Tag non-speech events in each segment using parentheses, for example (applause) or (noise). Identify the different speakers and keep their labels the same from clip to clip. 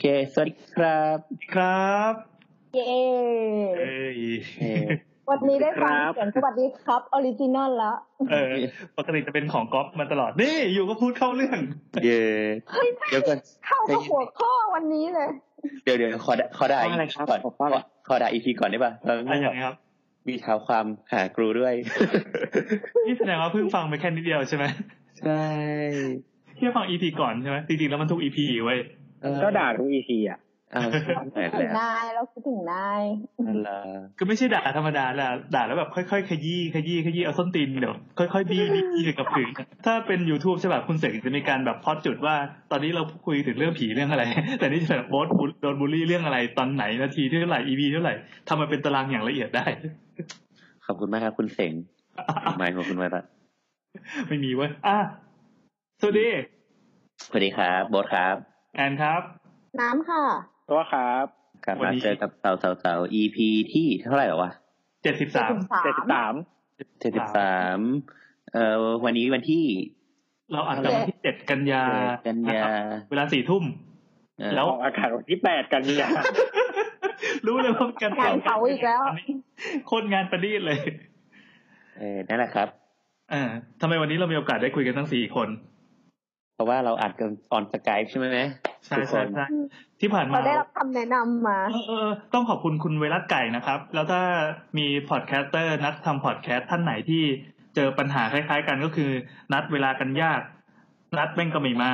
Speaker 1: เค สวัสดีครับ
Speaker 2: ครับ
Speaker 3: เย้
Speaker 2: เอ้ย
Speaker 1: เออ
Speaker 3: วันนี้ได้ฟั
Speaker 1: ค
Speaker 3: ง
Speaker 1: รับ
Speaker 3: เสียงสวัสดีครับออริจินอลแล้ว
Speaker 2: เออ ปกติจะเป็นของก๊อฟมาตลอด นี่ อยู่ก็พูดเข้าเรื่อง
Speaker 1: เย้
Speaker 3: เฮ้ย
Speaker 1: เดี๋ยวก่อน
Speaker 3: เข้ากับหัวข้อวันนี้เลย
Speaker 1: เดี๋ยวเดี๋ยวขอขอด่าอี
Speaker 2: ว่าอะไร
Speaker 1: ก
Speaker 2: ครับ
Speaker 1: ก่อน
Speaker 2: ผมว่าอะไร
Speaker 1: ขอขอด่าอีกทีก่อนได้ป่ะเรา
Speaker 2: อะไรอย่างเงี้ยครับ
Speaker 1: มีเท้าความหาครูด้วย
Speaker 2: นี่แสดงว่าเพิ่งฟังไปแค่นิดเดียวใช่ไหม
Speaker 1: ใช่
Speaker 2: เที่ฟังอีพีก่อนใช่ไหมจริงๆแล้วมันทุกอีพีเว้ย
Speaker 1: เออ
Speaker 4: ก็ด่าทุกอีพีอ่ะ
Speaker 1: อ้าวแหม่
Speaker 3: ถึ
Speaker 1: แห
Speaker 3: ง
Speaker 1: ละ
Speaker 3: นายเราคิดถึงนาย
Speaker 1: นั่นล่ะ
Speaker 2: คือไม่ใช่ด่าธรรมดาแหละด่าแล้วแบบค่อยๆ ขยี้ขยี้ขยี้เอาส้นตีนเดี๋ยวค่อยๆบี้บี้บี้กับผืนถ้าเป็น YouTube ใช่ป่ะคุณเสกจะมีการแบบพอดจุดว่า ตอนนี้เราคุยถึงเรื่องผีเรื่อง (laughs) อะไร แต่นี่จะแบบโบสโดนบูลลี่เรื่องอะไรตอนไหนนาทีเท่าไหร่ EP เท่าไหร่ทำมาเป็นตารางอย่างละเอียดได้ (laughs)
Speaker 1: ขอบคุณมากครับคุณเสงไม่ขอบคุณมากครับ
Speaker 2: ไม่มีเว้ยอ่ะสวัสดี
Speaker 1: สวัสดีครับโบทครับ
Speaker 2: แอนครับ
Speaker 3: น้ำค่ะ
Speaker 4: ตัวครับ
Speaker 1: กลับ
Speaker 2: วัน
Speaker 1: มา
Speaker 2: นี้
Speaker 1: เจอกับสาวสาวสาว EP ที่เท่าไหร่หรอวะ
Speaker 2: เจ็ดสิบสาม
Speaker 4: เจ็ดสิบสาม
Speaker 1: เจ็ดสิบสามเอ่อวันนี้วันที่
Speaker 2: เราอัดกันวันที่เจ็ดกันยา
Speaker 1: เจ็ดกันยา
Speaker 2: เวลาสี่ทุ่ม
Speaker 1: เอ่อ
Speaker 2: แล้
Speaker 4: อ
Speaker 2: ว
Speaker 4: อกอากาศวันที่แปดกันยา
Speaker 2: รู้เลยว่ากัน
Speaker 3: งานเผาอีกแล้ว
Speaker 2: นนี้โคตรงานประดีษฐ์เลย
Speaker 1: เออนั่นแหละครับ
Speaker 2: อ่าทำไมวันนี้เรามีโอกาสได้คุยกันทั้งสี่คน
Speaker 1: เพราะว่าเราอัดกันออนสกายใช่ไหมแม่
Speaker 2: ใช่
Speaker 1: ทุกค
Speaker 2: ใช่
Speaker 1: น
Speaker 2: ใช่ที่ผ่านมา
Speaker 3: เราได้รับคำแนะนำมา
Speaker 2: เออเออต้องขอบคุณคุณเวรัตไก่นะครับ แล้วถ้ามีพอดแคสเตอร์นัดทำพอดแคสต์ท่านไหนที่เจอปัญหาคล้ายๆกันก็คือ นัดเวลากันยาก นัดแม่งก็ไม่มา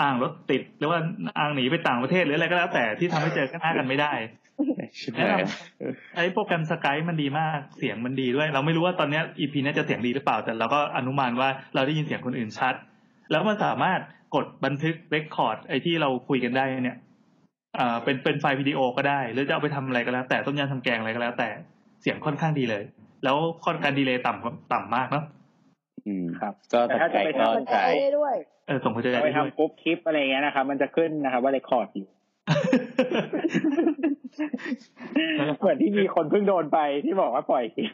Speaker 2: อ้างรถติด หรือว่าอ้างหนีไปต่างประเทศหรืออะไรก็แล้วแต่ที่ทำให้เจอกันหน้ากันไม่ได้
Speaker 1: ใช่ไหม
Speaker 2: แนะนำไอ้โปรแกรมสกายมันดีมากเสียงมันดีด้วย เราไม่รู้ว่าตอนเนี้อีพีน่าจะเสียงดีหรือเปล่า แต่เราก็อนุมานว่าเราได้ยินเสียงคนอื่นชัด แล้วมันสามารถกดบันทึกเรคคอร์ดไอ้ที่เราคุยกันได้เนี่ยอ่าเป็นเป็นไฟล์วิดีโอก็ได้ หรือจะเอาไปทำอะไรก็แล้ว แต่ต้มยำทำแกงอะไรก็แล้ว แต่เสียงค่อนข้างดีเลย แล้วค่อนการดีเลย์ต่ำต่ำมากเนาะ
Speaker 1: อืม
Speaker 4: ครับ
Speaker 1: ก็ส
Speaker 4: แต่ถ้าจะ
Speaker 1: กาย
Speaker 4: ไป
Speaker 1: ก็
Speaker 4: ทำ
Speaker 1: ออนสกาย
Speaker 3: ได้ด้วย
Speaker 2: เออส่งไปได้
Speaker 4: ไป
Speaker 2: ด้วย (laughs)
Speaker 4: ทำกรุ๊ปคลิปอะไรเงี้ยนะครับ มันจะขึ้นนะครับ ว่าเรคคอร์ดอยู่ เหมือนที่มีคนเพิ่งโดนไปที่บอกว่าปล่อยคลิป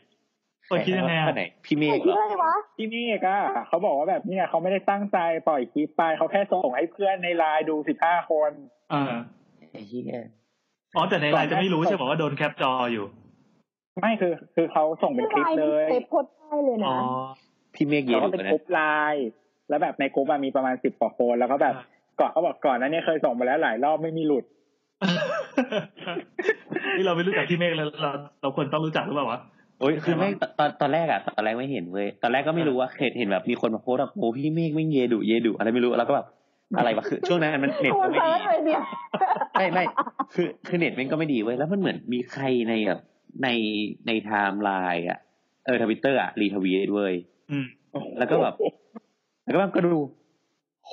Speaker 2: เออคิดยังไงอะ
Speaker 1: นพี่เมฆเหร
Speaker 3: คิด
Speaker 1: อ
Speaker 3: อะไรวะ
Speaker 4: ที่นี่ก็เขาบอกว่าแบบเนี่ยเขาไม่ได้ตั้งใจปล่อยคลิปไปเขาแค่ส่งให้เพื่อนในไลน์ดูสิบห้าคน
Speaker 2: เออ
Speaker 1: ไอ้เหี้ย
Speaker 2: อ๋อแต่ในไลน์จะไม่รู้ใช่บอกว่าโดนแคปจออยู่
Speaker 4: ไม่คือ คือเขาส่งเป็นคลิปเลย
Speaker 3: ไปโพสต์ได้เลย
Speaker 2: อ๋
Speaker 3: นะ
Speaker 2: อ
Speaker 1: พี่เมฆเยอะ
Speaker 4: เขาก็
Speaker 1: ก
Speaker 4: เป็น
Speaker 1: ว่าก นะ
Speaker 4: รุ๊ปไลน์แล้วแบบในกรุ๊ปอะมีประมาณสิบกว่าคนแล้วก็แบบก่อนเขาบอกก่อนนั้นเนี่ยเคยส่งมาแล้วหลายรอบไม่มีหลุด
Speaker 2: (laughs) นี่เราไม่รู้จักพี่เมฆแล้วเราเราควรต้องรู้จักหรือเปล่าวะ
Speaker 1: โอ้ยคือไม่ตอนตอนแรกอะตอนแรกไม่เห็นเว้ยตอนแรกก็ไม่รู้ว่าเคยเห็นแบบมีคนมาโพสต์แบบโอ้พี่เมฆไม่งเยดุเยดุอะไรไม่รู้แล้วก็แบบอะไรวะคือช่วงนั้นมันเน็ต
Speaker 3: คุ
Speaker 1: มั
Speaker 3: ณ
Speaker 1: นไม่
Speaker 3: เซิ
Speaker 1: ดี
Speaker 3: ร์ชเลยเนี่ย
Speaker 1: ไม่ไม่คือคือเน็ตมันก็ไม่ดีเว้ยแล้วมันเหมือนมีใครในแบบในในไทม์ไลน์อะเออทวิตเตอร์อะรีทวีตเว้ย
Speaker 2: อืม
Speaker 1: แล้วก็แบบ แล้วก็แบบก็ดู โห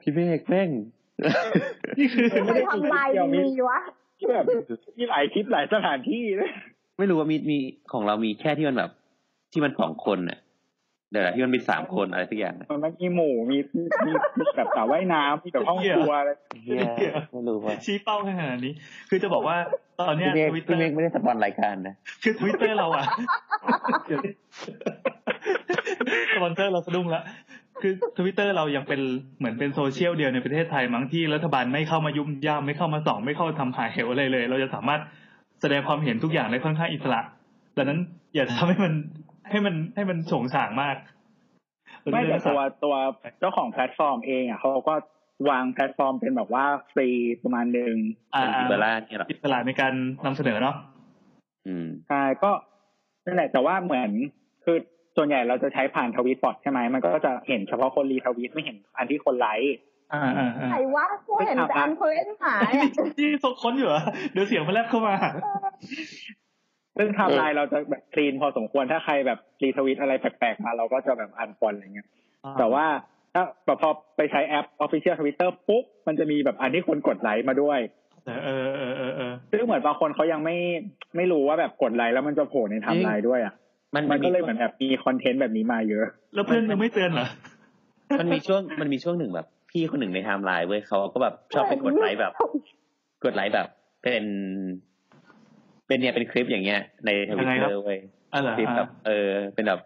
Speaker 1: พี่เมฆแม่ง
Speaker 2: นี่คือ
Speaker 3: ไปทำลายดีวะ
Speaker 4: ที่แบบมีหลายคลิปหลายสถานที่เลย
Speaker 1: ไม่รู้ว่ามีมีของเรามีแค่ที่มันแบบ ที่มันสองคนน่ะ เดี๋ยวนะที่มันเป็นสามคนอะไรสักอย่างน่ะ
Speaker 4: มันมีหมู่มีมีมีแบบสระว่ายน้ำมีแบบห้องครัวอะไร
Speaker 1: เหี้ยไม่รู้ว่า
Speaker 2: ชี้เป้าขนาดนี้ คือจะบอกว่าตอนเนี้
Speaker 1: พี่เม
Speaker 2: ย
Speaker 1: ฆ
Speaker 2: ทวิตเตอ
Speaker 1: พี่
Speaker 2: ร์
Speaker 1: เมฆไม่ได้สปอนรายการนะ
Speaker 2: คือทวิตเตอร์เรา
Speaker 1: (laughs)
Speaker 2: อ่ะเดี๋ยวสปอนเซอร์เราสะดุ้งละคือทวิตเตอร์เรายังเป็นเหมือนเป็นโซเชียลเดียวในประเทศไทยมั้งที่รัฐบาลไม่เข้ามายุ่มย่ามไม่เข้ามาส่อง ไม่เข้าทำหายเหวอะไรเลย เราจะสามารถแสดงความเห็นทุกอย่างได้ค่อนข้างอิสระดังนั้น อย่าทำให้มันให้มันให้มันโฉงฉางมาก
Speaker 4: ไม่แต่ตัวตัวเจ้าของแพลตฟอร์มเองอ่ะเขาก็วางแพลตฟอร์มเป็นแบบว่าฟรีประมาณหนึ่ง
Speaker 2: อ่า
Speaker 1: เป็นอิเบอร่าเนี่ยหรอ
Speaker 2: อิสระในการนำเสนอเนาะ
Speaker 1: อืม
Speaker 4: ใช่ก็นั่นแหละแต่ว่าเหมือนคือส่วนใหญ่เราจะใช้ผ่านทวิตบอทใช่ไหมมันก็จะเห็นเฉพาะคนรีทวิตไม่เห็นอันที่คนไลค์
Speaker 2: อ่าอ่าอ่า
Speaker 3: ไหนวะกูเห็นแต่อันเฟรนหาย
Speaker 2: นี่นี่สกค้นอยู่เหรอเดี๋ยวเสียงมันแลบเข้ามา
Speaker 4: ซึ่งไทม์ไลน์เราจะแบบคลีนพอสมควรถ้าใครแบบรีทวิตอะไรแปลกๆมาเราก็จะแบบอันฟอนอะไรเงี้ย แต่ว่าถ้าพอไปใช้แอป Official Twitter ปุ๊บ มันจะมีแบบอันที่คนกดไลค์มาด้วย
Speaker 2: เออเออเออเออ
Speaker 4: ซึ่งเหมือนบางคนเขายังไม่ไม่รู้ว่าแบบกดไลค์แล้วมันจะโผล่ในไทม์ไลน์ด้วยอ่ะ
Speaker 1: มัน
Speaker 4: มันก็เลยเหมือนแบบมีคอนเทนต์แบบนี้มาเยอะ
Speaker 2: แล้วเพื่อนยังไม่เตือนเหรอ
Speaker 1: มันมีช่วงมันมีช่วงหนึ่งแบบ พี่คนหนึ่งในไทม์ไลน์เว้ยเขาก็แบบชอบไปกดไลค์แบบ กดไลค์แบบ เป็น เป็นเนี่ยเป็นคลิปอย่างเงี้ย ในทวิตเตอร์เว้ย
Speaker 2: อ่ะเหรอ
Speaker 1: คลิปแบ
Speaker 2: อ่ะ
Speaker 1: บเออเป็นแบบ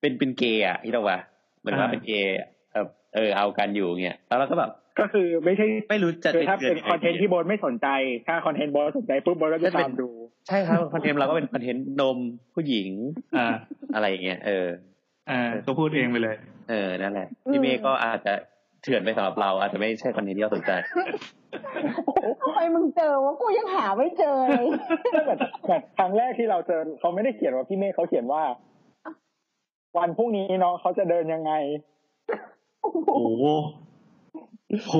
Speaker 1: เป็นเป็นเกย์อ่ะที่เราว่าเหมือนว่า
Speaker 2: อ่า
Speaker 1: เป็นเกย์แบบเออเอากันอยู่เงี้ยแล้วเราก็แบบ
Speaker 5: ก็คือไม่ใช่
Speaker 1: ไม่รู้จะ
Speaker 5: คือถ้า
Speaker 1: กิด
Speaker 5: เป็นคอนเทนต์ที่โบนไม่สนใจ ถ้าคอนเทนต์โบนสนใจปุ๊บโบนก็จะตามดู
Speaker 1: ใช่ครับคอนเทนต์เราก็เป็นคอนเทนต์นมผู้หญิง
Speaker 2: อ่า
Speaker 1: อะไรอย่างเงี้ยเออ
Speaker 2: อ่าก็พูดเองไปเลย
Speaker 1: เออ นั่นแหละ
Speaker 3: อืม
Speaker 1: พี่เมฆก็อาจจะเถื่อนไปสำหรับเรา อาจจะไม่ใช่คอนเทนต์ที่เราสนใจ
Speaker 3: ทำไมมึงเจอวะกูยังหาไม่เจอเลย
Speaker 5: แบบแบบครั้งแรกที่เราเจอเขาไม่ได้เขียนว่าพี่เมฆเขาเขียนว่า วันพรุ่งนี้น้องเขาจะเดินยังไง
Speaker 2: โอ้โหโอ้โห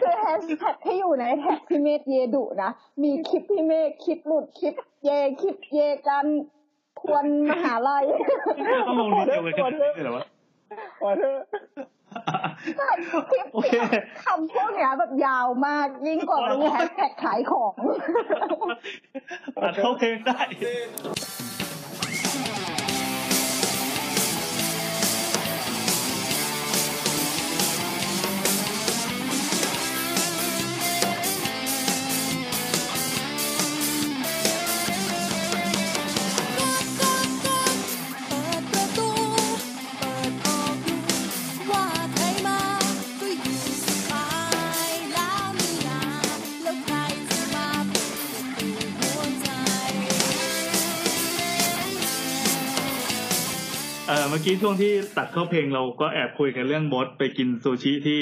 Speaker 3: คือแฮชแท็กที่อยู่ในแท็กพี่เมฆเยดุนะมีคลิปพี่เมฆคลิปหลุดคลิปเยคลิปเยกันควรมหาลัย
Speaker 2: ต้องลงดีเทลกันขนาดนี้เลยเหรอวะ
Speaker 5: ว่าเธอ
Speaker 3: คลิป
Speaker 2: โอเค
Speaker 3: เสียงคำพวกเนี้ยแบบยาวมากยิ่งกว่าแบบแฮชแท็กขายของ
Speaker 2: ตัดเข้าเพลงได้
Speaker 6: เปิดประตู เปิดออกดูว่าใครมา ก็อยู่สบายแล้วไม่ลาแล้วใครจะมาเปิดประตูหัวใจ
Speaker 2: เออเมื่อกี้ช่วงที่ตัดเข้าเพลงเราก็แอบคุยกันเรื่องบดไปกินซูชิที่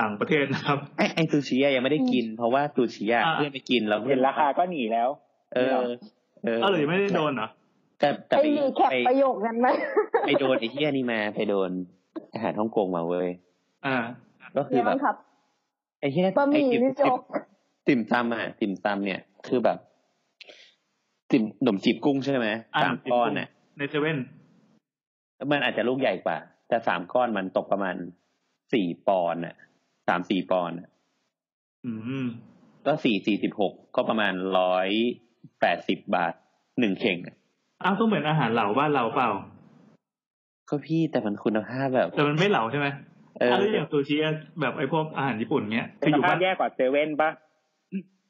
Speaker 2: ต่างประเทศนะครับ
Speaker 1: ไอ้ไอ้ซูชิอะยังไม่ได้กิน เพราะว่าซูชิอะ
Speaker 2: อ่า
Speaker 1: เพื่อนไปกินแล้ว
Speaker 5: เห็นราคาก็หนีแล้ว
Speaker 1: เออ เออ
Speaker 2: ก็เลยไม่ได้โดนเหรอ
Speaker 1: แต่แต่
Speaker 3: ไอ้
Speaker 1: ไป
Speaker 3: รีแคป
Speaker 1: ไป
Speaker 3: ประโยคนั้นไหม
Speaker 1: ไปโดนไอ้เหี้ยนี่มา ไปโดนอาหารฮ่องกงมาเว้ย
Speaker 2: อ่า
Speaker 1: ก็คือ
Speaker 3: เนี่ย
Speaker 1: แบ
Speaker 3: มั
Speaker 1: บ
Speaker 3: นครับ
Speaker 1: ไอ้เหี้ย
Speaker 3: บะหมี่
Speaker 1: ไอ้ติ่ม
Speaker 3: นี่จบ
Speaker 1: ติ่มซำอะติ่มซำเนี่ย คือแบบ ติ่มขนมจีบกุ้งใช่ไหม
Speaker 2: อ่า
Speaker 1: สามก้อนอะ
Speaker 2: ในเซเว่น
Speaker 1: มันอาจจะลูกใหญ่กว่า แต่สามก้อนมันตกประมาณสี่ปอนด์อะสามสี่ปอนด์อะ
Speaker 2: อืม
Speaker 1: ก็สี่สี่สิบหกก็ประมาณร้อยแปดสิบบาทหนึ่งเข่งอะ
Speaker 2: อ้าวก็เหมือนอาหารเหลาบ้านเราเปล่า
Speaker 1: ก็พี่แต่มันคุณภาพแบบ
Speaker 2: แต่มันไม่เหลาใช่ไหม
Speaker 1: เออ
Speaker 2: อะไรอย่างซูชิอะแบบไอ้พวกอาหารญี่ปุ่นเนี้ย
Speaker 5: คุ
Speaker 2: คื
Speaker 5: ณ
Speaker 2: ออยู่
Speaker 5: ภาพ
Speaker 2: บ้าน
Speaker 5: แย่กว่าเซเว่นปะ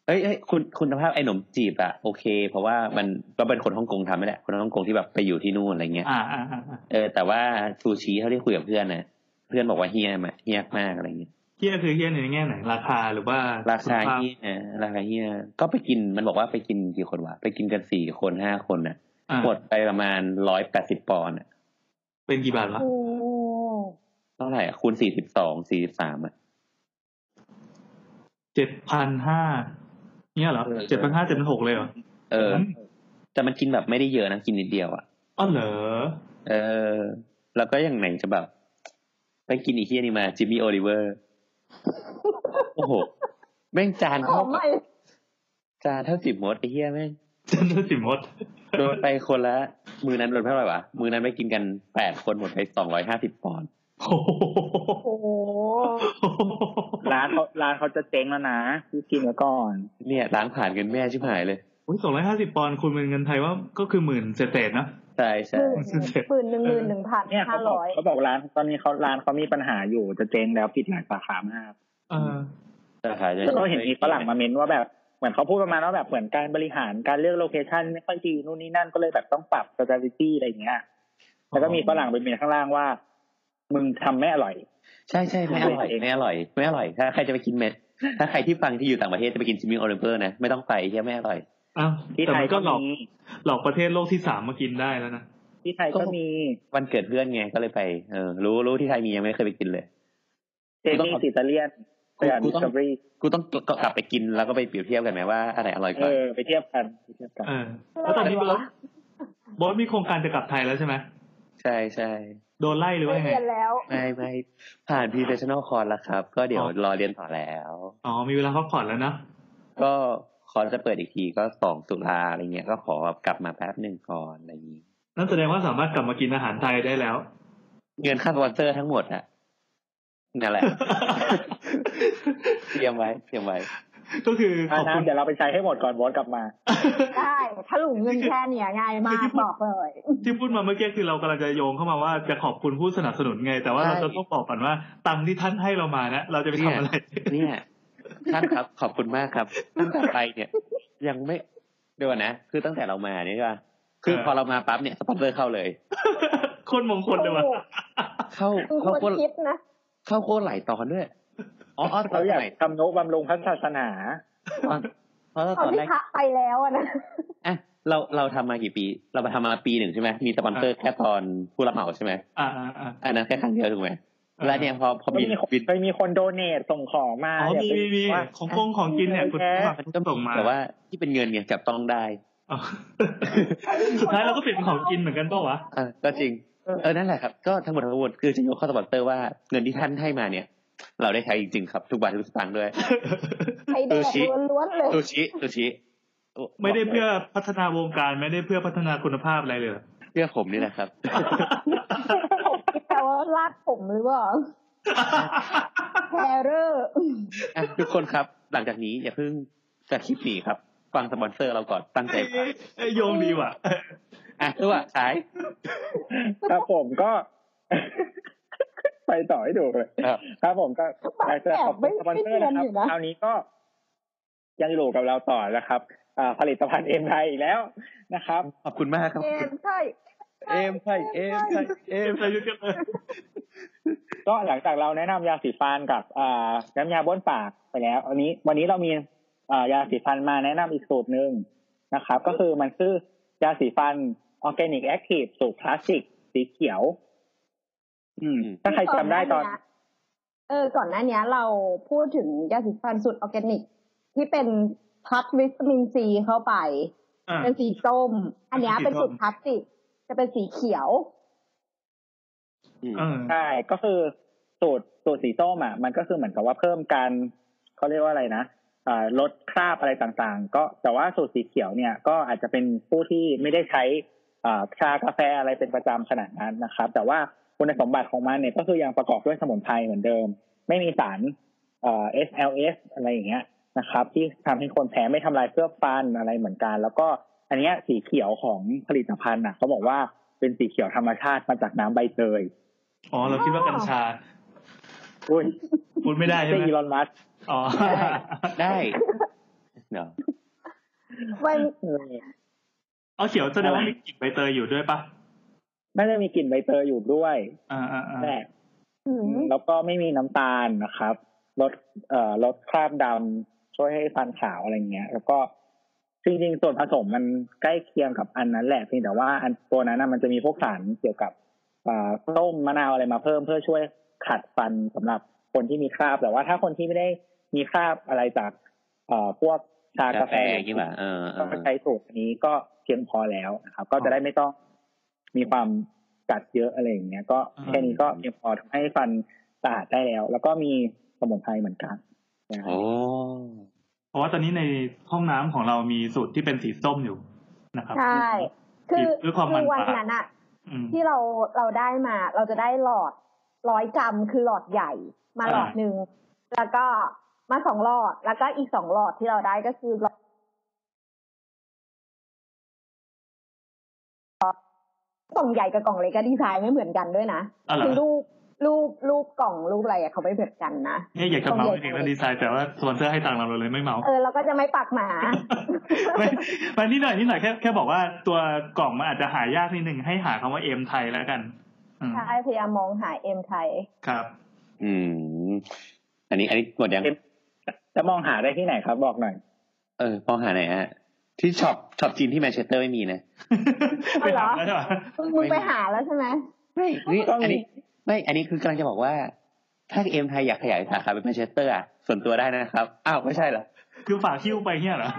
Speaker 1: เอ้ยเอ้ยคุณคุณภาพไอ้หนมจีบอะโอเค เพราะว่ามันก็เป็นคนฮ่องกงทำไม่แหละคนฮ่องกงที่แบบไปอยู่ที่นู่นอะไรเงี้ย
Speaker 2: อ่าอ่าอ่าอ่า
Speaker 1: เออแต่ว่าซูชิเท่าที่คุยกับเพื่อนนะเพื่อนบอกว่าเฮี้ยมากเฮี้ยมากอะไรเงี้ย
Speaker 2: เฮียคือเฮียในแง่ไหนราคาหรือว่า
Speaker 1: ราคา
Speaker 2: คุณภพ
Speaker 1: เฮี้ยราคาเฮี้ยก็ไปกินมันบอกว่าไปกินกี่คนวะไปกินกันสี่คนห้าคนนะ
Speaker 2: อ่า
Speaker 1: หมดไปประมาณร้อยแปดสิบปอนด์อะ
Speaker 2: เป็นกี่บาทวะ
Speaker 3: โอ้
Speaker 1: เท่าไหร่อะคูณสี่สิบสองสี่สิบสามอะ
Speaker 2: เจ็ดพันห้าเนี่ยเหรอ
Speaker 1: เออ
Speaker 2: เจ็ดพันห้าเจ็ดพันหกเลยเหรอ
Speaker 1: เออ
Speaker 2: ม
Speaker 1: แต่มันกินแบบไม่ได้เยอะนะกินนิดเดียวอะ
Speaker 2: อ๋อเหรอ
Speaker 1: เออ แล้วก็อย่างไหนจะแบบ ไปกินอีเทียนี่มาจิมมี่โอลิเวอร์ (laughs) โอ้โห แม่งจาน
Speaker 3: ข
Speaker 1: เท่า
Speaker 3: องใหม่
Speaker 1: จานเท่าสิบมดไอ้เฮียแม่ง
Speaker 2: เจันทสิมด
Speaker 1: โดนไปคนละ มือนั้นโดนเท่าไหร่วะ มือนั้นไปกินกันแปดคนหมดไปสองร้อยห้าสิบปอนด์
Speaker 2: โอ้โห
Speaker 3: โอ้โห
Speaker 5: ร้านเขาร้านเขาจะเจ๊งแล้วนะพี่กินแล้วก่อน
Speaker 1: เนี่ยล้างผ่านกันแม่ชิบหายเลย
Speaker 2: สองร้อยห้าสิบปอนด์คูณเป็นเงินไทยว่าก็คือหมื่นเศษๆนะ
Speaker 1: ใช่ใช่
Speaker 3: หมื่นหนึ่งหมื่นหนึ่งพัน
Speaker 5: เนี่ย
Speaker 3: ห้า
Speaker 5: เขาบอก
Speaker 3: ร้อย
Speaker 5: เขาบอกร้านตอนนี้เขาร้านเขามีปัญหาอยู่จะเจ๊งแล้วปิดหลายสาขามาก
Speaker 2: เออ
Speaker 1: ราคาจะ
Speaker 5: แล้วก็เห็นมีฝรั่งมาเม้นว่าแบบเหมือนเขาพูดประมาณว่าแบบเหมือนการบริหารการเลือกโลเคชันไม่ค่อยดีนู่นนี่นั่นก็เลยแบบต้องปรับ strategy อะไรอย่างเงี้ย แล้วก็มีฝรั่งไปเม้นข้างล่างว่า มึงทำไม่อร่อย
Speaker 1: ใช่ใช่ไม่อร่อยไม่อร่อยไม่อร่อย ถ้าใครจะไปกินเม็ดถ้าใครที่ฟังที่อยู่ต่างประเทศจะไปกินจิมมี่โอลิเวอร์นะ ไม่ต้องไปไอ้เฮียไม่อร่อย
Speaker 2: อ้าว
Speaker 5: ที่
Speaker 2: แต่
Speaker 5: ไท
Speaker 2: มั
Speaker 5: ย
Speaker 2: น
Speaker 5: ก็
Speaker 2: ก็หลอก
Speaker 5: มี
Speaker 2: หลอกประเทศโลกที่สามมากินได้แล้วนะ
Speaker 5: ที่ไทยก็มี
Speaker 1: วันเกิดเพื่อนไงก็เลยไปเออรู้รู้ที่ไทยมียังไม่เคยไปกินเลย
Speaker 5: เจมี่ซิตาเลียนสยาม
Speaker 1: กู
Speaker 5: ดิ
Speaker 1: ต้
Speaker 5: ส
Speaker 1: อง
Speaker 5: คัฟเวอรี่
Speaker 1: กูต้องกลับไปกินแล้วก็ไปเปรียบเทียบกันไหมว่าอันไหนอร่อยก
Speaker 5: เอ
Speaker 1: ว่า
Speaker 5: อไปเทียบกันไปเทียบกัน
Speaker 2: เออ แล้วตอนนี้บอสบอสมีโครงการจะกลับไทยแล้วใช่ไหม
Speaker 1: ใช่ใช่
Speaker 2: โดนไล่หรือ
Speaker 3: ไม่
Speaker 2: ว่ายังไง
Speaker 3: เรียนแล้ว
Speaker 1: ไม่ไม่ผ่าน professional course แล้วครับ ก็เดี๋ยว
Speaker 2: อ๋อ
Speaker 1: รอเรียนต่อแล้ว
Speaker 2: อ๋อ มีเวลาพักผ่อนแล้วนะ
Speaker 1: ก็คอร์สจะเปิดอีกทีก็สองตุลาอะไรเงี้ยก็ขอแบบกลับมาแป๊บหนึ่งก่อนอะไรอย่างนี้
Speaker 2: นั่นแสดงว่าสามารถกลับมากินอาหารไทยได้แล้ว
Speaker 1: เงินค่าสปอนเซอร์ทั้งหมดอะนั่นแหละ เตรียมไว้เตรียมไว้
Speaker 2: ก็คือ
Speaker 5: อ่ะ
Speaker 2: ขอบคุณ
Speaker 5: น้ำเดี๋ยวเราไปใช้ให้หมดก่อนวอนกลับมา
Speaker 3: ได้ถลุงเงินแค่เนี้ยง่ายมากบอกเลย
Speaker 2: ที่พูดมาเมื่อกี้คือเรากำลังจะโยงเข้ามาว่าจะขอบคุณผู้สนับสนุนไง แต่ว่า
Speaker 1: ใช่
Speaker 2: เราจะต้องบอกก่อนว่า ตังค์ที่ท่านให้เรามานะเราจะไปทำอะไร
Speaker 1: เนี่ยท่านครับขอบคุณมากครับตั้งแต่ไปเนี่ย ยังไม่เดี๋ยวก่อนนะ คือตั้งแต่เรามาเนี่ยใช่ป่ะคือ
Speaker 2: เออ
Speaker 1: พอเรามาปั๊บเนี่ยสปอนเซอร์เข้าเลย
Speaker 2: โคนมงคลเลยว่ะ
Speaker 1: เข้า
Speaker 3: คือค
Speaker 1: เข้าโคว
Speaker 3: ร
Speaker 1: ตร
Speaker 3: คิดนะ
Speaker 1: เข้าโคตรหลายตอนด้วย อ๋ออ๋อตอ
Speaker 4: เขา
Speaker 1: น
Speaker 4: อ
Speaker 1: ส
Speaker 4: ยาก
Speaker 1: มัย
Speaker 4: ทำโนบำรุงพระศาสนา
Speaker 1: ตอนเพราะว่า
Speaker 3: ตอ
Speaker 1: ต
Speaker 3: น
Speaker 1: อนแร
Speaker 3: ที่
Speaker 1: ก
Speaker 3: พระไปแล้วอะนะ
Speaker 1: อ่ะเราเราทำมากี่ปี เราทำมาปีหนึ่งใช่ไหมมีสปอนเซอร์แค่ตอนผู้รับเหมาใช่ไหม
Speaker 2: อ่าอ่าอ่า
Speaker 1: อันนั้นแค่ครั้งเดียวถูกไหมแล้วเนี่ยพอพอบิน
Speaker 4: ไม่มีคน
Speaker 1: บิน
Speaker 4: ไม่มีคนโดเนทส่งของมา
Speaker 2: อ๋อมี
Speaker 4: ย่าไป
Speaker 2: มีมี
Speaker 4: ว่า
Speaker 2: ของกงของกินเนี่ยคุณ
Speaker 4: แพ้
Speaker 2: สมัคร
Speaker 1: มันก็มี
Speaker 2: ก็ส่งมา
Speaker 1: แต่ว่าที่เป็นเงินไงจับต้องได้
Speaker 2: อ๋อ (laughs) สุดท้ายเราก็เปลี่ยนเป็นของกินเหมือนกันเปล่าวะ
Speaker 1: อ่ะก็จริง เออ นั่นแหละครับ ก็ทั้งหมดทั้งมวลคือจะยกข้อสปอนเซอร์ว่าเงินที่ท่านให้มาเนี่ย เราได้ใช้จริงๆครับ ทุกบาททุกสตางค์ด้วย
Speaker 3: ไปแดกล้วนๆเลย
Speaker 1: ซูชิซูชิ
Speaker 2: (laughs) ไม่ได้เพื่อพัฒนาวงการไม่ได้เพื่อพัฒนาคุณภาพอะไรเลยเหร
Speaker 1: (laughs)
Speaker 2: อ
Speaker 1: เพื่อผมนี่แหละครับ
Speaker 3: ผมแต่ว่าลากผมหรือเปล่าแฮร์เรอร์
Speaker 1: อ่ะทุกคนครับ หลังจากนี้อย่าเพิ่งจะคิดหนีครับ ฟังสปอนเซอร์เราก่อนตั้งใจฟัง
Speaker 2: ไอ้ยโยงดีว่ะ
Speaker 1: อ่ะเออว่ะขาย
Speaker 4: ครับผมก็ (laughs) ไปต่อให้ดู
Speaker 2: (laughs)
Speaker 4: เลย
Speaker 1: ครับ
Speaker 4: ครับผมก็อยากจะขอบ
Speaker 3: แอบไม่
Speaker 4: คุณสปอนเซอร์นะค
Speaker 3: ไม่เนียน
Speaker 4: รับ
Speaker 3: อยู่นะ
Speaker 4: คราวนี้ก็ยังอยู่กับเราต่อนะครับอ่าผลิตภัณฑ์เอ็มไทยอีกแล้วนะครับ
Speaker 1: (laughs) ขอบคุณมากครับ
Speaker 3: เกมใช่
Speaker 1: เอ็มไทยเอ็มไทยเอ็
Speaker 2: เอ็
Speaker 1: ม
Speaker 2: ม
Speaker 1: ไท
Speaker 2: อาย ยุกันเลย
Speaker 4: ก็หลังจากเราแนะนำยาสีฟันกับอ่าน้ำยาบ้วนปากไปแล้ววันนี้ วันนี้เรามีอ่ายาสีฟันมาแนะนำอีกสูตรหนึ่งนะครับ ก็คือมันคือยาสีฟันออร์แกนิกแอคทีฟสูตรพลาสติกสีเขียว อืม ถ้าใครจำได้ตอน
Speaker 3: เออ ก่อนหน้าเนี้ยเราพูดถึงยาสีฟันสูตรออร์แกนิก ที่เป็นพักวิตามินซีเข้าไป
Speaker 2: อ่ะ
Speaker 3: เป็นสีส้ม อันเนี้ย
Speaker 2: เป็
Speaker 3: เป็น น
Speaker 2: สีส้ม
Speaker 3: สูตรพลาสติก จะเป็นสีเขียว
Speaker 1: อืม
Speaker 2: เออ
Speaker 4: ใช่ ก็คือสูตรสูตรสีส้มอ่ะ มันก็คือเหมือนกับว่าเพิ่มการเขาเรียกว่าอะไรนะอ่าลดคราบอะไรต่างๆ ก็แต่ว่าสูตรสีเขียวเนี่ยก็อาจจะเป็นผู้ที่ไม่ได้ใช้อ่าชากาแฟอะไรเป็นประจำขนาดนั้นนะครับ แต่ว่าคุณสมบัติของมันเนี่ยก็คือยังประกอบด้วยสมุนไพรเหมือนเดิม ไม่มีสารเอ่อ SLS อะไรอย่างเงี้ยนะครับ ที่ทำให้คนแพ้ไม่ทำลายเคลือบฟันอะไรเหมือนกัน แล้วก็อันเนี้ยสีเขียวของผลิตภัณฑ์อ่ะเขาบอกว่าเป็นสีเขียวธรรมชาติมาจากน้ำใบเตย
Speaker 2: อ๋อ เราคิดว่ากัญชา
Speaker 4: อุ้ย
Speaker 2: พูดไม่ได้ใช่
Speaker 4: ใช่
Speaker 2: ไหม
Speaker 4: อีลอนมัส
Speaker 2: อ๋
Speaker 3: (laughs)
Speaker 2: อ
Speaker 1: ได้เดี๋ยว
Speaker 3: มัน
Speaker 2: เอาเขียวแสดงว่ามีกลิ่นใบเตยอยู่ด้วยปะ
Speaker 4: น่าจะมีกลิ่นใบเตยอยู่ด้วย
Speaker 2: อ่าอ่าอ่า
Speaker 4: แหละ
Speaker 3: หืม
Speaker 4: แล้วก็ไม่มีน้ำตาลนะครับ ลดเอ่อลดคราบดำช่วยให้ฟันขาวอะไรเงี้ย แล้วก็จริงๆส่วนผสมมันใกล้เคียงกับอันนั้นแหละเพียงแต่ว่าอันตัวนั้นนะมันจะมีพวกสารเกี่ยวกับอ่าต้มมะนาวอะไรมาเพิ่มเพื่อช่วยขัดฟันสำหรับคนที่มีคราบ แต่ว่าถ้าคนที่ไม่ได้มีคราบอะไรจากเอ่อพวกชากาก
Speaker 1: า
Speaker 4: แฟ
Speaker 1: แฟอย่างนี้ป่ะเออเอ
Speaker 4: ก็
Speaker 1: อ
Speaker 4: ใช้สูตรอันนี้ก็เพียงพอแล้วนะครับ ก็จะได้ไม่ต้องมีความกัดเยอะอะไรอย่างเงี้ย ก็แค่นี้ก็เพียงพอทำให้ฟันสะอาดได้แล้ว แล้วก็มีสมุนไพรเหมือนกันนะครั
Speaker 1: โอ้
Speaker 4: บ
Speaker 2: เพราะว่าตอนนี้ในห้องน้ำของเรามีสูตรที่เป็นสีส้มอยู่นะครับ
Speaker 3: ใช่ คือ
Speaker 2: หรือความมัน
Speaker 3: คือวันนั้นอะ
Speaker 2: อืม
Speaker 3: ที่เราเราได้มา เราจะได้หลอดร้อยกรัมคือหลอดใหญ่ มา
Speaker 2: อ่า
Speaker 3: หลอดหนึ่ง แล้วก็มาสองหลอด แล้วก็อีกสองหลอดที่เราได้ก็คือหลอดกล่องใหญ่กับกล่องเล็กก็ดีไซน์ไม่เหมือนกันด้วยนะ
Speaker 2: อ๋อเหรอ
Speaker 3: คือรูปรูปรูปกล่องรูปอะไรอะเขาไม่เหมือนกันนะ
Speaker 2: เนี่ยอยากจะเมาส์จริงๆแล้วดีไซน์แต่ว่าสปอนเซอร์ให้ตังค์เราเราเลยไม่เมาส์
Speaker 3: เออเราก็จะไม่ปักหมา
Speaker 2: ไม่ไม่นิดหน่อยนิดหน่อยแค่แค่บอกว่าตัวกล่องมันอาจจะหายากนิดหนึ่งให้หาคำว่าเอ็มไทยแล้วกันอืม
Speaker 3: ใช่พยายามมองหาเอ็มไทย (laughs)
Speaker 2: ครับ
Speaker 1: อืม อันนี้อันนี้หมดยัง
Speaker 4: จะมองหาได้ที่ไหนครับบอกหน่อย
Speaker 1: เออพอหาไหนฮะ ที่ช็อปช็อปจีนที่แมนเชสเตอร์ไม่มีนะ
Speaker 2: ไปถามแล้วใช่ไหม
Speaker 3: มึงมึงไปหาแล้วใช่ไหม
Speaker 4: (laughs)
Speaker 1: ไม่นี่
Speaker 4: ต้องมี
Speaker 1: อันนี้ไม่ อันนี้คือกำลังจะบอกว่า ถ้าเอ็มไทยอยากขยายสาขาไปแมนเชสเตอร์อ่ะส่วนตัวได้นะครับ อ้าว ไม่ใช่เหรอ
Speaker 2: คือฝากคิ้วไปเนี่ย
Speaker 3: (laughs)
Speaker 2: เหรอ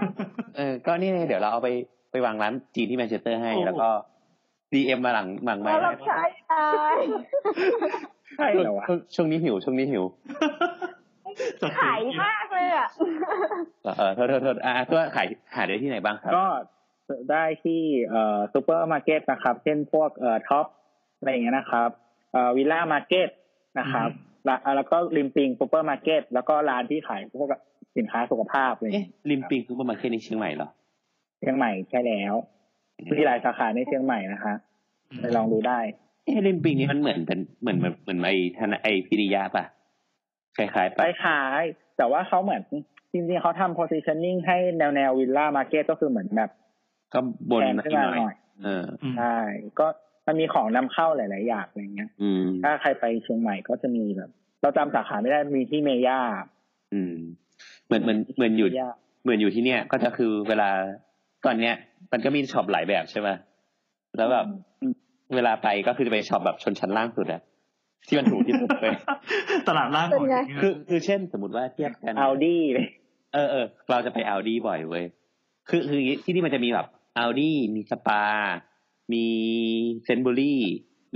Speaker 1: เออ ก็นี่ไงเดี๋ยวเราเอาไปไปวางร้านจีนที่แมนเชสเตอร์ให้
Speaker 2: โอ้โห
Speaker 1: แล้วก็ดีเอ็มมาหลังหลังไม่
Speaker 3: แล้วเราใช้ไอ้
Speaker 4: ใช่เหรอวะ
Speaker 1: ช่วงนี้หิว ช่วงนี้หิว
Speaker 2: สัก
Speaker 3: ขายมากเลยอ่ะ
Speaker 1: เออเออโทษโทษโทษอ่ะตัวขายหาได้ที่ไหนบ้างครับ
Speaker 4: ก็ได้ที่เอ่อซูเปอร์มาร์เก็ตนะครับ เช่นพวกเอ่อท็อปอะไรอย่างเงี้ยนะครับเอ่อวิลล่ามาร์เก็ตนะครับแล้วแล้วก็ริมปิงซูเปอร์มาร์เก็ตแล้วก็ร้านที่ขายพวกสินค้าสุขภาพอะไรอย่าง
Speaker 1: เอ๊ะ
Speaker 4: เงี้ย
Speaker 1: ลิมปิงซูเปอร์มาร์เก็ตในเชียงใหม่เหรอ
Speaker 4: เชียงใหม่ใช่แล้ว มีหลายสาขาในเชียงใหม่นะคะ ไปลองดูได้
Speaker 1: เอ๊ะลิมปิงนี่มันเหมือนกันเหมือนเหมือนเหมือนไอ้ธนาไอ้พิริยาป่ะคล้ายๆ
Speaker 4: ไป
Speaker 1: ป่ะ
Speaker 4: ขาย แต่ว่าเขาเหมือน จริงๆเขาทำ positioning ให้แนวแนววิลล่ามาร์เก็ตก็คือเหมือนแบบ
Speaker 1: ก็บน
Speaker 4: แทน
Speaker 1: มา
Speaker 4: ขึ้น
Speaker 1: ห
Speaker 4: มา
Speaker 1: น่อย
Speaker 4: หน่อย
Speaker 1: เออ
Speaker 2: อืม
Speaker 4: ใช่ก็มันมีของนำเข้าหลาย ๆ อย่างอะไรเงี้ย
Speaker 1: อืม
Speaker 4: ถ้าใครไปเชียงใหม่ก็จะมีแบบ
Speaker 5: เราจำสาขาไม่ได้มีที่เมย่า
Speaker 1: อืม เหมือนเหมือนเหมือนอยู่
Speaker 5: เมย่า
Speaker 1: เหมือนอยู่ที่เนี่ย ก็จะคือเวลาตอนเนี้ย มันก็มีช็อปหลายแบบใช่ไหมแล้วแบบเวลาไปก็คือจะไปช็อปแบบชนชั้นล่างสุดอะที่มันถูกที่สุด (laughs) เลย
Speaker 2: ตลาดล่าง
Speaker 3: เป็นไง
Speaker 2: ข
Speaker 1: (laughs) คือ อคือเช่นสมมติว่าเทียบกัน
Speaker 5: อัลดี้
Speaker 1: เออเออเราจะไปอัลดีบ่อยเว้ยคือคืออย่างงี้ที่นี่มันจะมีแบบอัลดีมีสปา มีเซนบุรี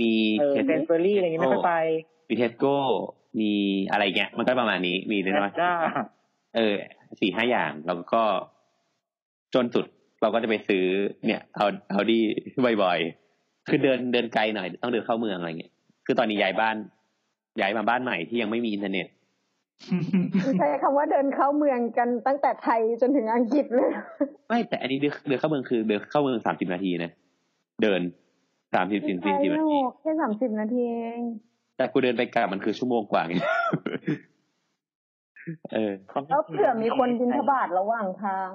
Speaker 1: มี
Speaker 5: เออ
Speaker 1: เทส
Speaker 5: เซนเฟอรี่อะไรอย่างงี้ไม่ค่อยไป
Speaker 1: มีเทสโก้มีอะไรเงี้ย มันก็ประมาณนี้มีได้ไหม
Speaker 5: จ้า
Speaker 1: เออสี่ห้าอย่างแล้วก็จนสุดเราก็จะไปซื้อเนี่ยเอาเอาดีบ่อยๆ คือเดินเดินไกลหน่อย ต้องเดินเข้าเมืองอะไรเงี้ยคือตอนนี้ย้ายบ้านย้ายมาบ้านใหม่ที่ยังไม่มีอินเทอร์เน็ต
Speaker 3: ใช้คำว่าเดินเข้าเมืองกันตั้งแต่ไทยจนถึงอังกฤษเลย
Speaker 1: ไม่แต่อันนี้เดินเดินเข้าเมืองคือเดินเข้าเมืองสามสิบนาทีนะเดินสามสิบสี่สิบนาที
Speaker 3: ไม่ใช่หรอกแค่สามสิบนาทีเอง
Speaker 1: แต่กูเดินไปกลับมันคือชั่วโมงกว่าไง (laughs) เออ
Speaker 3: แล้วเผื่อมีคนบินทบาทระหว่างทาง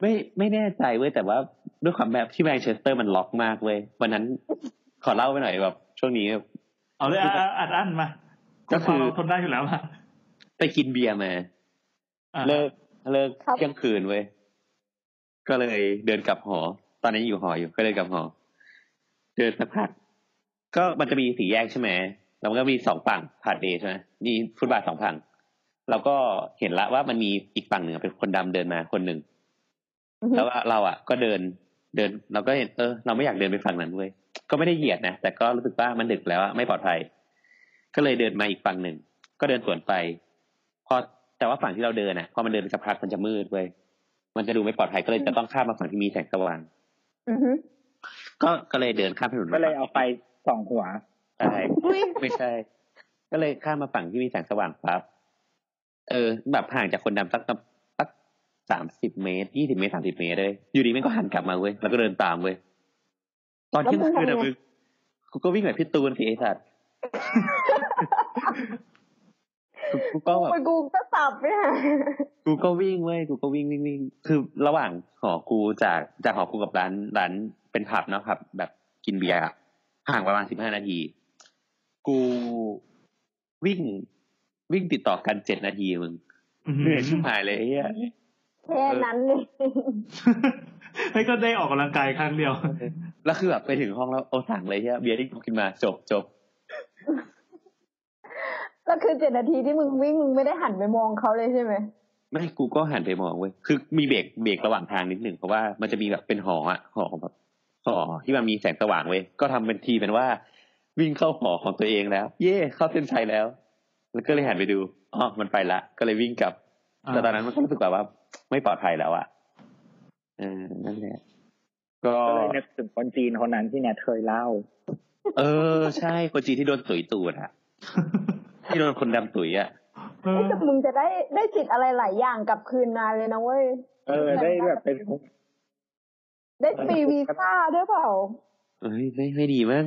Speaker 1: ไม่ไม่แน่ใจเว้ยแต่ว่าด้วยความแบบที่แมนเชสเตอร์มันล็อกมากเว้ยวันนั้นขอเล่าไปหน่อยแบบช่วงนี้
Speaker 2: เอาเลยอ่ะอ่ะอัดอั้นมา
Speaker 1: ก็คือ
Speaker 2: เราทนได้อยู่แล้วมา
Speaker 1: ไปกินเบียร์มา
Speaker 2: อ่ะ
Speaker 1: เลิกเลิกเที่ยงคืนเว้ยก็เลยเดินกลับหอ ตอนนั้นอยู่หออยู่ก็เดินกลับหอ เดินสักพักก็มันจะมีสี่แยกใช่ไหมแล้วมันก็มีสองฝั่งผ่านเดย์ใช่ไหมมีฟุตบาทสองฝั่งเราก็เห็นละว่ามันมีอีกฝั่งหนึ่งอะเป็นคนดำเดินมาคนหนึ่ง แล้วว่าเราอ่ะ ก็เดินเดิน เราก็เห็นเออเราไม่อยากเดินไปฝั่งนั้นเว้ยก็ไม่ได้เหยียดนะแต่ก็รู้สึกว่ามันดึกแล้วอะไม่ปลอดภัย ก็เลยเดินมาอีกฝั่งหนึ่งก็เดินสวนไป พอแต่ว่าฝั่งที่เราเดินอ่ะพอมันเดินไปสักพักมันจะมืดเว้ยมันจะดูไม่ปลอดภัยก็เลยจะต้องข้ามมาฝั่งที่มีแสงสว่าง
Speaker 3: อือหือ
Speaker 1: ก็ก็เลยเดินข้ามถนน
Speaker 5: ก็
Speaker 1: มา
Speaker 5: เลย
Speaker 1: ฝั่ง
Speaker 5: เอาไฟสองหัว
Speaker 1: ใช่ไม่ใช่ ก็เลยข้ามมาฝั่งที่มีแสงสว่างปั๊บเออ แบบห่างจากคนดำสักสักสามสิบเมตรยี่สิบเมตรสามสิบเมตรเลยอยู่ดีแม่งก็หันกลับมาเว้ยแล้วก็เดินตามเว้ยตอนเที่ยงคืนอะมึงกูก็วิ่งแบบพี่ตูนสิไอสัตว์ (laughs) กูกูก็แบบ
Speaker 3: ไปกูก็สับเนี่ย
Speaker 1: กูก็วิ่งเว้ยกูก็วิ่งวิ่งวิ่งคือระหว่างหอกูจากจากหอกูกับร้านร้านเป็นผับเนาะผับ แบบกินเบียร์อะห่างประมาณสิบห้านาที กูวิ่ง วิ่งติดต่อกันเจ็ดนาทีมึง
Speaker 2: อื้อ
Speaker 1: เห
Speaker 2: หื
Speaker 1: นื่
Speaker 2: อ
Speaker 1: อยชิบ
Speaker 2: (laughs)
Speaker 1: หายเลยไอ้เฮีย
Speaker 3: แค่นั้นเลย
Speaker 2: เฮ้ยก็ได้ออกกำลังกายครั้งเดียว
Speaker 1: แล้วคือแบบไปถึงห้องแล้วเอาสั่งเลยเฮียเบียร์ที่กูกินมาจบจบ
Speaker 3: ก็คือเจ็ดนาทีที่มึงวิ่งมึงไม่ได้หันไปมองเขาเลยใช่ไหม
Speaker 1: ไม่กูก็หันไปมองเว้ยคือมีเบรกเบรกระหว่างทางนิดหนึ่งเพราะว่ามันจะมีแบบเป็นหออะหอแบบหอที่มันมีแสงสว่างเว้ยก็ทำเป็นทีเป็นว่า วิ่งเข้าหอของตัวเองแล้ว เย่เข้าเส้นชัยแล้ว แล้วก็เลยหันไปดูอ๋อมันไปละ ก็เลยวิ่งกลับ
Speaker 2: อ่า
Speaker 1: แต่ตอนนั้นมันก็รู้สึกแบบว่า ไม่ปลอดภัยแล้วอะเออนั่นแหละก็
Speaker 5: ก็เลยนึกถึงคนจีนคนนั้นที่เนี่ยเคยเล่า
Speaker 1: เออ ใช่คนจีนที่โดนตุ๋ยตูด
Speaker 2: (laughs)
Speaker 1: อะที่โดนคนดำตุ๋ยอะ
Speaker 2: เออ
Speaker 3: ไอ้แต่มึงจะได้ได้จิตอะไรหลายอย่างกลับคืนมาเลยนะเว้ย
Speaker 5: เออ ได้แบบเป็น
Speaker 3: ได้ฟรีวีซ่าด้วยเปล่า
Speaker 1: เอ้ยไม่ไม่ดีมั้ง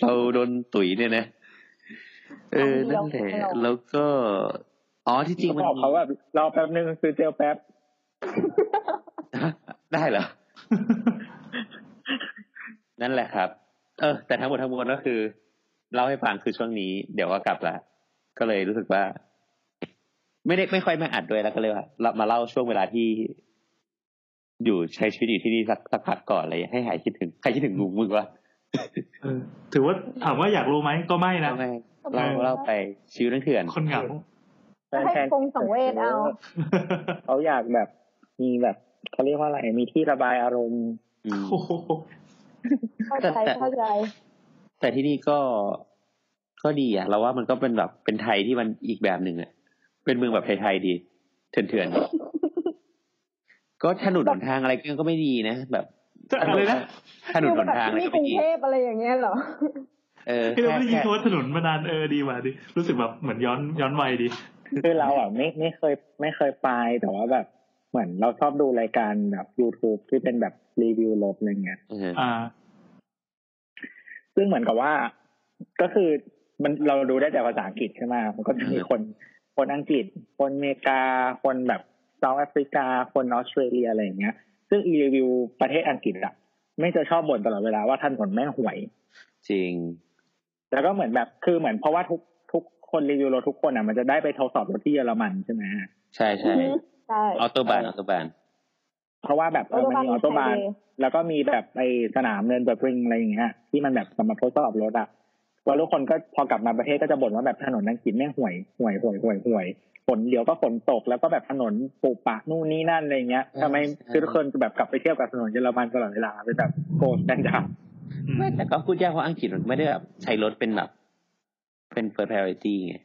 Speaker 1: เราโดนตุ๋ยเนี่ยนะเออ
Speaker 3: อันนี้
Speaker 1: นั่
Speaker 3: เรา
Speaker 1: นแห
Speaker 3: ไม่
Speaker 1: ละ
Speaker 3: เอา
Speaker 1: แล้วก็อ๋อที่จริงมัน
Speaker 5: บอก
Speaker 1: มี
Speaker 5: เขาแบบรอแป๊บนึงซื้อเจลแป๊บ
Speaker 1: ฮะได้เหรอ (laughs) นั่นแหละครับ เออ แต่ทั้งหมดทั้งมวลก็คือเล่าให้ฟังคือช่วงนี้ เดี๋ยวก็กลับละก็เลยรู้สึกว่า ไม่ได้ไม่ค่อยมาอัดด้วยแล้วก็เลยว่าเรามาเล่าช่วงเวลาที่ อยู่ใช้ชีวิตอยู่ที่นี่สักสักพักก่อนอะไรอย่างเลยให้หายคิดถึงใครคิดถึงงูมึงวะ
Speaker 2: เออถือว่าถามว่าอยากรู้ไหมก็ไม่นะ
Speaker 1: เล่าไปเล่าเล่าไปชิวนั่นเถื่อน
Speaker 2: คนเหงา
Speaker 5: แฟ
Speaker 3: จะ
Speaker 5: น
Speaker 3: ให้
Speaker 5: แฟน
Speaker 3: ปงสังเวชเอา
Speaker 5: เขาอยากแบบมีแบบเขาเรียกว่าอะไร มีที่ระบายอาร
Speaker 1: (laughs)
Speaker 5: มณ์
Speaker 1: อืม
Speaker 2: (laughs) โอ้โห
Speaker 3: เข้าใจเข้าใจ
Speaker 1: แต่ที่นี่ก็ก็ดีอ่ะ เราว่ามันก็เป็นแบบเป็นไทยที่มันอีกแบบหนึ่งอ่ะ เป็นเมืองแบบไทยๆดี เถื่อน
Speaker 2: (laughs)
Speaker 1: ๆ ก็ถนนหนทางอะไรก็ไม่ดีนะแบบ
Speaker 2: จะอะไรนะ
Speaker 1: ถนนหนทางอะไร
Speaker 3: นี่
Speaker 1: ก็
Speaker 3: ก
Speaker 1: ไม่
Speaker 3: รุง
Speaker 1: ดี
Speaker 3: เทพอะไรอย่างเงี้ยเหรอ
Speaker 1: เออ
Speaker 2: คือเรา
Speaker 1: แค่
Speaker 2: ไม่ได้ยิน
Speaker 1: แค่
Speaker 2: คำว่าถนนมานานเออดีว่ะดิรู้สึกแบบเหมือนย้อนย้อนวัยดี
Speaker 5: คือเราอ่ะไม่ไม่เคยไม่เคยไปแต่ว่าแบบ เหมือนเราชอบดูรายการแบบ YouTube ที่เป็นแบบรีวิวรถอะไรเงี้ย
Speaker 1: เออ
Speaker 2: อ่า
Speaker 5: ซึ่งเหมือนกับว่าก็คือมันเราดูได้แต่ภาษาอังกฤษใช่ไหมมันก็จะมีคนคนอังกฤษ คนอเมริกา คนแบบเซาท์แอฟริกา คนออสเตรเลียอะไรอย่างเงี้ย ซึ่งอีรีวิวประเทศอังกฤษอะไม่จะชอบบ่นตลอดเวลาว่าท่านผลแม่งห่วย
Speaker 1: จริง
Speaker 4: แล้วก็เหมือนแบบคือเหมือนเพราะว่าทุกทุกคนรีวิวรถทุกคนอ่ะมันจะได้ไปทดสอบรถที่เยอรมันใช่ไหมฮะ
Speaker 1: ใช่ใช่
Speaker 3: ใช่
Speaker 1: ออโตบานออโตบาน
Speaker 4: เพราะว่าแบบเออมันมีออโตบาน แล้วก็มีแบบไอสนามเนินเบอร์ริงอะไรอย่างเงี้ยที่มันแบบสำหรับทดสอบรถอ่ะว่าทุกคนก็พอกลับมาประเทศก็จะบ่นว่าแบบถนนอังกฤษแม่งห่วยห่วยห่วยห่วยห่วยฝนเดี๋ยวก็ฝนตกแล้วก็แบบถนนปลูกปะนู่นนี่นั่นอะไรอย่างเงี้ยทำไมคือทุกคนแบบกลับไปเที่ยวกับถนนเยอรมันตลอดเวลาเป็นแบบโก
Speaker 1: (laughs)
Speaker 4: ดแดนดา
Speaker 2: อืม
Speaker 1: แต่ก็พูดยากเพราะอังกฤษมันไม่ได้แบบใช้รถเป็นแบบเป็น first priority ไง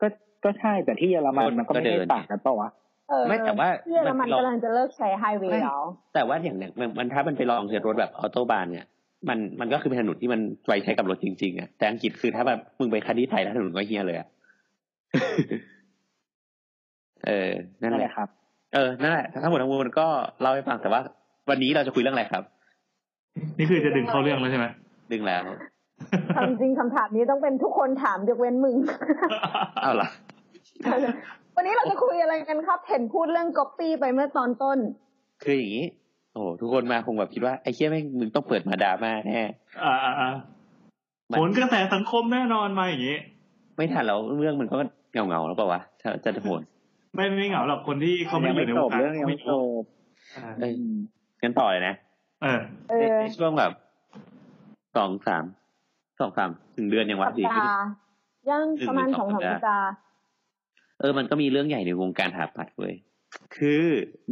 Speaker 4: ก็ก็ใช่แต่ที่เยอรมันมันก็ไม่
Speaker 1: ก็เดิ
Speaker 4: ได้
Speaker 1: น
Speaker 4: ต่างกันเปล่าวะ
Speaker 3: เออ
Speaker 1: ไม่แต่ว่า
Speaker 3: เยอรมัน
Speaker 1: มันลอง
Speaker 3: กำลังจะเลิกใช้ไฮเวย์แล้ว
Speaker 1: แต่ว่าอย่างเนี้ยมันมันถ้ามันไปลองใช้รถแบบออโตบานเนี่ยมันมันก็คือเป็นถนนที่มันไว้ใช้กับรถจริงๆอ่ะแต่อังกฤษคือถ้าแบบมึงไปคันที่ไทยแล้วถนนก็เฮียเลยอ่ะ (laughs) เออนั่น
Speaker 4: นั่น
Speaker 1: แห
Speaker 4: แห
Speaker 1: ละ
Speaker 4: ละครับ
Speaker 1: เออนั่นแหละทั้งหมดทั้งมวลก็เล่าให้ฟังแต่ว่า วันนี้เราจะคุยเรื่องอะไรครับ
Speaker 2: นี่คือจะดึงเข้าเรื่องแล้วใช่ไหม
Speaker 1: ดึงแล้ว
Speaker 3: (laughs) คำจริงคำถามนี้ต้องเป็นทุกคนถามยกเว้นมึง (laughs)
Speaker 1: เอาล่ะ
Speaker 3: วันนี้เราจะคุยอะไรกันครับ เห็นพูดเรื่องก๊อปปี้ไปเมื่อตอนต้น
Speaker 1: คืออย่างนี้ โอ้โหทุกคนมาคงแบบคิดว่าไอ้เชี่ยแม่งมึงต้องเปิดมาดราม่าแน่
Speaker 2: อ่าอ่าอ่า
Speaker 1: มัน
Speaker 2: ผลกระแสสังคมแน่นอนมาอย่างนี้
Speaker 1: ไม่ทันแล้วเรื่องมันก็เงาเงาๆแล้วเปล่าวะถ้าจะโหด
Speaker 2: ไม่ไม่เหงาหรอกคนที่เขาไม่
Speaker 4: ยัง
Speaker 2: อ
Speaker 4: ไม่
Speaker 2: ยู่ใน
Speaker 4: จ
Speaker 2: ว
Speaker 4: บ
Speaker 2: งการ
Speaker 4: เรื่องยังไม่จบ
Speaker 2: อ่า
Speaker 1: เอ้ย
Speaker 4: อืม
Speaker 1: งั้นต่อเลยนะ
Speaker 2: เออ
Speaker 3: เอ
Speaker 1: ใน
Speaker 3: อ
Speaker 1: ในช่วงแบบสองสามสองสามถึงเดือนยังวะ
Speaker 3: สัป
Speaker 1: ดี
Speaker 3: ดาห์ย่างประมาณสองสามสัปดาห์
Speaker 1: เออมันก็มีเรื่องใหญ่ในวงการถาปัดเว้ยคือ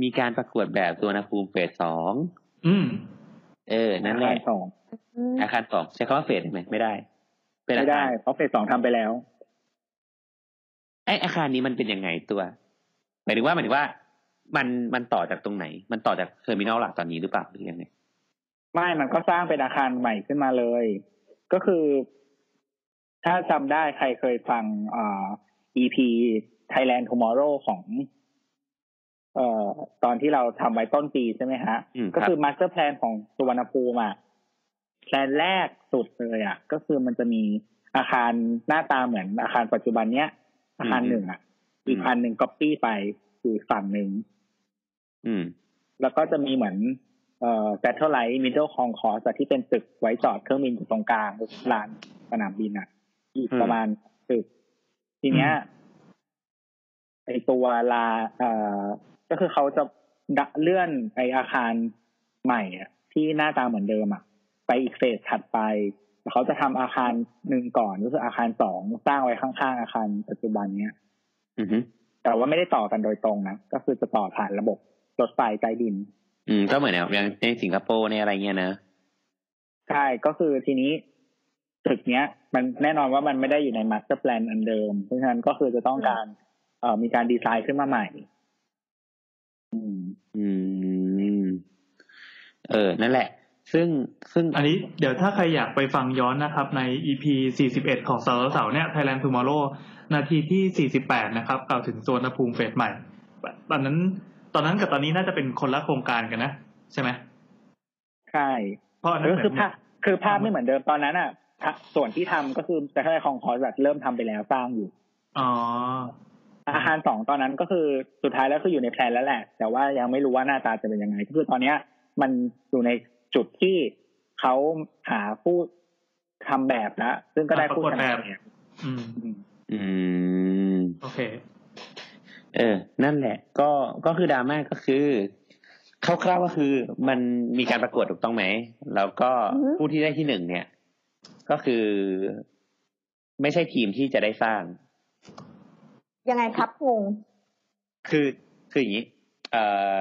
Speaker 1: มีการประกวดแบบสุวรรณภูมิเฟสสอง
Speaker 2: อืม
Speaker 1: เออ นั่นแหละ
Speaker 4: อาคารสอง
Speaker 3: อืม
Speaker 1: อาคารสองใช้คำว่าเฟสได้ไหมไม่ได้ เป็นอา
Speaker 4: ไม่
Speaker 1: คา
Speaker 4: ได้
Speaker 1: ร
Speaker 4: เพราะเฟสสองทำไปแล้ว
Speaker 1: ไออาคารนี้มันเป็นยังไงตัวหมายถึงว่าหมายถึงว่า มันมันต่อจากตรงไหน มันต่อจากเทอร์มินอลหลักตอนนี้หรือเปล่าหรือยังไง
Speaker 4: ไม่มันก็สร้างเป็นอาคารใหม่ขึ้นมาเลย ก็คือ ถ้าจำได้ใครเคยฟังอ่า EP Thailand Tomorrow ของ เอ่อตอนที่เราทำไว้ต้นปีใช่ไหมฮะ
Speaker 1: อืมค
Speaker 4: ก็
Speaker 1: รับ
Speaker 4: คือมาสเตอร์แพลนของสุวรรณภูมิอ่ะแพลนแรกสุดเลยอ่ะ ก็คือมันจะมีอาคารหน้าตาเหมือนอาคารปัจจุบันเนี้ย อาคารหนึ่งอ่ะ อีกอันหนึ่งก๊อปปี้ไปอยู่ฝั่งหนึ่ง
Speaker 1: อืม
Speaker 4: แล้วก็จะมีเหมือนเอ่อแบทเทิลไลท์มิดเดิลคองคอร์สที่เป็นตึกไว้จอดเครื่องบินอยู่ตรงกลางลานสนามบินอ่ะ อีก
Speaker 1: อืม
Speaker 4: ประมาณตึก ทีเนี้ย
Speaker 2: อืม
Speaker 4: ไอตัวลาเอ่อก็คือเขาจะดะเลื่อนไออาคารใหม่อะที่หน้าตาเหมือนเดิมอ่ะ ไปอีกเฟสถัดไปเขาจะทำอาคารหนึ่งก่อนก็คืออาคารสองสร้างไว้ข้างๆ อาคารปัจจุบันเนี้ย
Speaker 1: อือฮึ
Speaker 4: แต่ว่าไม่ได้ต่อกันโดยตรงนะก็คือจะต่อผ่านระบบรถไฟใต้ดิน
Speaker 1: อืมก็เหมือนแบบอย่างในสิงคโปร์ในอะไรเงี้ยนะ
Speaker 4: ใช่ก็คือทีนี้ตึกเนี้ย มันแน่นอนว่ามันไม่ได้อยู่ในมาสเตอร์แ a ลนอันเดิม เพราะฉะนั้นก็คือจะต้องการเอ่อมีการดีไซน์ขึ้นมาใหม่ อืม
Speaker 1: อืม เออ นั่นแหละ ซึ่งซึ่ง
Speaker 2: อันนี้เดี๋ยวถ้าใครอยากไปฟังย้อนนะครับ ใน EP 41 ของเสาร์เสาร์เนี่ย Thailand Tomorrow นาทีที่ 48 นะครับกล่าวถึงสวนภูมิเฟสใหม่ตอนนั้น ตอนนั้นกับตอนนี้น่าจะเป็นคนละโครงการกันนะ ใช่ไหม
Speaker 4: ใช่
Speaker 2: เพราะอันนั้น
Speaker 4: ก็
Speaker 2: เหมื
Speaker 4: คือ
Speaker 2: อน
Speaker 4: ภาพคือภาพไม่เหมือนเดิมตอนนั้นอ่ะภาพส่วนที่ทำก็คือแต่ถ้าของคอร์สแบบเริ่มทำไปแล้วสร้างอยู่
Speaker 2: อ๋อ
Speaker 4: อาคารสองตอนนั้นก็คือสุดท้ายแล้วคืออยู่ในแพลนแล้วแหละ แต่ว่ายังไม่รู้ว่าหน้าตาจะเป็นยังไงก็คือตอนเนี้ย มันอยู่ในจุดที่เขาหาผู้ทำแบบนะซึ่งก็ได้ผู้
Speaker 2: หาป
Speaker 4: ชนะ
Speaker 2: ระกวดแบบ
Speaker 4: เนี่ย
Speaker 2: อืม
Speaker 4: อืม
Speaker 1: อืม
Speaker 2: โอเค
Speaker 1: เออ นั่นแหละ ก็ก็คือดราม่าก็คือคร่าวๆก็คือ มันมีการประกวดถูกต้องไหม แล้วก็ผู้ที่ได้ที่หนึ่งเนี่ย ก็คือ ไม่ใช่ทีมที่จะได้สร้าง
Speaker 3: ยังไงครับงง
Speaker 1: คือคืออย่างนี้เอ่อ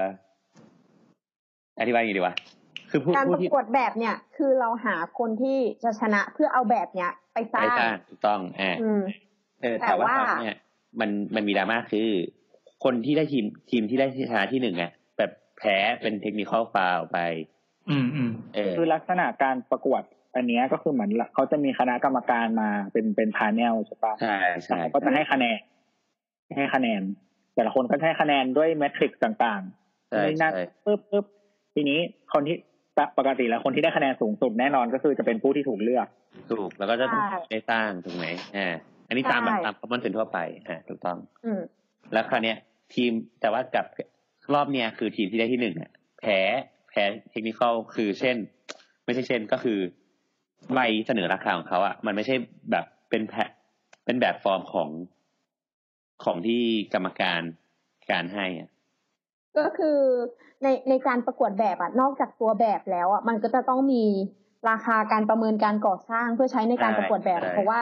Speaker 1: อธิบายอย่างนี้ดีวะคือผู้
Speaker 3: การป
Speaker 1: ผู้
Speaker 3: ระ
Speaker 1: ที่
Speaker 3: กวดแบบเนี่ย คือเราหาคนที่จะชนะเพื่อเอาแบบเนี้ย ไปสร้า
Speaker 1: ได้ส
Speaker 3: ง
Speaker 1: ร้างถูกต้องอ่า
Speaker 3: อืม
Speaker 1: เออ
Speaker 3: แต่
Speaker 1: แต่ว่า
Speaker 3: ว่า
Speaker 1: เนี่ยมันมันมีดราม่าคือ คนที่ได้ทีมทีมที่ได้ชนะที่หนึ่งอ่ะแบบแพ้เป็นเทคนิคอลฟาวไป
Speaker 2: อืมอืม
Speaker 1: เออ
Speaker 4: คือลักษณะการประกวดอันเนี้ยก็คือเหมือนละเขาจะมีคณะกรรมการมาเป็นเป็นพาเนลใช่ปะ
Speaker 1: ใช่ใช่
Speaker 4: ก็จะให้คะแนน ให้คะแนน แต่ละคนก็จะให้คะแนนด้วยแมทริกซ์ต่างๆ
Speaker 1: ใช่
Speaker 4: นี่นั่
Speaker 1: ใช่
Speaker 4: นปึ๊บปึ๊บทีนี้คนที่ปะปกติแล้วคนที่ได้คะแนนสูงสุดแน่นอนก็คือจะเป็นผู้ที่ถูกเลือก
Speaker 1: ถูกแล้วก็จะ
Speaker 3: ใช่
Speaker 1: ได้สร้างถูกไหมอ่าอันนี้ตามแบบ
Speaker 3: ใช่
Speaker 1: ตามคอมมอนเซนทั่วไปอ่าถูกต้อง
Speaker 3: อืม
Speaker 1: แล้วคราวเนี้ย ทีมแต่ว่ากับรอบเนี้ยคือทีมที่ได้ที่หนึ่งอ่ะแพ้แพ้เทคนิคอลคือเช่น ไม่ใช่เช่นก็คือ ใบเสนอราคาของเขาอะมันไม่ใช่แบบเป็นแพะเป็นแบบฟอร์มของของที่กรรมการการให้อะ
Speaker 3: ก็คือในในการประกวดแบบอะนอกจากตัวแบบแล้วอะมันก็จะต้องมีราคาการประเมินการก่อสร้างเพื่อใช้ในการประกวดแบบ เพราะว่า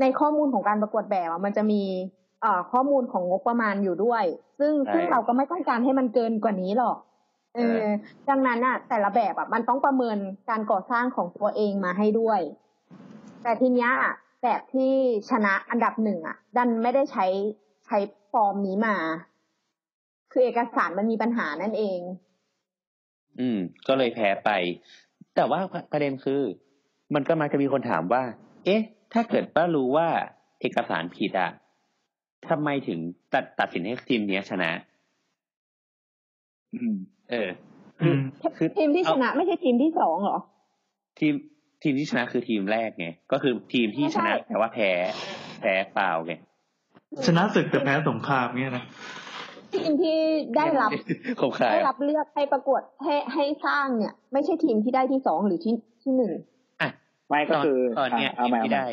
Speaker 3: ในข้อมูลของการประกวดแบบอะมันจะมีเอ่อข้อมูลของงบประมาณอยู่ด้วย ซึ่งซึ่งเราก็ไม่ต้องการให้มันเกินกว่านี้หรอกเออดังนั้นอะแต่ละแบบอะมันต้องประเมินการก่อสร้างของตัวเองมาให้ด้วย แต่ทีเนี้ยแบบที่ชนะอันดับหนึ่งอะดันไม่ได้ใช้ใช้ฟอร์มนี้มา คือเอกสารมันมีปัญหานั่นเอง
Speaker 1: อืม ก็เลยแพ้ไป แต่ว่าประเด็นคือ มันก็มาจะมีคนถามว่า เอ๊ะ ถ้าเกิดว่ารู้ว่าเอกสารผิดอะทำไมถึงตัดตัดสินให้ทีมเนี้ยชนะ
Speaker 4: อืม
Speaker 1: เออ
Speaker 2: อืม
Speaker 1: คือ
Speaker 3: ทีมที่ชนะไม่ใช่ทีมที่สองเหรอ
Speaker 1: ทีมทีมที่ชนะคือทีมแรกไง ก็คือทีมที่ชนะ
Speaker 3: ไม่ใช่
Speaker 1: แต่ว่าแพ้แพ้เปล่าไง
Speaker 2: ชนะศึกแต่แพ้สงครามเนี่ยนะ
Speaker 3: ทีมที่ได้รับ
Speaker 1: (laughs) คงคาย
Speaker 3: ได้รับเลื (laughs) อกให้ประกวดให้ให้สร้างเนี่ย ไม่ใช่ทีมที่ได้ที่สองหรือที่ที่หนึ่ง
Speaker 1: อ่ะ
Speaker 4: ไม่ก็คือ
Speaker 1: ตอนเนี้ย
Speaker 4: อ่ะเอา
Speaker 1: ทีม
Speaker 4: ใหม่
Speaker 1: ที่
Speaker 4: เอาใหม่
Speaker 1: ได้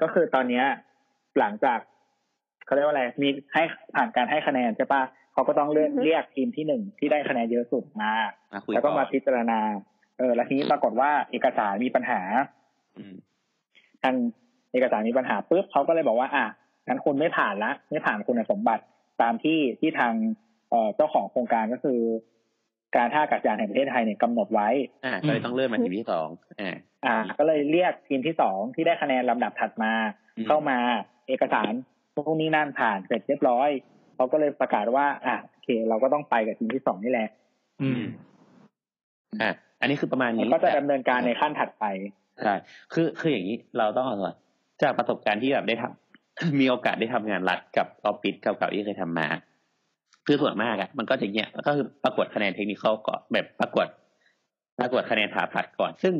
Speaker 4: ก็คือตอนเนี้ยหลังจากเขาเรียกว่าอะไร มีให้ผ่านการให้คะแนนใช่ปะเขาก็ต้องเลือกเรียกทีมที่หนึ่งที่ได้คะแนนเยอะสุดมา
Speaker 1: มาคุย
Speaker 4: แล้วก็มาพิจารณา เออ แล้วทีนี้ปรากฏว่าเอกสารมีปัญหา
Speaker 1: อืม
Speaker 4: ทางเอกสารมีปัญหาปุ๊บเขาก็เลยบอกว่า อ่ะงั้นคุณไม่ผ่านละ ไม่ผ่านคุณสมบัติตามที่ที่ทางเอ่อเจ้าของโครงการก็คือ การท่าอากาศยานแห่งประเทศไทยเนี่ยกำหนดไว้
Speaker 1: อ่าก็เลยต้องเลื่อนมาทีมที่สองอ่า
Speaker 4: อ่า ก็เลยเรียกทีมที่สองที่ได้คะแนนลำดับถัดมา
Speaker 1: อืม
Speaker 4: เข้ามาเอกสารพวกนี้นั่นผ่านเสร็จเรียบร้อยเขาก็เลยประกาศว่า อ่ะโอเค เราก็ต้องไปกับทีมที่สองนี่แหละ
Speaker 2: อืม
Speaker 1: อ่าอันนี้คือประมาณ
Speaker 4: แล้ว
Speaker 1: นี้
Speaker 4: ก็จะ
Speaker 1: แต่
Speaker 4: ดำเนินการในขั้นถัดไป
Speaker 1: ใช่คือ คืออย่างนี้ เราต้องเอาก่อนจากประสบการณ์ที่แบบได้ทำ (coughs) มีโอกาสได้ทำงานรัฐกับออฟฟิศเก่าๆที่เคยทำมา คือส่วนมากอะมันก็จะเงี้ยก็คือประกวดคะแนนเทคนิคก่อนแบบประกวด ประกวดคะแนนถาผัดก่อน ซึ่ง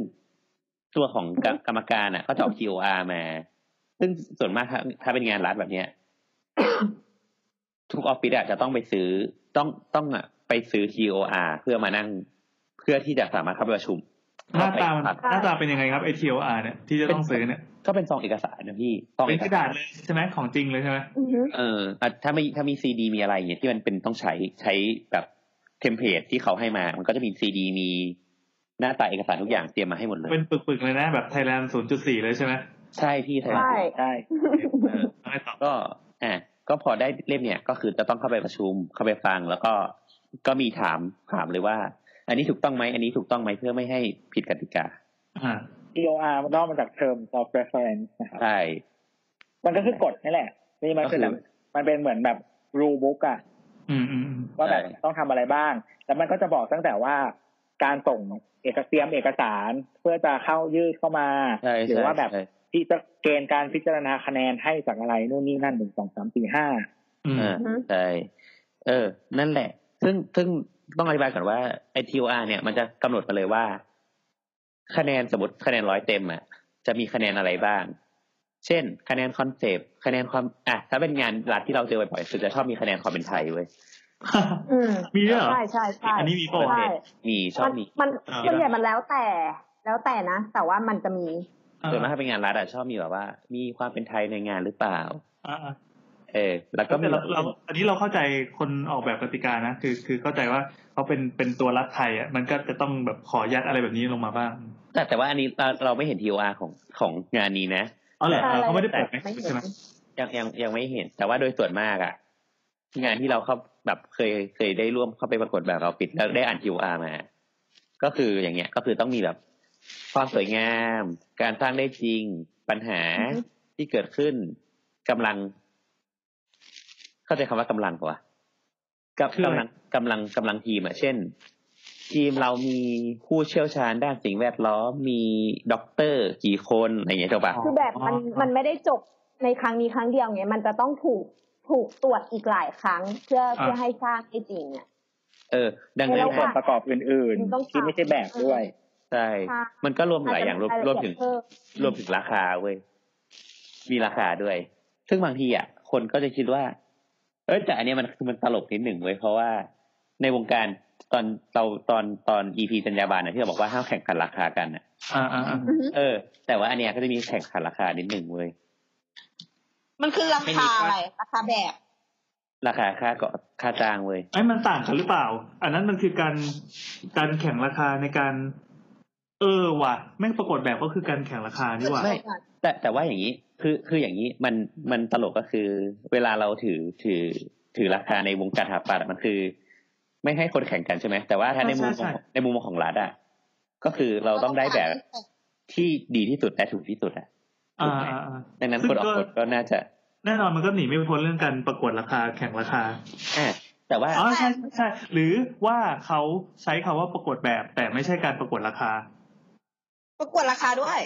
Speaker 1: ตัวของกรรกรรมการอะเขาจะเอา QOR มา ซึ่งส่วนมากถ้าถ้าเป็นงานรัฐแบบเนี้ย ทุกออฟฟิศอะจะต้องไปซื้อ ต้องต้องอะไปซื้อ QOR เพื่อมานั่ง เพื่อที่จะสามารถเข้าไปประชุม
Speaker 2: หน้าตามัน
Speaker 1: เข้ไป
Speaker 2: หน้าตาเป็นยังไงครับไอทีโออาร์เนี่ยที่จะต้องซื้อเนี่ย
Speaker 1: ก็เป็นซองเอกสารนะพี่ซอง
Speaker 2: เป็
Speaker 1: เอน ก
Speaker 2: กระ
Speaker 1: สา
Speaker 2: ดาร ษเลยใช่ไหมของจริงเลยใช่ไหม
Speaker 3: อือฮึ
Speaker 1: เอออ่ะถ้าไม่ถ้ามีซีดีมีอะไรเนี่ยที่มันเป็นต้องใช้ใช้แบบเทมเพลตที่เขาให้มา มันก็จะมีซีดีมีหน้าตาเอกสารทุกอย่างเตรียมมาให้หมดเลย
Speaker 2: เป็นปึกๆเลยนะแบบไทยแลนด์ศูนย์จุดสี่เลยใช่ไหม
Speaker 1: ใช่พี่
Speaker 3: ใช่
Speaker 4: ใช่
Speaker 1: เออ
Speaker 2: อะไรต่อ
Speaker 1: ก็อ่ะก็พอได้เล่มเนี่ย ก็คือจะต้องเข้าไปประชุมเข้าไปฟัง แล้วก็ก็มีถามถามเลยว่า อันนี้ถูกต้องไหมอันนี้ถูกต้องไหมเพื่อไม่ให้ผิดกติกา
Speaker 2: อ่า
Speaker 4: EOR มันนอกมาจาก terms of reference นะครับ
Speaker 1: ใช่
Speaker 4: มันก็คือกฎนี่แหละ นี่มันคือแบบ
Speaker 1: ก็คือ
Speaker 4: มันเป็นเหมือนแบบ rule book อะ
Speaker 2: อืมอืมอืม
Speaker 4: ว่าแบบ
Speaker 1: ใช่
Speaker 4: ต้องทำอะไรบ้าง แล้วมันก็จะบอกตั้งแต่ว่า การส่งเอกเตรียมเอกสารเพื่อจะเข้ายื่นเข้ามา
Speaker 1: ใช่
Speaker 4: หรื
Speaker 1: ใช่
Speaker 4: ว่าแบบ
Speaker 1: ใช่
Speaker 4: ที่จะเกณฑ์การพิจารณาคะแนนให้จากอะไรนู่นนี่นั่นหนึ่งสองสามสี่ห้า
Speaker 2: อืม
Speaker 1: อ่า
Speaker 3: อือฮึ
Speaker 1: ใช่เออ นั่นแหละ ซึ่งซึ่งต้องอธิบายก่อนว่าไอทีโออาร์เนี่ยมันจะกำหนดมาเลยว่า คะแนนสมมติคะแนนร้อยเต็มอ่ะจะมีคะแนนอะไรบ้าง เช่น คะแนนคอนเซปต์คะแนนความอ่ะถ้าเป็นงานรัฐที่เราเจอบ่อยๆสุดจะชอบมีคะแนนความเป็นไทยเว้ย
Speaker 3: (laughs) อืม
Speaker 2: มีด้วยเหรอ
Speaker 3: ใช่ใช่ใช่
Speaker 2: อันนี้มีปะวะ
Speaker 3: ใช่
Speaker 1: มีชอ
Speaker 3: มั
Speaker 1: บ
Speaker 3: น
Speaker 1: มี
Speaker 3: มัน
Speaker 2: อ่า
Speaker 3: ส่วนใหญ่มันแล้วแต่แล้วแต่นะ แต่ว่ามันจะมี
Speaker 1: ส่วนมากถ้าเป็นงานรัฐอ่ะชอบมีแบบว่า มีความเป็นไทยในงานหรือเปล่า
Speaker 2: อ่าอ่า
Speaker 1: เออ แล้วก็
Speaker 2: ก็
Speaker 1: มี
Speaker 2: เราเราอันนี้เราเข้าใจคนออกแบบกติกานะ คือคือเข้าใจว่าเขาเป็นเป็นตัวรัฐไทยอ่ะมันก็จะต้องแบบขอยัดอะไรแบบนี้ลงมาบ้าง
Speaker 1: แต่แต่ว่าอันนี้เราเราไม่เห็นทีโออาร์ของของงานนี้นะ
Speaker 2: อ๋อเหรอ
Speaker 3: ใช่
Speaker 2: เออเขาไม่ได้เปิดไหม
Speaker 3: ไม่เห็
Speaker 2: ใช่
Speaker 3: น
Speaker 2: ไหม
Speaker 1: ยังยังยังไม่เห็น แต่ว่าโดยส่วนมากอะงานที่เราเข้าแบบเคยเคยได้ร่วมเข้าไปประกวดแบบเราปิดแล้วได้อ่าน QR มา ก็คืออย่างเงี้ย ก็คือต้องมีแบบความสวยงาม การสร้างได้จริง ปัญหา
Speaker 3: อือฮึ
Speaker 1: ที่เกิดขึ้นกำลัง เข้าใจคำว่ากำลังปะวะกับกำลังกำลังกำลังทีมอะเช่น ทีมเรามีผู้เชี่ยวชาญด้านสิ่งแวดล้อมมีด็อกเตอร์กี่คนอะไรอย่างเงี้ยถูกปะ
Speaker 3: คือแบบมันมันไม่ได้จบในครั้งนี้ครั้งเดียวไงมันจะต้องถูกถูกตรวจอีกหลายครั้ง เพื่อเพื่อให้สร้างให้จริงอ่ะ
Speaker 1: เออ ดัง
Speaker 3: แล้
Speaker 1: นั้
Speaker 4: แล้ว
Speaker 1: น
Speaker 3: ว
Speaker 4: ส่
Speaker 1: อะ
Speaker 4: วนประกอบอื่น
Speaker 3: มันต้อง
Speaker 4: ๆ ที่ไม่ใช่แบบด้วย
Speaker 1: ใช่
Speaker 3: ใช่
Speaker 1: มันก็รวมหลายอย่างรวม
Speaker 3: จจะ
Speaker 1: รวมถึง
Speaker 3: ละเอียดเพิ่ม
Speaker 1: รวมถึงราคาเว้ย มีราคาด้วย ซึ่งบางทีอ่ะ คนก็จะคิดว่า เออแต่อันเนี้ยมันคือมันตลกนิดหนึ่งเว้ย เพราะว่าในวงการ ตอนเราตอนตอนอีพีจัญญาบาลนะที่เราบอกว่าห้ามแข่งขันราคากันน่ะ
Speaker 2: อ่าอ่าอ่า
Speaker 3: อือฮึ
Speaker 1: เออ แต่ว่าอันเนี้ยก็จะมีแข่งขันราคานิดหนึ่งเว้ย
Speaker 3: มันคือราคาอะไรราคาแบบ
Speaker 1: ราคาค่าเกาะค่าจ้างเว้ย
Speaker 2: ไอ้ยมันต่างกันหรือเปล่า อันนั้นมันคือการการแข่งราคาในการ เออว่ะแม่งปรากฏแบบก็คือการแข่งราคานี่หว่า
Speaker 1: ไม่ แต่แต่ว่าอย่างนี้ คือคืออย่างนี้มันมันตลกก็คือ เวลาเราถือถือถือราคาในวงการหาปลามันคือ ไม่ให้คนแข่งกันใช่ไหมแต่ว่าถ้าในมุมของในมุมมองของรัฐอ่ะก็คือเราต้องได้แบบที่ดีที่สุดและถูกที่สุดอ่ะ
Speaker 2: อ่าอ่าอ่า
Speaker 1: ดังนั้น
Speaker 2: ซึ่ง
Speaker 1: คนออ
Speaker 2: ก็
Speaker 1: กกฎก็น่าจะ
Speaker 2: แน่นอนมันก็หนีไม่พ้นเรื่องการประกวดราคาแข่งราคา
Speaker 1: อ่าแต่ว่า
Speaker 2: อ๋อใช่ใช่ใช่หรือว่าเขาใช้คำว่าประกวดแบบ แต่ไม่ใช่การประกวดราคา
Speaker 7: ประกวดราคาด้วย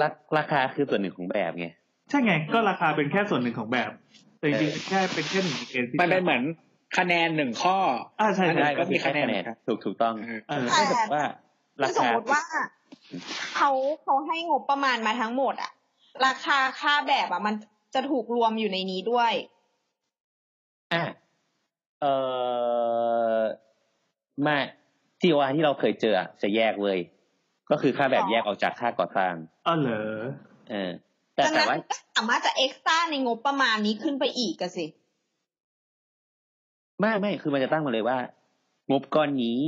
Speaker 1: ราราคาคือส่วนหนึ่งของแบบไง
Speaker 2: ใช่ไงก็ราคาเป็นแค่ส่วนหนึ่งของแบบ แต่จริง
Speaker 1: เออ
Speaker 2: ๆแค่เป็นแค่หนึ่งในเกณฑ์ที่
Speaker 5: มันเป็นเหมือนคะแนนหนึ่งข้อ
Speaker 2: อ่าใช่
Speaker 5: อันนั้
Speaker 2: ใช่
Speaker 5: นก็มีคะแนนเหมือนกัน
Speaker 1: ถูกถูกต้อง
Speaker 2: เออ
Speaker 7: ใช่
Speaker 1: ไม่แต่ว่า
Speaker 7: คื
Speaker 1: รา
Speaker 7: อสม
Speaker 1: คาม
Speaker 7: ติว่าเขาเขาให้งบประมาณมาทั้งหมดอะราคาค่าแบบอะมันจะถูกรวมอยู่ในนี้ด้วย
Speaker 1: อ่ะเออไม่ที่ว่าที่เราเคยเจออะจะแยกเว้ยก็คือค่าแบบแยกออกจากค่าก่อสร้าง
Speaker 2: อ๋อเหรอ
Speaker 1: เออ แต่
Speaker 7: ดัง
Speaker 1: แต่
Speaker 7: นั้น
Speaker 1: ว่า
Speaker 7: ก็สามารถจะเอ็กซ์ต้าในงบประมาณนี้ขึ้นไปอีกอะสิ
Speaker 1: ไม่ไม่คือมันจะตั้งมาเลยว่า งบก้อนนี้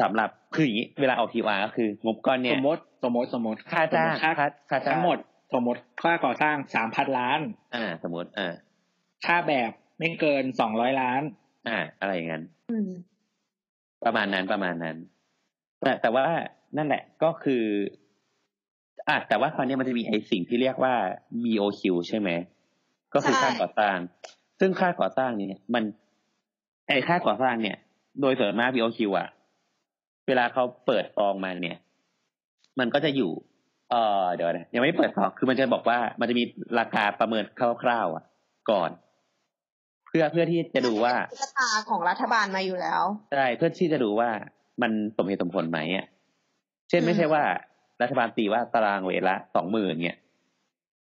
Speaker 1: สำหรับคืออย่างนี้เวลาออกทีวาก็คือ งบก้อนเนี่
Speaker 5: ส
Speaker 1: ย
Speaker 5: มมติสมมติสมมติ
Speaker 1: ค่าจ้าง
Speaker 5: สมมติค่า
Speaker 1: ค่าค่าจ้าง
Speaker 5: ทั้งหมด สมมติค่าก่อสร้างสามพันล้าน
Speaker 1: อ่า สมมติอ่า
Speaker 5: ค่าแบบไม่เกินสองร้อยล้าน
Speaker 1: อ่า อะไรอย่างนั้น
Speaker 7: อืม
Speaker 1: ประมาณนั้นประมาณนั้น แต่แต่ว่านั่นแหละก็คืออ่ะแต่ว่าคราวนี้มันจะมีไอ้สิ่งที่เรียกว่า BOQ ใช่ไหม ก็คือ
Speaker 7: ใช่
Speaker 1: ค่าก่อสร้าง ซึ่งค่าก่อสร้างเนี่ย มัน ไอ้ค่าก่อสร้างเนี่ย โดยส่วนมาก BOQ อ่ะ เวลาเขาเปิดซองมาเนี่ย มันก็จะอยู่ เออเดี๋ยวนะยังไม่เปิดซองคือมันจะบอกว่ามันจะมีราคาประเมินคร่าวๆอ่ะ ก่อน เพื่อเพื่อที่จะดูว่า
Speaker 7: ตุ๊กตาของรัฐบาลมาอยู่แล้ว
Speaker 1: ใช่เพื่อที่จะดูว่ามันสมเหตุสมผลไหมอ่ะเช่นไม่ใช่ว่ารัฐบาลตีว่าตารางเวลละสองหมื่นเนี่ย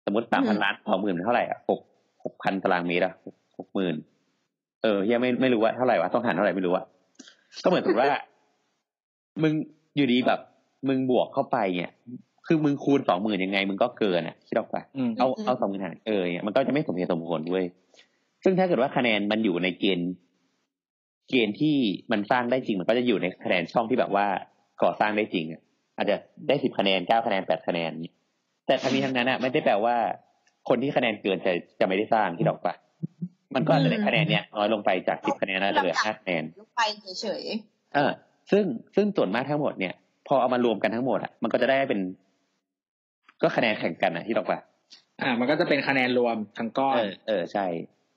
Speaker 1: สมมติสามพันล้านสองหมื่นเท่าไหร่อ่ะหกหกพันตารางเมตรอ่ะหกหมื่นเออยังไม่ไม่รู้ว่าเท่าไหร่วะต้องหารเท่าไหร่ไม่รู้ว่าก็เหมือนกับว่า (laughs) มึงอยู่ดีแบบ มึงบวกเข้าไปเนี่ย คือมึงคูณสองหมื่นยังไง มึงก็เกินอ่ะคิดออกปะ
Speaker 5: อืม
Speaker 1: เอา
Speaker 7: อืม
Speaker 1: เอาสองหมื่นหารเออเนี่ยมันก็จะไม่สมเหตุสมผลเว้ยซึ่งถ้าเกิดว่าคะแนนมันอยู่ในเกณฑ์ เกณฑ์ที่มันสร้างได้จริง มันก็จะอยู่ในคะแนนช่องที่แบบว่าก่อสร้างได้จริงอะอาจจะได้สิบคะแนนเก้าคะแนนแปดคะแนนนี่แต่ทั้งนี้ทั้งนั้นอ่ะไม่ได้แปลว่า คนที่คะแนนเกินจะจะไม่ได้สร้างที่ดอกปะมันก็อาจจะได้คะแนนเนี่ยน้อยลงไปจากสิบคะแนนน่าจะเหลือห้าคะแนน
Speaker 7: ลงไปเฉย
Speaker 1: เออซึ่งซึ่งส่วนมากทั้งหมดเนี่ย พอเอามารวมกันทั้งหมดอ่ะมันก็จะได้เป็น ก็คะแนนแข่งกันนะที่ดอกปะ
Speaker 5: อ่า มันก็จะเป็นคะแนนรวมทั้งก้อน
Speaker 1: เออเออใช่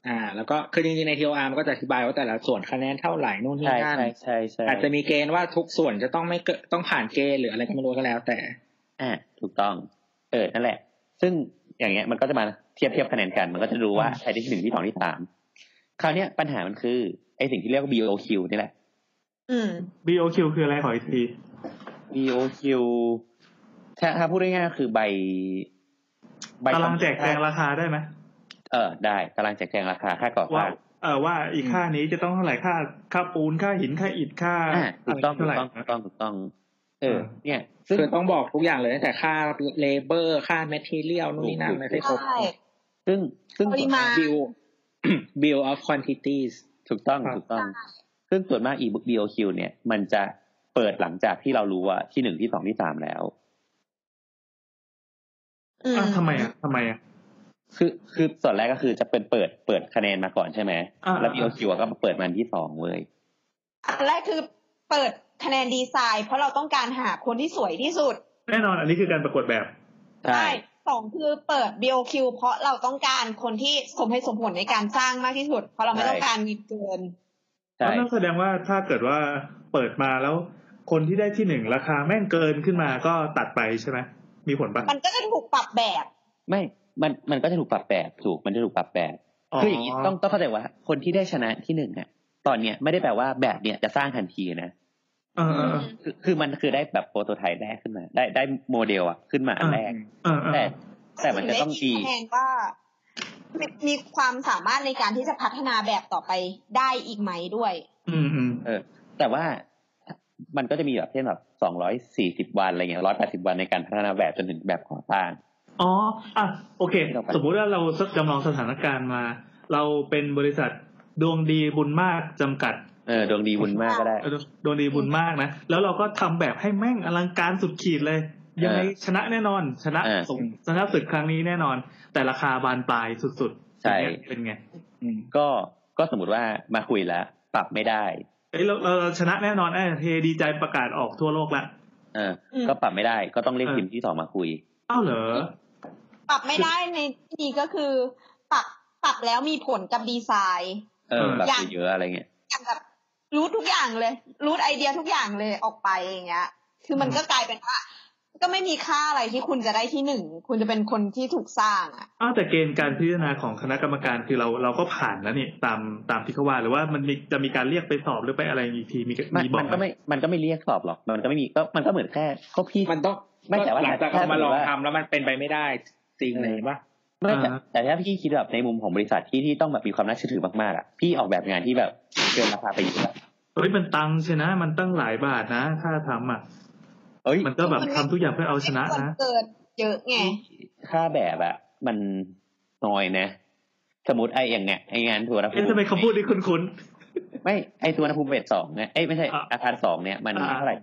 Speaker 5: อ่า แล้วก็คือจริงๆใน TOR มันก็จะอธิบายว่าแต่ละส่วนคะแนนเท่าไหร่นู่นนี่
Speaker 1: ใช่
Speaker 5: นั่น
Speaker 1: ใช่ใช่ใช่
Speaker 5: อาจจะมีเกณฑ์ว่าทุกส่วนจะต้องไม่เกินต้องผ่านเกณฑ์หรืออะไรก็ไม่รู้ก็แล้ว แต่
Speaker 1: อ่าถูกต้อง เออนั่นแหละ ซึ่งอย่างเงี้ยมันก็จะมาเทียบเทียบคะแนนกัน มันก็จะรู้ว่าใครได้ที่หนึ่งที่สองที่สามคราวเนี้ยปัญหามันคือไอสิ่งที่เรียกว่า BOQ นี่แหละ
Speaker 7: ๆ อืม
Speaker 2: BOQ คืออะไรขออีกที
Speaker 1: BOQ ถ้าถ้าพูดง่ายๆก็คือใบใบ
Speaker 2: ตารางแจกแจงราคาได้ไหม
Speaker 1: เออได้ตารางแจกแจงราคาค่าก่อส
Speaker 2: ว่า
Speaker 1: ร้าง
Speaker 2: เออว่าอีกค่านี้จะต้องเท่าไหร่ค่าค่าปูนค่าหินค่าอิฐค่า
Speaker 1: อ่าถูกต้อง
Speaker 2: ะ
Speaker 1: ถูก
Speaker 2: ไร
Speaker 1: ต้อง
Speaker 2: เท่า
Speaker 1: ถูก
Speaker 2: ไหร่
Speaker 1: ต้องถูกต้อง เออ
Speaker 2: อ่า
Speaker 1: เนี่ย ซึ่ง
Speaker 5: คือต้องบอกทุกอย่างเลยตั้งแต่ค่าเลเบอร์ค่าแมทเทียลนู่นนี่นั่น
Speaker 1: ถูก
Speaker 5: อะไรให้ครบ
Speaker 7: ใช่
Speaker 1: ซึ่งซึ่ง
Speaker 7: ปริมาณ
Speaker 5: บิ (coughs) ล บิล of quantities
Speaker 1: ถูกต้อง
Speaker 2: ครับ
Speaker 1: ถูกต้อง ซึ่งส่วนมาก e-book BOQ เนี่ย มันจะเปิดหลังจากที่เรารู้ว่าที่หนึ่งที่สองที่สามแล้ว
Speaker 7: อืม
Speaker 2: อ่ะทำไมอ่ะทำไมอ่ะ
Speaker 1: คือคือส่วนแรกก็คือจะเป็นเปิดเปิดคะแนนมาก่อนใช่ไหม
Speaker 2: อ่า
Speaker 1: แล้ว BOQ อะก็มาเปิดมาอันที่สองเว้ย
Speaker 7: อันแรกคือเปิดคะแนนดีไซน์ เพราะเราต้องการหาคนที่สวยที่สุด
Speaker 2: แน่นอนอันนี้คือการประกวดแบบ
Speaker 7: ใช่สองคือเปิด BOQ เพราะเราต้องการคนที่สมเหตุสมผลในการสร้างมากที่สุด เพราะเราไม่ต้องการเงินเกิน
Speaker 1: ใช่
Speaker 2: ก็นั่นแสดงว่าถ้าเกิดว่าเปิดมาแล้ว คนที่ได้ที่หนึ่งราคาแม่งเกินขึ้นมาก็ตัดไปใช่ไหมมีผลปะ
Speaker 7: มันก็จะถูกปรับแบบ
Speaker 1: ไม่มันมันก็จะถูกปรับแบบถูกมันจะถูกปรับแบบคืออย่างนี้ต้องต้องเข้าใจว่า คนที่ได้ชนะที่หนึ่งอะตอนเนี้ยไม่ได้แปลว่าแบบเนี้ยจะสร้างทันทีนะ
Speaker 2: เออเออ
Speaker 1: คือคือมันคือได้แบบโปรโตไทป์แรกขึ้นมา ได้ได้โมเดลอะขึ้นมาอันแรก
Speaker 2: เออเออ
Speaker 1: แต่ แต่มันจะต้องดี
Speaker 7: ได้คะแนนว่ามีมีความสามารถในการที่จะพัฒนาแบบต่อไปได้อีกไหมด้วย
Speaker 2: อืมอืม
Speaker 1: แต่ว่า มันก็จะมีแบบเช่นแบบสองร้อยสี่สิบวันอะไรเงี้ยร้อยแปดสิบวันในการพัฒนาแบบจนถึงแบบก่อสร้าง
Speaker 2: อ๋ออ่ะโอเค
Speaker 1: ไม่ต้องไป
Speaker 2: สมมุติว่าเราจำลองสถานการณ์มา เราเป็นบริษัทดวงดีบุญมากจำกัด
Speaker 1: เออดวงดีบุญมากก็ได้
Speaker 2: เออดวงดีบุญมากนะ แล้วเราก็ทำแบบให้แม่งอลังการสุดขีดเลย ยังไง
Speaker 1: เออ
Speaker 2: ชนะแน่นอน ชนะ
Speaker 1: เออ
Speaker 2: สงชนะศึกครั้งนี้แน่นอน แต่ราคาบานปลายสุดๆ
Speaker 1: ใช่
Speaker 2: อย่างเงี้ยเป็นไง
Speaker 4: อืม
Speaker 1: ก็ก็สมมติว่ามาคุยแล้ว ปรับไม่ได้
Speaker 2: เอ้ยเราเราเราชนะแน่นอนเอ้ยเทดีใจประกาศออกทั่วโลกละ
Speaker 1: เออ
Speaker 7: อืม
Speaker 1: ก็ปรับไม่ได้ก็ต้องเรียก
Speaker 2: เออ
Speaker 1: ทีมที่สองมาคุย
Speaker 2: อ้าวเหรอ
Speaker 7: ปรับไม่ได้ในที่นี้ก็คือปรับปรับแล้วมีผลกับดีไซน์
Speaker 1: เออปรับ
Speaker 7: ยัง
Speaker 1: เยอะๆอะไรเงี้ย
Speaker 7: อย่างแบบรู้ทุกอย่างเลย รู้ไอเดียทุกอย่างเลยออกไปอย่างเงี้ย คือมันก็กลายเป็นว่า ก็ไม่มีค่าอะไรที่คุณจะได้ที่หนึ่ง คุณจะเป็นคนที่ถูกสร้างอ่ะ
Speaker 2: อ้าวแต่เกณฑ์การพิจารณาของคณะกรรมการคือเราเราก็ผ่านแล้วนี่ตามตามที่เขาว่าหรือว่ามันมีจะมีการเรียกไปสอบหรือไปอะไรอีกทีมี
Speaker 1: มัน
Speaker 2: มีบอก
Speaker 1: มัน
Speaker 2: ห
Speaker 1: ก็ไม่มันก็ไม่เรียกสอบหรอก มันก็ไม่มีก็มันก็เหมือนแค่ก็พี่
Speaker 4: มันต้อง
Speaker 1: ไม่แต่ว่า
Speaker 4: หลังจากเอามาลอง
Speaker 1: ถ้าสมมุติว่า
Speaker 4: ทำแล้วมันเป็นไปไม่ได้จริงเลยปะ
Speaker 1: ไม่แต่
Speaker 2: อ่า
Speaker 1: แต่ถ้าพี่คิดแบบในมุมของบริษัทที่ที่ต้องแบบมีความน่าเชื่อถือมากๆอ่ะพี่ออกแบบงานที่แบบเกินราคาไปเยอะ
Speaker 2: เฮ้ยมันตังค์ใช่นะ มันตั้งหลายบาทนะถ้าทำอ่ะ
Speaker 1: เอ้ย
Speaker 2: มันก็แบบทำทุกอย่างเพื่อเอาชนะ
Speaker 7: มั
Speaker 2: นะ
Speaker 7: เกิดเยอะไง
Speaker 1: ค่าแบบอะมันน้อยนะ สมมติไออย่างเงี้ยไองานสุวรรณภู
Speaker 2: เอ๊ะทำไมคำพูดนี้คุ้น
Speaker 1: ไม่ไอสุวรรณภูมิเบสสองเนี่ยไอยไม่ใช่
Speaker 2: อ่ะ
Speaker 1: อาคารสองเนี่ยมัน
Speaker 2: อ่ะ
Speaker 1: เท่าไหร่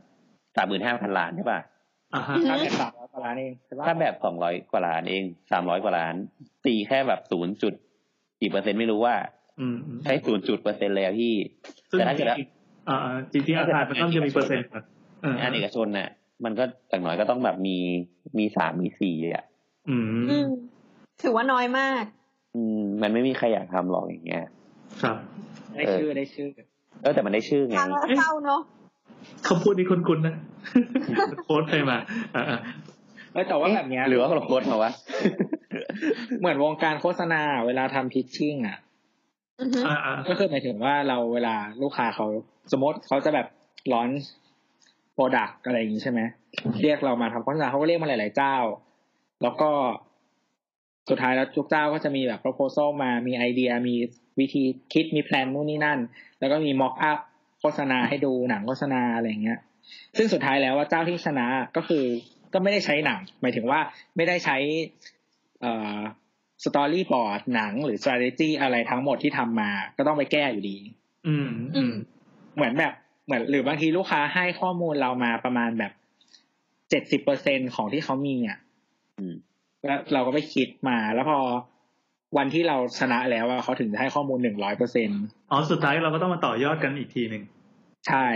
Speaker 1: สามหมื่นห้าพันล้านใช่ป่ะ
Speaker 2: ๆอ่ะฮะ
Speaker 7: อืม
Speaker 4: ถ้าเป็นสามร้อยกว่าล้านเองใช่ปะ
Speaker 1: ค่าแบบสองร้อยกว่าล้านเองสามร้อยกว่าล้านตีแค่แบบศูนย์จุดกี่เปอร์เซ็นต์ไม่รู้ว่า
Speaker 2: อืมอืม
Speaker 1: ใช้ศูนย์จุดเปอร์เซ็นต์เลยอะพี่
Speaker 2: ซึ่ง
Speaker 1: แต่ถ้าเกิดว่า
Speaker 2: อ่าจริงๆอาคารมันต้องจะมีเปอร์เซ็นต์อ่ะเออ
Speaker 1: อันเอกชนน่ะ มันก็อย่างน้อยก็ต้องแบบมีมีสามมีสี่อ่ะ
Speaker 2: อื
Speaker 7: อื
Speaker 2: ม
Speaker 7: มถือว่าน้อยมาก
Speaker 1: อืมมันไม่มีใครอยากทำหรอกอย่างเงี้ย
Speaker 2: ครับ
Speaker 4: ได้ชื่อได้ชื่อ
Speaker 1: เออแต่มันได้ชื่อไง
Speaker 7: ทางเราเข้าเนาะ
Speaker 2: คำพูดนี้คุ้น (laughs) ๆนะ โค้ดใครมาอ่า
Speaker 4: เอ้ยแต่ว่าแบบเนี้ย
Speaker 1: หรือว่าเราโค้ดมาวะ
Speaker 4: เหมือนวงการโฆษณาเวลาทำพิชชิ่งอ่ะ
Speaker 7: อือฮึ
Speaker 2: อ่าอ่า
Speaker 4: ก็คือหมายถึงว่าเราเวลาลูกค้าเขาสมมติเขาจะแบบร้อนโปรดักอะไรอย่างนี้ใช่ไหมเรียกเรามาทำโฆษณาเขาก็เรียกมาหลาย ๆ เจ้า แล้วก็สุดท้ายแล้วทุกเจ้าก็จะมีแบบ proposal มามีไอเดียมีวิธีคิดมีแพลนนู่นนี่นั่น แล้วก็มี mock up โฆษณาให้ดูหนังโฆษณาอะไรอย่างเงี้ย ซึ่งสุดท้ายแล้วว่าเจ้าที่ชนะก็คือก็ไม่ได้ใช้หนัง หมายถึงว่าไม่ได้ใช้ เอ่อสตอรี่บอร์ดหนังหรือ strategy อะไรทั้งหมดที่ทำมา ก็ต้องไปแก้อยู่ดี
Speaker 2: อืมอืม
Speaker 4: เหมือนแบบเหมือนหรือบางทีลูกค้าให้ข้อมูลเรามาประมาณแบบเจ็ดสิบเปอร์เซ็นของที่เขามีอ่ะ
Speaker 1: อืม
Speaker 4: แล้วเราก็ไปคิดมา แล้วพอวันที่เราชนะแล้วอะเขาถึงจะให้ข้อมูลหนึ่งร้อยเปอร์เซ็น
Speaker 2: อ๋อสุดท้ายเราก็ต้องมาต่อยอดกันอีกทีหนึ่ง
Speaker 4: ใช่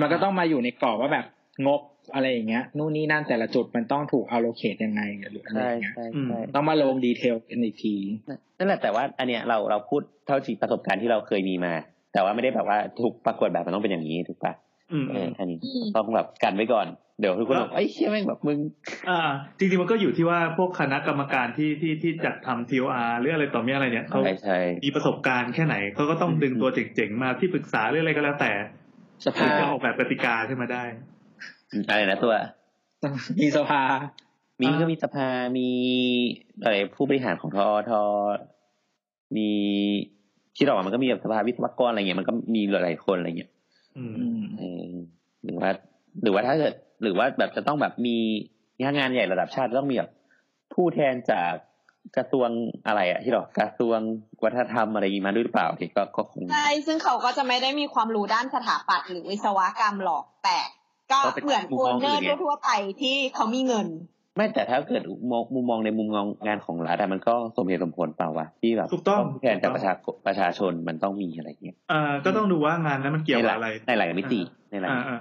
Speaker 4: มันก็ต้องมาอยู่ในกรอบว่าแบบงบอะไรอย่างเงี้ยนู่นนี่นั่นแต่ละจุดมันต้องถูก allocate ยังไงหรืออะไร
Speaker 1: ใช่
Speaker 4: อย่างเงี้ย
Speaker 1: ใช่ใช่
Speaker 4: ต้องมาลงดีเทลกันอีกที (laughs)
Speaker 1: นั่นแหละแต่ว่าอันเนี้ยเราเราพูดเท่าที่ประสบการณ์ที่เราเคยมีมา แต่ว่าไม่ได้แบบว่าทุกปรากฏแบบมันต้องเป็นอย่างนี้ถูกปะ
Speaker 2: อืม
Speaker 1: เอ
Speaker 2: อื
Speaker 1: อ
Speaker 2: ม
Speaker 1: อันนี้
Speaker 7: อืม
Speaker 1: ต้องแบบกันไว้ก่อนเดี๋ยวทุกคน
Speaker 2: ครับ
Speaker 1: บอกไอ้ยเชี่ยแม่งแบบมึง
Speaker 2: อ่าจริงๆมันก็อยู่ที่ว่าพวกคณะกรรมการที่ที่ที่จัดทำ TOR หรืออะไรต่อมีอะไรเนี่ยเขา
Speaker 1: ใช่ใช่
Speaker 2: มีประสบการณ์แค่ไหนเขาก็ต้องดึงตัวเจ๋งๆมาที่ปรึกษาหรืออะไรก็แล้วแต่
Speaker 4: ส
Speaker 2: ถึ
Speaker 4: ภาง
Speaker 2: จะออกแบบกติกาขึ้นมาได้
Speaker 1: อะไรนะตัว
Speaker 4: มีสภา
Speaker 1: มี
Speaker 2: อ่า
Speaker 1: ก็มีสภามีอะไรผู้บริหารของทอทอมีที่ออกมามันก็มีแบบสภาวิศวกรอะไรเงี้ยมันก็มีหลายๆคนอะไรเงี้ย
Speaker 2: อืม
Speaker 4: อืม
Speaker 1: เออหรือว่า หรือว่าถ้าเกิดหรือว่าแบบจะต้องแบบมีงานงานใหญ่ระดับชาติต้องมีแบบผู้แทนจากกระทรวงอะไรอะที่เรากระทรวงวัฒนธรรมอะไรอย่างงี้มาด้วยหรือเปล่าเนี่ยก็ก็คง
Speaker 7: ใช่ ซึ่งเขาก็จะไม่ได้มีความรู้ด้านสถาปัตย์หรือวิศวกรรมหรอก แต่ก็
Speaker 1: ก็เป็น
Speaker 7: เหมือน
Speaker 1: มุม
Speaker 7: โอ
Speaker 1: มอง
Speaker 7: นเนอ
Speaker 1: อื่น
Speaker 7: ร์
Speaker 1: ไง
Speaker 7: ทั่วๆไปที่เขามีเงิน
Speaker 1: ไม่แต่ถ้าเกิดมองมุมมองในมุมมองงานของรัฐอะมันก็สมเหตุสมผลเปล่าวะที่แบบ
Speaker 2: ถูกต้อง
Speaker 1: ผู้แทนจากประชาประชาชนมันต้องมีอะไรเงี้ย
Speaker 2: เอ่อก็ต้องดูว่างานนั้นมันเกี่ยวกับอะไร
Speaker 1: ในหลายมิติในหลาย
Speaker 2: อ่าอ่า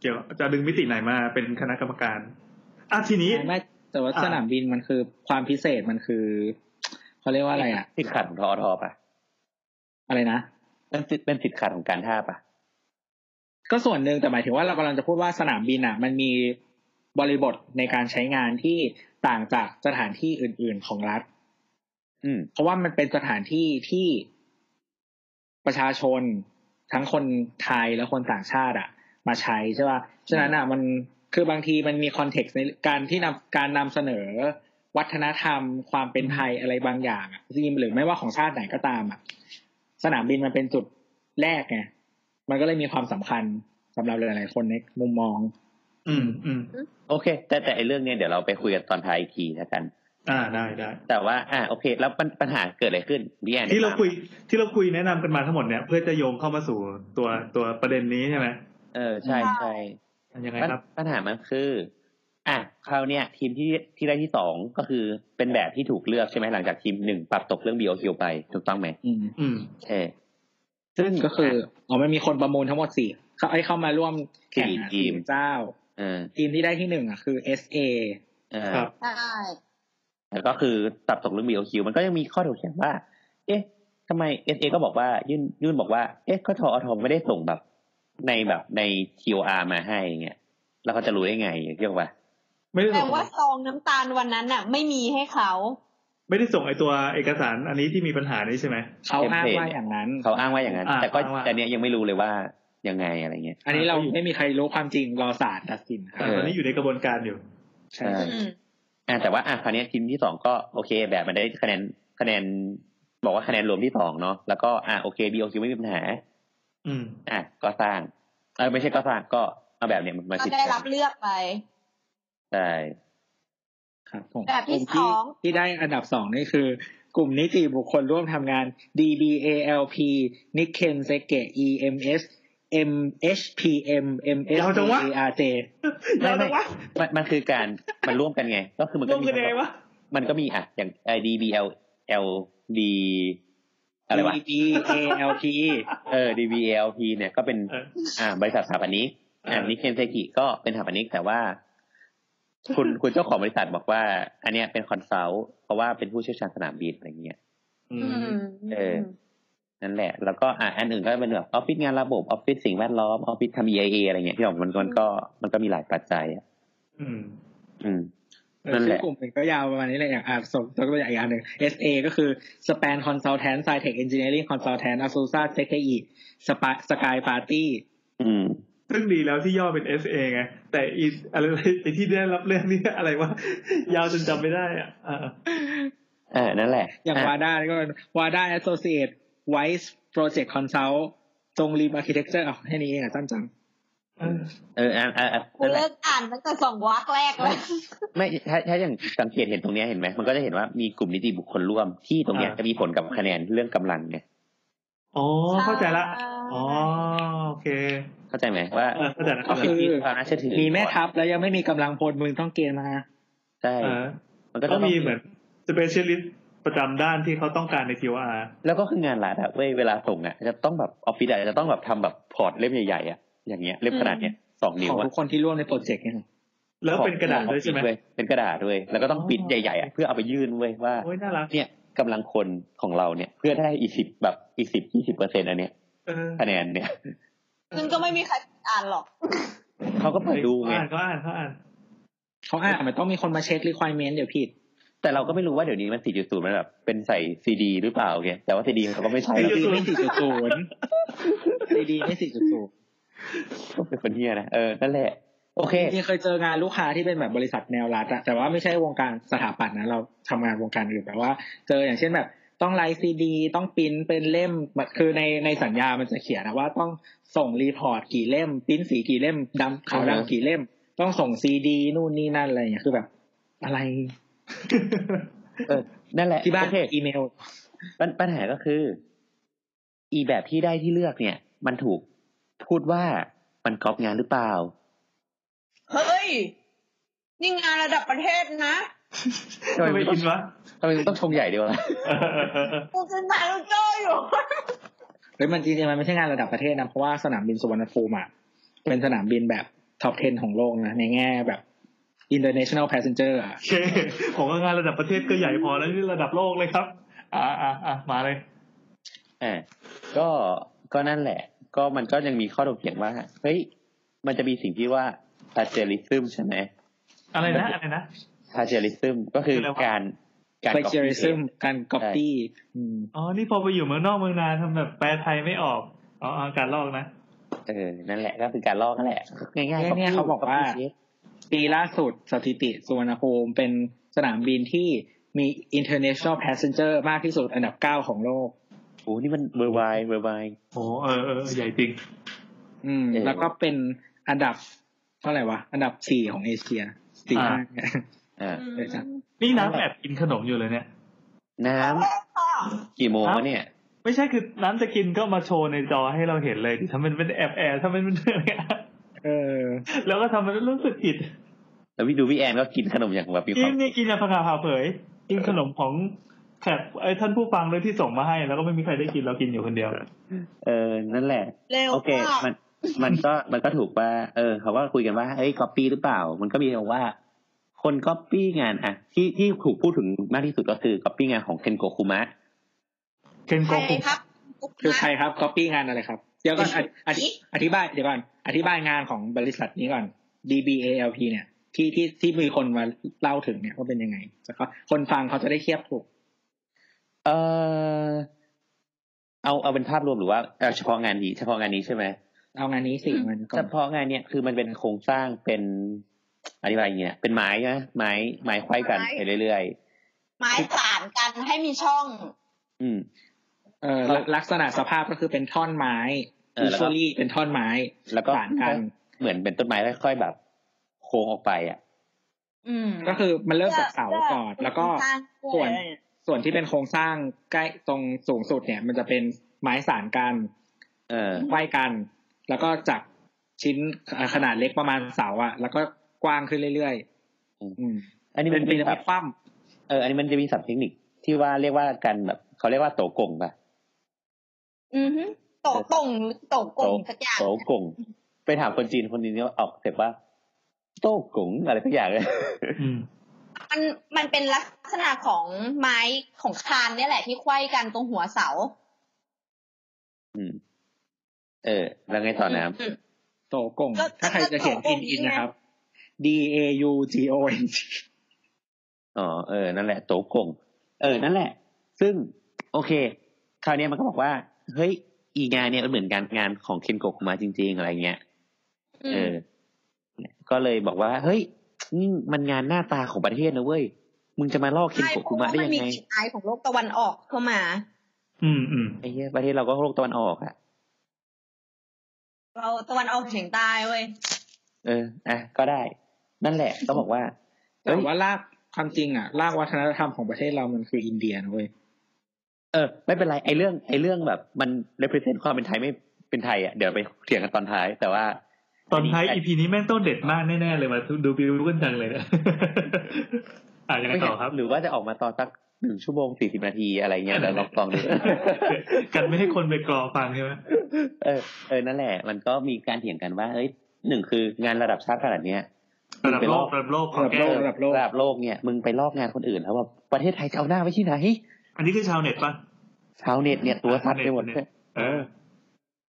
Speaker 2: เกี่ยวจะดึงมิติไหนมาเป็นคณะกรรมการอ่ะทีนี้
Speaker 4: ไม่แต่ว่า
Speaker 2: อ่า
Speaker 4: สนามบินมันคือความพิเศษมันคือ เขาเรียกว่าอะไรอ่ะ
Speaker 1: สิทธิ์ขาดของทอทอป่ะ
Speaker 4: อะไรนะ
Speaker 1: เป็นสิทธิ์เป็นสิทธิ์ขาดของการท่าป่ะ
Speaker 4: ก็ส่วนหนึ่งแต่หมายถึงว่าเรากำลังจะพูดว่าสนามบินอ่ะ มันมีบริบทในการใช้งานที่ต่างจากสถานที่อื่น ๆ ของรัฐ
Speaker 1: อืม
Speaker 4: เพราะว่ามันเป็นสถานที่ที่ประชาชนทั้งคนไทยและคนต่างชาติ อ่ะ มาใช้ใช่ป่ะฉะนั้นอ่ะมันคือบางทีมันมีคอนเท็กซ์ในการที่นำการนำเสนอ วัฒนธรรม ความเป็นไทยอะไรบางอย่างอ่ะจริงๆหรือไม่ว่าของชาติไหนก็ตามอ่ะสนามบินมันเป็นจุดแรกไงมันก็เลยมีความสำคัญส ำหรับหลายๆคนในมุมมอง
Speaker 2: อืมอืม
Speaker 1: โอเค แต่แต่ไอเรื่องเนี้ยเดี๋ยวเราไปคุยกันตอนท้ายอีกทีแล้วกัน
Speaker 2: อ่าได้ได้
Speaker 1: แต่ว่า อ่าโอเค แล้วปัญปัญหาเกิดอะไรขึ้นพี่แอน
Speaker 2: ที่เราคุยที่เราคุยแนะนำกันมาทั้งหมดเนี่ยเพื่อจะโยงเข้ามาสู่ตัวตัวประเด็นนี้ใช่ไหม
Speaker 1: เออใช่ใช่
Speaker 2: ยังไง
Speaker 1: ปัญ
Speaker 2: ครับ
Speaker 1: ปัญหามันคือ อ่ะ คราวเนี้ย ทีมที่ที่ได้ที่สองก็คือเป็นแบบที่ถูกเลือกใช่ไหมหลังจากทีมหนึ่งปรับตกเรื่อง BOQ ไปถูกต้องไหม
Speaker 4: อืม
Speaker 2: อืม
Speaker 1: เออซึ่ง
Speaker 4: ก็คืออ๋อมันมีคนประมูลทั้งหมดสี่เขาไอ้เข้ามาร่วมแข่ง
Speaker 1: สี่ทีม
Speaker 4: เจ้า
Speaker 1: เออ
Speaker 4: ทีมที่ได้ที่หนึ่งอ่ะคือ SA
Speaker 1: เออ
Speaker 2: ครับ
Speaker 7: ใช่
Speaker 1: แต่ก็คือปรับตกเรื่อง BOQ มันก็ยังมีข้อถกเถียงว่า เอ๊ะทำไม SA ก็บอกว่า ยื่นยื่นบอกว่า เอ๊ะก็ทออทอไม่ได้ส่งแบบในแบบใน TOR มาให้เงี้ยแล้วเขาจะรู้ได้ไงเรียกว่า
Speaker 2: ไม่ได้
Speaker 7: แต่
Speaker 2: ส่ง
Speaker 7: ว่าซองน้ำตาลวันนั้นน่ะ ไม่มีให้เขา
Speaker 2: ไม่ได้ส่งไอตัวเอกสารอันนี้ที่มีปัญหานี้ใช่ไหม
Speaker 4: เขาอ้าง
Speaker 1: เทมเพลต
Speaker 4: ว่าอย่างนั้น
Speaker 1: เขาอ้างว่าอย่างนั้น
Speaker 2: อ่า
Speaker 1: แต่ก็
Speaker 2: อ้างว่า
Speaker 1: แต่เนี้ยยังไม่รู้เลยว่ายังไงอะไรเงี้ย
Speaker 4: อันนี้เรา
Speaker 2: เขาอยู่
Speaker 4: ไม่มีใครรู้ความจริงรอศาลตัดสินครับ
Speaker 2: แต่ตอนนี้อยู่ในกระบวนการอยู่
Speaker 4: ใช่
Speaker 1: เออ
Speaker 7: อืม
Speaker 1: อ่าแต่ว่าอ่ะคราวเนี้ยทีมที่สองก็โอเค แบบมันได้คะแนนคะแนน บอกว่าคะแนนรวมที่สองเนาะแล้วก็อ่ะโอเคบีโอคิวไม่มีปัญหา
Speaker 2: อืม
Speaker 1: อ่ะก็สร้างเออไม่ใช่ก็สร้างก็เอาแบบเนี้ยมันมา
Speaker 7: ก็
Speaker 1: คิด
Speaker 7: ได้รับเลือกไป
Speaker 1: ใช่
Speaker 4: ครับผม
Speaker 7: แบบที่
Speaker 4: กลุ่ม
Speaker 7: สอง
Speaker 4: ที่ได้อันดับสองนี่คือ กลุ่มนิติบุคคลร่วมทำงาน DBALP Nikken Seke EMS MHPM
Speaker 2: ยาวจังวะ
Speaker 4: MSARJ
Speaker 2: แล้วแต่ว่า
Speaker 1: มันมันคือการ (laughs) มันร่วมกันไง ก็คือมัน
Speaker 2: ล
Speaker 1: ก็
Speaker 2: ง
Speaker 1: มี
Speaker 2: กันยังไงวะ
Speaker 1: มันก็มีอ่ะอย่าง I D B L L D อะไรวะ
Speaker 4: DBALP
Speaker 1: เออ D B L P เนี่ยก็เป็น
Speaker 2: เออ
Speaker 1: อ่า บริษัทสถาปนิกอ่า
Speaker 2: เออ
Speaker 1: นิเคนเซกิก็เป็นสถาปนิกแต่ว่า คุณคุณเจ้าของบริษัทบอกว่า อันเนี้ยเป็นคอนซัลท์เพราะว่าเป็นผู้เชี่ยวชาญสนามบินอะไรเงี้ย
Speaker 2: อื
Speaker 7: อื
Speaker 2: ม
Speaker 7: ม
Speaker 1: เออ นั่นแหละ แล้วก็อ่าอันอื่นก็เป็นแบบออฟฟิศงานระบบออฟฟิศสิ่งแวดล้อมออฟฟิศทำ EIA อะไรเงี้ยที่บอกมันมันก็มันก็มีหลายปัจจัยอ่ะ
Speaker 2: อืม
Speaker 1: อืม
Speaker 4: เออ
Speaker 1: นั่นแห
Speaker 4: ซึ่
Speaker 1: ละ
Speaker 4: งกลุ่มหนึ่งก็ยาวประมาณนี้แหละอย่างอ่ะสมมติตัวอย่างอีกอันหนึ่ง SA ก็คือ Span Consultant Sci-Tech Engineering Consultant Azusa SKE Spa- Sky Party
Speaker 1: อืม
Speaker 2: ซึ่งดีแล้วที่ย่อเป็น S A ไง แต่อีอะไรไอที่ได้รับเรื่องนี่อะไรวะ (laughs) ยาวจนจำไม่ได้อ่ะอ่า
Speaker 1: อ่านั่นแหละ
Speaker 4: อย่าง
Speaker 1: ะ
Speaker 4: WADA ก็ WADA Associate Wise Project Consult จงรีม Architecture อ้าวแค่นี้เองอ่ะสั้นจัง
Speaker 1: เอออ่าอ่าอ่า
Speaker 7: กูเลิกอ่านตั้งแต่สองวรรคแรกแล้ว (laughs)
Speaker 1: ไม่ถ้าถ้าอย่างสังเกตเห็นตรงเนี้ยเห็นไหมมันก็จะเห็นว่ามีกลุ่มนิติบุคคลร่วมที่ตรงเนี้ย
Speaker 2: อ่า
Speaker 1: จะมีผลกับคะแนนเรื่องกำลังไง
Speaker 2: อ๋อ เข้าใจละ
Speaker 7: ใช่
Speaker 2: อ๋อ โอเค
Speaker 1: เข้าใจไหมว่า
Speaker 2: เออเข้าใจละ
Speaker 1: เขา
Speaker 2: เข้าใจ
Speaker 1: คิด
Speaker 2: ละ
Speaker 1: ที่ความน่าเชื่อถือ
Speaker 4: มีแม่ทัพแล้วยังไม่มีกำลังพลมึงต้องเกณฑ์มา
Speaker 1: ใช่
Speaker 2: เออ
Speaker 1: มันก็จะ
Speaker 2: ก็
Speaker 1: ต้อง
Speaker 2: มีเหมือน specialist ประจำด้านที่เขาต้องการใน QR
Speaker 1: แล้วก็คืองานรัฐอะเว้ยเวลาส่งอะจะต้องแบบออฟฟิศอะจะต้องแบบทำแบบพอร์ตเล่มใหญ่ๆอะอย่างเงี้ยเล่มขนาดเนี้ยสองนิ้
Speaker 4: ข
Speaker 1: ว
Speaker 4: อง
Speaker 1: อะ
Speaker 4: ทุกคนที่ร่วมในโปรเจกต์เนี่ย
Speaker 2: แล้วเป็นกระดาษ
Speaker 1: ของ
Speaker 2: ด้วยใช่ไหม
Speaker 1: เเป็นกระดาษด้วย แล้วก็ต้องปริ้นใหญ่ๆอะเพื่อเอาไปยื่นเว้ยว่า
Speaker 2: โอ้ยน่ารัก
Speaker 1: เนี่ยกำลังคนของเราเนี่ย เพื่อได้อีกสิบแบบอีกสิบยี่สิบเปอร์เซ็นต์อันเนี้ย
Speaker 2: เออ
Speaker 1: คะแนนเนี่ย
Speaker 7: ซึ่งก็ไม่มีใครอ่านหรอก
Speaker 1: เขาก็เปิดดูไง
Speaker 2: อ่านเขาอ่านเขาอ่าน
Speaker 4: เขาอ่านมันต้องมีคนมาเช็ค requirement เดี๋ยวผิด
Speaker 1: แต่เราก็ไม่รู้ว่าเดี๋ยวนี้มันสี่จุดศูนย์มันแบบเป็นใส่ซีดีหรือเปล่าไงแต่ว่าซีดีเขาก็ไม่ใช่
Speaker 2: 4.0
Speaker 1: แล้ว
Speaker 4: ดีไม่สี่จุดศูน
Speaker 1: (laughs)
Speaker 4: ย์ดีไม่สี่จุดศูนย์
Speaker 1: ก็
Speaker 2: (laughs)
Speaker 1: เป็นคนเฮียนะเออนั่นแหละ โอเค
Speaker 4: จริงๆเคยเจองานลูกค้าที่เป็นแบบบริษัทแนวรัฐอะแต่ว่าไม่ใช่วงการสถาปัตย์นะเราทำงานวงการอื่นแต่ว่า เจออย่างเช่นแบบต้องไลฟ์ซีดี ต้องปริ้นเป็นเล่มคือในในสัญญามันจะเขียนนะว่าต้องส่งรีพอร์ตกี่เล่มปริ้นสีกี่เล่มดำขาว
Speaker 1: อ่าฮะ
Speaker 4: ดำกี่เล่ม ต้องส่งซีดี นู่นนี่นั่นอะไรอย่างเงี้ยคือแบบ อะไร
Speaker 1: เออนั่นแหละ
Speaker 4: ที่บ้าน
Speaker 1: โอเค
Speaker 4: อีเมล
Speaker 1: ปัญปัญหาก็คือ อีแบบที่ได้ที่เลือกเนี่ย มันถูกพูดว่ามันก๊อปงานหรือเปล่า
Speaker 7: เฮ้ย นี่งานระดับประเทศนะ
Speaker 1: ทำไม
Speaker 2: ทำไม
Speaker 1: มันต้อ
Speaker 2: อิ
Speaker 1: ง
Speaker 2: นวะ (laughs)
Speaker 1: ทำไมมันต้องชมใหญ่ด้วยวะ
Speaker 2: เออเออเออเออ
Speaker 7: กูจะนายลูกเจ้าอยู่
Speaker 4: เฮ้ยมันจริงๆมันไม่ใช่งานระดับประเทศนะ เพราะว่าสนามบินสุวรรณภูมิอ่ะเป็นสนามบินแบบท็อป 10 ของโลกนะ ในแง่แบบ international passenger อ่ะ
Speaker 2: โอเคผมว่างานระดับประเทศก็ใหญ่พอแล้วนี่ระดับโลกเลยครับ อ่าอ่าอ่ามาเลย
Speaker 1: อ่าก็ก็นั่นแหละ ก็มันก็ยังมีข้อถกเถียงว่าเฮ้ยมันจะมีสิ่งที่ว่า plagiarism ใช่ไหม
Speaker 2: อะไรนะอะไรนะ
Speaker 1: plagiarism ก็คือ
Speaker 2: คืออะไรวะ
Speaker 1: การการ
Speaker 4: ไป
Speaker 1: copy
Speaker 4: เชียริซึมการก๊อปปี้
Speaker 2: อ๋อ นี่พอไปอยู่เมืองนอกเมืองนาทำแบบแปลไทยไม่ออก อ๋ออ่าการลอกนะ
Speaker 1: เออนั่นแหละก็คือการลอกนั่นแหละง่ายๆ copy
Speaker 4: เนี่ยเขาบอกว่า
Speaker 1: copy paste
Speaker 4: ปีล่าสุดสถิติสุวรรณภูมิเป็นสนามบินที่มี international passenger มากที่สุดอันดับ 9 ของโลก
Speaker 1: โอ้นี่มันเบอร์ไวเบอร์ไว
Speaker 2: โอ้เออเออใหญ่จริง
Speaker 4: อืม
Speaker 1: เออ
Speaker 4: แล้วก็เป็นอันดับเท่าไหร่วะ อันดับสี่ของเอเชียสี่
Speaker 2: อ่า
Speaker 4: ห้า (laughs)
Speaker 1: อ่า
Speaker 7: อืม
Speaker 4: เดี๋ยวจ้ะ
Speaker 2: นี่น้ำแอบกินขนมอยู่เลยเนี่ย
Speaker 1: น้ำ
Speaker 7: ค่ะ
Speaker 1: กี่โมงวะเนี่ย
Speaker 2: ไม่ใช่คือน้ำจะกินก็มาโชว์ในจอให้เราเห็นเลยดิทำเป็นเป็นแอบแอบทำเป็นเป็นอะไรเงี้ย
Speaker 4: เออ
Speaker 2: แล้วก็ทำมันรู้สึกผิด
Speaker 1: แล้วพี่ดูพี่แอนก็กินขนมอย่างแบบมีค
Speaker 2: กิ
Speaker 1: วาน ม
Speaker 2: นี่กินอย่างผงาผ่าเผย กินขนมของแขกไอ้ท่านผู้ฟังเลยที่ส่งมาให้ แล้วก็ไม่มีใครได้กินเรากินอยู่คนเดียว
Speaker 1: เออนั่นแหละ
Speaker 7: เร็ว
Speaker 1: โอเค (laughs)
Speaker 7: มาก
Speaker 1: มัน มันก็ มันก็ถูกว่า เออ เขาก็คุยกันว่า เอ้ย ก๊อปปี้หรือเปล่า มันก็มีบอกว่า คนก๊อปปี้งานอะที่ ที่ถูกพูดถึงมากที่สุดก็คือก๊อปปี้งานของเคนโกคุมะ
Speaker 2: เคนโก
Speaker 7: ใช่
Speaker 2: คุ
Speaker 7: ครับ
Speaker 4: คือใครครับ c o ป y งานอะไรครับ เดี๋ยวก่อนอธิอธิอธิบาย เดี๋ยวก่อน อธิบายงานของบริษัทนี้ก่อน DBALP เนี่ย ที่ที่ที่มีคนมาเล่าถึงเนี่ยว่าเป็นยังไงแล้วก็คนฟังเขาจะได้เทียบถูก
Speaker 1: เออเอา เอาเป็นภาพรวมหรือว่าเอาเฉพาะงานนี้ เฉพาะงานนี้ใช่ไหม
Speaker 4: เอางานนี้สิมันก็
Speaker 1: เฉพาะงานเนี่ยคือมันเป็นโครงสร้างเป็นอะไรอย่างเงี้ย เป็นไม้นะไม้ ไม้ไขว้กันไปเรื่อย
Speaker 7: ไม้สานกันให้มีช่อง
Speaker 1: ๆ อืม
Speaker 4: เออลักลักษณะสภาพก็คือเป็นท่อนไม้
Speaker 1: เออแล้วก็
Speaker 4: usually เป็นท่อนไม้
Speaker 1: แล้วก็
Speaker 4: สานกัน
Speaker 1: เหมือนเป็นต้นไม้ค่อยๆแบบ โค้งออกไปอ่ะ
Speaker 7: อืม
Speaker 4: ก็คือมันเริ่มจากเสาก่อน แล้วก็
Speaker 7: สร้างด้ว
Speaker 4: ส่ว
Speaker 7: ย
Speaker 4: น
Speaker 7: อะไรอย่างเงี้ย
Speaker 4: ส่วนที่เป็นโครงสร้างใกล้ตรงสูงสุดเนี่ย มันจะเป็นไม้สานกัน
Speaker 1: เออ
Speaker 4: ไขว้กัน แล้วก็จากชิ้นเอ่อขนาดเล็กประมาณเสาอะแล้วก็กว้างขึ้นเรื่อย
Speaker 1: อืม
Speaker 4: ๆอืม
Speaker 1: อันนี้
Speaker 4: เป็
Speaker 1: มัน น
Speaker 4: ปี
Speaker 1: เป็น
Speaker 4: ระ
Speaker 1: แบ
Speaker 4: มิ
Speaker 1: บ
Speaker 4: ดคว่
Speaker 1: เออ อันนี้มันจะมีศัพท์เทคนิคที่ว่าเรียกว่ากันแบบเขาเรียกว่าโตกงป่ะ
Speaker 7: อือฮึโตะต่งหรือโตะกง
Speaker 1: โตะ
Speaker 7: สักอย่าง
Speaker 1: โตกง ไปถามคนจีนคนนี้เนี่ยออกเสร็จว่า โตกงอะไร (laughs) สักอย่างเลย
Speaker 2: อืม
Speaker 7: มันมันเป็นลักษณะของไม้ของคานเนี่ยแหละที่ไขว้กันตรงหัวเสา
Speaker 1: อืม เออ แล้วไงต่อน้ำ
Speaker 7: อืม
Speaker 4: ำโตกง
Speaker 7: ก็
Speaker 4: ถ้าใครจะเขียน
Speaker 7: ก็
Speaker 4: อิ
Speaker 7: โตกง
Speaker 4: นอิน
Speaker 7: นี่ไง
Speaker 4: นะครับ D A U G O N G
Speaker 1: อ๋อเออนั่นแหละโตกง เออนั่นแหละ ซึ่งโอเค คราวเนี้ยมันก็บอกว่าเฮ้ยอีงานเนี่ยมันเหมือนงานงานของเคนโกะคุมาจริง ๆ อะไรเงี้ย
Speaker 7: อื
Speaker 1: เอ
Speaker 7: ม
Speaker 1: อ ก็เลยบอกว่า เฮ้ยนี่มันงานหน้าตาของประเทศนะเว้ยมึงจะมาลอกเคน
Speaker 7: ใช่
Speaker 1: โกะ
Speaker 7: เพ
Speaker 1: คุ
Speaker 7: ราะ
Speaker 1: มา
Speaker 7: ว่า
Speaker 1: ได้
Speaker 7: มั
Speaker 1: ยั
Speaker 7: น
Speaker 1: ง
Speaker 7: มี
Speaker 1: ไง
Speaker 7: กลิ่นอายของโลกตะวันออกเข้ามา
Speaker 2: อืมอืม
Speaker 1: ไอ้เหี้ยประเทศเราก็โลกตะวันออกอ่ะ
Speaker 7: เราตะวันออกเฉียงใต้เว้ย
Speaker 1: เอออ่ะก็ได้ นั่นแหละ ก็บอกว่าเฮ้
Speaker 4: แต่
Speaker 1: ย
Speaker 4: ว่ารากความจริงอะรากวัฒนธรรมของประเทศเรามันคืออินเดียนะเว้ย
Speaker 1: เออไม่เป็นไรไอ้เรื่องไอ้เรื่องแบบ มัน represent ความเป็นไทยไม่เป็นไทยอ่ะเดี๋ยวไปเถียงกันตอนท้าย แต่ว่า
Speaker 2: ตอนท้าย EP นี้แม่งต้องเด็ดมากแน่ๆเลยมาดูบิวกันจังเลยนะ (laughs) อ่ะยังไงต่อครับ
Speaker 1: หรือว่าจะออกมาตอนสักหนึ่งชั่วโมงสี่สิบนาทีอะไรเงี้ยแล้วลองฟังดู
Speaker 2: (laughs) กันไม่ให้คนไปกรอฟังใช่ไหม
Speaker 1: เออเออนั่นแหละ มันก็มีการเถียงกันว่า เอ้ยหนึ่งคืองานระดับชาติขนาดเนี้ย
Speaker 2: ระดับโลกระดับโลกขอ
Speaker 4: ระดับ
Speaker 2: แก้
Speaker 4: โลกระดับโลก
Speaker 1: ระดับโลกเนี่ยมึงไปลอกงานคนอื่นแล้วว่าประเทศไทยจะเอาหน้าไว้ที่ไหน
Speaker 2: อันนี้คือชาวเน็ตปะ
Speaker 1: ชาวเน็ตเนี่ยตัวทัดไปหมด
Speaker 2: เออ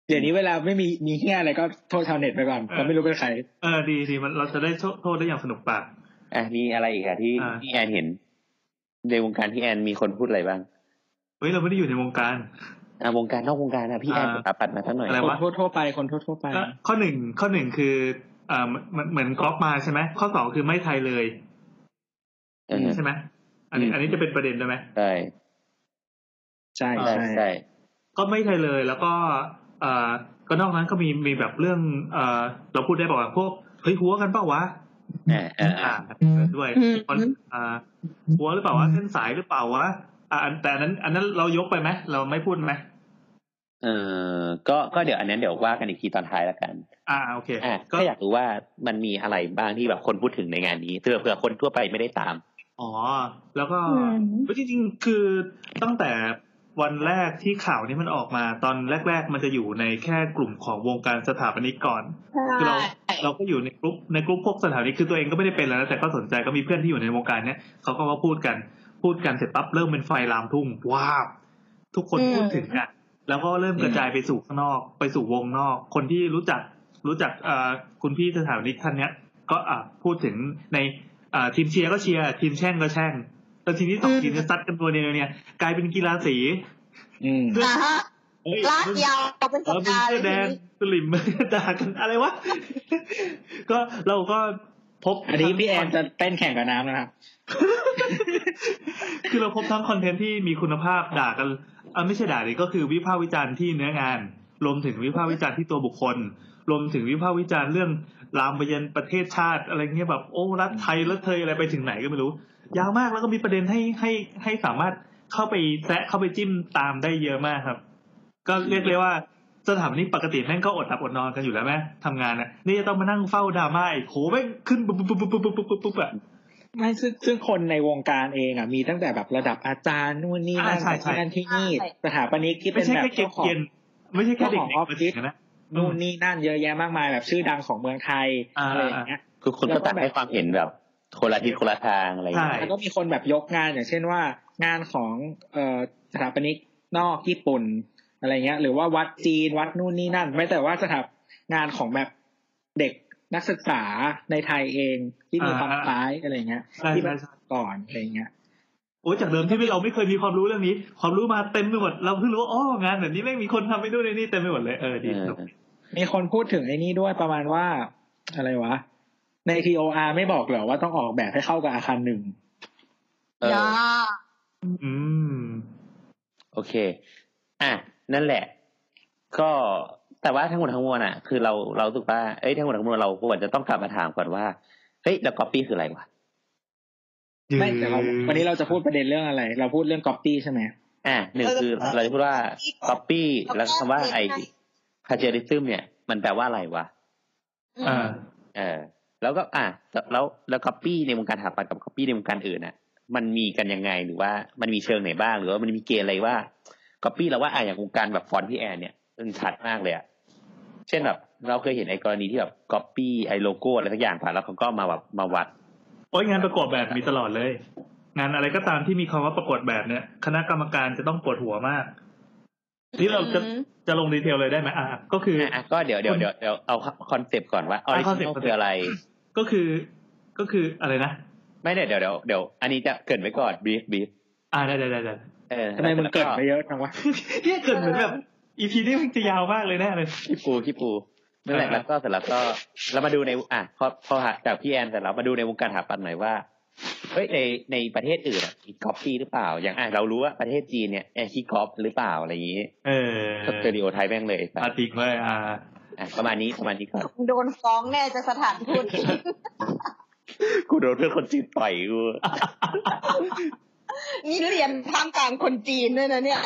Speaker 4: เดี๋ยวนี้เวลาไม่มีมีเฮียอะไรก็โทษชาวเน็ตไปก่อนเราไม่รู้เป็นใคร
Speaker 2: เออดีดีมันเราจะได้โทษได้อย่างสนุกปาก
Speaker 1: อ่ะมีอะไรอีกอะที่
Speaker 2: อ่า
Speaker 1: ที่แอนเห็น ในวงการที่แอนมีคนพูดอะไรบ้าง
Speaker 2: เฮ้ยเราไม่ได้อยู่ในวงการ
Speaker 1: อ่ะวงการนอกวงการอะพี่แอนปั
Speaker 2: อ่า
Speaker 1: ดปัดมาสักหน่อย
Speaker 2: อะไร
Speaker 4: ค
Speaker 2: แต่ วะ
Speaker 4: นทั่วทั่วๆไปคนทั่วทั่วๆไป
Speaker 2: ก็ข้อหนึ่งข้อหนึ่งคือเอ่อเหมือนเหมือนกรอบมาใช่ไหมข้อสองคือไม่ไทยเลย
Speaker 1: เออ
Speaker 2: ใช่ไหมอันนี้
Speaker 1: อืม
Speaker 2: อันนี้จะเป็นประเด็นได้ไหม
Speaker 1: ใช่
Speaker 4: ใช่
Speaker 1: ใช่
Speaker 4: ใช่
Speaker 1: ใช่
Speaker 2: ก็ไม่ไทยเลยแล้วก็เอ่อก็นอกนั้นก็มีมีแบบเรื่องเอ่อเราพูดได้บอกว่าพวกเฮ้ยหัวกันเปล่าวะ
Speaker 1: อ่าอ่าอ่า
Speaker 2: อ่าด้วยคนอ่าหัวหรือเปล่าวะเส้นสายหรือเปล่าวะอ่าอันแต่อันนั้น อันนั้นเรายกไปไหมเราไม่พูดไหม
Speaker 1: เออก็ก็เดี๋ยวอันนั้นเดี๋ยวว่ากันอีกทีตอนท้ายละกัน
Speaker 2: อ่าโอเค
Speaker 1: อ่ะ
Speaker 2: ก็
Speaker 1: ก็อยากรู้ว่ามันมีอะไรบ้างที่แบบคนพูดถึงในงานนี้เพื่อเพื่อคนทั่วไปไม่ได้ตาม
Speaker 2: อ๋อแล้วก็
Speaker 3: อืม
Speaker 2: เฮ้ยจริงๆคือตั้งแต่วันแรกที่ข่าวนี้มันออกมาตอนแรก ๆ มันจะอยู่ในแค่กลุ่มของวงการสถาปนิกก่อน
Speaker 3: ใช่
Speaker 2: คือเราเราก็อยู่ในกลุ่มในกลุ่มพวกสถานีคือตัวเองก็ไม่ได้เป็นแล้วนะแต่ก็สนใจก็มีเพื่อนที่อยู่ในวงการเนี้ยเขาก็มาพูดกันพูดกันเสร็จปั๊บเริ่มเป็นไฟลามทุ่งว้าวทุกคนพูดถึงกันแล้วก็เริ่มกระจายไปสู่ข้างนอก ไปสู่วงนอก คนที่รู้จักรู้จักเอ่อคุณพี่สถานีท่านเนี้ย ก็อ่ะพูดถึงในอ่าทีมเชียร์ก็เชียร์ทีมแช่งก็แช่งแล้วทีนี้สองทีมจะซัดกันตัวเดียวเนี่ยกลายเป็นกีฬาสี
Speaker 4: อืม
Speaker 7: อ่าฮะ
Speaker 2: เฮ้ย
Speaker 7: ลากยาวเป็น
Speaker 2: เอ
Speaker 7: สัป
Speaker 2: อมึง
Speaker 7: ดาห์
Speaker 2: เสื้อ
Speaker 7: เลยที
Speaker 2: แดง
Speaker 7: นี้
Speaker 2: สลิม (laughs) ด่ากันอะไรวะ ก็เราก็พบ
Speaker 4: อันนี้พี่แอนจะเต้นแข่งกับน้ำนะครับ
Speaker 2: (laughs) คือเราพบทั้งคอนเทนต์ที่มีคุณภาพด่ากันเอ่อไม่ใช่ด่าเลยก็คือวิพากษ์วิจารณ์ที่เนื้องาน รวมถึงวิพากษ์วิจารณ์ที่ตัวบุคคล รวมถึงวิพากษ์วิจารณ์เรื่องลามไปยันประเทศชาติอะไรเงี้ยแบบโอ้รัฐไทยรัฐเทยอะไรไปถึงไหนก็ไม่รู้ ยาวมากแล้วก็มีประเด็นให้ให้ให้สามารถเข้าไปแซะเข้าไปจิ้มตามได้เยอะมากครับ ก็เรียกเลยว่าสถานีปกติแม่งก็อดหลับอดนอนกันอยู่แล้วแม่ทำงานน่ะนี่จะต้องมานั่งเฝ้าดราม่าอีกโหแม่งขึ้นปุ๊บปุ๊บปุ๊บปุ๊บปุ๊บปุ๊บปุ๊บอะ
Speaker 4: ไม่ซึ่งซึ่งคนในวงการเองอ่ะมีตั้งแต่แบบระดับอาจารย์นู่นนี่นั่น
Speaker 2: อ่าใช่ใช่
Speaker 4: ที่นั่นที่นี่
Speaker 7: ใช่
Speaker 4: สถาปนิกที่เป็
Speaker 2: ไม่
Speaker 4: น
Speaker 2: ใช่
Speaker 4: แบบ
Speaker 2: แค่เก็บ
Speaker 4: เจ้าของ
Speaker 2: เย็นไม่ใช่แค่เด็ก
Speaker 4: เจ้าของออฟฟิศ
Speaker 2: ๆนะ
Speaker 4: นู่นนี่นั่นเยอะแยะมากมายแบบชื่อดังของเมืองไทย
Speaker 2: อ่า
Speaker 4: อะไรอย่างเงี้ย
Speaker 1: ทุกคนก็ต่างให้ความเห็นแบบคนละทิศคนละทางอะไรอย่าง
Speaker 2: ใช่
Speaker 1: เงี้ย
Speaker 4: แล้วก็มีคนแบบยกงานอย่างเช่นว่า งานของเอ่อสถาปนิกนอกญี่ปุ่นอะไรเงี้ย หรือว่าวัดจีนวัดนู่นนี่นั่น ไม่แต่ว่าสถาปงานของแบบเด็กนักศึกษาในไทยเองที่มีความ
Speaker 2: อ่า
Speaker 4: คล้ายอะไรเงี้ย
Speaker 2: ใช่
Speaker 4: ที่
Speaker 2: ใช่
Speaker 4: มัน
Speaker 2: ใช่
Speaker 4: ก่อนอะไรเงี้ย
Speaker 2: โอ้ยจากเดิมที่เราไม่เคยมีความรู้เรื่องนี้ ความรู้มาเต็มไปหมดเราเพิ่งรู้ว่าอ๋องานแบบนี้แม่งมีคนทำไปด้วยในนี่เต็มไปหมดเลยเออดี
Speaker 1: เอ
Speaker 2: ส
Speaker 1: อ
Speaker 2: นุก
Speaker 4: มีคนพูดถึงไอ้นี่ด้วยประมาณว่าอะไรวะ ใน TOR ไม่บอกเหรอว่าต้องออกแบบให้เข้ากับอาคารหนึ่ง
Speaker 1: เออ
Speaker 7: อย่า
Speaker 2: อืม
Speaker 1: โอเค อ่ะ นั่นแหละ ก็แต่ว่าทั้งหมดทั้งมวลอ่ะ คือเราเรารู้สึกว่า เอ้ย ทั้งหมดทั้งมวลเราควรจะต้องกลับมาถามก่อนว่า เฮ้ย แล้ว copy คืออะไรวะ
Speaker 4: ไม่แต่เราวันนี้เราจะพูดประเด็นเรื่องอะไร เราพูดเรื่องก๊อปปี้ใช่ไหม
Speaker 1: อ่ะหนึ่งคือเราจะพูดว่า copy แล้วคำว่าไอ้ plagiarism เนี่ย มันแปลว่าอะไรวะ
Speaker 2: อ่า
Speaker 1: เออ แล้วก็ อ่ะ แล้วแล้ว copy ในวงการถาปัตย์กับ copy ในวงการอื่นอ่ะ มันมีกันยังไงหรือว่ามันมีเชิงไหนบ้าง หรือว่ามันมีเกณฑ์อะไรว่า copy เราว่าอ่ะอย่างวงการแบบฟอนต์พี่แอนเนี่ยมันชัดมากเลยอ่ะเช่นแบบ เราเคยเห็นไอ้กรณีที่แบบ copy ไอ้โลโก้อะไรสักอย่างผ่านแล้วเขาก็มาแบบมาวัด
Speaker 2: โอ้ยงานประกวดแบบมีตลอดเลย งานอะไรก็ตามที่มีคำว่าประกวดแบบเนี่ย คณะกรรมการจะต้องปวดหัวมาก นี่เราจะจะลงดีเทลเลยได้ไหมอ่ะก็คือ
Speaker 1: อ่ะอ่ะก็เดี๋ยวเดี๋ยวเดี๋ยวเดี๋ยวเอาคอนเซปต์ก่อนว่าออริ
Speaker 2: อ่ะ
Speaker 1: จินอล
Speaker 2: concept concept
Speaker 1: คืออะไร
Speaker 2: ก็คือก็คืออะไรนะ
Speaker 1: ไม่เดี๋ยวเดี๋ยวเดี๋ยวเดี๋ยวอันนี้จะเกรินไว้ก่อนบีฟบีฟ
Speaker 2: อ่าได้ได้ได้ได้
Speaker 1: เออ
Speaker 4: ทำไมมึงเกิดไปเยอะจังวะ
Speaker 2: เนี่ยเกิดเหมือนแบบอีพีนี้มันจะยาวมากเลยแน่เลย
Speaker 1: ขี้ปูขี้ปูนั่นแหละ
Speaker 2: อ่า
Speaker 1: แล้วก็เสร็จแล้วก็เรามาดูในอ่ะพอพอหักจากพี่แอนเสร็จแล้วมาดูในวงการหาปันหน่อยว่าเฮ้ยในในประเทศอื่นอ่ะมีก๊อปปี้หรือเปล่า อย่างอ่ะเรารู้ว่าประเทศจีนเนี่ยแอร์คีก๊อปหรือเปล่าอะไรอย่างนี้
Speaker 2: เออ
Speaker 1: สเตอริโอไทป์แม่งเลย
Speaker 2: อาติกเลยอ่า
Speaker 1: อ่ะประมาณนี้ประมาณนี้ก่อน
Speaker 7: โดนฟ้องแน่จะสถานทูต (laughs)
Speaker 1: กูโดนเพื่อนคนจีนต่อยกู
Speaker 7: นี่เรียนท่ามกลางคนจีนด้วยนะเนี่ย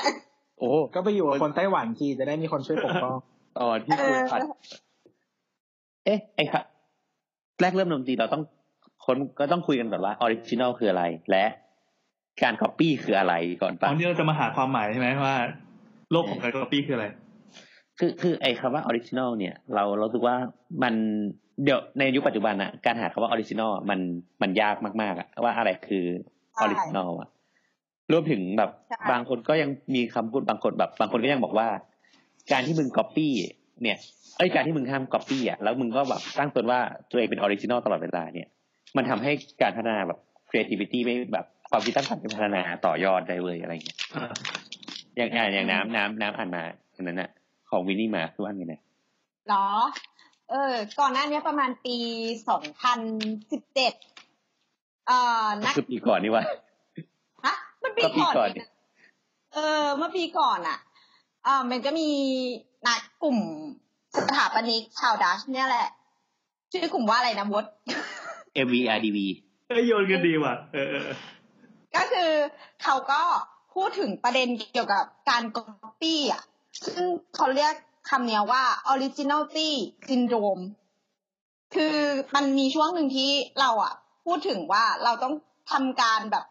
Speaker 1: โอ้
Speaker 4: ก็ไปอยู่กับคนไต้หวันทีจะได้มีคนช่วยปกป้อง
Speaker 1: ตอนที่กูผัด เอ๊ะไอ้ครับแรกเริ่มดนตรีเราต้องคนก็ต้องคุยกันก่อนว่าออริจินอลคืออะไร และการก๊อปปี้คืออะไรก่อน
Speaker 2: ต
Speaker 1: ปะ
Speaker 2: อนนี้เราจะมาหาความหมายใช่ไหมว่า โลกของการก๊อปปี้คืออะไร
Speaker 1: คือคือไอ้คำว่าออริจินอลเนี่ย เราเราสึกว่ามันเดี๋ยวในยุคปัจจุบันอะการหาคำว่าออริจินอลมันมันยากมากๆอะว่าอะไรคือออริจินอลอะรวมถึงแบบ
Speaker 7: ใช่
Speaker 1: บางคนก็ยังมีคำพูดบางคนแบบ บางคนก็ยังบอกว่า การที่มึงก๊อปปี้เนี่ยไอ้ยการที่มึงห้ามก๊อปปี้อะแล้วมึงก็แบบตั้งตนว่าตัวเองเป็นออริจินอลตลอดเวลาเนี่ย มันทำให้การพัฒนาแบบ creativity ไม่แบบความคิดสร้างสรรค์ไม่พัฒนาต่อยอดได้เลยอะไรอย่างเงี้ยอย่างอ่าอย่างน้ำน้ำน้ำอ่านมาอันนั้นน่ะ ของวินนี่มาคือว่าไงนะ
Speaker 7: เหรอ เออ ก่อนหน้านี้ประมาณปีสองพันสิบเจ็ดเอ่อ นัก
Speaker 1: คือปีก่อนนี่ว่า
Speaker 7: ฮะมันปี
Speaker 1: ก็ปี
Speaker 7: ก่อน
Speaker 1: ก่อน
Speaker 7: เอง
Speaker 1: ดิ
Speaker 7: นะเออ เมื่อปีก่อนอ่ะ เอ่อ มันก็มีนักกลุ่มสถาปนิกชาวดัชเนี่ยแหละ ชื่อกลุ่มว่าอะไรนะมด
Speaker 1: MVRDV
Speaker 2: เอ้ยโยนกันดีว่ะ เออเออ
Speaker 7: ก็คือเขาก็พูดถึงประเด็นเกี่ยวกับการก๊อปปี้อ่ะ ซึ่งเขาเรียกคำเนี้ยว่า originality syndrome คือมันมีช่วงหนึ่งที่เราอ่ะ พูดถึงว่าเราต้องทำการแบบ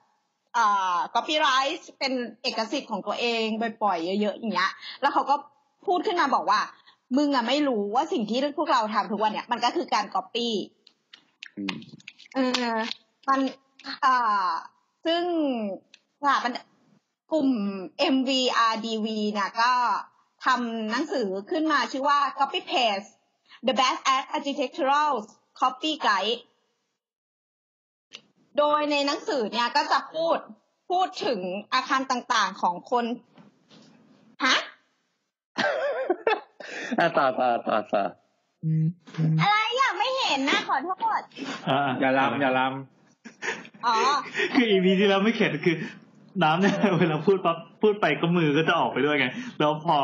Speaker 7: อ่า copyright เป็นเอกสิทธิ์ของตัวเองบ่อยๆเยอะๆอย่างเงี้ย แล้วเขาก็พูดขึ้นมาบอกว่า มึงอ่ะไม่รู้ว่าสิ่งที่พวกเราทำทุกวันเนี่ยมันก็คือการก๊อปปี้
Speaker 1: อืม
Speaker 7: เออมันอ่าซึ่งสถาบันกลุ่ม MVRDV เนี่ยก็ทำหนังสือขึ้นมาชื่อว่า Copy Paste The Best at Architectural Copy Guide โดยในหนังสือเนี่ยก็จะพูดพูดถึงอาคารต่างๆของคน ฮะ
Speaker 1: อ่ะต่อต่อต่อต่อ
Speaker 7: อะไรอยากไม่เห็นนะขอโทษ
Speaker 2: อ่ะ
Speaker 4: อย่าล้ำอย่าล้
Speaker 7: อ๋อ
Speaker 2: คืออีพีที่แล้ว (laughs) ไม่เข็ดคือ น้ำเนี่ย เวลาพูดปั๊บพูดไปก็มือก็จะออกไปด้วยไง แล้วพอ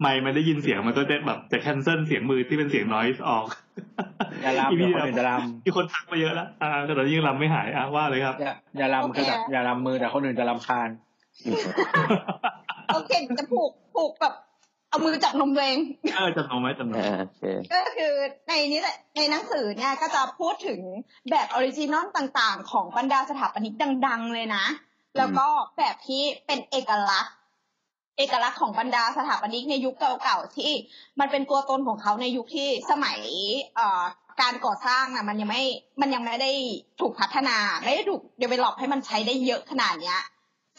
Speaker 2: ไมค์มันได้ยินเสียงมันก็จะแบบจะแคนเซิลเสียงมือที่เป็นเสียงน้อยออก
Speaker 4: อ
Speaker 2: (laughs)
Speaker 4: ย่าลำ
Speaker 2: อีพี
Speaker 4: เดี๋ยวคนอื่นจะลำ
Speaker 2: มีคนทักมาเยอะแล้วอ่าแต่ตอนนี้ยังลำไม่หายอ่ะว่าเลยครับ
Speaker 4: อย่าอย่าลำคือแบบอย่าลำมือแต่คนอื่นจะลำคาญ
Speaker 7: โอเคเดี๋ยวจะผูกผูกแบบเอามือจับนมตัวเอง
Speaker 2: เออจำเอาไว้จำเอา
Speaker 1: อ่า
Speaker 2: ไว้
Speaker 1: โอเค
Speaker 7: ก็คือในนี้แหละในหนังสือเนี่ยก็จะพูดถึงแบบออริจินอลต่างๆ ของบรรดาสถาปนิกดัง ๆ เลยนะ แล้วก็แบบที่เป็นเอกลักษณ์ เอกลักษณ์ของบรรดาสถาปนิกในยุคเก่าๆที่มันเป็นตัวตนของเขาในยุคที่สมัยเอ่อการก่อสร้างนะมันยังไม่มันยังไม่ได้ถูกพัฒนา ไม่ได้ถูกเดเวล็อปให้มันใช้ได้เยอะขนาดเนี้ย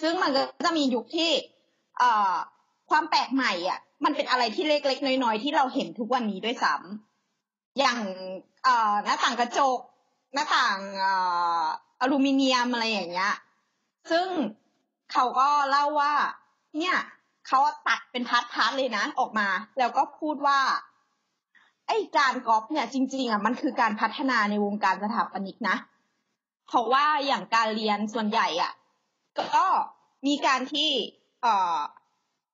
Speaker 7: ซึ่งมันก็จะมียุคที่ เอ่อความแปลกใหม่อ่ะ มันเป็นอะไรที่เล็กๆน้อยๆที่เราเห็นทุกวันนี้ด้วยซ้ำอย่างเอ่อหน้าต่างกระจก หน้าต่างเอ่ออลูมิเนียมอะไรอย่างเงี้ย ซึ่งเขาก็เล่าว่า เนี่ยเขาตัดเป็นพาร์ทๆเลยนะออกมา แล้วก็พูดว่า ไอ้การกอล์ฟเนี่ยจริง ๆอ่ะมันคือการพัฒนาในวงการสถาปนิกนะ เพราะว่าอย่างการเรียนส่วนใหญ่อ่ะ ก็มีการที่เอ่อ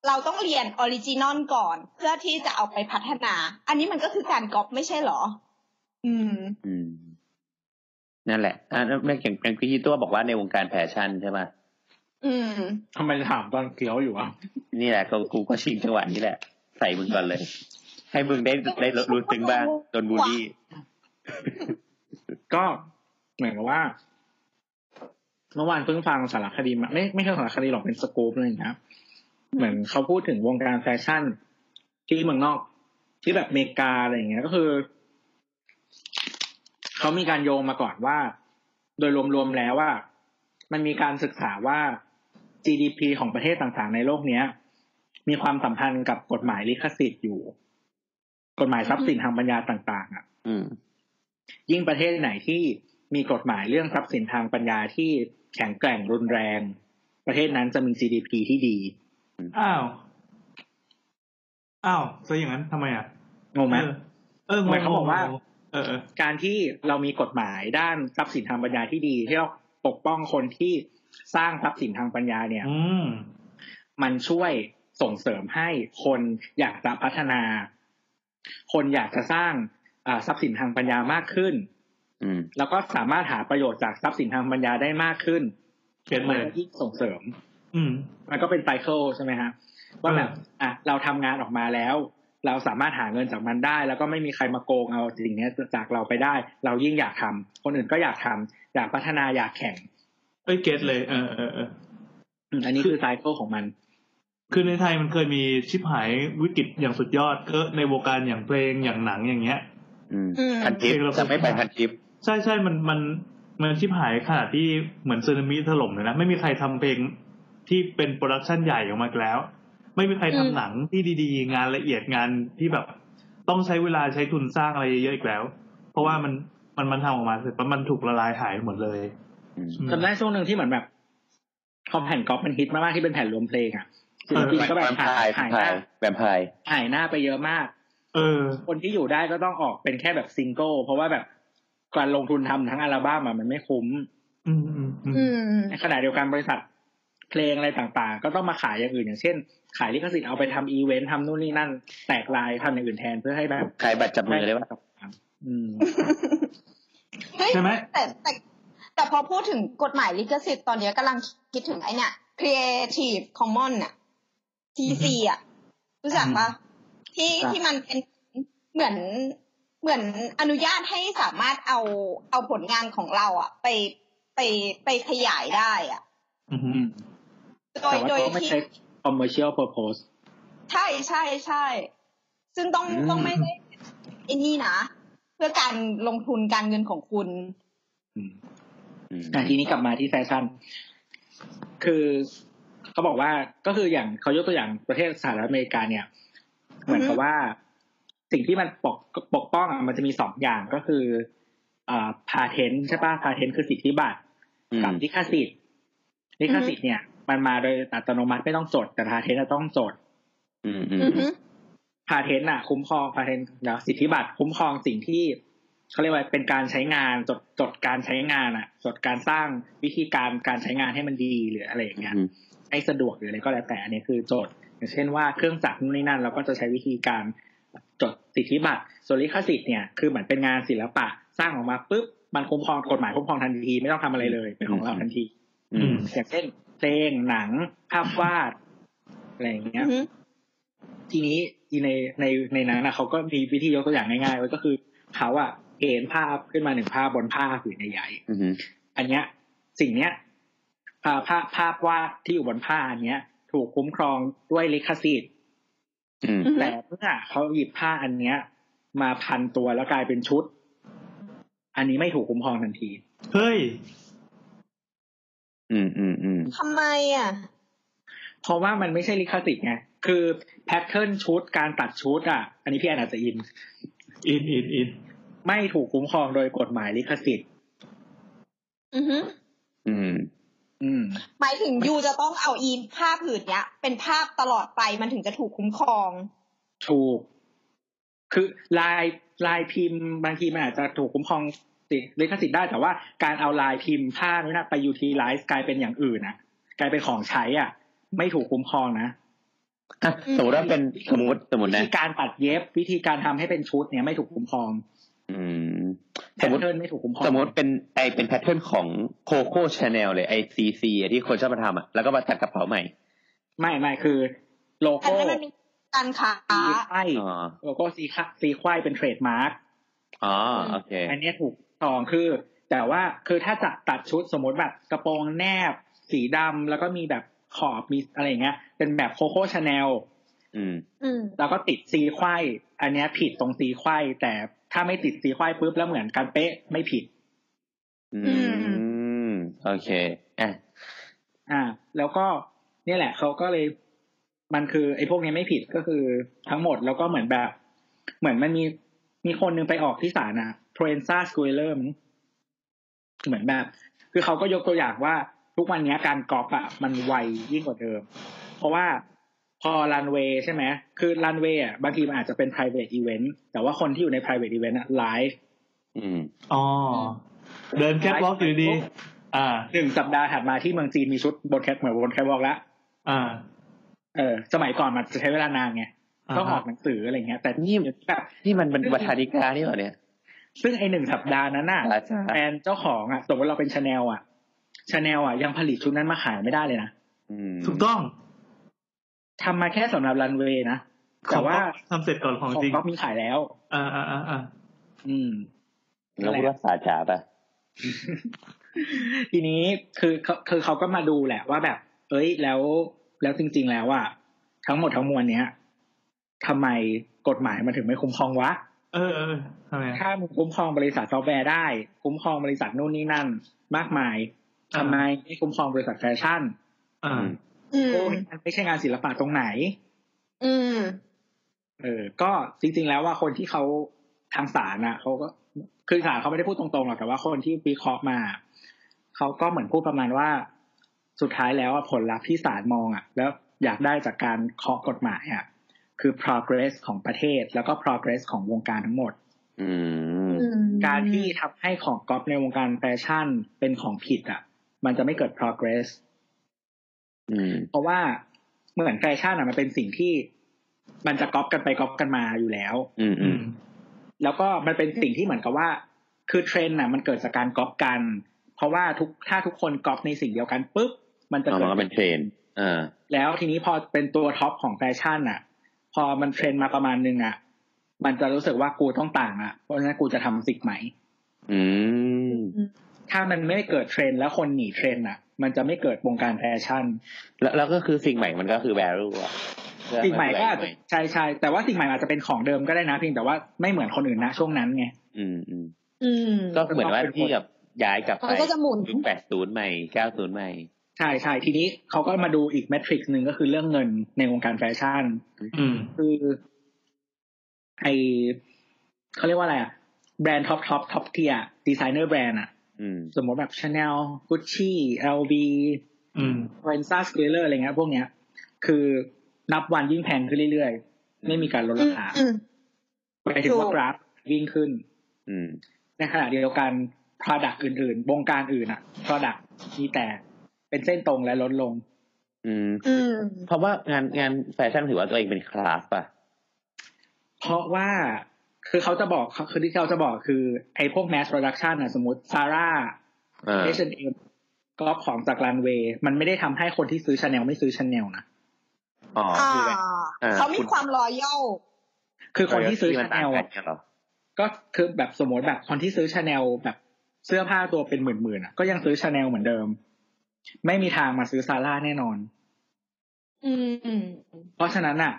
Speaker 7: เราต้องเรียนออริจินอลก่อน เพื่อที่จะเอาไปพัฒนา อันนี้มันก็คือการก๊อปไม่ใช่เหรอ อืม
Speaker 1: อืม นั่นแหละอ่าแม่อย่างอย่างพี่ตัวบอกว่าในวงการแฟชั่นใช่ป่ะ
Speaker 7: อืม
Speaker 4: ทำไมถามตอนเคี้ยวอยู่อ่ะ
Speaker 1: นี่แหละก็กูก็ชิงจังหวะนี้แหละ ใส่มึงก่อนเลย ให้มึงได้ได้รู้ซึ้งบ้างโดนบูลลี่
Speaker 4: ก็เหมือนกับว่า เมื่อวานเพิ่งฟังสารคดีมาไม่ไม่ใช่สารคดีหรอกเป็นสกู๊ปอะไรอย่างเงี้ยเหมือนเขาพูดถึงวงการแฟชั่น ที่เมืองนอก ที่แบบอเมริกาอะไรอย่างเงี้ยก็คือ เขามีการโยงมาก่อนว่า โดยรวมๆแล้วว่า มันมีการศึกษาว่า GDP ของประเทศต่างๆ ในโลกเนี้ย มีความสัมพันธ์กับกฎหมายลิขสิทธิ์อยู่ กฎหมายทรัพย์สินทางปัญญาต่าง ๆ อ่ะ
Speaker 1: อืม
Speaker 4: ยิ่งประเทศไหนที่มีกฎหมายเรื่องทรัพย์สินทางปัญญาที่แข็งแกร่งรุนแรง ประเทศนั้นจะมี GDP ที่ดี
Speaker 2: อ้าว อ้าวซะอย่างนั้นทำไมอ่ะ
Speaker 4: งงไหม
Speaker 2: เออเอองง
Speaker 4: เหมือนเขาบอกว่า
Speaker 2: เออเออ
Speaker 4: การที่เรามีกฎหมายด้านทรัพย์สินทางปัญญาที่ดี ที่เราปกป้องคนที่สร้างทรัพย์สินทางปัญญาเนี่ย
Speaker 2: อืม
Speaker 4: มันช่วยส่งเสริมให้คนอยากจะพัฒนา คนอยากจะสร้างอ่าทรัพย์สินทางปัญญามากขึ้น
Speaker 1: อืม
Speaker 4: แล้วก็สามารถหาประโยชน์จากทรัพย์สินทางปัญญาได้มากขึ้น
Speaker 2: เก็ตเลย
Speaker 4: มันยิ่งส่งเสริม
Speaker 2: อืม
Speaker 4: มันก็เป็นไซเคิลใช่ไหมฮะว่าแบบ
Speaker 2: เออ
Speaker 4: อ่ะเราทำงานออกมาแล้ว เราสามารถหาเงินจากมันได้ แล้วก็ไม่มีใครมาโกงเอาสิ่งเนี้ยจากเราไปได้ เรายิ่งอยากทำคนอื่นก็อยากทำอยากพัฒนาอยากแข่ง
Speaker 2: เอ้ยเก็ตเลยเออเออเออ
Speaker 4: อืมอันนี้คือไซเคิลของมัน
Speaker 2: คือในไทยมันเคยมีชิปหายวิกฤตอย่างสุดยอดก็ในวงการอย่างเพลงอย่างหนังอย่างเงี้ย
Speaker 1: อืม
Speaker 7: อืม
Speaker 1: พันทิปจะไม่ไปพันทิป
Speaker 2: ใช่ใช่มันมันมันชิปหายขนาดที่เหมือนสึนามิถล่มเลยนะ ไม่มีใครทำเพลงที่เป็นโปรดักชันใหญ่ออกมาอีกแล้ว ไม่มีใครทำ
Speaker 7: อืม
Speaker 2: หนังที่ดีๆ งานละเอียดงานที่แบบต้องใช้เวลาใช้ทุนสร้างอะไรเยอะๆอีกแล้ว เพราะว่ามันมันมันทำออกมาเสร็จปั๊บมันถูกละลายหายหมดเลย
Speaker 1: อืม
Speaker 2: อืม
Speaker 4: จำได้ช่วงหนึ่งที่เหมือนแบบพอแผ่นก๊อปมันฮิตมากๆที่เป็นแผ่นรวมเพลงอ่ะศิลปินก็แบบหายหายหน้า
Speaker 1: แวมไพร์
Speaker 4: หายหน้าไปเยอะมาก
Speaker 2: เออ
Speaker 4: คนที่อยู่ได้ก็ต้องออกเป็นแค่แบบซิงเกิลเพราะว่าแบบการลงทุนทำทั้งอัลบั้มอะมันไม่คุ้ม
Speaker 2: อืมอืมอืม
Speaker 7: อืม
Speaker 4: ในขณะเดียวกันบริษัทเพลงอะไรต่างๆ ก็ต้องมาขายอย่างอื่นอย่างเช่น ขายลิขสิทธิ์เอาไปทำอีเวนต์ทำนู่นนี่นั่น แตกลายทำอย่างอื่นแทนเพื่อให้แบบ
Speaker 1: ขายบัตรจับมือเลยว่า
Speaker 4: อืม
Speaker 7: เฮ้ย
Speaker 2: ใช่ไหม
Speaker 7: แต่แต่แต่พอพูดถึงกฎหมายลิขสิทธิ์ตอนเนี้ยกำลังคิดถึงไอ้เนี่ย Creative Commons น่ะ TC อ่ะ รู้จักปะที่
Speaker 4: ครับ
Speaker 7: ที่มันเป็นเหมือนเหมือนอนุญาตให้สามารถเอาเอาผลงานของเราอ่ะ ไปไปไปขยายได้อ่ะ
Speaker 2: อืมอื
Speaker 4: อื
Speaker 2: ม
Speaker 4: ม
Speaker 7: โดย
Speaker 4: แต่ว่า
Speaker 7: โดย
Speaker 4: ต้องไม่
Speaker 7: ที่
Speaker 4: ใช้ commercial purpose
Speaker 7: ใช่ใช่ใช่ ซึ่งต้อง
Speaker 1: อืม
Speaker 7: ต้องไม่ได้ไอ้นี่นะ เพื่อการลงทุนการเงินของคุณ
Speaker 4: อืม
Speaker 1: อืม
Speaker 4: อ่ะทีนี้กลับมาที่แฟชั่น คือเขาบอกว่าก็คืออย่างเขายกตัวอย่างประเทศสหรัฐอเมริกาเนี่ย เหมือนกับว่าสิ่งที่มันปกปกป้องอ่ะมันจะมีสองอย่างก็คืออ่าพาเทนใช่ป่ะพาเทนคือสิทธิบัตร
Speaker 1: อืม
Speaker 4: กับลิขสิทธิ์ลิขสิทธิ์เนี่ย มันมาโดยอัตโนมัติไม่ต้องจด แต่พาเทนจะต้องจด
Speaker 1: อืมอืม
Speaker 7: อือฮึ
Speaker 4: พาเทนต์น่ะคุ้มครองพาเทนต์นะสิทธิบัตรคุ้มครองสิ่งที่เขาเรียกว่าเป็นการใช้งานจดจดการใช้งานอ่ะจดการสร้างวิธีการการใช้งานให้มันดีหรืออะไรอย่างเงี้ย
Speaker 1: อืม
Speaker 4: ให้สะดวกหรืออะไรก็แล้วแต่อันนี้คือโจทย์ อย่างเช่นว่าเครื่องจักรนู่นนี่นั่นเราก็จะใช้วิธีการจดสิทธิบัตรส่วนลิขสิทธิ์เนี่ยคือเหมือนเป็นงานศิลปะสร้างออกมาปุ๊บมันคุ้มครองกฎหมายคุ้มครองทันทีไม่ต้องทำอะไรเลยเป็นของเราทันที
Speaker 1: อืม
Speaker 4: อย่างเช่นเพลงหนังภาพวาดอะไรอย่างเงี้
Speaker 7: อื
Speaker 4: ย
Speaker 7: อฮึ
Speaker 4: ทีนี้อีในในในนั้นนะเขาก็มีวิธียกตัวอย่างง่ายๆไว้ก็คือเขาอะเอ็นภาพขึ้นมาหนึ่งภาพบนผ้าผืนใหญ่
Speaker 1: อืม
Speaker 4: ๆอันเนี้ย สิ่งเนี้ยอ่าภาพภาพวาดที่อยู่บนผ้าอันเนี้ย ถูกคุ้มครองด้วยลิขสิทธิ์
Speaker 1: อืม
Speaker 7: อือฮึ
Speaker 4: แต่เมื่อเขาหยิบผ้าอันเนี้ย มาพันตัวแล้วกลายเป็นชุด อันนี้ไม่ถูกคุ้มครองทันที
Speaker 2: เฮ้ย
Speaker 1: อืม อืม อืม
Speaker 7: ทำไมอ่ะ
Speaker 4: เพราะว่ามันไม่ใช่ลิขสิทธิ์ไง คือแพทเทิร์นชุดการตัดชุดอ่ะ อันนี้พี่แอนอาจจะอิน
Speaker 2: อินอินอิน
Speaker 4: ไม่ถูกคุ้มครองโดยกฎหมายลิขสิทธิ์
Speaker 7: อือฮึ
Speaker 1: อืม
Speaker 4: อืม
Speaker 7: หมายถึงยูจะต้องเอาอีผ้าผืนเนี้ย เป็นภาพตลอดไปมันถึงจะถูกคุ้มครอง
Speaker 4: ถูก คือลายลายพิมพ์บางทีมันอาจจะถูกคุ้มครองสิทธิ์ลิขสิทธิ์ได้ แต่ว่าการเอาลายพิมพ์ผ้านู้นนะไปยูทีไลซ์กลายเป็นอย่างอื่นนะกลายเป็นของใช้อ่ะ ไม่ถูกคุ้มครองนะ
Speaker 1: อ่ะสมมติว่าเป็นสมมติสมมติ
Speaker 4: วิ
Speaker 1: นะ
Speaker 4: ธีการตัดเย็บวิธีการทำให้เป็นชุดเนี่ยไม่ถูกคุ้มครอง
Speaker 1: อืม
Speaker 4: แพ
Speaker 1: ส
Speaker 4: ท
Speaker 1: มมติ
Speaker 4: เทิร์นไม่ถูกคุ้มครอง
Speaker 1: สมมติเป็นไอเป็นแพทเทิร์นของโคโค่ชาแนลเลยไอซีซีที่คนชอบมาทำอ่ะ แล้วก็มาตัดกระเป๋าใหม่
Speaker 4: ไม่ไม่คือ โล
Speaker 7: อัน
Speaker 4: โก้
Speaker 7: นั้นมันเป็นการค้า
Speaker 4: สีไข่
Speaker 1: อ๋อ
Speaker 4: โลโก้สีค่ะสีไข่เป็นเทรดมาร์ก
Speaker 1: อ๋อ โอเค
Speaker 4: อันเนี้ยถูกสองคือ แต่ว่าคือถ้าจะตัดชุดสมมติแบบกระโปรงแนบ สีดำแล้วก็มีแบบขอบมีอะไรอย่างเงี้ย เป็นแบบโคโค่ชาแนล
Speaker 1: อืม
Speaker 7: อืม
Speaker 4: แล้วก็ติดซีไขว้อันเนี้ยผิดตรงซีไขว้แต่ถ้าไม่ติดซีไขว้ปุ๊บแล้วเหมือนกันเป๊ะไม่ผิด
Speaker 1: อื
Speaker 7: อื
Speaker 1: ม โอเค อ่ะ
Speaker 4: อ่า แล้วก็เนี่ยแหละเขาก็เลยมันคือไอ้พวกเนี้ยไม่ผิดก็คือทั้งหมดแล้วก็เหมือนแบบ เหมือนมันมีมีคนหนึงไปออกที่ศาลอะโทรเอนซาสกูเลอร์เหมือนแบบ คือเขาก็ยกตัวอย่างว่าทุกวันเนี้ยการกอล์ฟอะมันไวยิ่งกว่าเดิม เพราะว่าพอรันเวย์ใช่ไหมคือรันเวย์อะบางทีมันอาจจะเป็น private event แต่ว่าคนที่อยู่ใน private event อะไลฟ์
Speaker 1: อืม
Speaker 2: อ๋อ เดินแคทวอล์กอยู่ดี อ่า
Speaker 4: หนึ่งสัปดาห์ถัดมาที่เมืองจีนมีชุดบนแคทเหมือนบนแคทวอล์กแล้ว
Speaker 2: อ่า
Speaker 4: เออสมัยก่อนมันจะใช้เวลานานไง
Speaker 2: อ่าฮะ
Speaker 4: ต้องออกหนังสืออะไรเงี้ย แต่
Speaker 1: นี่
Speaker 4: เดี๋ยวแบบ
Speaker 1: นี่มันเป็นวัฒนิกานี่เหรอเนี่ย
Speaker 4: ซึ่งไอหนึ่งสัปดาห์นั้นน่ะ
Speaker 1: อ่าใช่
Speaker 4: แฟนเจ้าของอ่ะ สมมติเราเป็นชาแนลอ่ะชาแนลอ่ะยังผลิตชุดนั้นมาขายไม่ได้เลยนะ
Speaker 1: อืม
Speaker 2: ถูกต้อง
Speaker 4: ทำมาแค่สำหรับรันเวย์นะ แต่ว่า
Speaker 2: ทำเสร็จก่อนข
Speaker 4: ข
Speaker 2: อ
Speaker 4: อง ง
Speaker 2: จริง
Speaker 4: ก็มีขายแล้ว
Speaker 2: อ่าอ่าอ่าอ่า
Speaker 4: อืม
Speaker 1: แล้วพูดว่าสาจ๋าป่ะ
Speaker 4: ทีนี้คือเขาคือเขาก็มาดูแหละว่าแบบ เอ้ยแล้วแล้วจริง ๆ แล้วอ่ะทั้งหมดทั้งมวลเนี้ยทำไมกฎหมายมันถึงไม่คุ้มครองวะ
Speaker 2: เออเออทำไมอะ
Speaker 4: ถ้ามึงคุ้มครองบริษัทซอฟต์แวร์ได้ คุ้มครองบริษัทนู่นนี่นั่น มากมายทำไมไม่คุ้มครองบริษัทแฟชั่น
Speaker 2: อ่า
Speaker 7: อืม
Speaker 4: โอ้ยมันไม่ใช่งานศิลปะตรงไหน
Speaker 7: อืม
Speaker 4: เออ ก็จริง ๆ แล้วว่าคนที่เขาทางศาลนะเขาก็คือศาลเขาไม่ได้พูดตรงๆหรอกแต่ว่าคนที่วิเคราะห์มาเขาก็เหมือนพูดประมาณว่า สุดท้ายแล้วอะผลลัพธ์ที่ศาลมองอ่ะ แล้วอยากได้จากการเคาะกฎหมายอ่ะคือ progress ของประเทศ แล้วก็ progress ของวงการทั้งหมด
Speaker 1: อืม
Speaker 4: การที่ทำให้ของก๊อปในวงการแฟชั่นเป็นของผิดอ่ะ มันจะไม่เกิด progress
Speaker 1: อืม
Speaker 4: เพราะว่าเหมือนแฟชั่นอ่ะมันเป็นสิ่งที่ มันจะก๊อปกันไปก๊อปกันมาอยู่แล้ว
Speaker 1: อืม อื
Speaker 2: อื
Speaker 1: ม
Speaker 2: ม
Speaker 4: แล้วก็มันเป็นสิ่งที่เหมือนกับว่า คือเทรนด์อ่ะมันเกิดจากการก๊อปกัน เพราะว่าทุกถ้าทุกคนก๊อปในสิ่งเดียวกันปุ๊บมันจะ
Speaker 1: เอา
Speaker 4: เกิ
Speaker 1: มั
Speaker 4: ด
Speaker 1: นก็เป็นเทรนอ่า
Speaker 4: แล้วทีนี้พอเป็นตัวท็อปของแฟชั่นอ่ะ พอมันเทรนด์มาประมาณนึงอ่ะ มันจะรู้สึกว่ากูต้องต่างอ่ะเพราะฉะนั้นกูจะทำสิ่งใหม่
Speaker 1: อืม
Speaker 4: ถ้ามันไม่เกิดเทรนด์แล้วคนหนีเทรนด์อ่ะ มันจะไม่เกิดวงการแฟชั่น
Speaker 1: แล้วแล้วก็คือสิ่งใหม่มันก็คือ value อ่ะ
Speaker 4: สิ่งใหม่ก็อาจจะใช่ใช่แต่ว่าสิ่งใหม่อาจจะเป็นของเดิมก็ได้นะเพียงแต่ว่าไม่เหมือนคนอื่นนะช่วงนั้นไง
Speaker 1: อืมอืม
Speaker 7: อืม
Speaker 1: ก็เหมือนว่าที่กับย้ายกลับไป
Speaker 7: มันก็จะหมุน
Speaker 1: ยุคแปดศูนย์ใหม่เก้าศูนย์ใหม่
Speaker 4: ใช่ใช่ทีนี้เขาก็มาดูอีกแมทริกซ์หนึ่งก็คือเรื่องเงินในวงการแฟชั่น
Speaker 2: อืม
Speaker 4: คือไอเขาเรียกว่าอะไรอะแบรนด์ท็อปท็อปท็อปเทียดีไซเนอร์แบรนด์อะ
Speaker 1: อืม
Speaker 4: สมมติแบบชาแนลกุชชี่เอลบี
Speaker 2: อืม
Speaker 4: เวนซ่าสเกเลอร์อะไรเงี้ยพวกเนี้ย คือนับวันยิ่งแพงขึ้นเรื่อยๆ ไม่มีการลด
Speaker 7: อื
Speaker 4: ราม คา
Speaker 7: อืม
Speaker 4: ไปถึงว่ากราฟวิ่งขึ้น
Speaker 1: อืม
Speaker 4: ในขณะเดียวกัน Product อื่นๆ วงการอื่นอ่ะ Product มีแต่เป็นเส้นตรงและลดลง
Speaker 1: อืม
Speaker 7: อืม
Speaker 1: เพราะว่างานงานแฟชั่นถือว่าตัวเองเป็นคลาสป่ะ
Speaker 4: เพราะว่าคือเขาจะบอกเขาคือที่เขาจะบอกคือ ไอ้พวก mass production นะสมมติซาร่า
Speaker 1: อ่า
Speaker 4: H&M ก็ของจากรันเวย์มันไม่ได้ทำให้คนที่ซื้อชาแนลไม่ซื้อชาแนลนะ
Speaker 1: อ๋อ
Speaker 7: อ่า
Speaker 1: อ่า
Speaker 7: เขามีความรอยัล
Speaker 4: คือคนที่ซื้อ
Speaker 1: มั
Speaker 4: ชาแน
Speaker 1: ต่าง
Speaker 4: ล
Speaker 1: กั
Speaker 4: อะ
Speaker 1: นเนี่ยเหรอ
Speaker 4: ก็คือแบบสมมติแบบคนที่ซื้อชาแนลแบบเสื้อผ้าตัวเป็นหมื่นๆอ่ะก็ยังซื้อชาแนลเหมือนเดิม ไม่มีทางมาซื้อซาร่าแน่นอน
Speaker 7: อืมอืม
Speaker 4: เพราะฉะนั้นอ่ะ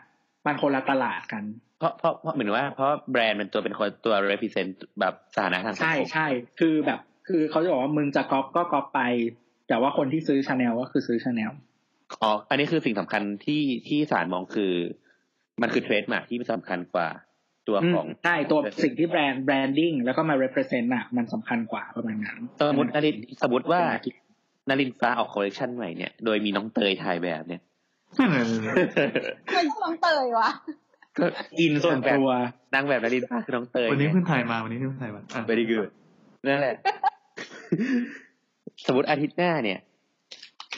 Speaker 4: มันคนละตลาดกัน
Speaker 1: เพราะเพราะเพราะเหมือนว่า เพราะแบรนด์มันตัวเป็นคนตัว represent แบบสถานะทางสัง
Speaker 4: ใช่
Speaker 1: คม
Speaker 4: ใช่ คือแบบ คือเขาจะบอกว่ามึงจะก๊อปก็ก๊อปไป แต่ว่าคนที่ซื้อชาแนลก็คือซื้อชาแนล
Speaker 1: อ๋ออันนี้คือสิ่งสำคัญที่ที่ศาลมองคือ มันคือเทรดมาที่สำคัญกว่าตัวของ
Speaker 4: ใช่ตัวสิ่งที่แบรนด์แบรนดิ้งแล้วก็มา represent อ่ะ มันสำคัญกว่าประมาณนั้น
Speaker 1: สมมตินารินสมมติว่า
Speaker 4: เป็นอทิตย์
Speaker 1: นารินฟ้าออกคอลเลกชันใหม่เนี่ยโดยมีน้องเตยถ่ายแบบเนี่ย
Speaker 2: นั่นแหละ
Speaker 7: ไม่ต้องน้องเตยวะ
Speaker 1: ก็อิน
Speaker 4: ส่
Speaker 1: ส่
Speaker 4: ว
Speaker 1: วน นแบบ
Speaker 4: ตัว
Speaker 1: นางแบบนารินฟ้าคือน้องเตย
Speaker 2: วันนี้
Speaker 1: ไง
Speaker 2: เพิ่งถ่ายมาวันนี้เพิ่งถ่ายมาอ่ะ
Speaker 1: very good นั่นแหละ สมมติอาทิตย์หน้าเนี่ย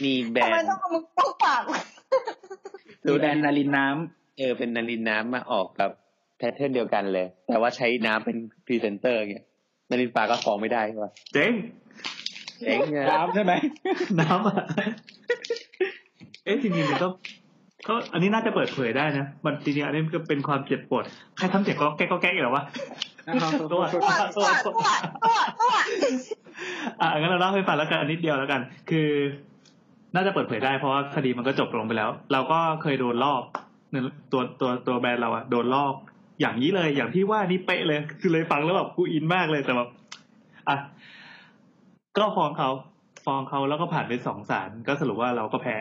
Speaker 1: มีแบร
Speaker 7: ทำไม
Speaker 1: นด์
Speaker 7: ต้องเอามึงต้องปากไว้
Speaker 4: มีแบรนด์นารินน้ำ
Speaker 1: เออเป็นนารินน้ำมาออกแบบแพทเทิร์นเดียวกันเลย แต่ว่าใช้น้ำเป็นพรีเซนเตอร์เนี่ยนารินฟ้าก็ฟ้องไม่ได้ใช่ปะ
Speaker 2: เจ๊ง (laughs)
Speaker 1: เจ๊งไง
Speaker 4: น้ำใช่ไหม
Speaker 2: น้ำอ่ะ (laughs) เอ๊ะจริงๆมันก็ก็อันนี้น่าจะเปิดเผยได้นะมันจริงๆอันนี้มันก็เป็นความเจ็บปวดใครทำเสียงก็แก๊กก็แก๊กอีกเหรอวะ ตัว
Speaker 7: ตัวตัวตัวตัวตัว
Speaker 2: อ่ะงั้นเราเล่าให้ฟังแล้วกันนิดเดียวแล้วกัน คือ น่าจะเปิดเผยได้เพราะว่าคดีมันก็จบลงไปแล้ว เราก็เคยโดนลอกตัวตัวตัวแบรนด์เราอะโดนลอก อย่างนี้เลยอย่างที่ว่านี่เป๊ะเลย คือเลยฟังแล้วแบบกูอินมากเลยแต่แบบอ่ะก็ฟ้องเขาฟ้องเขาแล้วก็ผ่านไปสองศาลก็สรุปว่าเราก็แพ้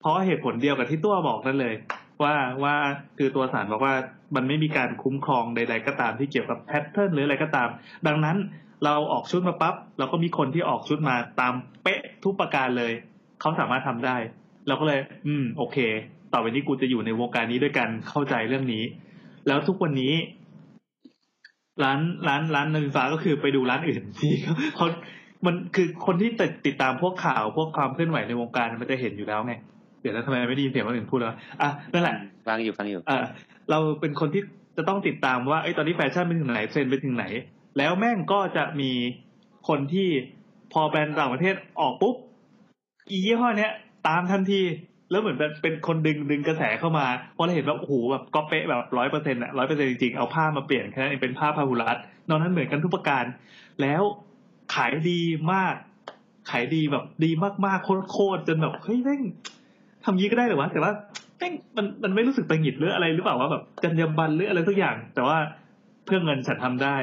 Speaker 2: เพราะเหตุผลเดียวกับที่ตัวบอกนั่นเลย ว่าว่าคือตัวศาลบอกว่ามันไม่มีการคุ้มครองใด ๆ ก็ตามที่เกี่ยวกับแพทเทิร์นหรืออะไรก็ตาม ดังนั้นเราออกชุดมาปั๊บเราก็มีคนที่ออกชุดมาตามเป๊ะทุกประการเลย เขาสามารถทำได้ เราก็เลย อืม โอเค ต่อไปนี้กูจะอยู่ในวงการนี้ด้วยกันเข้าใจเรื่องนี้ แล้วทุกวันนี้ ร้านร้านร้านนาฬิกาก็คือไปดูร้านอื่น (laughs) ที่เขาเขามันคือคนที่ติดติดตามพวกข่าวพวกความเคลื่อนไหวในวงการมันจะเห็นอยู่แล้วไงเดี๋ยวแล้วทำไมไม่ได้ยินเสียงคนอื่นพูดแล้วะอ่ะนั่นแหละ
Speaker 1: ฟังอยู่ฟังอยู่
Speaker 2: เอ่อเราเป็นคนที่จะต้องติดตามว่าเอ้ยตอนนี้แฟชั่นไปถึงไหนเทรนด์ไปถึงไหน แล้วแม่งก็จะมีคนที่พอแบรนด์ต่างประเทศออกปุ๊บอียี่ห้อเนี้ย ตามทันที แล้วเหมือนเป็นเป็นคนดึงดึงกระแสเข้ามาเพราะเราเห็นว่าโอ้โหแบบก็เป๊ะแบบร้อยเปอร์เซ็นต์อะร้อยเปอร์เซ็นต์จริงๆ เอาผ้ามาเปลี่ยนแค่นั้นเองเป็นผ้าพาหุรัตนอกนั้นเหมือนกันทุกประการ แล้วขายดีมาก ขายดีแบบดีมากๆโคตรๆจนแบบเฮ้ยแม่งทำยี้ก็ได้เหรอวะแต่ว่า แม่งมันมันไม่รู้สึกตังหงิดหรืออะไรหรือเปล่าว่าแบบจรรยาบรรณหรืออะไรทุกอย่าง แต่ว่าเพื่อเงินฉันทำได้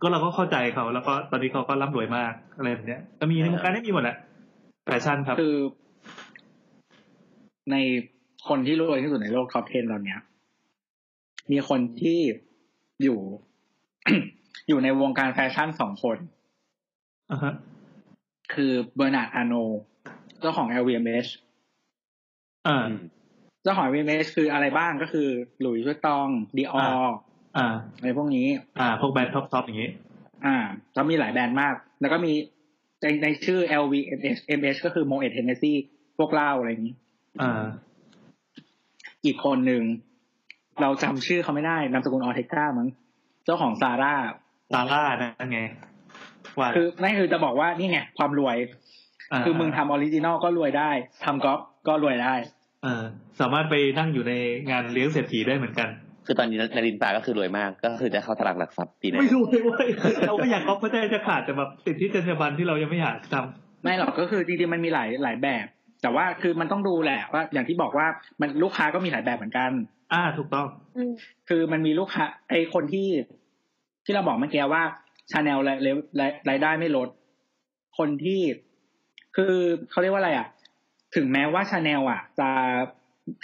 Speaker 2: ก็เราก็เข้าใจเขาแล้วก็ตอนนี้เขาก็ร่ำรวยมากอะไรแบบเนี้ยก็มีในวงการได้มีหมดแหละแฟชั่นครับ
Speaker 4: คือ ในคนที่รวยที่สุดในโลกท็อป10เราเนี้ย มีคนที่อยู่ (coughs) อยู่ในวงการแฟชั่นสองคน
Speaker 2: อ่าฮะ
Speaker 4: คือเบอร์นาร์ดอาโน เจ้าของ LVMH
Speaker 2: อ่า
Speaker 1: อืม
Speaker 4: เจ้าของ LVMH คืออะไรบ้างก็คือหลุยส์ชุตองดีออ
Speaker 2: อ่า อ่า
Speaker 4: อะไรพวกนี้
Speaker 2: อ่า พวกแบรนด์ท็อปท็อปอย่างงี้
Speaker 4: อ่าแล้วมีหลายแบรนด์มาก แล้วก็มีในในชื่อ LVMH MH ก็คือ m o e t Hennessy พวกเหล้าอะไรอย่างนี้
Speaker 2: อ่า
Speaker 4: อีกคนหนึ่ง เราจำชื่อเขาไม่ได้ นามสกุลออเทก้ามั้งเจ้าของซาร่า
Speaker 2: ซาร่านะไงว่า
Speaker 4: คือนั่นคือจะบอกว่านี่ไง ความรวย
Speaker 2: า
Speaker 4: คือมึงทำออริจินอลก็รวยได้ทำก๊อปก็รวยได้
Speaker 2: เออสามารถไปนั่งอยู่ในงานเลี้ยงเศรษฐีได้เหมือนกัน
Speaker 1: คือตอนนี้นารินฟ้าก็คือรวยมาก ก็คือจะเข้าตลาดหลักทรัพย์ปีหน้า
Speaker 2: ไม่รู้เลยเว้ยเราก็อยากก๊อปไม่ได้จะขาดแต่แบบติดที่จรรยาบรรณที่เรายังไม่อยากท
Speaker 4: ไม่หรอกก็คือจริงๆมันมีหลายหลายแบบ แต่ว่าคือมันต้องดูแหละว่าอย่างที่บอกว่ามันลูกค้าก็มีหลายแบบเหมือนกัน
Speaker 2: ำอ่า ถูกต้อง
Speaker 3: อืม
Speaker 4: คือมันมีลูกค้าไอคนที่ ที่เราบอกเมื่อกี้ว่าชาแนลรายได้ไม่ลด คนที่คือเขาเรียกว่าอะไรอ่ะ ถึงแม้ว่าชาแนลอ่ะ จะ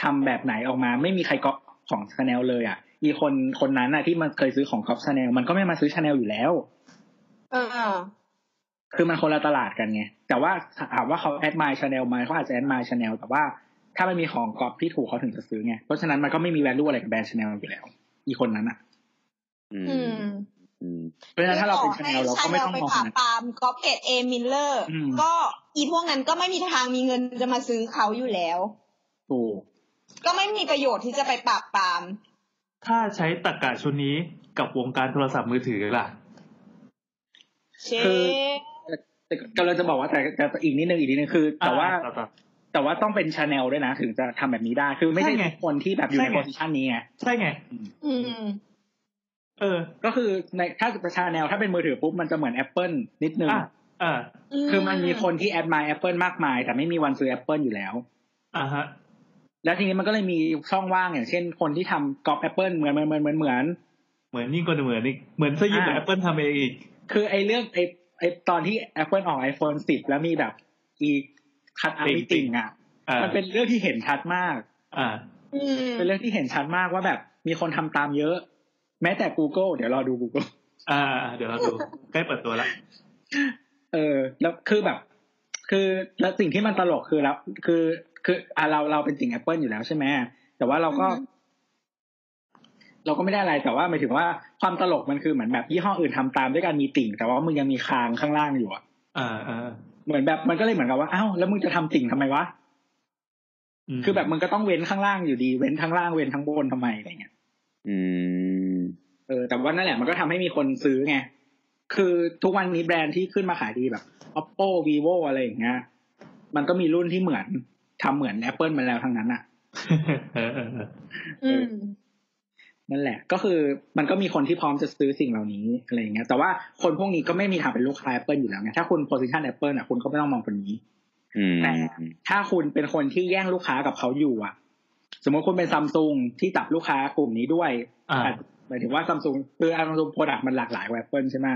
Speaker 4: ทำแบบไหนออกมา ไม่มีใครก๊อปของชาแนลเลยอ่ะ อีคนคนนั้นอ่ะที่มันเคยซื้อของก๊อปชาแนลมันก็ไม่มาซื้อชาแนลอยู่แล้ว
Speaker 7: เออ
Speaker 4: คือมันคนละตลาดกันไง แต่ว่าถามว่าเขาแอดมายชาแนลไหมเขาอาจจะแอดมายชาแนลแต่ว่าถ้ามันมีของก๊อปที่ถูกเขาถึงจะซื้อไง เพราะฉะนั้นมันก็ไม่มีแวลูอะไรกับแบรนด์ชาแนลอยู่แล้ว อีคนนั้นอ่ะ
Speaker 1: อื
Speaker 7: อื
Speaker 1: ม
Speaker 7: ม
Speaker 1: อืม
Speaker 4: เพราะฉะนั้นถ้าเราเป็นชาแนลเราก็ไม่ต้อง
Speaker 7: ให้
Speaker 4: มอง
Speaker 7: ชาแนล
Speaker 4: นะ
Speaker 7: ไปปราบปรามกอปเพจเอมิลเลอร์
Speaker 4: อืม
Speaker 7: ก็ อีพวกนั้นก็ไม่มีทางมีเงินจะมาซื้อเขาอยู่แล้ว
Speaker 4: ถูก
Speaker 7: ก็ไม่มีประโยชน์ที่จะไปปราบปราม
Speaker 2: ถ้าใช้ตรรกะชุดนี้กับวงการโทรศัพท์มือถือล่ะ
Speaker 7: เช่น
Speaker 4: แต่กำลังจะบอกว่าแต่แต่แต่อีกนิดนึงอีกนิดนึงคือ แต่ว่า
Speaker 2: อ่ต่อ
Speaker 4: แต่ว่าต้องเป็นชาแนลด้วยนะ ถึงจะทำแบบนี้ได้ คือไม่ใช่
Speaker 2: ใช่ไง
Speaker 4: ทุกคนที่แบบอยู่ใน
Speaker 2: ใช่ไง
Speaker 4: โพสิชันนี้ไง
Speaker 2: ใช่ไง
Speaker 7: อืม
Speaker 2: เออ
Speaker 4: ก็คือในถ้าชาแนลถ้าเป็นมือถือปุ๊บมันจะเหมือน Apple นิดนึง
Speaker 2: อ่ะอ่ะ
Speaker 4: คือมันมีคนที่แอดมาย Apple มากมาย แต่ไม่มีวันซื้อ Apple อยู่แล้ว
Speaker 2: อ่ะฮะ
Speaker 4: แล้วทีนี้มันก็เลยมีช่องว่างอย่างเช่น คนที่ทำก๊อป Apple เหมือนเหมือนเหมือนเหมือนเหมือน
Speaker 2: เหมือนยิ่งกว่าเหมือนอีกเหมือนเสื้อยืดแอปเปิลทำเองอีก
Speaker 4: คือไอ้เรื่องไอ้ไอ้ตอนที่ Apple ออก iPhone 10 แล้วมีแบบอีคัดอัพ
Speaker 2: ติ่ง
Speaker 4: มิติ่งอ่ะ
Speaker 2: อ่า
Speaker 4: มันเป็นเรื่องที่เห็นชัดมาก
Speaker 2: อ่า
Speaker 7: อืม
Speaker 4: เป็นเรื่องที่เห็นชัดมากว่าแบบมีคนทำตามเยอะ แม้แต่ Google เดี๋ยวรอดู Google
Speaker 2: อ่าอ่าเดี๋ยวเราดู ใกล้เปิดตัวละ
Speaker 4: เออ แล้วคือแบบ คือแล้วสิ่งที่มันตลกคือแล้วคือ คืออ่ะเราเราเป็นสิ่ง Apple อยู่แล้วใช่ไหมแต่ว่าเราก็ เราก็ไม่ได้อะไรแต่ว่าหมายถึงว่าความตลกมันคือเหมือนแบบยี่ห้ออื่นทำตามด้วยการมีติ่ง แต่ว่ามึงยังมีคางข้างล่างอยู่อะ
Speaker 2: อ่าอ่า
Speaker 4: เหมือนแบบมันก็เลยเหมือนกับว่าอ้าวแล้วมึงจะทำติ่งทำไมวะ คือแบบมันก็ต้องเว้นข้างล่างอยู่ดี เว้นข้างล่างเว้นข้างบนทำไมอะไรเงี้ย
Speaker 1: อืม
Speaker 4: เออแต่ว่านั่นแหละมันก็ทำให้มีคนซื้อไงคือทุกวันนี้แบรนด์ที่ขึ้นมาขายดีแบบ oppo vivo อะไรอย่างเงี้ยมันก็มีรุ่นที่เหมือนทำเหมือน Apple มาแล้วทั้งนั้นอะ
Speaker 2: (laughs) เออเออเออ
Speaker 7: อืม
Speaker 4: นั่นแหละ ก็คือมันก็มีคนที่พร้อมจะซื้อสิ่งเหล่านี้อะไรอย่างเงี้ยแต่ว่าคนพวกนี้ก็ไม่มีทางเป็นลูกค้า Apple อยู่แล้วไงถ้าคุณ position Apple อะคุณก็ไม่ต้องมองคนนี้
Speaker 1: อืม
Speaker 4: แต่ถ้าคุณเป็นคนที่แย่งลูกค้ากับเขาอยู่อะสมมติคุณเป็นซัมซุงที่จับลูกค้ากลุ่มนี้ด้วย
Speaker 2: อ่า
Speaker 4: หมายถึงว่าซัมซุงคือซัมซุงโปรดักต์มันหลากหลายกว่า Apple ใช่ไหม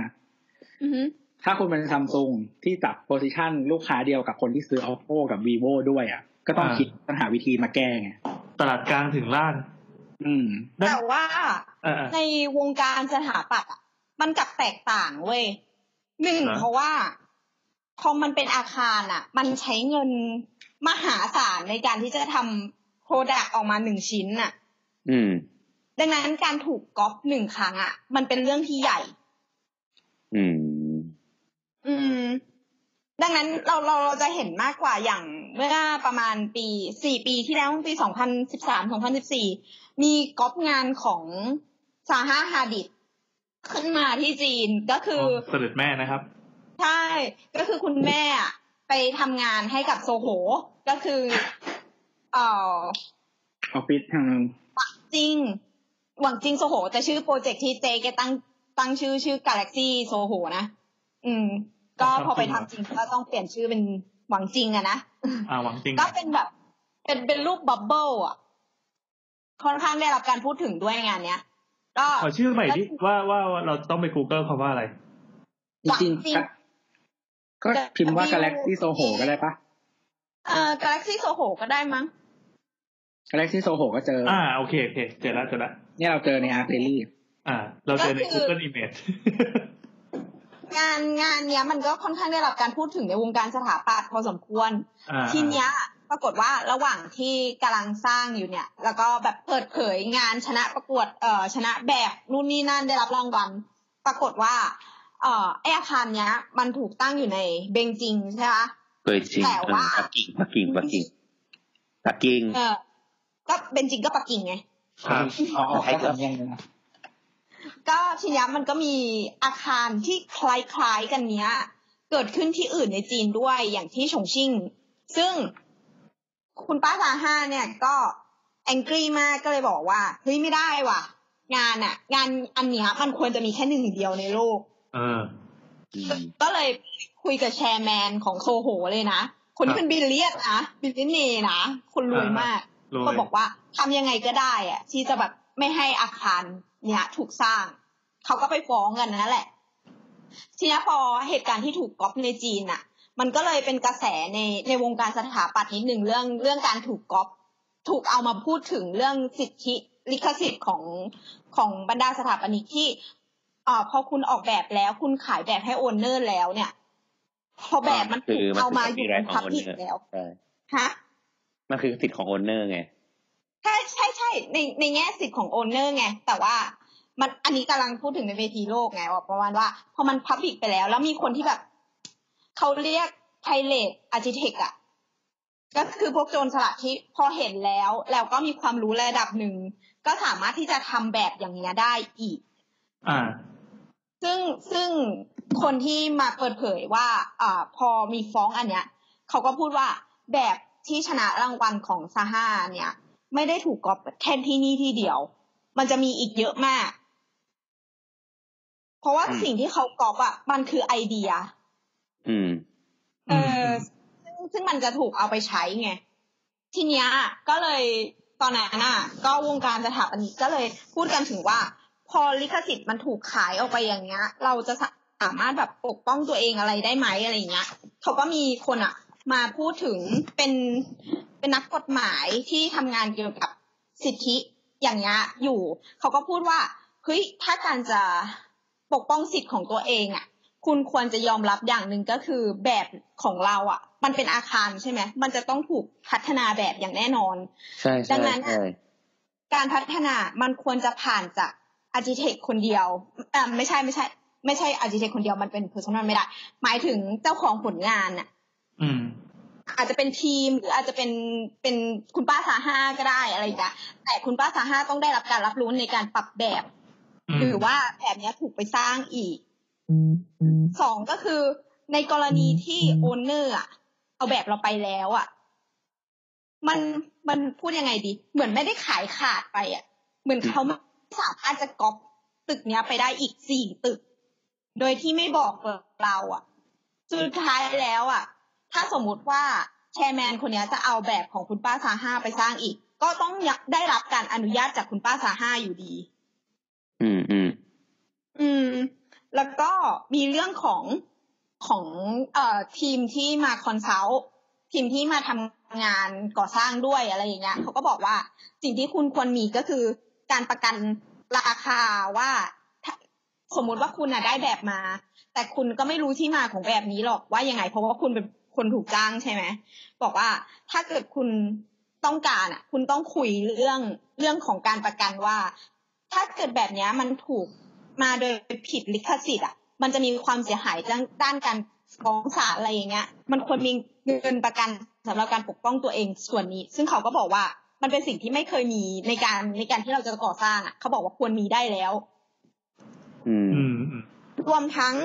Speaker 7: อืม
Speaker 4: ถ้าคุณเป็นซัมซุงที่จับโพซิชันลูกค้าเดียวกับคนที่ซื้อ oppo กับ vivo ด้วยอ่ะ ก็ต้อง
Speaker 2: อ่า
Speaker 4: คิดต้องหาวิธีมาแก้ไง
Speaker 2: ตลาดกลางถึงล่าง
Speaker 4: อืม
Speaker 2: ได้
Speaker 7: แต่ว่า
Speaker 2: อ่าอ่า
Speaker 7: ในวงการสถาปัตย์อะมันกลับแตกต่างเว้ยหนึ่ง
Speaker 2: ครับ
Speaker 7: เพราะว่าพอมันเป็นอาคารอะมันใช้เงินมหาศาลในการที่จะทำโปรดักออกมาหนึ่งชิ้นอะ
Speaker 1: อืม
Speaker 7: ดังนั้นการถูกก๊อปหนึ่งครั้งอะมันเป็นเรื่องที่ใหญ่
Speaker 1: อืม
Speaker 7: อืม ดังนั้นเราเราเราจะเห็นมากกว่าอย่างเมื่อประมาณปีสี่ปีที่แล้วปีสองพันสิบสามสองพันสิบสี่มีก๊อปงานของซาฮาฮาดิดขึ้นมาที่จีนก็คือ
Speaker 2: เสด็จแม่นะครับ
Speaker 7: ใช่ ก็คือคุณแม่อะไปทำงานให้กับโซโห ก็คือเอ่อ
Speaker 4: ออฟฟิศทาง
Speaker 7: จริง หวังจริงโซโห จะชื่อโปรเจกต์ที่เจแกตั้งตั้งชื่อชื่อกาแล็กซี่โซโหนะ อืม ก็พอไปทำจริงก็ต้องเปลี่ยนชื่อเป็นหวังจริงอะนะ
Speaker 2: อ่าหวังจริง
Speaker 7: ก็เป็นแบบ เป็นเป็นรูปบับเบิลอะค่อนข้างได้รับการพูดถึงด้วยงานเนี้ย ก็
Speaker 2: ขอชื่อใหม่ดิว่าว่าว่าเราต้องไป Google คำว่าอะไร
Speaker 4: จริงๆก็ก็พิมพ์ว่า Galaxy Soho ก็ได้ปะ
Speaker 7: เอ่อกาแล็กซี่โซโหก็ได้มั้ง
Speaker 4: Galaxy Soho ก็เจออ
Speaker 2: อ่าโอเคโอเคเจอละเจอละ
Speaker 4: เนี่ยเราเจอใน Art Daily
Speaker 2: อ่า เราเจอใน
Speaker 7: ก็คือ
Speaker 2: Google Image (laughs)
Speaker 7: งานงานเนี้ยมันก็ค่อนข้างได้รับการพูดถึงในวงการสถาปัตย์พอสมควร
Speaker 2: อ่า
Speaker 7: ทีเนี้ยปรากฏว่าระหว่างที่กำลังสร้างอยู่เนี่ย แล้วก็แบบเปิดเผยงานชนะประกวดเอ่อชนะแบบนู่นนี่นั่นได้รับรางวัล ปรากฏว่า เอ่อไออาคารเนี้ย มันถูกตั้งอยู่ในเบงจิงใช่ไหม
Speaker 1: เคยจริง
Speaker 7: แต่ว่า
Speaker 1: ปักกิ่งปักกิ่งปักกิ่งปักกิ่ง
Speaker 7: เออก็เบงจิงก็ปักกิ่งไง
Speaker 2: ครับ
Speaker 4: อ๋อออกแค่สำเนียงนึงนะ
Speaker 7: ก็ทีเนี้ยมันก็มีอาคารที่คล้ายๆกันเนี้ย เกิดขึ้นที่อื่นในจีนด้วยอย่างที่ฉงชิ่ง ซึ่งคุณป้าซาห้าเนี่ยก็แองกี้มากก็เลยบอกว่าเฮ้ยไม่ได้ว่ะ งานอะงานอันเนี้ยมันควรจะมีแค่หนึ่งเดียวในโลก
Speaker 2: เออ
Speaker 1: อืม
Speaker 7: ก็เลยคุยกับแชร์แมนของโซโหเลยนะ คนที่เป็นบิลเลียนนะบิลเลียนเนร์นะคนรวยมาก
Speaker 2: รวย
Speaker 7: ก็บอกว่าทำยังไงก็ได้อะที่จะแบบไม่ให้อาคารเนี่ยถูกสร้าง เขาก็ไปฟ้องกันนั่นแหละ ทีนี้พอเหตุการณ์ที่ถูกก๊อปในจีนน่ะ มันก็เลยเป็นกระแสในในวงการสถาปัตย์นิดหนึ่งเรื่องเรื่องการถูกก๊อปถูกเอามาพูดถึงเรื่องสิทธิลิขสิทธิ์ของของบรรดาสถาปนิกที่เอ่อพอคุณออกแบบแล้วคุณขายแบบให้โอนเนอร์แล้วเนี่ย พอแบบมันถูก
Speaker 1: คือมันคือ
Speaker 7: เอามาอยู่บนพับผิด
Speaker 1: copyright ของ owner
Speaker 7: แล้ว
Speaker 1: ใช่
Speaker 7: ฮะ
Speaker 1: มันคือสิทธิ์ของโอนเนอร์ไง
Speaker 7: ใช่ใช่ใช่ในในแง่สิทธิ์ของโอนเนอร์ไง แต่ว่ามันอันนี้กำลังพูดถึงในเวทีโลกไงว่าประมาณว่าพอมันพับบิกไปแล้ว แล้วมีคนที่แบบ เขาเรียก ไพเ a ตอาร์จิเทคอะก็คือพวกโจรสลัดที่พอเห็นแล้ว แล้วก็มีความรู้ระดับหนึ่ง ก็สามารถที่จะทำแบบอย่างเนี้ยได้อีก
Speaker 2: อ่า
Speaker 7: ซึ่งซึ่งคนที่มาเปิดเผยว่าอ่าพอมีฟ้องอันเนี้ยเขาก็พูดว่าแบบที่ชนะรางวัลของซาฮาเนี่ย ไม่ได้ถูกก๊อปแค่ที่นี่ที่เดียว มันจะมีอีกเยอะมาก เพราะว่า
Speaker 1: อืม
Speaker 7: สิ่งที่เขาก๊อปอ่ะมันคือไอเดีย
Speaker 1: อืม
Speaker 7: เออซึ่งซึ่งมันจะถูกเอาไปใช้ไง ทีเนี้ยก็เลยตอนนั้นน่ะ ก็วงการสถาปนิกก็เลยพูดกันถึงว่า พอลิขสิทธิ์มันถูกขายออกไปอย่างเงี้ย เราจะสามารถแบบปกป้องตัวเองอะไรได้ไหมอะไรอย่างเงี้ยเขาก็มีคนอ่ะ มาพูดถึงเป็นเป็นนักกฎหมายที่ทำงานเกี่ยวกับสิทธิอย่างเงี้ยอยู่เขาก็พูดว่าเฮ้ยถ้าการจะปกป้องสิทธิ์ของตัวเองอ่ะ คุณควรจะยอมรับอย่างหนึ่งก็คือแบบของเราอ่ะ มันเป็นอาคารใช่ไหมมันจะต้องถูกพัฒนาแบบอย่างแน่นอน
Speaker 1: ใช่
Speaker 7: ดั
Speaker 1: ใช่
Speaker 7: งนั้นอะ
Speaker 1: ใช่
Speaker 7: การพัฒนามันควรจะผ่านจากอาร์ติเทคคนเดียวเอ่อไม่ใช่ไม่ใช่ ไม่ใช่อาร์ติเทคคนเดียวมันเป็นเพอร์ซนอลไม่ได้ หมายถึงเจ้าของผลงานน่ะ
Speaker 2: อืม
Speaker 7: อาจจะเป็นทีมหรืออาจจะเป็นเป็นคุณป้าสาห้าก็ได้อะไรอย่างเงี้ยแต่คุณป้าสาห้าต้องได้รับการรับรู้ในการปรับแบบ หรือว่าแบบเนี้ยถูกไปสร้างอีก สองก็คือในกรณีที่โอนเนอร์อะเอาแบบเราไปแล้วอะมันมันพูดยังไงดี เหมือนไม่ได้ขายขาดไปอะเหมือนเขาไม่สามารถจะก๊อปตึกเนี้ยไปได้อีกสี่ตึก โดยที่ไม่บอกเราอะสุดท้ายแล้วอะถ้าสมมุติว่าแชร์แมนคนเนี้ยจะเอาแบบของคุณป้าซาห้าไปสร้างอีก ก็ต้องได้รับการอนุญาตจากคุณป้าซาห้าอยู่ดี
Speaker 1: อืมอืม
Speaker 7: อืม แล้วก็มีเรื่องของของเอ่อทีมที่มาคอนซัลท์ทีมที่มาทำงานก่อสร้างด้วยอะไรอย่างเงี้ยเขาก็บอกว่าสิ่งที่คุณควรมีก็คือการประกันราคาว่าถ้าสมมุติว่าคุณน่ะได้แบบมา แต่คุณก็ไม่รู้ที่มาของแบบนี้หรอกว่ายังไง เพราะว่าคุณเป็นคนถูกจ้างใช่ไหมบอกว่าถ้าเกิดคุณต้องการอ่ะ คุณต้องคุยเรื่องเรื่องของการประกันว่า ถ้าเกิดแบบเนี้ยมันถูก มาโดยผิดลิขสิทธิ์อ่ะ มันจะมีความเสียหายด้านด้านการฟ้องศาลอะไรอย่างเงี้ย มันควรมีเงินประกันสำหรับการปกป้องตัวเองส่วนนี้ ซึ่งเขาก็บอกว่ามันเป็นสิ่งที่ไม่เคยมีในการในการที่เราจะก่อสร้างอ่ะ เขาบอกว่าควรมีได้แล้ว
Speaker 1: อืม
Speaker 2: อืมอืม
Speaker 7: รวมทั้ง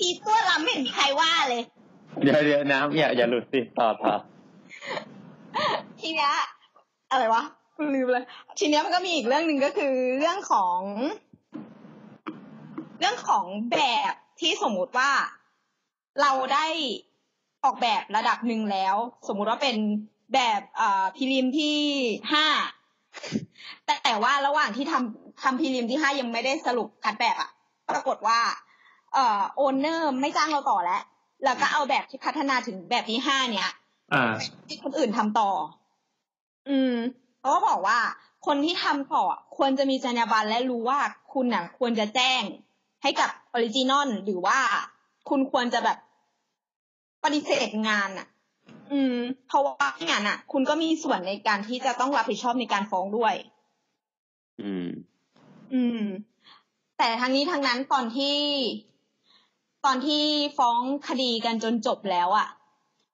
Speaker 7: อีตัวลำไม่เห็นมีใครว่าเลย
Speaker 1: เดี๋ยวเดี๋ยวน้ำอย่าอย่าหลุดสิต่อต่อ
Speaker 7: ทีเนี้ยอะไรวะลืมเลย ทีเนี้ยมันก็มีอีกเรื่องหนึ่งก็คือเรื่องของ เรื่องของแบบที่สมมุติว่าเราได้ออกแบบระดับหนึ่งแล้ว สมมุติว่าเป็นแบบเอ่อพิลิมที่ห้าแต่แต่ว่าระหว่างที่ทำทำพิลิมที่ห้ายังไม่ได้สรุปคัดแบบอะปรากฏว่า เอ่อโอนเนอร์ไม่จ้างเราต่อแล้วแล้วก็เอาแบบที่พัฒนาถึงแบบที่ห้าเนี่ย
Speaker 2: อ่า
Speaker 7: ที่คนอื่นทำต่อ อืมเขาก็บอกว่าคนที่ทำต่อควรจะมีจรรยาบรรณและรู้ว่าคุณน่ะ ควรจะแจ้งให้กับออริจินอลหรือว่าคุณควรจะแบบปฏิเสธงานอ่ะ อืม เพราะว่าไม่งั้นอ่ะ คุณก็มีส่วนในการที่จะต้องรับผิดชอบในการฟ้องด้วย
Speaker 1: อืม
Speaker 7: อืม แต่ทั้งนี้ทั้งนั้นตอนที่ ตอนที่ฟ้องคดีกันจนจบแล้วอะ่ะ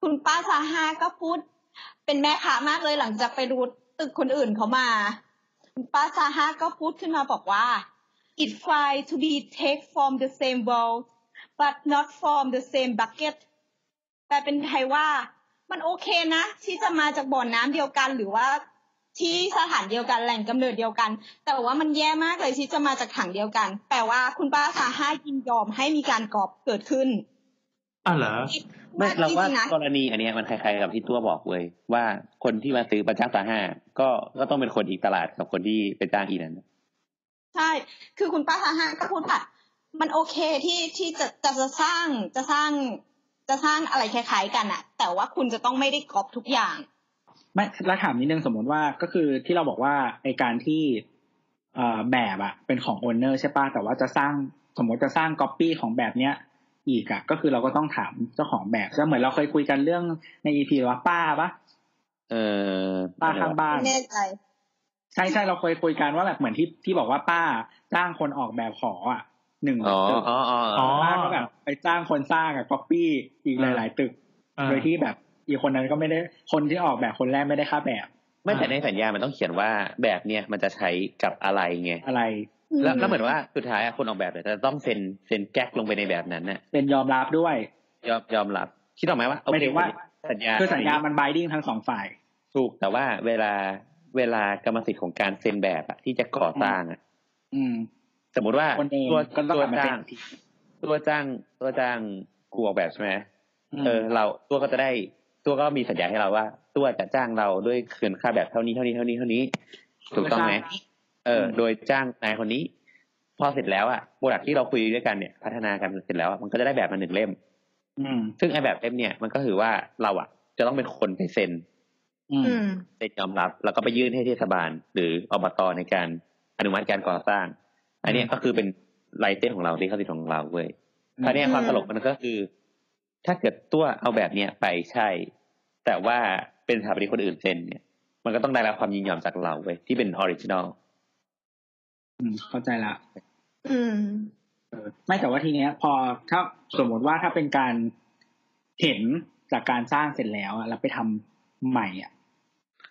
Speaker 7: คุณป้าซาฮาก็พูด เป็นแม่ค้ามากเลยหลังจากไปดูตึกคนอื่นเขามา คุณป้าซาฮาก็พูดขึ้นมาบอกว่า it fine to be take from the same bowl but not from the same bucket แปลเป็นไทยว่า มันโอเคนะ ที่จะมาจากบ่อนน้ำเดียวกันหรือว่า ที่สถานเดียวกันแหล่งกำเนิดเดียวกัน แต่ว่ามันแย่มากเลยที่จะมาจากถังเดียวกัน แปลว่าคุณป้าสาห้ายินยอมให้มีการกอบเกิดขึ้น
Speaker 2: อ่าเหรอ
Speaker 1: ไม่เราว่า
Speaker 7: จงๆนะ
Speaker 1: กรณีอันเนี้ยมันคล้ายๆกับที่ตัวบอกเว้ยว่าคนที่มาซื้อประจักษ์ตาห้าก็ก็ต้องเป็นคนอีกตลาดกับคนที่ไปจ้างอีนั้น
Speaker 7: ใช่ คือคุณป้าสาห้าก็พูดว่ามันโอเคที่ที่จะจะจะสร้างจะสร้างจะสร้างอะไรคล้ายๆกันอะแต่ว่าคุณจะต้องไม่ได้กอบทุกอย่าง
Speaker 4: ไม่แล้วถามนิดนึงสมมติว่าก็คือที่เราบอกว่าไอการที่เอ่อแบบอะเป็นของโอนเนอร์ใช่ป่ะแต่ว่าจะสร้างสมมติจะสร้างก๊อปปี้ของแบบเนี้ย อีกอะก็คือเราก็ต้องถามเจ้าของแบบจะเหมือนเราเคยคุยกันเรื่องในอีพีว่าป้าปะ
Speaker 1: เออ
Speaker 4: ป้าข้างบ้าน
Speaker 7: ไม่แน่ใจ
Speaker 4: ใช่ใช่เราเคยคุยกันว่าแบบเหมือนที่ที่บอกว่าป้าจ้างคนออกแบบหออ่ะ หนึ่ง
Speaker 1: อ๋อ
Speaker 4: ตึก
Speaker 1: อ๋ออ๋อ
Speaker 2: อ๋
Speaker 1: อ๋
Speaker 2: อ
Speaker 1: อ
Speaker 4: สร้างก็แบบ ไปจ้างคนสร้างอะก๊อปปี้อีกหลาย ๆ ตึก
Speaker 2: อ่า
Speaker 4: โดยที่แบบอีกคนนั้นก็ไม่ได้คนที่ออกแบบคนแรกไม่ได้ค่าแบบ
Speaker 1: ไม่แต่ในสัญญามันต้องเขียนว่าแบบเนี้ยมันจะใช้กับอะไรไง
Speaker 4: อะไร
Speaker 1: แล้วแล้วเหมือนว่าสุดท้ายอะคนออกแบบเนี่ยจะต้องเซ็นเซ็นแก๊กลงไปในแบบนั้นน่ะ
Speaker 4: เป็นยอมรับด้วย
Speaker 1: ยอมยอมรับคิดออกไหมว่าโอ
Speaker 4: หมาย
Speaker 1: เค
Speaker 4: ถึงว่า
Speaker 1: สัญญา
Speaker 4: คือสัญญามันบายดิ้งทั้งสองฝ่าย
Speaker 1: ถูกแต่ว่าเวลาเวลากรรมสิทธิ์ของการเซ็นแบบอะที่จะก่อสร้างอะ
Speaker 4: อืม
Speaker 1: สมมติว่า
Speaker 4: คนเอง
Speaker 1: ตัว
Speaker 4: ก็ต้อง
Speaker 1: ตัว
Speaker 4: กลับมา
Speaker 1: จ้า
Speaker 4: เซ็
Speaker 1: ง
Speaker 4: น
Speaker 1: ตัวจ้างตัวจ้างกูออกแบบใช่ไหม
Speaker 4: ม
Speaker 1: เออ เราตัวก็จะได้ตัวก็มีสัญญาให้เราว่า ตัวจะจ้างเราด้วยคืนค่าแบบเท่านี้เท่านี้เท่านี้เท่านี้ ถูกต้องไหมเออ โดยจ้างนายคนนี้ พอเสร็จแล้วอะโปรดักที่เราคุยด้วยกันเนี่ยพัฒนากันเสร็จแล้วอะมันก็จะได้แบบมาหนึ่งเล่ม
Speaker 4: อืม
Speaker 1: ซึ่งไอแบบเล่มเนี่ยมันก็คือว่าเราอะจะต้องเป็นคนไปเซ็น
Speaker 4: อืม
Speaker 7: อืม
Speaker 1: เซ็นยอมรับแล้วก็ไปยื่นให้เทศบาล หรืออบตในการอนุมัติการก่อสร้าง อันเนี้ยก็คือเป็นไลเส้นของเราลิขสิทธิ์ของเราเว้ยคราวเนี้ยความตลกมันก็คือ ถ้าเกิดตัวเอาแบบเนี้ยไปใช่ แต่ว่าเป็นสถาปนิกคนอื่นเซ็นเนี่ย มันก็ต้องได้รับความยินยอมจากเราเว้ยที่เป็นออริจินอล
Speaker 4: อืมเข้าใจละ
Speaker 7: อืม
Speaker 4: เออไม่แต่ว่าทีเนี้ย พอถ้าสมมติว่าถ้าเป็นการเห็นจากการสร้างเสร็จแล้วอะแล้วไปทำใหม่อ่ะ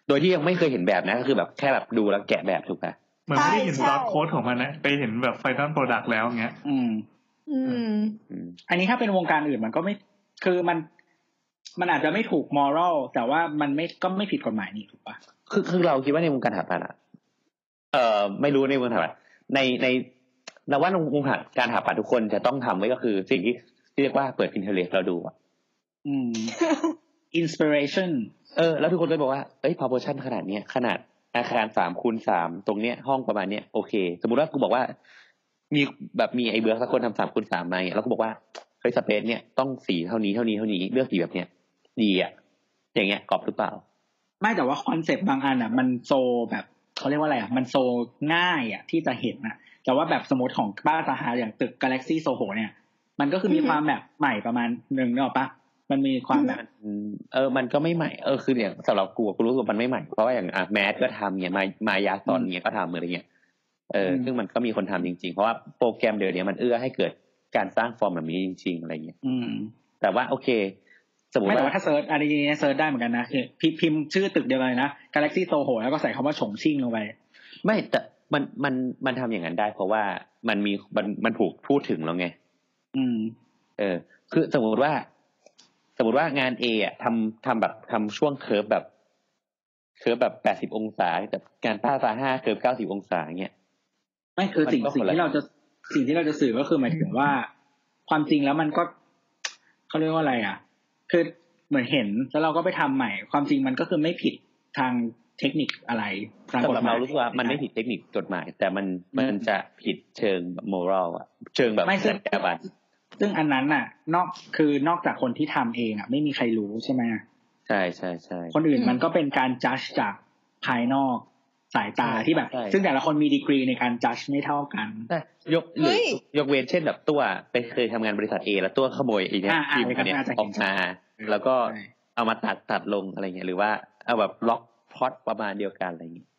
Speaker 1: โดยที่ยังไม่เคยเห็นแบบนะก็คือแบบแค่แบบดูแล้วแกะแบบถูกปะ
Speaker 2: เหมือนไม่ได้เห็น
Speaker 7: ใช่
Speaker 2: ดอทโค้ดของมันนะไปเห็นแบบไฟนอลโปรดักต์แล้วอย่างเงี้ย
Speaker 4: อืม
Speaker 7: อืม
Speaker 1: อืม
Speaker 4: อันนี้ถ้าเป็นวงการอื่นมันก็ไม่ คือมัน มันอาจจะไม่ถูกมอรัลแต่ว่ามันไม่ก็ไม่ผิดกฎหมายนี่ถูกปะ
Speaker 1: คือคือเราคิดว่าในวงการสถาปัตย์อะเอ่อไม่รู้ในวงการสถาปัตย์ในในเราว่าในวงการสถาปัตย์ทุกคนจะต้องทำไว้ก็คือสิ่งที่ที่เรียกว่าเปิด Pinterest เราดูอะ
Speaker 4: อืม อินสปิเรชัน
Speaker 1: เออแล้วทุกคนก็บอกว่าเอ้ย proportion ขนาดเนี้ยขนาดอาคารสามคูณสามตรงเนี้ยห้องประมาณเนี้ยโอเค สมมุติว่ากูบอกว่า มีแบบมีไอ้เบือกสักคนทำสามคูณสามมาเนี่ยแล้วก็บอกว่าเฮ้ยสเปซเนี่ยต้องสีเท่านี้เท่านี้เท่านี้เลือกสีแบบเนี้ยดีอ่ะอย่างเงี้ยกรอบหรือเปล่า
Speaker 4: ไม่แต่ว่าคอนเซปต์บางอันอ่ะ มันโซแบบเขาเรียกว่าอะไรอ่ะ มันโซง่ายอ่ะ ที่จะเห็นอ่ะ แต่ว่าแบบสมมติของบ้านสหาอย่างตึกกาแล็กซี่โซโหเนี่ย มันก็คือมีความแบบใหม่ประมาณหนึ่งเนกอะปะมันมีความแบบ
Speaker 1: อืมเออ มันก็ไม่ใหม่ เออ คือเนี่ยสำหรับกูอะกูรู้สึกว่ามันไม่ใหม่ เพราะว่าอย่างอ่ะแมสก็ทำเนี่ย มามายาซอนเนี่ยก็ทำอะไรเงี้ย เออ
Speaker 4: อืม
Speaker 1: ซึ่งมันก็มีคนทำจริงๆ เพราะว่าโปรแกรมเดี๋ยวนี้มันเอื้อให้เกิดการสร้างฟอร์มแบบนี้จริง ๆ อะไรเงี้ย
Speaker 4: อืม
Speaker 1: แต่ว่าโอเค สมม
Speaker 4: ไม่
Speaker 1: ติ
Speaker 4: แต่
Speaker 1: ว่า
Speaker 4: ว่าถ้าเซิร์ชอะไรอย่างเงี้ยเซิร์ชได้เหมือนกันนะคือพิพิมพ์ชื่อตึกเดียวกันเลยนะ Galaxy Soho แล้วก็ใส่คำว่าฉงชิ่งลงไป
Speaker 1: ไม่แต่มันมันมันทำอย่างนั้นได้ เพราะว่ามันมีมันมันถูกพูดถึงแล้วไง
Speaker 4: อืม
Speaker 1: เออ คือสมมติว่า สมมติว่างานเอะทำทำแบบทำช่วงเคิร์ฟแบบ เคิร์ฟแบบแปดสิบ80 องศา แต่งานป้าซาห้าเคิร์ฟเก้าสิบองศาเงี้ย
Speaker 4: ไม่คือสิ่ง
Speaker 1: มันก็
Speaker 4: สิ่ง
Speaker 1: คนละ
Speaker 4: ที่เราจะสิ่งที่เราจะสื่อก็คือหมายถึงว่า ความจริงแล้วมันก็เขาเรียกว่าอะไรอ่ะ คือเหมือนเห็นแล้วเราก็ไปทำใหม่ ความจริงมันก็คือไม่ผิดทางเทคนิคอะไรทางก
Speaker 1: สำ
Speaker 4: ฎ
Speaker 1: หรับ
Speaker 4: หมา
Speaker 1: เรา
Speaker 4: ย
Speaker 1: รู้สึกว่ามันไม่ผิดเทคนิคกฎหมาย แต่มัน
Speaker 4: อืม
Speaker 1: มันจะผิดเชิงมอรัลอะเชิงแบบ
Speaker 4: ไม่ซึ่
Speaker 1: จรง รยาบรรณ
Speaker 4: ซึ่งอันนั้นน่ะ นอกคือนอกจากคนที่ทำเองอ่ะ ไม่มีใครรู้ใช่ไหม
Speaker 1: ใช่ใช่ใช่
Speaker 4: คนอื่น
Speaker 7: อืม
Speaker 4: มันก็เป็นการจัดจากภายนอกสายตา
Speaker 1: ใช่
Speaker 4: ที่แบบ
Speaker 1: ใช่
Speaker 4: ซึ่งแต่ละคนมีดีกรีในการจัดไม่เท่ากัน
Speaker 1: แต่ยกห
Speaker 7: เฮ้
Speaker 1: รือย ยกเว้นเช่นแบบตัวไปเคยทำงานบริษัทเอแล้วตัวขโมยไอ้เนี่ย
Speaker 4: อ่าอ่า
Speaker 1: ทีมเนี่ย
Speaker 4: น่าจะเห็น
Speaker 1: ออกมา แล้วก็
Speaker 4: ใช่
Speaker 1: เอามาตัดตัดลงอะไรเงี้ยหรือว่าเอาแบบล็อกพล็อตประมาณเดียวกันอะไรเงี้ย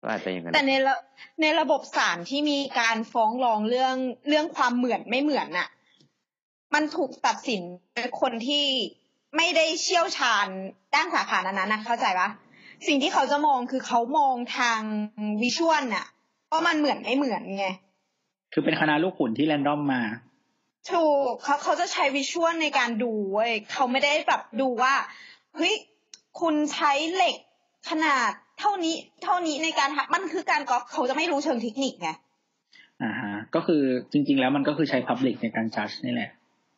Speaker 1: ก็อาจจะอย่างนั้น
Speaker 7: แต่ในระในระบบศาลที่มีการฟ้องร้องเรื่องเรื่องความเหมือนไม่เหมือนน่ะ มันถูกตัดสินโดยคนที่ไม่ได้เชี่ยวชาญด้านสาขานั้นๆนะเข้าใจปะสิ่งที่เขาจะมองคือเขามองทางวิชวลน่ะว่ามันเหมือนไม่เหมือนไง
Speaker 4: คือเป็นคณะลูกขุนที่แรนดอมมา
Speaker 7: ถูกเขาเขาจะใช้วิชวลในการดูเว้ยเขาไม่ได้แบบดูว่าเฮ้ยคุณใช้เหล็กขนาดเท่านี้เท่านี้ในการทำมันคือการก๊อปเขาจะไม่รู้เชิงเทคนิคไง
Speaker 4: อ่าฮะก็คือจริง ๆ แล้วมันก็คือใช้ Public ในการจัดนี่แหละ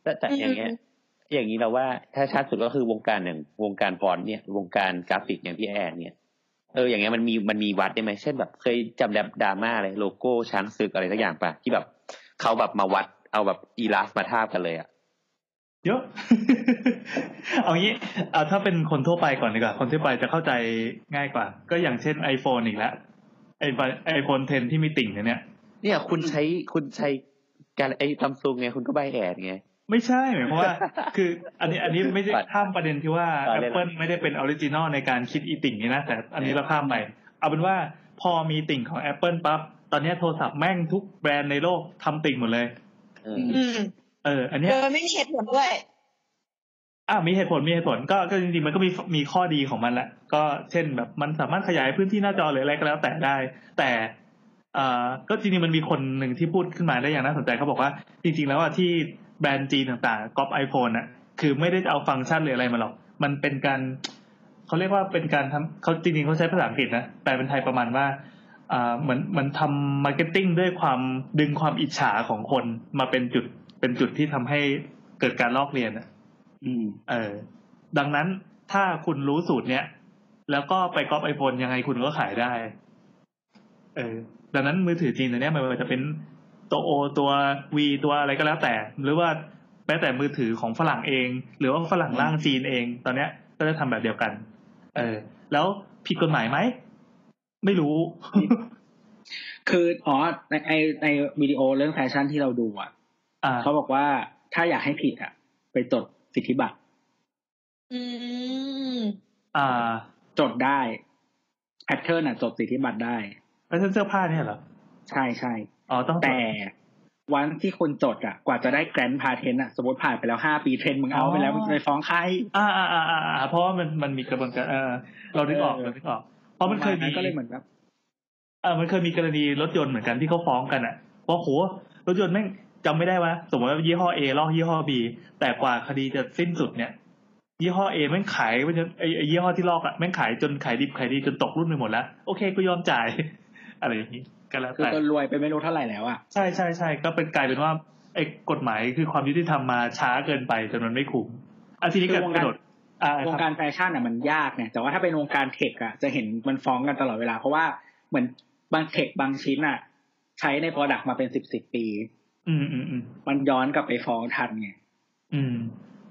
Speaker 1: แต่แต่อย่างเงี้ย อย่างนี้เราว่าถ้าชัดสุดก็คือวงการหนึ่างวงการฟอนต์เนี่ย วงการกราฟิกอย่างพี่แอนเนี่ยเอออย่างเงี้ยมันมีมันมีวัดได้ไหมเช่นแบบเคยจำแบบดราม่าเลยโลโก้ช้างศึกอะไรสักอย่างปะที่แบบเขาแบบมาวัดเอาแบบอีลาสมาทาบกันเลยอะ
Speaker 2: เยอะ (laughs) เอางี้เอาถ้าเป็นคนทั่วไปก่อนดีกว่า คนทั่วไปจะเข้าใจง่ายกว่า ก็อย่างเช่น iPhone อีกแล้วไอไอโฟน10 ที่มีติ่งเนี่ย
Speaker 1: เนี่ยคุณใช้คุณใช้การไอ้ซัมซุงไงคุณก็ใบแอดไง
Speaker 2: ไม่ใช่หมายความว่า คือ อันนี้อันนี้ไม่ได้
Speaker 1: ปัด
Speaker 2: ข้ามประเด็นที่ว่า
Speaker 1: ต่อเลย
Speaker 2: Apple ไม่ได้เป็นออริจินอลในการคิดอีติ่งนี้นะ แต่อันนี้เราข้ามไป เอาเป็นว่าพอมีติ่งของ Apple ปั๊บ ตอนเนี้ยโทรศัพท์แม่งทุกแบรนด์ในโลกทำติ่งหมดเลย
Speaker 1: เออ
Speaker 7: อืม
Speaker 2: เออ อันเนี้
Speaker 7: โด
Speaker 2: ย
Speaker 7: ยไม่มีเหตุผลด้วย
Speaker 2: อ่ะมีเหตุผลมีเหตุผลก็ก็จริงๆมันก็มีมีข้อดีของมันแหละก็เช่นแบบมันสามารถขยายพื้นที่หน้าจอหรืออะไรก็แล้วแต่ได้ แต่เอ่อก็จริงๆมันมีคนหนึ่งที่พูดขึ้นมาได้อย่างน่าสนใจเขาบอกว่า จริง ๆ แล้วอ่ะที่แบรนด์จีนต่างๆก๊อปไอโฟนอ่ะคือไม่ได้จะเอาฟังก์ชันหรืออะไรมาหรอก มันเป็นการเขาเรียกว่าเป็นการทำเขาจริงๆเขาใช้ภาษาอังกฤษนะแปลเป็นไทยประมาณว่า อ่าเหมือนเหมันทำมาร์เก็ตติ้งด้วยความดึงความอิจฉาของคนมาเป็นจุดเป็นจุดที่ทำให้เกิดการลอกเรียนอะ
Speaker 1: อืม
Speaker 2: เออ ดังนั้นถ้าคุณรู้สูตรเนี้ยแล้วก็ไปก๊อปไอโฟนยังไงคุณก็ขายได้ เออ ดังนั้นมือถือจีนตัวเนี้ยไมันจะเป็นตัวโอตัววีตัวอะไรก็แล้วแต่ หรือว่าแม้แต่มือถือของฝรั่งเอง หรือว่าฝรั่งร่างจีนเอง ตอนเนี้ยก็จะทำแบบเดียวกัน เออ แล้วผิดกฎหมายไหมไม่รู้
Speaker 4: คืออ๋อในในในวิดีโอเรื่องแฟชั่นที่เราดูอ่ะ
Speaker 2: อ่า
Speaker 4: เขาบอกว่าถ้าอยากให้ผิดอ่ะ ไปจดสิทธิบัตร
Speaker 7: อืม
Speaker 2: อ่า
Speaker 4: จดได้แพทเทิร์นอ่ะจดสิทธิบัตรได้
Speaker 2: แฟชั่นเสื้อผ้าเนี่ยเหรอ
Speaker 4: ใช่ใช่
Speaker 2: อ๋อ ต้อง
Speaker 4: แต่วันที่คนจดอ่ะ กว่าจะได้แกรนด์พาเทนอ่ะสมมติผ่านไปแล้วห้าปีเทรนด์มึงเอาไปแล้วมึงจะไปฟ้องใคร
Speaker 2: อ่าอ่าอ่าอ่าอ่าเพราะว่ามันมันมีกระบวนการเออเรานึกออก
Speaker 4: เออ
Speaker 2: เรานึกออก เพราะมันเคยมี
Speaker 4: ก็เลยเหมือนแบบ
Speaker 2: เออมันเคยมีกรณีรถยนต์เหมือนกันที่เขาฟ้องกันอ่ะว่าโหรถยนต์แม่งจำไม่ได้ว่าสมมติว่ายี่ห้อ A ลอกยี่ห้อ B แต่กว่าคดีจะสิ้นสุดเนี่ย ยี่ห้อ A แม่งขายไปจนไอ้ไอ้ยี่ห้อที่ลอกอ่ะแม่งขายจนขายดิบขายดีจนตกรุ่นไปหมดแล้ว โอเคกูยอมจ่าย (laughs) อะไรอย่างนี้ก็แล้ว
Speaker 4: คือ
Speaker 2: แต่
Speaker 4: ก็รวยไปไม่รู้เท่าไหร่แล้วอ่ะ
Speaker 2: ใช่ใช่ใช่ก็เป็นกลายเป็นว่าไอ้กฎหมายคือความยุติธรรมมาช้าเกินไปจนมันไม่คุ้มอาทีนี้
Speaker 4: คื
Speaker 2: กั
Speaker 4: อว
Speaker 2: ก
Speaker 4: งการ
Speaker 2: ระโดดอ่าคว
Speaker 4: ง
Speaker 2: รับ
Speaker 4: การแฟชั่นอ่ะมันยากเนี่ยแต่ว่าถ้าเป็นวงการเทคอ่ะจะเห็นมันฟ้องกันตลอดเวลา เพราะว่าเหมือนบางเทคบางชิ้นอ่ะ ใช้ใน Product มาเป็นสิบสิบปี
Speaker 2: อืมอืมอืม
Speaker 4: มันย้อนกลับไปฟ้องทันไง
Speaker 2: อืม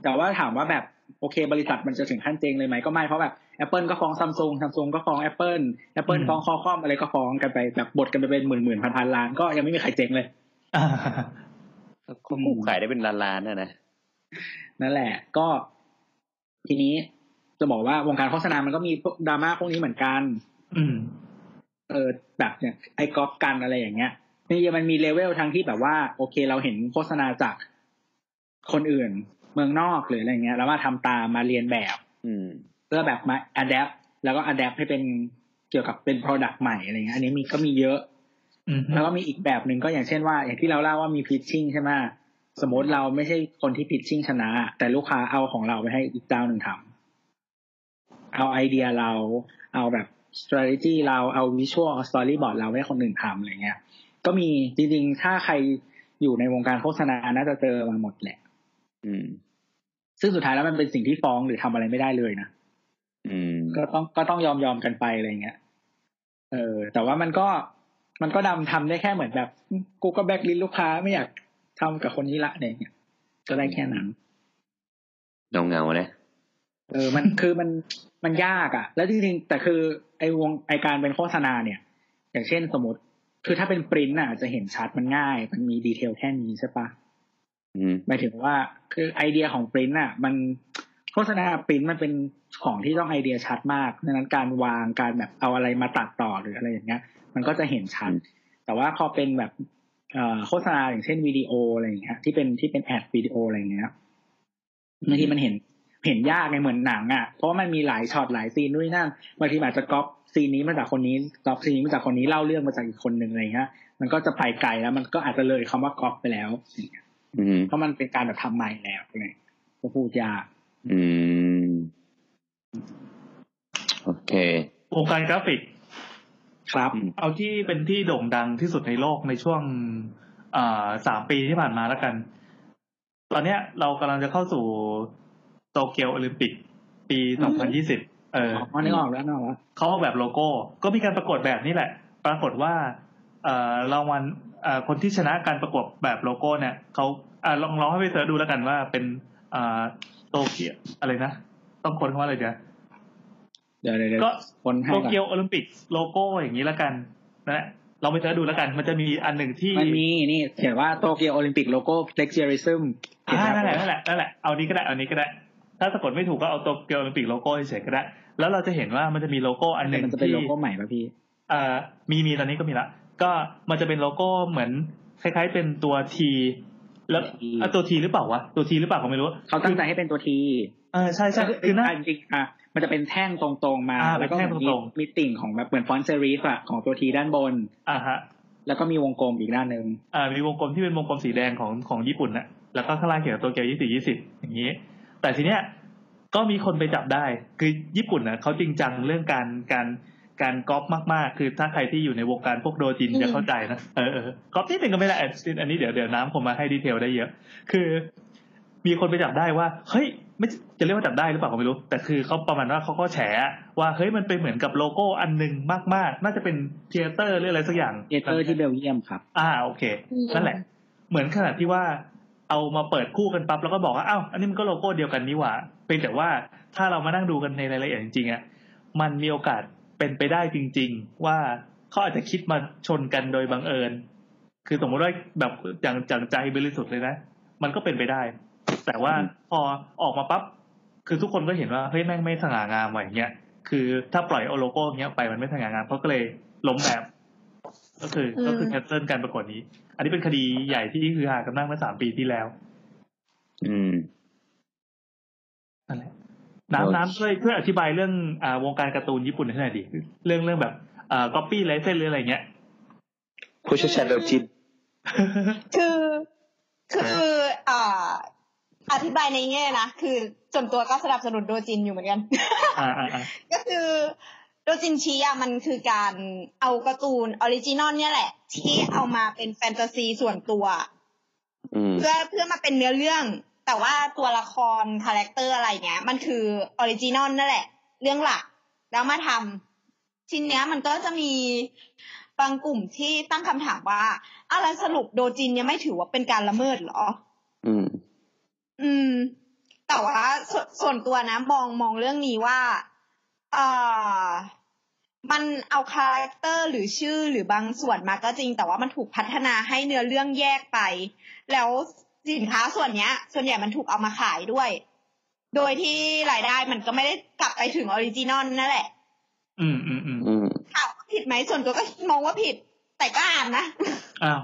Speaker 4: แต่ว่าถามว่าแบบโอเคบริษัทมันจะถึงขั้นเจงเลยไหมก็ไม่เพราะแบบ Apple ก็ฟ้องซัมซุงซัมซุงก็ฟ้อง Apple Apple ฟ้องคอคอมอะไรก็ฟ้องกันไปแบบบทกันไปเป็นหมื่นหมื่นพันพันล้านก็ยังไม่มีใครเจงเลย
Speaker 2: อ่า
Speaker 1: ก็คงขายได้เป็นล้านๆนะนะ
Speaker 4: นั่นแหละก็ทีนี้จะบอกว่าวงการโฆษณามันก็มีพวกดราม่าพวกนี้เหมือนกัน
Speaker 2: อืม
Speaker 4: เออแบบเนี่ยไอ้ก๊อปกันอะไรอย่างเงี้ยนี่มันมีเลเวลทั้งที่แบบว่า โอเคเราเห็นโฆษณาจากคนอื่น เมืองนอกหรืออะไรเงี้ยแล้วมาทำตามมาเรียนแบบ
Speaker 1: อืม
Speaker 4: เพื่อแบบมาอัดแอปแล้วก็อัดแอปให้เป็นเกี่ยวกับเป็น Product ใหม่อะไรเงี้ยอันนี้มีก็มีเยอะ
Speaker 2: อืม
Speaker 4: แล้วก็มีอีกแบบหนึ่งก็อย่างเช่นว่า อย่างที่เราเล่าว่ามี pitching ใช่ไหมสมมติเราไม่ใช่คนที่ pitching ชนะ แต่ลูกค้าเอาของเราไปให้อีกเจ้าหนึ่งทำเอาไอเดียเรา เอาแบบ strategy เราเอา visual เอา storyboard เราให้คนอื่นทำอะไรเงี้ย ก็มีจริงๆ ถ้าใครอยู่ในวงการโฆษณาน่าจะเจอมาหมดแหละ
Speaker 1: อืม
Speaker 4: ซึ่งสุดท้ายแล้วมันเป็นสิ่งที่ฟ้องหรือทำอะไรไม่ได้เลยนะ
Speaker 1: อืม
Speaker 4: ก็ต้องก็ต้องยอมยอมกันไปอะไรเงี้ย เออ แต่ว่ามันก็มันก็ดำทำได้แค่เหมือนแบบ กูก็แบกลินลูกค้าไม่อยากทำกับคนนี้ละอะไรเงี้ยก็ได้แค่นั้น
Speaker 1: เงาเงาๆนะ
Speaker 4: เออ มันคือมันมันยากอะ่ะ แล้วจริงๆแต่คือไอวงไอการเป็นโฆษณาเนี่ย อย่างเช่นสมมติ คือถ้าเป็นปริ้นน่ะ จะเห็นชัดมันง่าย มันมีดีเทลแค่นี้ใช่ปะ
Speaker 1: อืม
Speaker 4: หมายถึงว่าคือไอเดียของปริ้นท์อ่ะ มันโฆษณาปริ้นท์มันเป็นของที่ต้องไอเดียชัดมากดังนั้นการวางการแบบเอาอะไรมาตัดต่อหรืออะไรอย่างเงี้ย มันก็จะเห็นชัด
Speaker 1: อืม
Speaker 4: แต่ว่าพอเป็นแบบเอ่อโฆษณาอย่างเช่นวิดีโออะไรอย่างเงี้ยที่เป็นที่เป็นแอดวิดีโออะไรอย่างเงี้ยบางทีมันเห็นเห็นยากไงเหมือนหนังอ่ะเพราะว่ามันมีหลายช็อตหลายซีนด้วยนั่นบางทีอาจจะก๊อปซีนนี้มาจากคนนี้ก๊อปซีนนี้มาจากคนนี้เล่าเรื่องมาจากอีกคนหนึ่งอะไรอย่างเงี้ยมันก็จะไปไกลแล้วมันก็อาจจะเลยคำว่าก๊อปไปแล้ว
Speaker 1: อืม
Speaker 4: เพราะมันเป็นการแบบทำใหม่แล้วไงก็พูดยาก
Speaker 1: อืม โอเค
Speaker 2: วงการกราฟิก
Speaker 4: ครับ
Speaker 1: อืม
Speaker 2: เอาที่เป็นที่โด่งดังที่สุดในโลกในช่วงอ่าสามปีที่ผ่านมาแล้วกัน ตอนเนี้ยเรากำลังจะเข้าสู่โตเกียวโอลิมปิก ปีสองพันยี่สิบเออ
Speaker 4: อ๋อนึกออกแล้วนึกออกแล้ว
Speaker 2: เขาออกแบบโลโก้ ก็มีการประกวดแบบนี้แหละ ปรากฏว่าเอ่อรางวัลเอ่อคนที่ชนะการประกวดแบบโลโก้เนี่ยเขาอ่ะลองลองให้ไปเสิร์ชดูแล้วกันว่าเป็นเอ่อโตเกียวอะไรนะ ต้องค้นคำว่าอะไรเดี๋ยว
Speaker 4: เดี๋ยวเดี๋ยวเดี๋ยว
Speaker 2: ก็
Speaker 4: คนให้
Speaker 2: โต
Speaker 4: ก่อน
Speaker 2: เกียวโอลิมปิกโลโก้อย่างนี้แล้วกันนะฮะลองไปเสิร์ชดูแล้วกัน มันจะมีอันหนึ่งที่
Speaker 4: มันมีนี่เขียนว่าโตเกียวโอลิมปิกโลโก้ plagiarism เขีย
Speaker 2: อ่านั่นแหละ
Speaker 4: ไว้
Speaker 2: นั่นแหละนั่นแหละเอานี้ก็ได้เอานี้ก็ได้ ถ้าสะกดไม่ถูกก็เอาโตเกียวโอลิมปิกโลโก้เฉยๆก็ได้ แล้วเราจะเห็นว่ามันจะมีโลโก้อันห
Speaker 4: แต่
Speaker 2: นึ่ง
Speaker 4: มันจะเป็น
Speaker 2: ที่
Speaker 4: โลโก้ใหม่ป่ะพี่
Speaker 2: เอ่อมีมีตอนนี้ก็มีละ ก็มันจะเป็นโลโก้เหมือนคล้ายๆเป็นตัวทีแล้วอ่ะตัวทีหรือเปล่าวะตัวทีหรือเปล่าก็ไม่รู้
Speaker 4: เขาตั้งใจให้เป็นตัวที
Speaker 2: เออใช่ใช่คือหน้า
Speaker 4: จริงๆอ่ะมันจะเป็นแท่งตรงๆมา
Speaker 2: อ่า
Speaker 4: แล้วก็
Speaker 2: เป็นแท่งตรงๆ
Speaker 4: มีติ่งของแบบเหมือนฟอนต์เซรีฟอะของตัวทีด้านบน
Speaker 2: อ่าฮะ
Speaker 4: แล้วก็มีวงกลมอีกด้านหนึ่ง
Speaker 2: อ่ามีวงกลมที่เป็นวงกลมสีแดงของของญี่ปุ่นนะแล้วก็ข้างล่างเขียนว่าโตัวเกียวยี่สิบยี่สิบอย่างนี้ แต่ทีเนี้ยก็มีคนไปจับได้ คือญี่ปุ่นนะเขาจริงจังเรื่องการการการก๊อปมากๆ คือถ้าใครที่อยู่ในวงการพวกโดจิน
Speaker 7: อืม
Speaker 2: จะเข้าใจนะ เออเออก๊อปนิดหนึ่งก็ไม่ได้อันอันนี้เดี๋ยวเดี๋ยวน้ำผมมาให้ดีเทลได้เยอะ คือมีคนไปจับได้ว่า เฮ้ย ไม่จะเรียกว่าจับได้หรือเปล่าก็ไม่รู้ แต่คือเขาประมาณว่าเขาก็แฉว่าเฮ้ยมันเป็นเหมือนกับโลโก้อันหนึ่งมากๆ น่าจะเป็นเทเตอร์หรืออะไรสักอย่าง
Speaker 4: เอเตอร์ที่เบลเยียมครับ
Speaker 2: อ่าโอเค
Speaker 3: อืม
Speaker 2: นั่นแหละ เหมือนขนาดที่ว่าเอามาเปิดคู่กันปั๊บแล้วก็บอกว่าอ้าวอันนี้มันก็โลโก้เดียวกันนี่หว่าเพียงแต่ว่าถ้าเรามานั่งดูกันในรายละเอียดจริงๆอ่ะมันมีโอกาสเป็นไปได้จริง ๆ ว่าเขาอาจจะคิดมาชนกันโดยบังเอิญ คือสมมติว่าแบบอย่างจังใจบริสุทธิ์เลยนะ มันก็เป็นไปได้ แต่ว่าพอออกมาปั๊บคือทุกคนก็เห็นว่าเฮ้ยแม่งไม่สง่างามว่ะอย่างเงี้ยคือถ้าปล่อยเอาโลโก้อย่างเงี้ยไปมันไม่สง่างามเขาก็เลยล้มแบบ ก็คือก็คือ
Speaker 7: อืม
Speaker 2: แคนเซิลการประกวดนี้ อันนี้เป็นคดีใหญ่ที่คือหากันมากเมื่อสามปีที่แล้ว
Speaker 1: อืม
Speaker 2: นั่นแหละน้ำน้ำช่วยช่วยอธิบายเรื่องอ่าวงการการ์ตูนญี่ปุ่นให้หน่อยดิเรื่องเรื่องแบบอ่าก๊อปปี้ไลเซนหรืออะไรเงี้ย
Speaker 1: ผู้เชี่ยวชาญโดจิน
Speaker 7: คือคือเอ่ออธิบายในแง่นะคือส่วนตัวก็สนับสนุนโดจินอยู่เหมือนกัน (laughs)
Speaker 2: อ่าอ่าอ่า
Speaker 7: ก็คือโดจินชีอะมันคือการเอาการ์ตูนออริจินอลเนี่ยแหละ ที่เอามาเป็นแฟนตาซีส่วนตัว
Speaker 1: อืม
Speaker 7: เพื่อเพื่อมาเป็นเนื้อเรื่อง แต่ว่าตัวละครคาแรคเตอร์อะไรเงี้ย มันคือออริจินอลนั่นแหละ เรื่องหลัก แล้วมาทำชิ้นเนี้ยมันก็จะมีบางกลุ่มที่ตั้งคำถามว่าอ้าวแล้วสรุปโดจินเนี่ยไม่ถือว่าเป็นการละเมิดเหรอ
Speaker 1: อืม
Speaker 7: อืม แต่ว่าสส่วนตัวนะมองมองเรื่องนี้ว่าเอ่อมันเอาคาแรคเตอร์หรือชื่อหรือบางส่วนมาก็จริง แต่ว่ามันถูกพัฒนาให้เนื้อเรื่องแยกไป แล้วสินค้าส่วนเนี้ย ส่วนใหญ่มันถูกเอามาขายด้วย โดยที่รายได้มันก็ไม่ได้กลับไปถึงออริจินอลนั่นแหละ
Speaker 2: อืมอืมอืม
Speaker 1: อืม
Speaker 7: ถามว่าผิดไหมส่วนตัวก็มองว่าผิด แต่ก็อ่านนะ
Speaker 2: อ้าว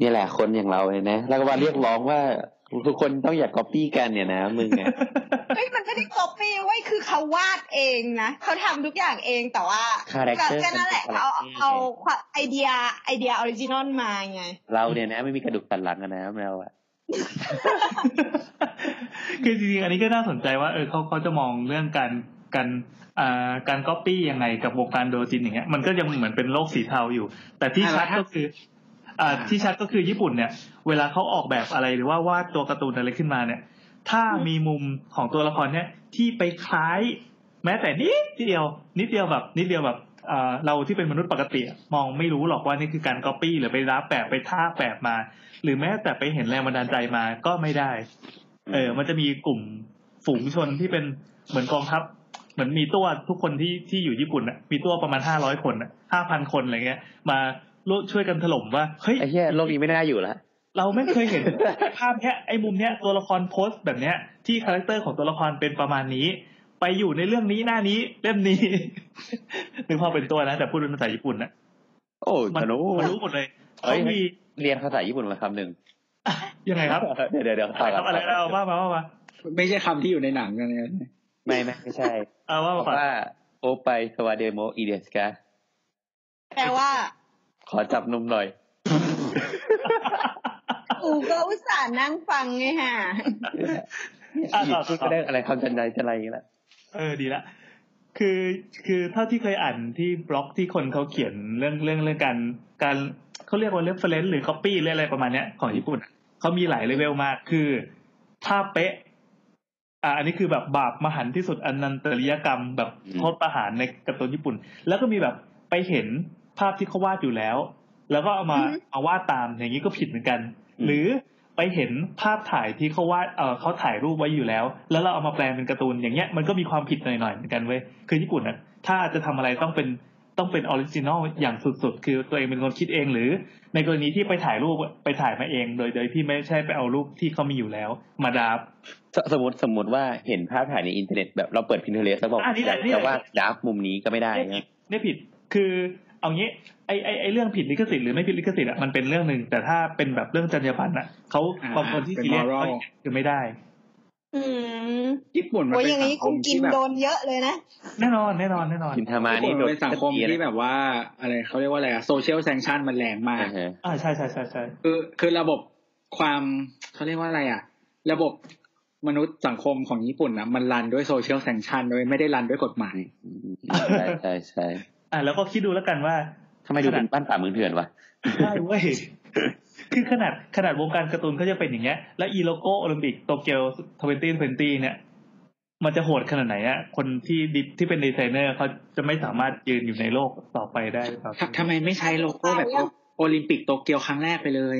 Speaker 1: นี่แหละคนอย่างเราเลยนะ แล้วก็มาเรียกร้องว่าทุกคนต้องอยากก๊อปปี้กันเนี่ยนะมึงอ่ะ
Speaker 7: เฮ้ยมันไม่ได้ก๊อปปี้เว้ยคือเขาวาดเองนะเขาทำทุกอย่างเองแต่ว่า
Speaker 1: Character
Speaker 7: ก็นั่นแหละ
Speaker 1: เป็น
Speaker 7: เอา
Speaker 1: character
Speaker 7: เอาความไอเดียไอเดียออริจินอลมาไง
Speaker 1: เราเนี่ยนะ ไม่มีกระดูกสันหลังอะนะแมวอ่ะ
Speaker 2: (laughs) คือจริงๆ อันนี้ก็น่าสนใจว่าเออเขาเขาจะมองเรื่องการการอ่าการก๊อปปี้ยังไงกับวงการโดจินอย่างเงี้ยมันก็ยังเหมือนเป็นโลกสีเทาอยู่ แต่ที่ชัดก็คืออ่าที่ชัดก็คือญี่ปุ่นเนี่ย เวลาเขาออกแบบอะไรหรือว่าวาดตัวการ์ตูนอะไรขึ้นมาเนี่ย ถ้ามีมุมของตัวละครเนี่ยที่ไปคล้าย แม้แต่นิดเดียว นิดเดียวแบบ นิดเดียวแบบเอ่อเราที่เป็นมนุษย์ปกติอะมองไม่รู้หรอกว่านี่คือการก๊อปปี้หรือไปรับแบบไปท่าแบบมา หรือแม้แต่ไปเห็นแรงบันดาลใจมาก็ไม่ได้ เออ มันจะมีกลุ่มฝูงชนที่เป็นเหมือนกองทัพ เหมือนมีตัวทุกคนที่ที่อยู่ญี่ปุ่นอ่ะ มีตัวประมาณห้าร้อยคนอ่ะห้าพันคนอะไรเงี้ย มาร่วมช่วยกันถล่มว่าเฮ้ย
Speaker 1: ไอ้เหี้ยโลกนี้ไม่น่าอยู่ละ
Speaker 2: เราไม่เคย
Speaker 1: (laughs)
Speaker 2: เห็น ภาพเนี้ยไอ้มุมเนี้ยตัวละครโพสต์แบบเนี้ย ที่คาแรคเตอร์ของตัวละครเป็นประมาณนี้ ไปอยู่ในเรื่องนี้หน้านี้เล่มนี้ (laughs) นึกพอเป็นตัวนะ แต่พูดเป็นภาษาญี่ปุ่นนะ
Speaker 1: โอ้ย
Speaker 2: มั
Speaker 1: ธนู
Speaker 2: มันรู้หมดเลย
Speaker 1: เฮ้
Speaker 2: เขา
Speaker 1: ย
Speaker 2: มี
Speaker 1: เรียนภาษาญี่ปุ่นมาคำหนึ่ง
Speaker 2: (laughs) ยังไงครับ
Speaker 1: เดี๋ยวเดี๋ยวเดี๋ยว
Speaker 2: อะไรครับอะไรเอาว่ามาว่ามา
Speaker 4: ไม่ใช่คำที่อยู่ในหนังกันนะ
Speaker 1: ไม่ไม่ไม่ใช่
Speaker 2: เอาว่า
Speaker 1: บอ
Speaker 2: มาก ก่อน
Speaker 1: ว่า โอไปสวาเดโมอีเดสกา
Speaker 7: แปลว่า
Speaker 1: ขอจับนมหน่อย
Speaker 7: อูก็อุตส่าห์นั่งฟังไงฮะ
Speaker 2: อ่ะ
Speaker 1: หยิ
Speaker 2: ต่อบ ต่อ
Speaker 1: ก็
Speaker 2: ต่อ
Speaker 1: ได้อะไรคำจันใจจันไรอย่างเงี้ยแหละ
Speaker 2: เออดีละ คือคือเท่าที่เคยอ่านที่บล็อกที่คนเขาเขียนเรื่องเรื่องเรื่องการการเขาเรียกว่าเรฟเฟรนซ์หรือค o อปปี้หรืออะไรประมาณเนี้ยของญี่ปุ่นอะเขามีหลายเลเวลมากคือถ้าเป๊ะ อ่า อันนี้คือแบบบาปมหันต์ที่สุดอนันตริยกรรมแบบโทษประหารในการ์ตูนญี่ปุ่น แล้วก็มีแบบไปเห็นภาพที่เขาวาดอยู่แล้ว แล้วก็เอามา
Speaker 7: อือฮึ
Speaker 2: เอาวาดตามอย่างนี้ก็ผิดเหมือนกัน หรือไปเห็นภาพถ่ายที่เขาวาดเออเขาถ่ายรูปไว้อยู่แล้ว แล้วเราเอามาแปลงเป็นการ์ตูนอย่างเงี้ยมันก็มีความผิดหน่อยๆเหมือนกันเว้ยคือญี่ปุ่นอ่ะถ้าจะทำอะไรต้องเป็นต้องเป็นออริจินอลอย่างสุดๆ คือตัวเองเป็นคนคิดเองหรือ ในกรณีที่ไปถ่ายรูปไปถ่ายมาเอง โดยโดยที่ไม่ใช่ไปเอารูปที่เขามีอยู่แล้ว มาดาบ
Speaker 1: สสมมติสมมติว่าเห็นภาพถ่ายในอินเทอร์เน็ตแบบเราเปิด Pinterest แล้วบอก
Speaker 2: อ่ะนี่แหละนี่แหละ
Speaker 1: แต่ว่าดาฟมุมนี้ก็ไม่ได้
Speaker 2: เนี่ยผิ
Speaker 1: นะ
Speaker 2: ดเนี่ยผิด คือ เอางี้ไอไอไอเรื่องผิดลิขสิทธิ์หรือไม่ผิดลิขสิทธิ์อะมันเป็นเรื่องหนึ่งแต่ถ้าเป็นแบบเรื่องจรรยาบรรณอะเขา
Speaker 4: อ่า
Speaker 2: บางคนที่
Speaker 4: เป็น
Speaker 2: ซีเรียส
Speaker 4: moral
Speaker 2: เขาคือไม่ได้
Speaker 7: อืม
Speaker 4: ญี่ปุ่นมัน
Speaker 7: โอ้ย
Speaker 4: เป็
Speaker 7: อน ย่าง
Speaker 4: สั
Speaker 7: นี้
Speaker 4: งค
Speaker 7: คุ
Speaker 4: ม
Speaker 7: ณกิ
Speaker 4: ที่
Speaker 7: น
Speaker 4: แบบ
Speaker 7: โดนเยอะเลยนะ
Speaker 2: แน่นอนแน่นอนแน่นอน
Speaker 4: (laughs)
Speaker 1: กินทามา
Speaker 4: ญี่ปุ่
Speaker 1: นี่
Speaker 4: น
Speaker 1: โด
Speaker 4: มั
Speaker 1: น
Speaker 4: นเป็นสังคมที่แบบว่าอะไรเขาเรียกว่าอะไรอะโซเชียลแซงชันมันแรงมาก
Speaker 1: อ่าฮะ
Speaker 2: อ่าใช่ใช่ใช่ใช่
Speaker 4: คือคือระบบความเขาเรียกว่าอะไรอ่ะ ระบบมนุษย์สังคมของญี่ปุ่นนะมันรันด้วยโซเชียลแซงชันโดยไม่ได้รันด้วยกฎหมาย
Speaker 1: ใช่ใช่ใช่
Speaker 2: อ่าแล้วก็คิดดูแล้วกัน
Speaker 4: (laughs)
Speaker 2: ว่า
Speaker 1: ทำไมดูเป็นบ้านป่าเมืองเถื่อนวะ
Speaker 2: ใช่เว้ย คือขนาดขนาดวงการการ์ตูนเขาจะเป็นอย่างเงี้ย แล้วอีโลโก้โอลิมปิกโตเกียว 2020 เนี่ย มันจะโหดขนาดไหนอะคนที่ดิบที่เป็นดีไซเนอร์เขาจะไม่สามารถยืนอยู่ในโลกต่อไปได้หรือเปล่า
Speaker 4: ทำทำไมไม่ใช้โลโก้แบบโอลิมปิกโตเกียวครั้งแรกไปเลย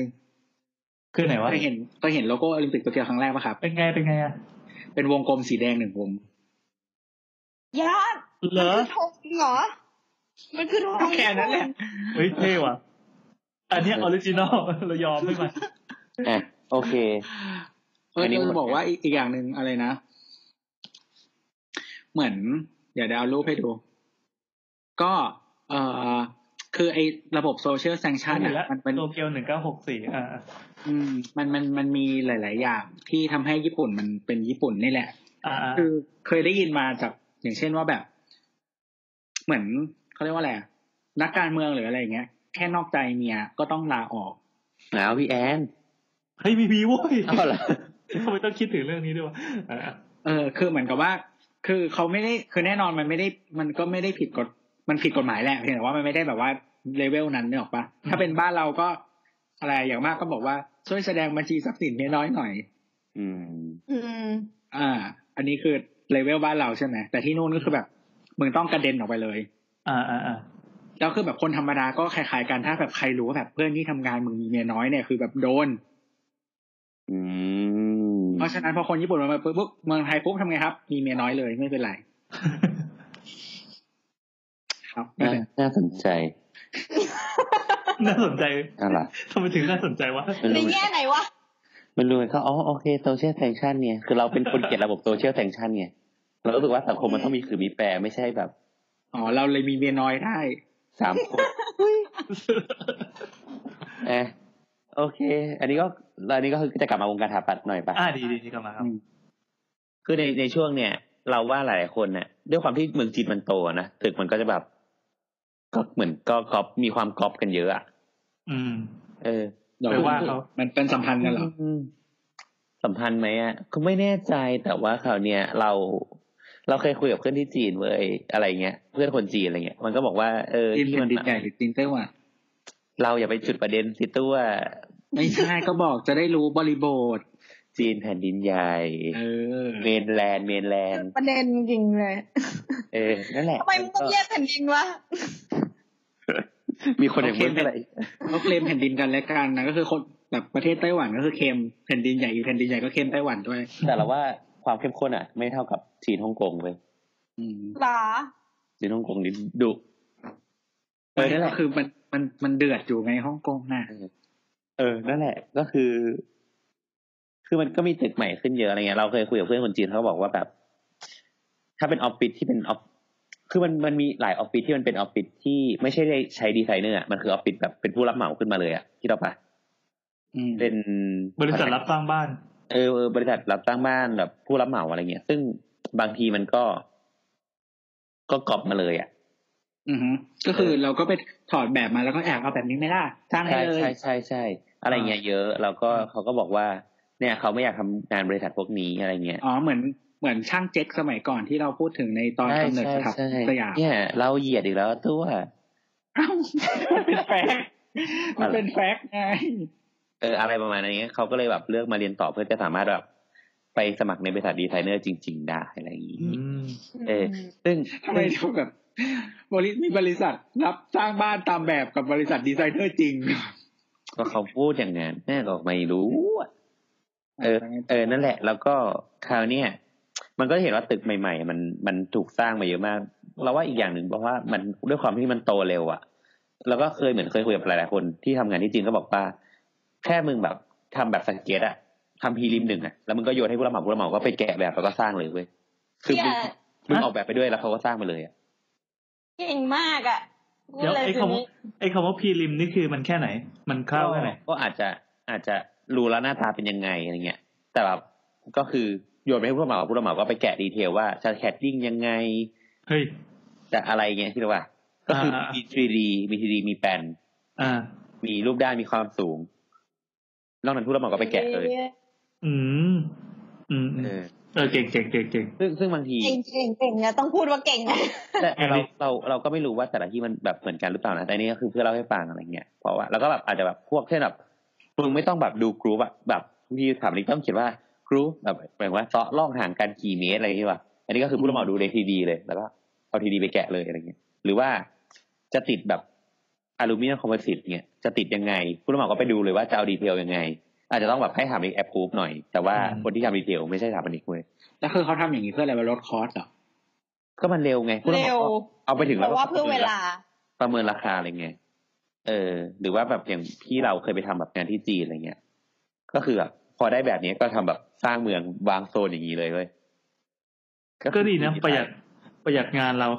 Speaker 2: คือไหนวะ
Speaker 4: เคยเห็นเคยเห็นโลโก้โอลิมปิกโตเกียวครั้งแรกปะครับ
Speaker 2: เป็นไงเป็นไงอะ
Speaker 4: เป็นวงกลมสีแดงหนึ่งวง
Speaker 7: ยาก
Speaker 2: เหร
Speaker 7: มั
Speaker 2: อ
Speaker 7: นคือทงเหรอ มันคือทง
Speaker 4: แค่นั้นแหละ
Speaker 2: เฮ้ยเท่ว่ะ อันเนี้ออริจินอล เรายอมไม่มา
Speaker 1: อ่ะโอเค
Speaker 4: เออ
Speaker 1: อันนี้
Speaker 4: เราจะบอก
Speaker 1: หมดแล้ว
Speaker 4: ว่าอีกอีกอย่างหนึ่งอะไรนะ เหมือน เดี๋ยวเดยวเอารูปให้ดู ก็ เออคือไอ้ระบบโซเชียลแซงชัน
Speaker 2: อยู่
Speaker 4: อ่ะ
Speaker 2: แล้ว
Speaker 4: มันมัน
Speaker 2: โตเกียว 1964 อ่า
Speaker 4: อืมมันมันมันมีหลาย ๆ อย่างที่ทำให้ญี่ปุ่นมันเป็นญี่ปุ่นนี่แหละ
Speaker 2: อ่าอ่า
Speaker 4: คือเคยได้ยินมาจากอย่างเช่นว่าแบบ เหมือนเขาเรียกว่าอะไรอะนักการเมืองหรืออะไรอย่างเงี้ย แค่นอกใจเมียก็ต้องลาออก
Speaker 1: หนาวพี่แอน
Speaker 2: เฮ้ยมีมีเว้ย
Speaker 1: เอาล่ะ
Speaker 2: ทำไมต้องคิดถึงเรื่องนี้ด้วยวะอ่า
Speaker 4: เออ คือเหมือนกับว่า คือเขาไม่ได้คือแน่นอนมันไม่ได้ มันก็ไม่ได้ผิดกฎมันผิดกฎหมายแหละเพียงแต่ว่ามันไม่ได้แบบว่าเลเวลนั้นเนี่ยหรอกปะถ้าเป็นบ้านเราก็อะไรอย่างมากก็บอกว่าช่วยแสดงบัญชีทรัพย์สินให้น้อยหน่อย
Speaker 1: อืม
Speaker 7: อืม
Speaker 4: อ่า อันนี้คือเลเวลบ้านเราใช่ไหมแต่ที่นู่นก็คือแบบมึงต้องกระเด็นออกไปเลย
Speaker 2: อ่าอ่าอ่า
Speaker 4: แล้วคือแบบคนธรรมดาก็คล้ายๆกันถ้าแบบใครรู้ว่าแบบเพื่อนที่ทำงานมึงมีเมียน้อยเนี่ยคือแบบโดน
Speaker 1: อืม
Speaker 4: เพราะฉะนั้นพอคนญี่ปุ่นมาปุ๊บปุ๊บเมืองไทยปุ๊บทำไงครับ มีเมียน้อยเลยไม่เป็นไรครับไม่
Speaker 1: น่า
Speaker 4: เป็นไร
Speaker 1: น่าสนใจ
Speaker 2: (laughs) น่าสนใจ
Speaker 1: เอาล่ะ
Speaker 2: ทำไมถึงน่าสนใจ
Speaker 1: (laughs)
Speaker 2: วะ
Speaker 1: ไม่
Speaker 7: ใน
Speaker 1: รู้เหมือน
Speaker 7: แง่
Speaker 1: กัน
Speaker 7: ไหนวะ
Speaker 1: ไม่รู้เหมือนเขาอ๋อโอเคโซเชียลแซงชันเนี่ยคือเราเป็นคนเกลียดระบบโซเชียลแซงชันไงเรารู้สึกว่าสังคมมันต้องมีคือมีแปรไม่ใช่แบบ
Speaker 4: อ๋อเราเลยมีเมียน้อยได้
Speaker 1: สามคนอ่ะโอเค อันนี้ก็แล้วอันนี้ก็คือจะกลับมาวงการถาปัดหน่อยปะ
Speaker 2: อ่าดีดีดีกลับมาครับ
Speaker 1: คือในในช่วงเนี่ย เราว่าหลายๆคนเนี่ยด้วยความที่เมืองจีนมันโตอะนะตึกมันก็จะแบบ ก็เหมือนก็ก๊อปมีความก๊อปกันเยอะอะ
Speaker 2: อืม
Speaker 1: เออ
Speaker 4: เดี๋ยว
Speaker 2: ไปว่าเขา
Speaker 4: มันเป็นสัมพันธ์กันเหรอ
Speaker 1: อืมสัมพันธ์ไหมอ่ะก็ไม่แน่ใจแต่ว่าคราวเนี้ยเรา เราเคยคุยกับเพื่อนที่จีนเว้ยอะไรเงี้ยเพื่อนคนจีนอะไรเงี้ยมันก็บอกว่าเออ
Speaker 4: จีน
Speaker 1: ที่
Speaker 4: เป็
Speaker 1: มัน น
Speaker 4: ดินใหญ่หรือจีนไต้หวัน
Speaker 1: เราอย่าไปจุดประเด็นสิตัว
Speaker 4: ไม่ใช่ก็บอกจะได้รู้บริบท
Speaker 1: จีนแผ่นดินใหญ่
Speaker 4: เออ
Speaker 1: เมนแลนด์เมนแลนด์
Speaker 7: ประเด็นจริงเลย
Speaker 1: เออนั่นแหละ
Speaker 7: ทำไมมึงต้องแยกแผ่นดินวะ
Speaker 1: มีคนอย่างมึงอะไร
Speaker 4: เขาเคลมแผ่นดินกันและกันนะก็คือคนแบบประเทศไต้หวันก็คือเคลมแผ่นดินใหญ่อยู่แผ่นดินใหญ่ก็เคลมไต้หวันด้วย
Speaker 1: แต่เราว่าความเข้มข้นอ่ะ ไม่เท่ากับจีนฮ่องกงเว้ย
Speaker 4: อืม
Speaker 7: หรอ
Speaker 1: จีนฮ่องกงนี่ดุเออนั่นแห
Speaker 4: ก็
Speaker 1: ละ
Speaker 4: คือมันมันมันเดือดอยู่ไงฮ่องกงน่ะ
Speaker 1: เออนั่นแหละ ก็คือ คือมันก็มีตึกใหม่ขึ้นเยอะอะไรเงี้ยเราเคยคุยกับเพื่อนคนจีนเขาบอกว่าแบบ ถ้าเป็นออฟฟิศที่เป็นออฟคือมันมันมีหลายออฟฟิศที่มันเป็นออฟฟิศที่ไม่ใช่ได้ใช้ดีไซเนอร์อะมันคือออฟฟิศแบบเป็นผู้รับเหมาขึ้นมาเลยอ่ะที่เราไปะ
Speaker 4: อืม
Speaker 1: เป็น
Speaker 2: บริษัทรับสร้างบ้าน
Speaker 1: เออเออบริษัทรับตั้างบ้านแบบผู้รับเหมาอะไรเงี้ย ซึ่งบางทีมันก็ ก็กอบมาเลยอ่ะ
Speaker 4: อือฮึก็คือเราก็ไปถอดแบบมาแล้วก็แอบเอาแบบนี้ไม่ได้สร้างให้
Speaker 1: ใช่
Speaker 4: เลย
Speaker 1: ใช่ใช่ใช่อะไรเงี้ยเยอะ แล้วก็
Speaker 2: อ่า
Speaker 1: เขาก็บอกว่า เนี่ยเขาไม่อยากทำงานบริษัทพวกนี้อะไรเงี้ย
Speaker 4: อ๋อเหมือนเหมือนช่างเจ๊กสมัยก่อนที่เราพูดถึงในตอน
Speaker 1: ใช่
Speaker 4: กำเนิด
Speaker 1: ใช่
Speaker 4: สถาปั
Speaker 1: ใช่
Speaker 4: ตยสยาม
Speaker 1: เนี่ย เราเหยียดอีกแล้วตัว
Speaker 4: เอ้ามันเป็นแฟกต์มันเป็นแฟกต์ไง
Speaker 1: เอออะไรประมาณนี้เขาก็เลยแบบเลือกมาเรียนต่อเพื่อจะสามารถแบบไปสมัครในบริษัทดีไซเนอร์จริง ๆ ได้อะไรอย่างงี้
Speaker 2: อืม
Speaker 1: เออ ซึ่ง
Speaker 4: ทำไมดูแบบบริมีบริษัทรับสร้างบ้านตามแบบกับบริษัทดีไซเนอร์จริง
Speaker 1: ก็เขาพูดอย่างนั้นแม่ก็ไม่รู้อะเออ เออนั่นแหละ แล้วก็คราวเนี้ยมันก็เห็นว่าตึกใหม่ ๆ มันมันถูกสร้างมาเยอะมาก เราว่าอีกอย่างหนึ่งเพราะว่ามันด้วยความที่มันโตเร็วอะแล้วก็เคยเหมือนเคยคุยกับหลายๆคนที่ทำงานที่จีนก็บอกว่า แค่มึงแบบทำแบบสเก็ตอะทำพีริมหนึ่งอะแล้วมึงก็โยนให้ผู้รับเหมาผู้รับเหมาก็ไปแกะแบบแล้วก็สร้างเลยเว้ยคือมึง
Speaker 7: แกะ
Speaker 1: มึงออกแบบไปด้วยแล้วเขาก็สร้างมาเลยอะ
Speaker 7: เก่งมากอ่ะ
Speaker 2: เดี๋ยวไอ้คำว่าไอ้คำว่าพีริมนี่คือมันแค่ไหน มันคร่าวแค่ไหน
Speaker 1: ก็อาจจะอาจจะรู้แล้วหน้าตาเป็นยังไงอะไรเงี้ย แต่แบบก็คือโยนไปให้ผู้รับเหมาผู้รับเหมาก็ไปแกะดีเทลว่าจะแคดดิ้งยังไง
Speaker 2: เฮ้ย
Speaker 1: จะอะไรเงี้ยที่เรียกว่า ก็คือ
Speaker 2: อ่า
Speaker 1: มี
Speaker 2: อ่า
Speaker 1: 3D มี 3D มีแปลน
Speaker 2: อ่า
Speaker 1: มีรูปด้านมีความสูง นอกนั้นผู้รับเหมาก็ไปแกะเลย
Speaker 2: อืม อืมอืม
Speaker 1: เออ
Speaker 2: เออเก่งเก่งเก่งเก่ง
Speaker 1: ซึ่งซึ่งบางที
Speaker 7: เก่งเก่งเก่งเนี่ยต้องพูดว่าเก่งนะ (laughs)
Speaker 1: แต่แต่เรา
Speaker 2: แอบดิ
Speaker 1: เราเราก็ไม่รู้ว่าแต่ละที่มันแบบเหมือนกันหรือเปล่านะแต่อันนี่ก็คือเพื่อเล่าให้ฟังอะไรเงี้ยเพราะว่าแล้วก็แบบอาจจะแบบพวกเช่นแบบมึงไม่ต้องแบบดูกรูปอะแบบบางทีถามลิงต้องเขียนว่ากรูปแบบแปลว่าเซาะล่องห่างกันกี่เมตรอะไรอย่างเงี้ยว่ะอันนี้ก็คือผู้รับเหมาดูในทีดีเลยแล้วก็เอาทีดีไปแกะเลยอะไรเงี้ยหรือว่าจะติดแบบอลูมิเนียมคอมโพสิตเงี้ยจะติดยังไง ผู้รับเหมาก็ไปดูเลยว่าจะเอาดีเทลยังไง อาจจะต้องแบบให้ถามลิงแอปพูฟหน่อย แต่ว่า
Speaker 2: อืม
Speaker 1: คนที่ทำดีเทลไม่ใช่ถามลิงเลย
Speaker 4: แล้วคือเขาทำอย่างนี้เพื่ออะไรวะลดคอสเหรอ
Speaker 1: ก็มันเร็วไงผู้รับเห
Speaker 7: เร็
Speaker 1: มาว ก็เอาไปถึง
Speaker 7: เพ
Speaker 1: แล้ว
Speaker 7: ราะ
Speaker 1: ก็
Speaker 7: ว่าเพื่อเวลา
Speaker 1: ประเมินราคาอะไรเงี้ย เออ หรือว่าแบบอย่างพี่เราเคยไปทำแบบงานที่จีนอะไรเงี้ย ก็คือแบบพอได้แบบนี้ก็ทำแบบสร้างเมืองวางโซนอย่างนี้เลยเว้ย
Speaker 2: ก็ดีนะประหยัดประหยัดงานเรา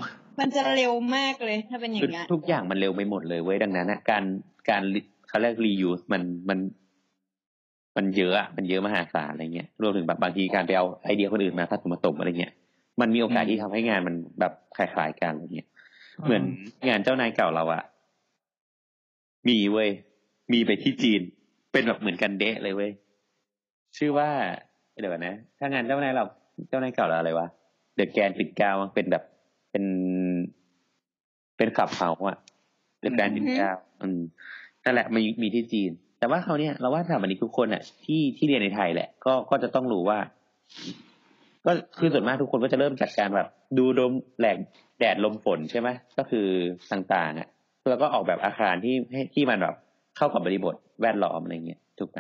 Speaker 7: มันจะเร็วมากเลยถ้าเป็นอย่า
Speaker 1: คือง
Speaker 7: เงี้ย
Speaker 1: ทุกอย่างมันเร็วไปหมดเลยเว้ยดังนั้นอะการการเขาเรียกรียูมันมัน มันเยอะอะมันเยอะมหาศาลอะไรเงี้ยรวมถึงแบบบางทีการไปเอาไอเดียคนอื่นมาผสมผสมอะไรเงี้ยมันมีโอกาสที่ทำให้งานมันแบบคล้ายๆกันอะไรเงี้ย เหมือนงานเจ้านายเก่าเราอะมีเว้ย มีไปที่จีน เป็นแบบเหมือนกันเดะเลยเว้ย ชื่อว่า เดี๋ยวก่อนนะ ถ้างานเจ้านายเรา เจ้านายเก่าเราอะไรวะ เดอะแกนปิดกาวมั้งเป็นแบบ เป็น เป็นขับเฮาส์อะเดอะแกนปิดกาวอืมนั่นแหละมีมีที่จีน แต่ว่าเขาวเนี่ยเราว่าสถาบันนี้ทุกคนอะที่ที่เรียนในไทยแหละ ก็ก็จะต้องรู้ว่า ก็คือส่วนมากทุกคนก็จะเริ่มจากการแบบ ดูลมแหลกแดดลมฝนใช่ไหมก็คือต่างๆอ่ะแล้วก็ออกแบบอาคารที่ให้ที่มันแบบเข้ากับบริบทแวดล้อมอะไรเงี้ยถูกไหม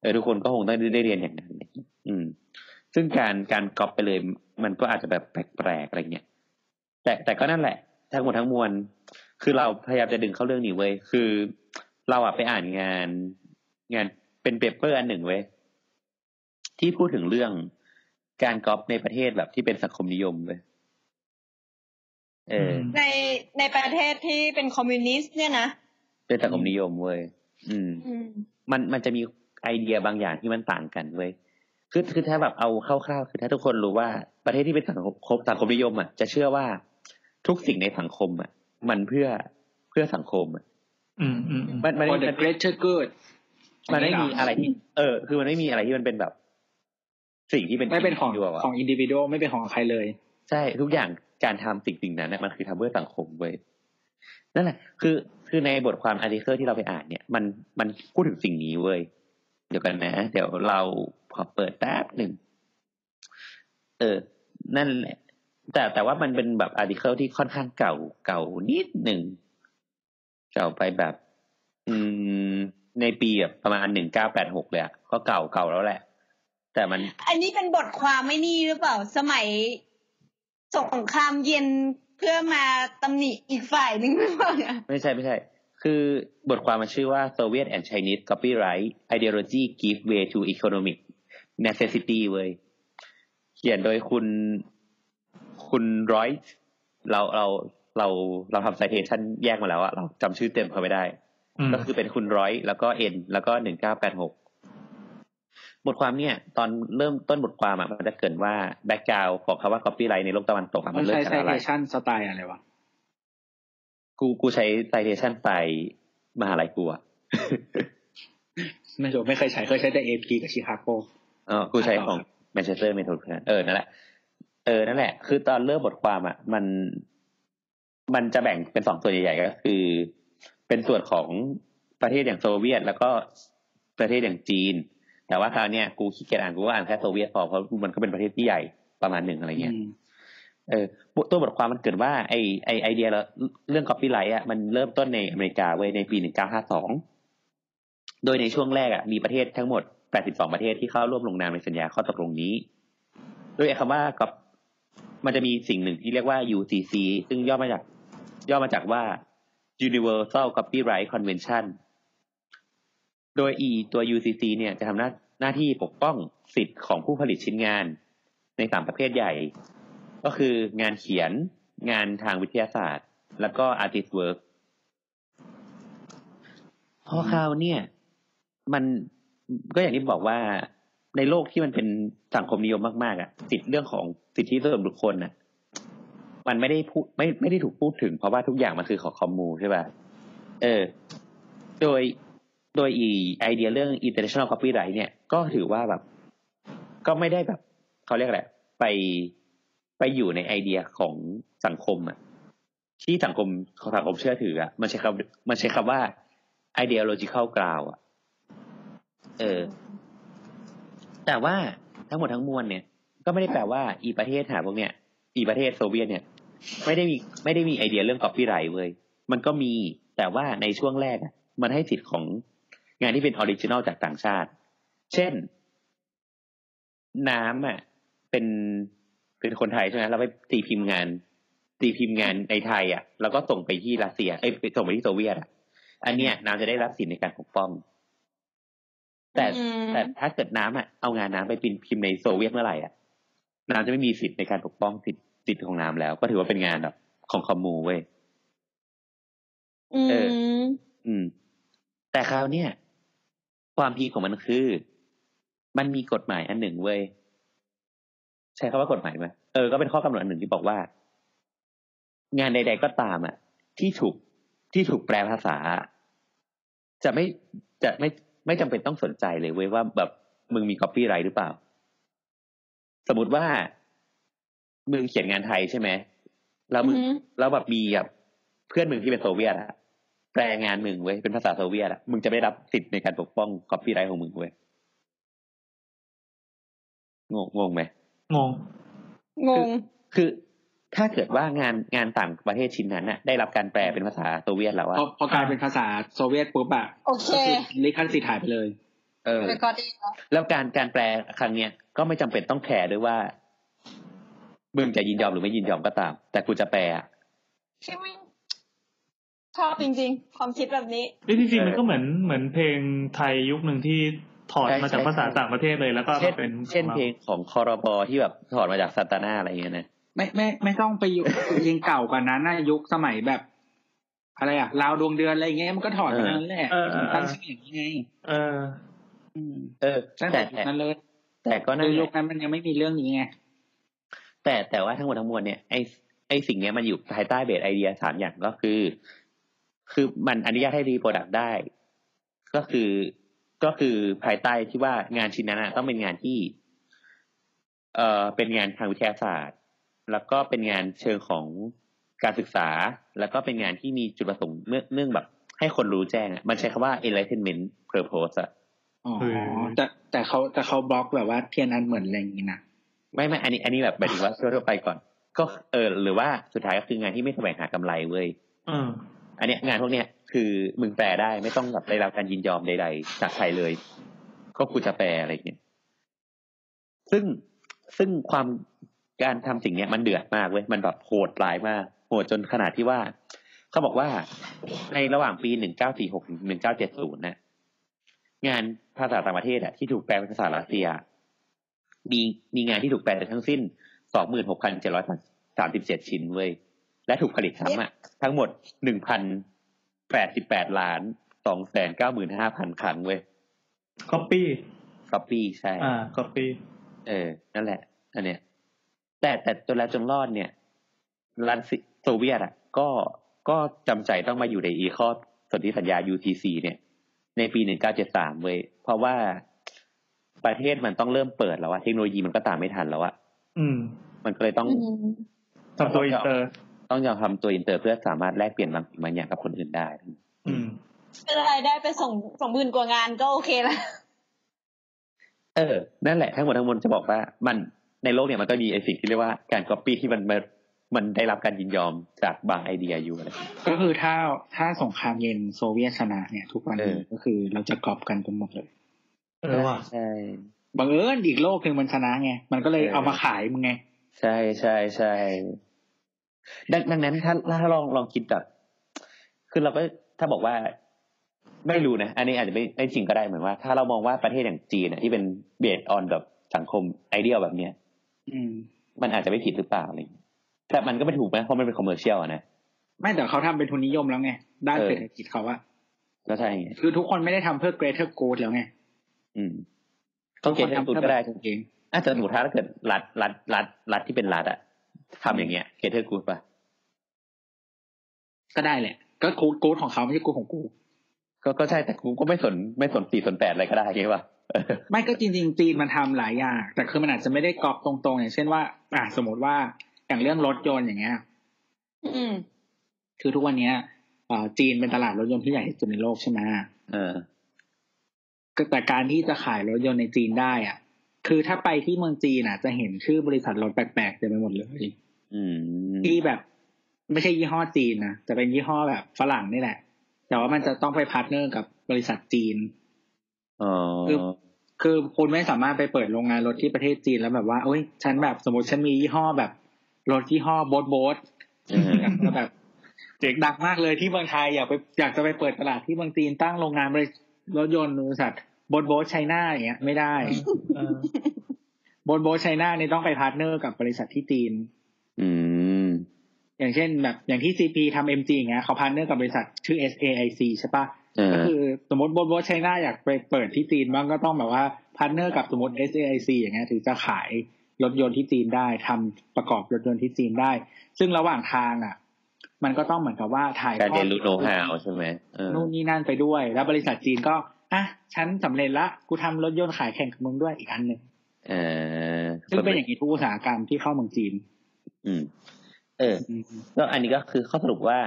Speaker 1: เออทุกคนก็คงต้องได้เรียนอย่างนั้นอะไรเงี้ยอืม ซึ่งการการก๊อปไปเลยมันก็อาจจะแบบแปลกๆอะไรเงี้ยแต่แต่ก็นั่นแหละ ทั้งหมดทั้งมวล คือเราพยายามจะดึงเข้าเรื่องนี้เว้ยคือ เราอะไปอ่านงานงานเป็นเปเปอร์อันหนึ่งเว้ย ที่พูดถึงเรื่องการก๊อปในประเทศแบบที่เป็นสังคมนิยมเลยเอออ
Speaker 2: ม
Speaker 7: ในในประเทศที่เป็นคอมมิวนิสต์เนี่ยนะ
Speaker 1: เป็นสังคมนิยมเว้ย อืม มันมันจะมีไอเดียบางอย่างที่มันต่างกันเว้ย คือคือถ้าแบบเอาคร่าวๆคือถ้าทุกคนรู้ว่าประเทศที่เป็นสังคมสังคมนิยมอ่ะจะเชื่อว่าทุกสิ่งในสังคมอ่ะมันเพื่อเพื่อสังคมอ่ะ
Speaker 2: อืมอืมอืม
Speaker 1: มันมัน
Speaker 4: โอ้
Speaker 1: มัน
Speaker 4: the greater good
Speaker 1: มันไม่มี
Speaker 4: อั
Speaker 1: อะ
Speaker 4: เห
Speaker 1: ไรที่เออ คือมันไม่มีอะไรที่มันเป็นแบบ สิ่งที่เป็น
Speaker 4: ไม่เป็นของ
Speaker 1: ดีกว่า
Speaker 4: ของอินดิวิโดไม่เป็นของใครเลย
Speaker 1: ใช่ทุกอย่างการทำสิ่งสิ่งนั้นน่ะมันคือทำเพื่อสังคมเว้ยนั่นแหละ คือคือในบทความอาร์ติเคิลที่เราไปอ่านเนี่ย มันมันพูดถึงสิ่งนี้เว้ยเดี๋ยวกันนะ เดี๋ยวเราขอเปิดแป๊บหนึ่งเออ นั่นแหละ แต่แต่ว่ามันเป็นแบบอาร์ติเคิลที่ค่อนข้างเก่าเก่านิดหนึ่งเก่าไปแบบ อืม ในปีแบบประมาณหนึ่งเก้าแปดหกเลยอะก็เก่าเก่าแล้วแหละ แต่มัน
Speaker 7: อันนี้เป็นบทความไม่นี่หรือเปล่า สมัยสงครามเย็นเพื่อมาตำหนิอีกฝ่ายหนึ่งหรือเปล่าเนี่ย
Speaker 1: ไม่ใช่ไม่ใช่ คือบทความมันชื่อว่า Soviet and Chinese Copyright Ideology Give Way to Economic Necessity เว้ย เขียนโดยคุณคุณร้อยเราเราเราเราทำ citation แยกมาแล้วอะเราจำชื่อเต็มเขาไม่ได้
Speaker 2: ม
Speaker 1: ก็คือเป็นคุณร้อยแล้วก็เอ็นแล้วก็หนึ่งเก้าแปดหกบทความเนี่ย ตอนเริ่มต้นบทความอะมันจะเกรินว่า แบ็กกราวของคำว่า copyright ในโลกตะวันตกอะมั
Speaker 4: มันน
Speaker 1: เริ่มจา
Speaker 4: ใช้
Speaker 1: กอะไร
Speaker 4: citation สไตล์อะไรวะ
Speaker 1: กูกูใช้ citation ไปมหาลัยกูอะ
Speaker 4: ไม่รู้ไม่เคยใช้เคยใช้แต่ AP กับชิคาโก
Speaker 1: เออกูใช้
Speaker 4: อ่ะต่
Speaker 1: ข
Speaker 4: อ
Speaker 1: องแมนเชสเตอร์เมทัลคเออ นั่นแหละ เออ นั่นแหละ คือตอนเริ่มบทความอ่ะ มัน มันจะแบ่งเป็นสองส่วนใหญ่ๆ ก็คือ เป็นส่วนของประเทศอย่างโซเวียต แล้วก็ประเทศอย่างจีน แต่ว่าคราวเนี้ยกูขี้เกียจอ่านกูก็อ่านแค่โซเวียตพอ เพราะมันก็เป็นประเทศที่ใหญ่ประมาณหนึ่งอะไรเงี้ย
Speaker 4: อืม
Speaker 1: เออตัวบทความมันเกิดว่าไอไอไอเดียแล้วเรื่อง copyright อ่ะมันเริ่มต้นในอเมริกาเว้ยในปี 1952 โดยในช่วงแรกอ่ะมีประเทศทั้งหมด 82 ประเทศที่เข้าร่วมลงนามในสัญญาข้อตกลงนี้ โดยไอ้คำว่ากับมันจะมีสิ่งหนึ่งที่เรียกว่า UCC ซึ่งย่อมาจาก ย่อมาจากว่า Universal Copyright Convention โดย E ตัว UCC เนี่ยจะทำหน้าหน้าที่ปกป้องสิทธิ์ของผู้ผลิตชิ้นงาน ในสามประเภทใหญ่ ก็คืองานเขียน งานทางวิทยาศาสตร์ แล้วก็ artist work เพราะข่าวเนี่ย มันก็อย่างที่บอกว่าในโลกที่มันเป็นสังคมนิยมมากๆอ่ะสิทธิเรื่องของสิทธิส่วนบุคคลน่ะ มันไม่ได้พูดไม่ไม่ได้ถูกพูดถึง เพราะว่าทุกอย่างมันคือของคอมมูนใช่ป่ะเออ โดยโดยอีไอเดียเรื่อง international copyright เนี่ยก็ถือว่าแบบ ก็ไม่ได้แบบเขาเรียกอะไรไปไปอยู่ในไอเดียของสังคมอ่ะ ที่สังคมของสังคมเชื่อถืออ่ะมันใช้คำมันใช้คำว่า ideological ground อ่ะ เออ แต่ว่าทั้งหมดทั้งมวลเนี่ย ก็ไม่ได้แปลว่า อีประเทศหาพวกเนี่ย อีประเทศโซเวียตเนี่ย ไม่ได้มีไม่ได้มีไอเดียเรื่อง copyright เว้ยมันก็มีแต่ว่าในช่วงแรกอะมันให้สิทธิ์ของงานที่เป็นออริจินอลจากต่างชาติ เช่น น้ำอ่ะเป็นเป็นคนไทยใช่ไหมเราไปตีพิมพ์งาน ตีพิมพ์งานในไทย อ่ะ แล้วก็ส่งไปที่รัสเซียเอ้ยไปส่งไปที่โซเวียตอ่ะ อันเนี้ยน้ำจะได้รับสิทธิ์ในการปกป้อง แต่
Speaker 7: อืม
Speaker 1: แต่ถ้าเกิดน้ำอ่ะเอางานน้ำไปพิมพ์พิมพ์ในโซเวียตเมื่อไหร่อ่ะน้ำจะไม่มีสิทธิ์ในการปกป้องสิทธิ์สิทธิ์ของน้ำแล้ว ก็ถือว่าเป็นงานแบบของคอมมูเว้ย
Speaker 7: อื
Speaker 1: เอ
Speaker 7: ม
Speaker 1: อืม แต่คราวเนี้ยความพีคของมันคือ มันมีกฎหมายอันหนึ่งเว้ย ใช้คำว่ากฎหมายไหมเออก็เป็นข้อกำหนดอันหนึ่งที่บอกว่า งานใด ๆ ก็ตามอ่ะ ที่ถูกที่ถูกแปลภาษา จะไม่จะไม่ไม่จำเป็นต้องสนใจเลยเว้ยว่าแบบมึงมีก๊อปปี้ไรหรือเปล่า สมมติว่า มึงเขียนงานไทยใช่ไหมแล้วมึง
Speaker 7: อือฮึ
Speaker 1: แล้วแบบมีแบบเพื่อนมึงที่เป็นโซเวียตอะแปลงานมึงเว้ยเป็นภาษาโซเวียตอะมึงจะไม่รับสิทธิ์ในการปกป้องก๊อปปี้ไรของมึงเว้ยงงงงไหม
Speaker 2: งง
Speaker 7: งง
Speaker 1: คือถ้าเกิดว่างานงานต่างประเทศชิ้นนั้นน่ะ ได้รับการแปลเป็นภาษาโซเวียตแล้ว
Speaker 4: พ
Speaker 1: อะ
Speaker 4: อพอกลายเป็นภาษาโซเวียตปุ๊บอะ
Speaker 7: โอเค
Speaker 4: ก็คือลิขสิทธิ์หายไปเลย
Speaker 1: เออ
Speaker 7: เรคคอร์ดดิ้ง
Speaker 1: แล้วการการแปลครั้งเนี้ยก็ไม่จำเป็นต้องแคร์ด้วยว่ามึงจะยินยอมหรือไม่ยินยอมก็ตาม แต่กูจะแปลอะ
Speaker 7: ที่ไม่ชอบจริง ๆ ความคิดแบบนี้
Speaker 2: นี่จริง
Speaker 1: เออ
Speaker 2: ๆมันก็เหมือนเหมือนเพลงไทยยุคหนึ่งที่ถอด
Speaker 1: ใช่
Speaker 2: มาจาก
Speaker 1: ใช่
Speaker 2: ภาษา
Speaker 1: ใช่
Speaker 2: ต่างประเทศเลยแล้วก็
Speaker 1: เช่น
Speaker 2: มาเป็น
Speaker 1: เช่น
Speaker 2: ของรา
Speaker 1: เพลงของคอรบอที่แบบถอดมาจากซาตาน่าอะไรเงี้ยนะ
Speaker 4: ไม่ไม่ไม่ต้องไปยุค ยิงเก่ากว่านั้นนะยุคสมัยแบบ อะไรอะลาวดวงเดือนอะไรอย่างเงี้ยมันก็ถอดมาทั้งนั้นแหละมันตั้งชื่ออย่างนี้ไง
Speaker 2: เออ
Speaker 4: อืม
Speaker 1: เออ
Speaker 4: ตั้ง
Speaker 1: แต่
Speaker 4: แต่ยุ
Speaker 1: แต่
Speaker 4: คนั้นเลย
Speaker 1: แต่ก็นั่น
Speaker 4: คือ
Speaker 1: แห
Speaker 4: ยุ
Speaker 1: ละ
Speaker 4: คนั้นมันยังไม่มีเรื่องนี้ไง
Speaker 1: แต่แต่ว่าทั้งหมดทั้งมวลเนี่ยไอไอสิ่งเนี้ยมันอยู่ภายใต้เบสไอเดียสามอย่างก็คือ คือมันอนุญาตให้รีโปรดักต์ได้ ก็คือก็คือภายใต้ที่ว่างานชิ้นนั้นนะต้องเป็นงานที่ เอ่อเป็นงานทางวิทยาศาสตร์ แล้วก็เป็นงานเชิงของการศึกษา แล้วก็เป็นงานที่มีจุดประสงค์เนื่องเนื่องแบบ ให้คนรู้แจ้งอะมันใช้คำว่า enlightenment purpose อะ
Speaker 4: อ๋อ
Speaker 2: เออ
Speaker 4: แต่แต่เขาแต่เขาบล็อกแบบว่าเทียนอันเหมือนอะไรอย่างงี้นะ
Speaker 1: ไม่ไม่อันนี้ อันนี้แบบหมายถึงว่าทั่วๆไปก่อน ก็เออ หรือว่าสุดท้ายก็คืองานที่ไม่แสวงหากำไรเว้ย
Speaker 2: เออ
Speaker 1: อันเนี้ยงานพวกเนี้ยคือมึงแปลได้ไม่ต้องแบบได้รับการยินยอมใด ๆ จากใครเลย ก็กูจะแปลอะไรอย่างเงี้ยซึ่งซึ่งความการทำสิ่งเนี้ยมันเดือดมากเว้ยมันแบบโหดร้ายมากโหดจนขนาดที่ว่า เขาบอกว่าในระหว่างปี 1946ถึง1970นะงานภาษาต่างประเทศอะที่ถูกแปลเป็นภาษารัสเซีย มีมีงานที่ถูกแปลไปทั้งสิ้น 26,737 ชิ้นเว้ย และถูกผลิตซ้ำอ่ะ ทั้งหมด 1,088 ล้าน 295,000 ครั้งเว้ย
Speaker 2: copy
Speaker 1: ก๊อปปี้ใช่
Speaker 2: อ่า copy
Speaker 1: เออ นั่นแหละ อันเนี้ย แต่แต่จนแล้วจนรอดเนี่ยรัสเซียโซเวียตอ่ะ ก็ก็จำใจต้องมาอยู่ในอีข้อสนธิสัญญา UTC เนี่ย ในปี 1973 เว้ย เพราะว่าประเทศมันต้องเริ่มเปิดแล้วอะเทคโนโลยีมันก็ตามไม่ทันแล้วอะ
Speaker 2: อืม
Speaker 1: มันก็เลยต้อง
Speaker 2: ทำตัวอินเตอร์
Speaker 1: ต้องยอมทำตัวอินเตอร์เพื่อสามารถแลกเปลี่ยนบางสิ่งบางอย่างกับคนอื่นได้
Speaker 2: อืม
Speaker 7: เป็นรายได้ไปส่งส่งหมื่นกว่างานก็โอเคแล้ว
Speaker 1: เออ นั่นแหละทั้งหมดทั้งมวลจะบอกว่า มันในโลกเนี่ยมันก็มีไอสิ่งที่เรียกว่าการก๊อปปี้ที่มันมันมันได้รับการยินยอมจากบางไอเดียอยู่อะไร
Speaker 4: ก็คือถ้าถ้าสงครามเย็นโซเวียตชนะเนี่ย ทุกวันนี้
Speaker 1: เออ
Speaker 4: ก็คือเราจะกอบกันกันหมดเลย
Speaker 2: เออว่ะ
Speaker 1: ใช่
Speaker 4: บังเอิญอีกโลกหนึ่งมันชนะไงมันก็เลย
Speaker 1: เออ
Speaker 4: เอามาขายมึงไง
Speaker 1: ใช่ใช่ใช่ดังดังนั้นถ้าถ้าลองลองคิดแบบคือเราก็ถ้าบอกว่าไม่รู้นะ อันนี้อาจจะไม่ไม่จริงก็ได้เหมือนว่า ถ้าเรามองว่าประเทศอย่างจีนเนี่ยที่เป็นเบสออนแบบสังคมไอเดียแบบเนี้ย
Speaker 4: อืม
Speaker 1: มันอาจจะไม่ผิดหรือเปล่าอะไรอย่างเงี้ยแต่มันก็ไม่ถูกนะเพราะมันเป็นคอมเมอร์เชียลอะนะ
Speaker 4: ไม่แต่เขาทำเป็นทุนนิยมแล้วไงด้าน
Speaker 1: เออ
Speaker 4: เศรษฐกิจเขาอะ
Speaker 1: แล้วใช่ไง
Speaker 4: คือทุกคนไม่ได้ทำเพื่อ greater good แล้วไง
Speaker 1: อืมต้องเกณฑ์ให้สุ
Speaker 4: ทุ
Speaker 1: ด
Speaker 4: คนทำพื่อ
Speaker 1: ก็ได้
Speaker 4: ตัวเอง
Speaker 1: อาจจะสมมติถ้าเกิดรัฐรัฐรัฐรัฐที่เป็นรัฐอะทำอย่างเงี้ยเกเทอร์กูดป่ะ
Speaker 4: ก็ได้แหละ ก็กูกูของเขาไม่ใช่กูของกู
Speaker 1: ก็ก็ใช่แต่กูก็ไม่สนไม่สนสี่สนแปดอะไรก็ได้ใช่ป่ะเออ
Speaker 4: ไม่ก็จริงๆจีนมันทำหลายอย่าง แต่คือมันอาจจะไม่ได้กรอบตรงๆ อย่างเช่นว่า อ่ะสมมติว่าอย่างเรื่องรถยนต์อย่างเงี้ย
Speaker 7: อืม
Speaker 4: คือทุกวันเนี้ยเอ่อจีนเป็นตลาดรถยนต์ที่ใหญ่ที่สุดในโลกใช่ไหม
Speaker 1: เออ
Speaker 4: ก็แต่การที่จะขายรถยนต์ในจีนได้อ่ะ คือถ้าไปที่เมืองจีนอ่ะ จะเห็นชื่อบริษัทรถแปลกๆเต็มไปหมดเลย
Speaker 1: อืม
Speaker 4: ที่แบบ ไม่ใช่ยี่ห้อจีนนะแต่เป็นยี่ห้อแบบฝรั่งนี่แหละ แต่ว่ามันจะต้องไปพาร์ทเนอร์กับบริษัทจีน
Speaker 1: อ๋อ
Speaker 4: คือคุณไม่สามารถไปเปิดโรงงานรถที่ประเทศจีนแล้วแบบว่าเอ้ย ฉันแบบสมมติฉันมียี่ห้อแบบรถยี่ห้อโบ๊ทโบ๊ท
Speaker 1: เออ
Speaker 4: แล้วแบบเจ๋งดังมากเลยที่เมืองไทยอยากไปอยากจะไปเปิดตลาดที่เมืองจีนตั้งโรงงานบริรถยนต์บริษัทโบ๊ทโบ๊ทไชน่าอย่างเงี้ยไม่ได้
Speaker 2: เออ
Speaker 4: โบ๊ทโบ๊ทไชน่าเนี่ยต้องไปพาร์ทเนอร์กับบริษัทที่จีน
Speaker 1: อืม
Speaker 4: อย่างเช่นแบบอย่างที่ซีพีทำเอ็มจีอย่างเงี้ยเขาพาร์ทเนอร์กับบริษัทชื่อ SAIC ใช่ปะ
Speaker 1: เอ
Speaker 4: ก็
Speaker 1: อ
Speaker 4: คือสมมติบนบนไชน่าอยากไปเปิดที่จีนบ้างก็ต้องแบบว่าพาร์ทเนอร์กับสมมติ SAIC อย่างเงี้ยถึงจะขายรถยนต์ที่จีนได้ทำประกอบรถยนต์ที่จีนได้ ซึ่งระหว่างทางอ่ะ มันก็ต้องเหมือนกับว่าถ่าย
Speaker 1: การ
Speaker 4: ทอ
Speaker 1: เรีย
Speaker 4: ด
Speaker 1: นรู้โน้ตฮาวใช่ไหมเออ
Speaker 4: นู่นนี่นั่นไปด้วย แล้วบริษัทจีนก็อ่ะฉันสำเร็จละกูทำรถยนต์ขายแข่งกับมึงด้วยอีกอันหนึ่ง
Speaker 1: เออ
Speaker 4: ซึ่งเป็นอย่างนี้ทุกอุตสาหกรรมที่เข้าเมืองจีน
Speaker 1: อืม เออ
Speaker 4: อืม
Speaker 1: ก็อันนี้ก็คือข้อสรุปว่า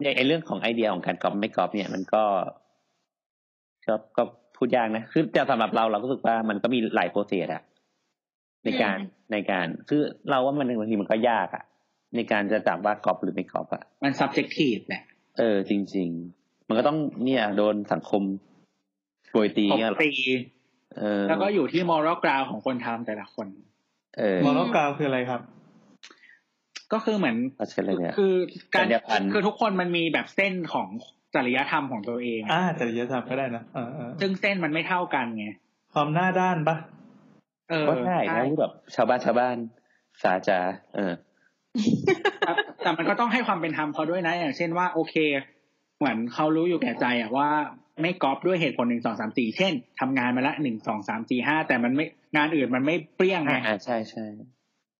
Speaker 1: เนี่ยไอ้เรื่องของไอเดียของการก๊อปไม่ก๊อปเนี่ยมันก็ก็ก็พูดยากนะคือแต่สำหรับเราเราก็รู้สึกว่ามันก็มีหลายโปรเซสอะในการ
Speaker 7: อืม
Speaker 1: ในการคือเราว่ามันบางทีมันก็ยากอะในการจะจับว่าก๊อปหรือไม่ก๊อปอะ
Speaker 4: มัน subjective แหละ
Speaker 1: เออ จริง ๆ มันก็ต้องเนี่ย โดนสังคมโกยตี
Speaker 4: ตบ
Speaker 1: เนี่ยหรอ
Speaker 4: ตี
Speaker 1: เออ
Speaker 4: แล้วก็อยู่ที่ moral ground ของคนทำแต่ละคน
Speaker 1: เออ
Speaker 2: มอลล์กราวคืออะไรครับ
Speaker 4: ก็คือเหมือน
Speaker 1: เอาเช่นเลยเนี่ย
Speaker 4: คือกา
Speaker 1: จ
Speaker 4: ร
Speaker 1: รรยาบรรณ
Speaker 4: คือทุกคนมันมีแบบเส้นของจริยธรรมของตัวเองอะ
Speaker 2: อ่าจริยธรรมก็ได้นะเออเออ
Speaker 4: ซึ่งเส้นมันไม่เท่ากันไง
Speaker 2: ความหน้าด้านปะ
Speaker 4: เออ
Speaker 1: ก็ได้นะที่แบบชาวบ้านชาวบ้านสาจาเออ
Speaker 4: แต่แต่มันก็ต้องให้ความเป็นธรรมเขาด้วยนะ อย่างเช่นว่า โอเค เหมือนเขารู้อยู่แก่ใจอะว่าไม่ก๊อปด้วยเหตุผลหนึ่งสองสามสี่เช่นทำงานมาละหนึ่งสองสามสี่ห้าแต่มันไม่งานอื่นมันไม่เปรี้ยงไง
Speaker 1: อ่าอ่าใช่ใช่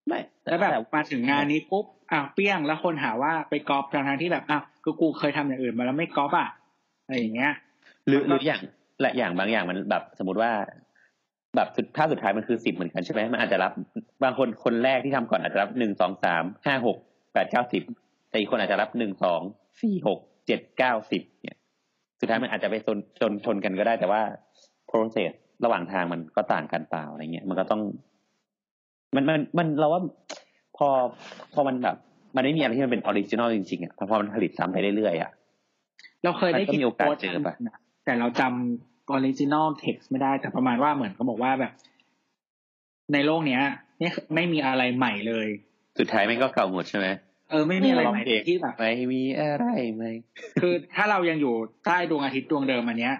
Speaker 1: ไม่
Speaker 4: แล้วแบบมาถึงงานนี้ปุ๊บอ้าวเปรี้ยงแล้วคนหาว่าไปก๊อปทางทางๆที่แบบอ้าวก็กูเคยทำอย่างอื่นมาแล้วไม่ก๊อปอะอะไรอย่างเงี้ย
Speaker 1: หรือหรืออย่างและอย่างบางอย่างมันแบบสมมติว่า แบบสุดถ้าสุดท้ายมันคือสิบเหมือนกันใช่ไหมมันอาจจะรับบางคนคนแรกที่ทำก่อนอาจจะรับหนึ่งสองสามห้าหกแปดเก้าสิบแต่อีกคนอาจจะรับหนึ่งสองสี่หกเจ็ดเก้าสิบเนี่ย สุดท้ายมันอาจจะไปชนชนชนกันก็ได้แต่ว่า process ระหว่างทางมันก็ต่างกันเปล่าอะไรเงี้ยมันก็ต้อง มันมันมันเราว่าพอพอมันแบบ มันไม่มีอะไรที่มันเป็นออริจินอลจริงๆอ่ะพอมันผลิตซ้ำไปเรื่อยๆอ่ะ
Speaker 4: เราเคยได้
Speaker 1: มันก็มีโอกาสเจอปะ
Speaker 4: โพสต์นหนึ่งนแต่เราจำออริจินอลเท็กซ์ไม่ได้ แต่ประมาณว่าเหมือนเขาบอกว่าแบบ ในโลกเนี้ยเนี่ยไม่มีอะไรใหม่เลย
Speaker 1: สุดท้ายมันก็เก่าหมดใช่ไหม
Speaker 4: เออ ไม่มีอะไร
Speaker 1: ลอง
Speaker 4: ใหม่
Speaker 1: เด็ก
Speaker 4: ที่แบบ
Speaker 1: ไม่มีอะไรไหม
Speaker 4: คือถ้าเรายังอยู่ใต้ดวงอาทิตย์ดวงเดิมอันเนี้ย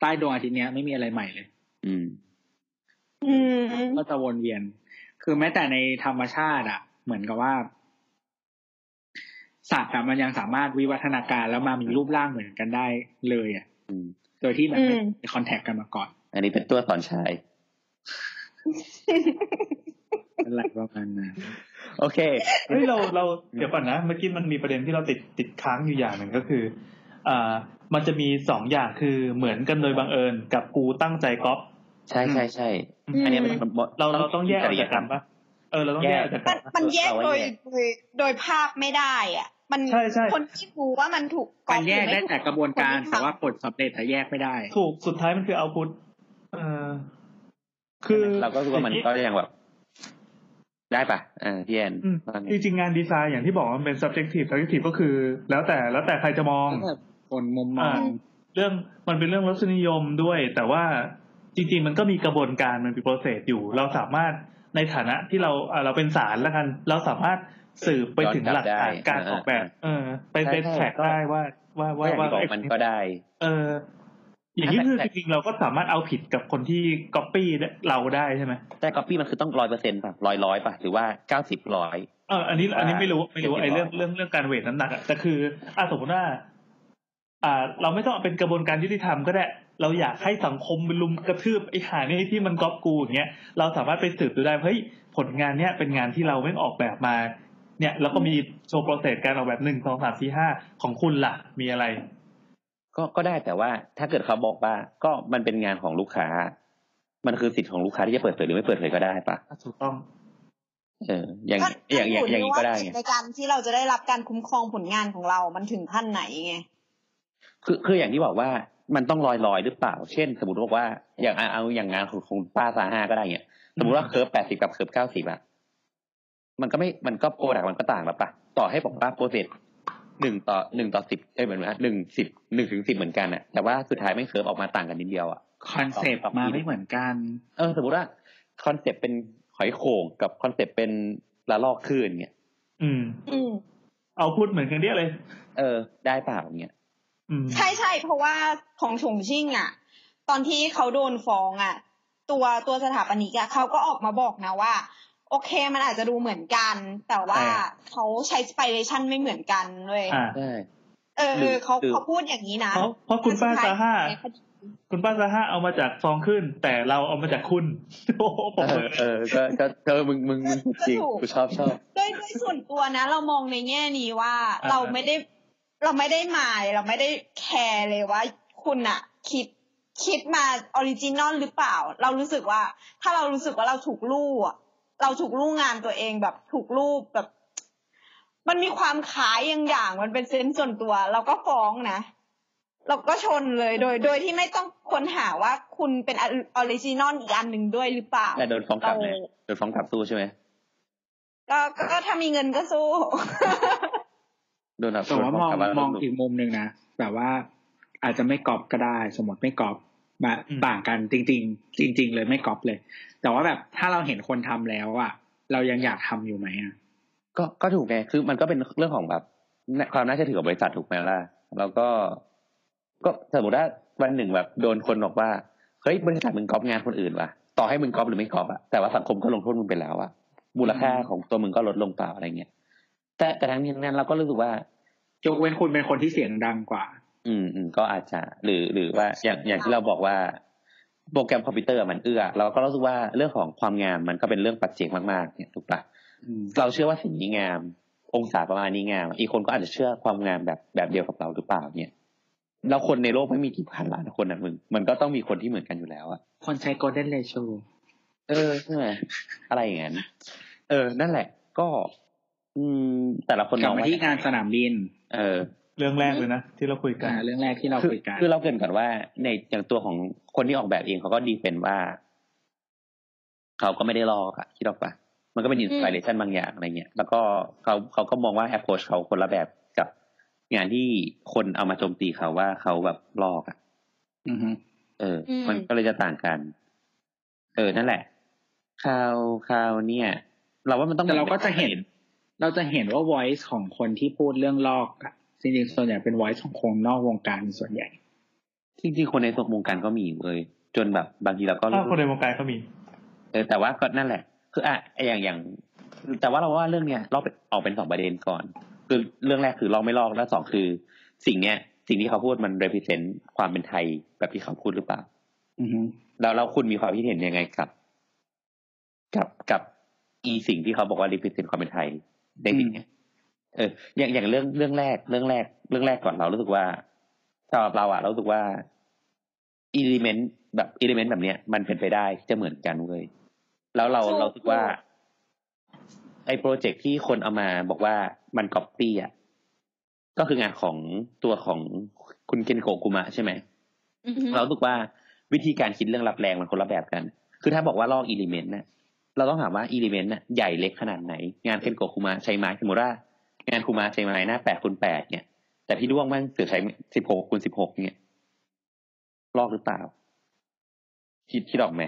Speaker 4: ใต้ดวงอาทิตย์เนี้ยไม่มีอะไรใหม่เลย
Speaker 1: อืม
Speaker 7: อืม
Speaker 4: ก็จะวนเวียน คือแม้แต่ในธรรมชาติอ่ะ เหมือนกับว่า สัตว์อะมันยังสามารถวิวัฒนาการแล้วมามีรูปร่างเหมือนกันได้เลยอ่ะ
Speaker 1: อืม
Speaker 4: โดยที่แบบไม่
Speaker 7: อืม
Speaker 4: มีคอนแทคกันมาก่อน
Speaker 1: อันนี้เป็นตัวสอนชาย
Speaker 4: อะไรประมาณนั้น
Speaker 1: โอเค
Speaker 2: เฮ้ยเราเราเดี๋ยวก่อนนะเมื่อกี้มันมีประเด็นที่เราติดติดค้างอยู่อย่างหนึ่งก็คืออ่ามันจะมีสองอย่างคือเหมือนกันโดยบังเอิญกับกูตั้งใจก๊อป
Speaker 1: ใช่ใช่ใช่อันนี้มันมันมัน
Speaker 2: เราเราต้องแยกออกจากกันปะเออเราต้องแยกออกจาก
Speaker 7: มั
Speaker 2: กัน น
Speaker 7: มันแยกโดยโดยโดยภาพไม่ได้อ่ะ มัน
Speaker 2: ใช่ใช่
Speaker 7: คนที่รู้ว่ามันถูกก๊
Speaker 4: มั
Speaker 7: อน ปห
Speaker 4: แย
Speaker 7: รื
Speaker 4: ก
Speaker 7: อไม่
Speaker 4: ได้
Speaker 7: ถู
Speaker 4: แต่กระบวนการ
Speaker 7: คนที่ทำ
Speaker 4: แต่ว่าผลสำเร็จแต่แยกไม่ได้
Speaker 2: ถูกสุดท้ายมันคือเอาพุทเออคือ
Speaker 1: เราก็รู้ว่ามันก็ยังแบบ ได้ปะอ่าพี่แอน
Speaker 2: อืม
Speaker 1: ว่าไง
Speaker 2: จริงๆงานดีไซน์อย่างที่บอกว่ามันเป็น subjective subjective ก็คือ แล้วแต่แล้วแต่ใครจะมอง
Speaker 4: คนมุมมอง
Speaker 2: อ่า เรื่องมันเป็นเรื่องรสนิยมด้วย แต่ว่าจริง ๆ มันก็มีกระบวนการมันมีโปรเซสอยู่ เราสามารถในฐานะที่เราอ่าเราเป็นศาลแล้วกัน เราสามารถสืบไปถึงหลักฐานการออกแบบ เออ ไปเป็นแทร็กได้ว่าว่า
Speaker 1: ว่า
Speaker 2: ว่า
Speaker 1: อย่าง
Speaker 2: ว่า
Speaker 1: ที่บอกมันก็ได้
Speaker 2: เออ อย่างนี้คือ
Speaker 1: แต่
Speaker 2: จริงๆเราก็สามารถเอาผิดกับคนที่ก๊อปปี้เราได้ใช่ไหม
Speaker 1: แต่ก๊อปปี้มันคือต้องร้อยเปอร์เซ็นต์ป่ะร้อยร้อยป่ะหรือว่าเก้าสิบร้อย
Speaker 2: เอออันนี้อันนี้ไม่รู้ไม่รู้
Speaker 1: อ่า
Speaker 2: ไอ้เรื่อง
Speaker 1: 70%
Speaker 2: เรื่องเรื่องการเวทน้ำหนักอะแต่คืออ่ะสมมติว่า อ่า เราไม่ต้องเอาเป็นกระบวนการยุติธรรมก็ได้ เราอยากให้สังคมมันลุมกระทืบไอ้หานี่ที่มันก๊อปกูอย่างเงี้ยเราสามารถไปสืบดูได้เฮ้ยผลงานเนี้ยเป็นงานที่เราไม่งออกแบบมา เนี่ยแล้วก็มีโชว์โปรเซสการออกแบบหนึ่งสองสามสี่ห้าของคุณล่ะ มีอะไร
Speaker 1: ก็ก็ได้แต่ว่าถ้าเกิดเขาบอกว่าก็มันเป็นงานของลูกค้า มันคือสิทธิ์ของลูกค้าที่จะเปิดเผยหรือไม่เปิดเผยก็ได้ปะ
Speaker 2: ถูกต้อง
Speaker 1: เอออย่างอย่างอย่างอย่างนี้ก็ได้ไง
Speaker 7: ในการที่เราจะได้รับการคุ้มครองผลงานของเรา มันถึงขั้นไหนไง
Speaker 1: คือคืออย่างที่บอกว่ามันต้องลอยลอยๆหรือเปล่า เช่น สมมติบอกว่าอย่างอ่ะเอาอย่างงานของของป้าซาห้าก็ได้เนี่ยสมมติว่าเคิร์ฟแปดสิบกับเคิร์ฟเก้าสิบอะมันก็ไม่มันก็โปรดักมันก็ต่างแล้วปะต่อให้บอกว่าโปรเซสหนึ่งต่อหนึ่งต่อสิบเอ้ยเหมือนว่าหนึ่งสิบหนึ่งถึงสิบเหมือนกันอะแต่ว่าสุดท้ายไม่เคิร์ฟออกมาต่างกันนิดเดียวอะ
Speaker 4: คอนเซปต์มาไม่เหมือนกัน
Speaker 1: เออสมมติว่าคอนเซปต์เป็นหอยโข่งกับคอนเซปต์เป็นละลอกคลื่นเนี่ย
Speaker 2: อืม
Speaker 7: อืม
Speaker 2: เอาพูดเหมือนกันเดียเลย
Speaker 1: เออ ได้เปล่าเนี่ย
Speaker 2: อืม
Speaker 7: ใช่ใช่เพราะว่าของฉงชิ่งอ่ะ ตอนที่เขาโดนฟ้องอ่ะ ตัวตัวสถาปนิกอ่ะเขาก็ออกมาบอกนะว่า โอเคมันอาจจะดูเหมือนกัน แต่ว่าเขาใช้สไปเรชันไม่เหมือนกันเลย
Speaker 2: อ่า
Speaker 1: ได้
Speaker 7: เออ
Speaker 1: หรือ
Speaker 7: เขา
Speaker 1: หรือ
Speaker 7: เขาพูดอย่างนี้นะ
Speaker 2: เพราะเพราะคุณป้าซาห้า
Speaker 7: ในคดี
Speaker 2: คุณป้าซาห้าเอามาจากฟองขึ้น แต่เราเอามาจากคุณ (laughs) โอ้โหผ
Speaker 1: เอ
Speaker 2: ม
Speaker 1: อเออก็ก็เออมึงมึงมึงจริงกูชอบชอบ
Speaker 7: ด้วยด้วยส่วนตัวนะ เรามองในแง่นี้ว่าเราไม่ได้เราไม่ได้หมายเราไม่ได้แคร์เลยว่าคุณอ่ะ คิดคิดมาออริจินอลหรือเปล่า เรารู้สึกว่า ถ้าเรารู้สึกว่าเราถูกลู่อะเราถูกลู่งานตัวเองแบบถูกลูปแบบ มันมีความขายอย่างอย่างมันเป็นเซนส์ส่วนตัว เราก็ฟ้องนะ เราก็ชนเลยโดย โดยที่ไม่ต้องค้นหาว่าคุณเป็นออริจินอลอีกอันหนึ่งด้วยหรือเปล่า
Speaker 1: แต่โดนฟ้องกลับเลยโดนฟ้องกลับสู้ใช่ไหม
Speaker 7: ก็ก็ถ้ามีเงินก็สู้
Speaker 1: โดนแบบ
Speaker 4: แต่
Speaker 1: โดน
Speaker 4: ว่าม
Speaker 1: ฟ้อ
Speaker 4: อง ง
Speaker 1: กลับแล้ว
Speaker 4: มอง
Speaker 1: โดน
Speaker 4: อีกมุมหนึ่งนะแบบว่าอาจจะไม่กรอบก็ได้ สมมติไม่กรอบมาต่างกันจริง ๆ จริง ๆ เลยไม่กรอบเลย แต่ว่าแบบถ้าเราเห็นคนทำแล้วอะเรายังอยากทำอยู่ไหมอะ
Speaker 1: ก็ก็ถูกไงคือมันก็เป็นเรื่องของแบบความน่าเชื่อถือของบริษัทถูกไหมล่ะแล้วก็ ก็สมมติว่าวันหนึ่งแบบโดนคนบอกว่าเฮ้ยบริษัทมึงก๊อปงานคนอื่นว่ะต่อให้มึงก๊อปหรือไม่ก๊อปอะแต่ว่าสังคมก็ลงโทษมึงไปแล้วอะมูลค่าของตัวมึงก็ลดลงเปล่าอะไรเงี้ยแต่แต่ทั้งนี้ทั้งนั้นเราก็รู้สึกว่า
Speaker 4: ยกเว้นคุณเป็นคนที่เสียงดังกว่า
Speaker 1: อืมอืมก็อาจจะหรือหรือว่าอย่างอย่างที่เราบอกว่า โปรแกรมคอมพิวเตอร์มันเอื้อ เราก็รู้สึกว่าเรื่องของความงามมันก็เป็นเรื่องปัจเจกมากๆเนี่ยถูกปะเราเชื่อว่าสิ่งนี้งาม องศาประมาณนี้งาม อีกคนก็อาจจะเชื่อความงามแบบแบบเดียวกับเราหรือเปล่าเนี่ยเราคนในโลกไม่มีกี่พันล้านคนนะมึงมันก็ต้องมีคนที่เหมือนกันอยู่แล้วอะ
Speaker 4: คนใช้ golden ratio
Speaker 1: เออใช่ไหมอะไรอย่างนั้นเออ นั่นแหละ ก็ อืม แต่ละคน
Speaker 4: กลั
Speaker 1: ม
Speaker 4: บ
Speaker 1: อง
Speaker 4: มา
Speaker 1: ว่า
Speaker 4: ที่งานสนามบิน
Speaker 1: เออ
Speaker 2: เรื่องแรกเลยนะที่เราคุยกัน
Speaker 4: อ่าเรื่องแรกที่เรา
Speaker 1: คือ
Speaker 4: คุยกัน
Speaker 1: คือเราเกรินก่อนว่าในอย่างตัวของคนที่ออกแบบเองเขาก็ดีเป็นว่า เขาก็ไม่ได้ลอกอะคิดออกปะมันก็เป็นอินสปิเรชันบางอย่างอะไรเงี้ยแล้วก็เขาเขาก็มองว่าแอปโพสเขาคนละแบบกับงานที่คนเอามาโจมตีเขาว่าเขาแบบลอกอะ
Speaker 4: อือฮึ
Speaker 1: เอออ
Speaker 7: ม
Speaker 1: มันก็เลยจะต่างกัน เออนั่นแหละคราวคราวเนี่ย เราว่ามันต้อง
Speaker 4: แต่เราก็จะเห็น เราจะเห็นว่า voice ของคนที่พูดเรื่องลอกอะจริงๆส่วนใหญ่เป็น voice ของคนนอกวงการส่วนใหญ่
Speaker 1: จริงๆคนในสังวงการก็มีอยู่เลยจนแบบบางทีเราก็
Speaker 2: ถ้าคนในวงการเขามี
Speaker 1: เออแต่ว่าก็นั่นแหละ คืออ่ะอย่างอย่าง แต่ว่าเราว่าเรื่องเนี้ยเราเป็นออกเป็นสองประเด็นก่อน คือเรื่องแรกคือลอกไม่ลอกแล้วสองคือ สิ่งเนี้ย สิ่งที่เขาพูดมัน represent ความเป็นไทยแบบที่เขาพูดหรือเปล่า
Speaker 4: อือฮึ
Speaker 1: แล้วเราคุณมีความคิดเห็นยังไงกับ กับกับอีสิ่งที่เขาบอกว่า represent ความเป็นไทยในสิ่งเนี้ยเออ อย่างอย่างเรื่องเรื่องแรก เรื่องแรก เรื่องแรกก่อนเรารู้สึกว่าสำหรับเราอะเรารู้สึกว่า element แบบ element แบบเนี้ย มันเป็นไปได้ที่จะเหมือนกันเว้ยแล้วเรา
Speaker 7: ถูก
Speaker 1: เราคิดว่า ไอ้โปรเจกต์ที่คนเอามาบอกว่ามันก๊อปปี้อ่ะก็คืองานของตัวของคุณเคนโกะคุมะใช่ไหม
Speaker 7: อือฮึ
Speaker 1: เรารู้สึกว่าวิธีการคิดเรื่องรับแรงมันคนละแบบกัน คือถ้าบอกว่าลอกอิเลเมนต์น่ะ เราต้องถามว่าอิเลเมนต์น่ะใหญ่เล็กขนาดไหน งานเคนโกะคุมะใช้ไม้สมมติว่างานคุมะใช้ไม้หน้าแปดคูณแปดเนี่ย แต่พี่ด้วงมันเสือใช้สิบหกคูณสิบหกเนี่ย ลอกหรือเปล่า คิดคิดออกไหม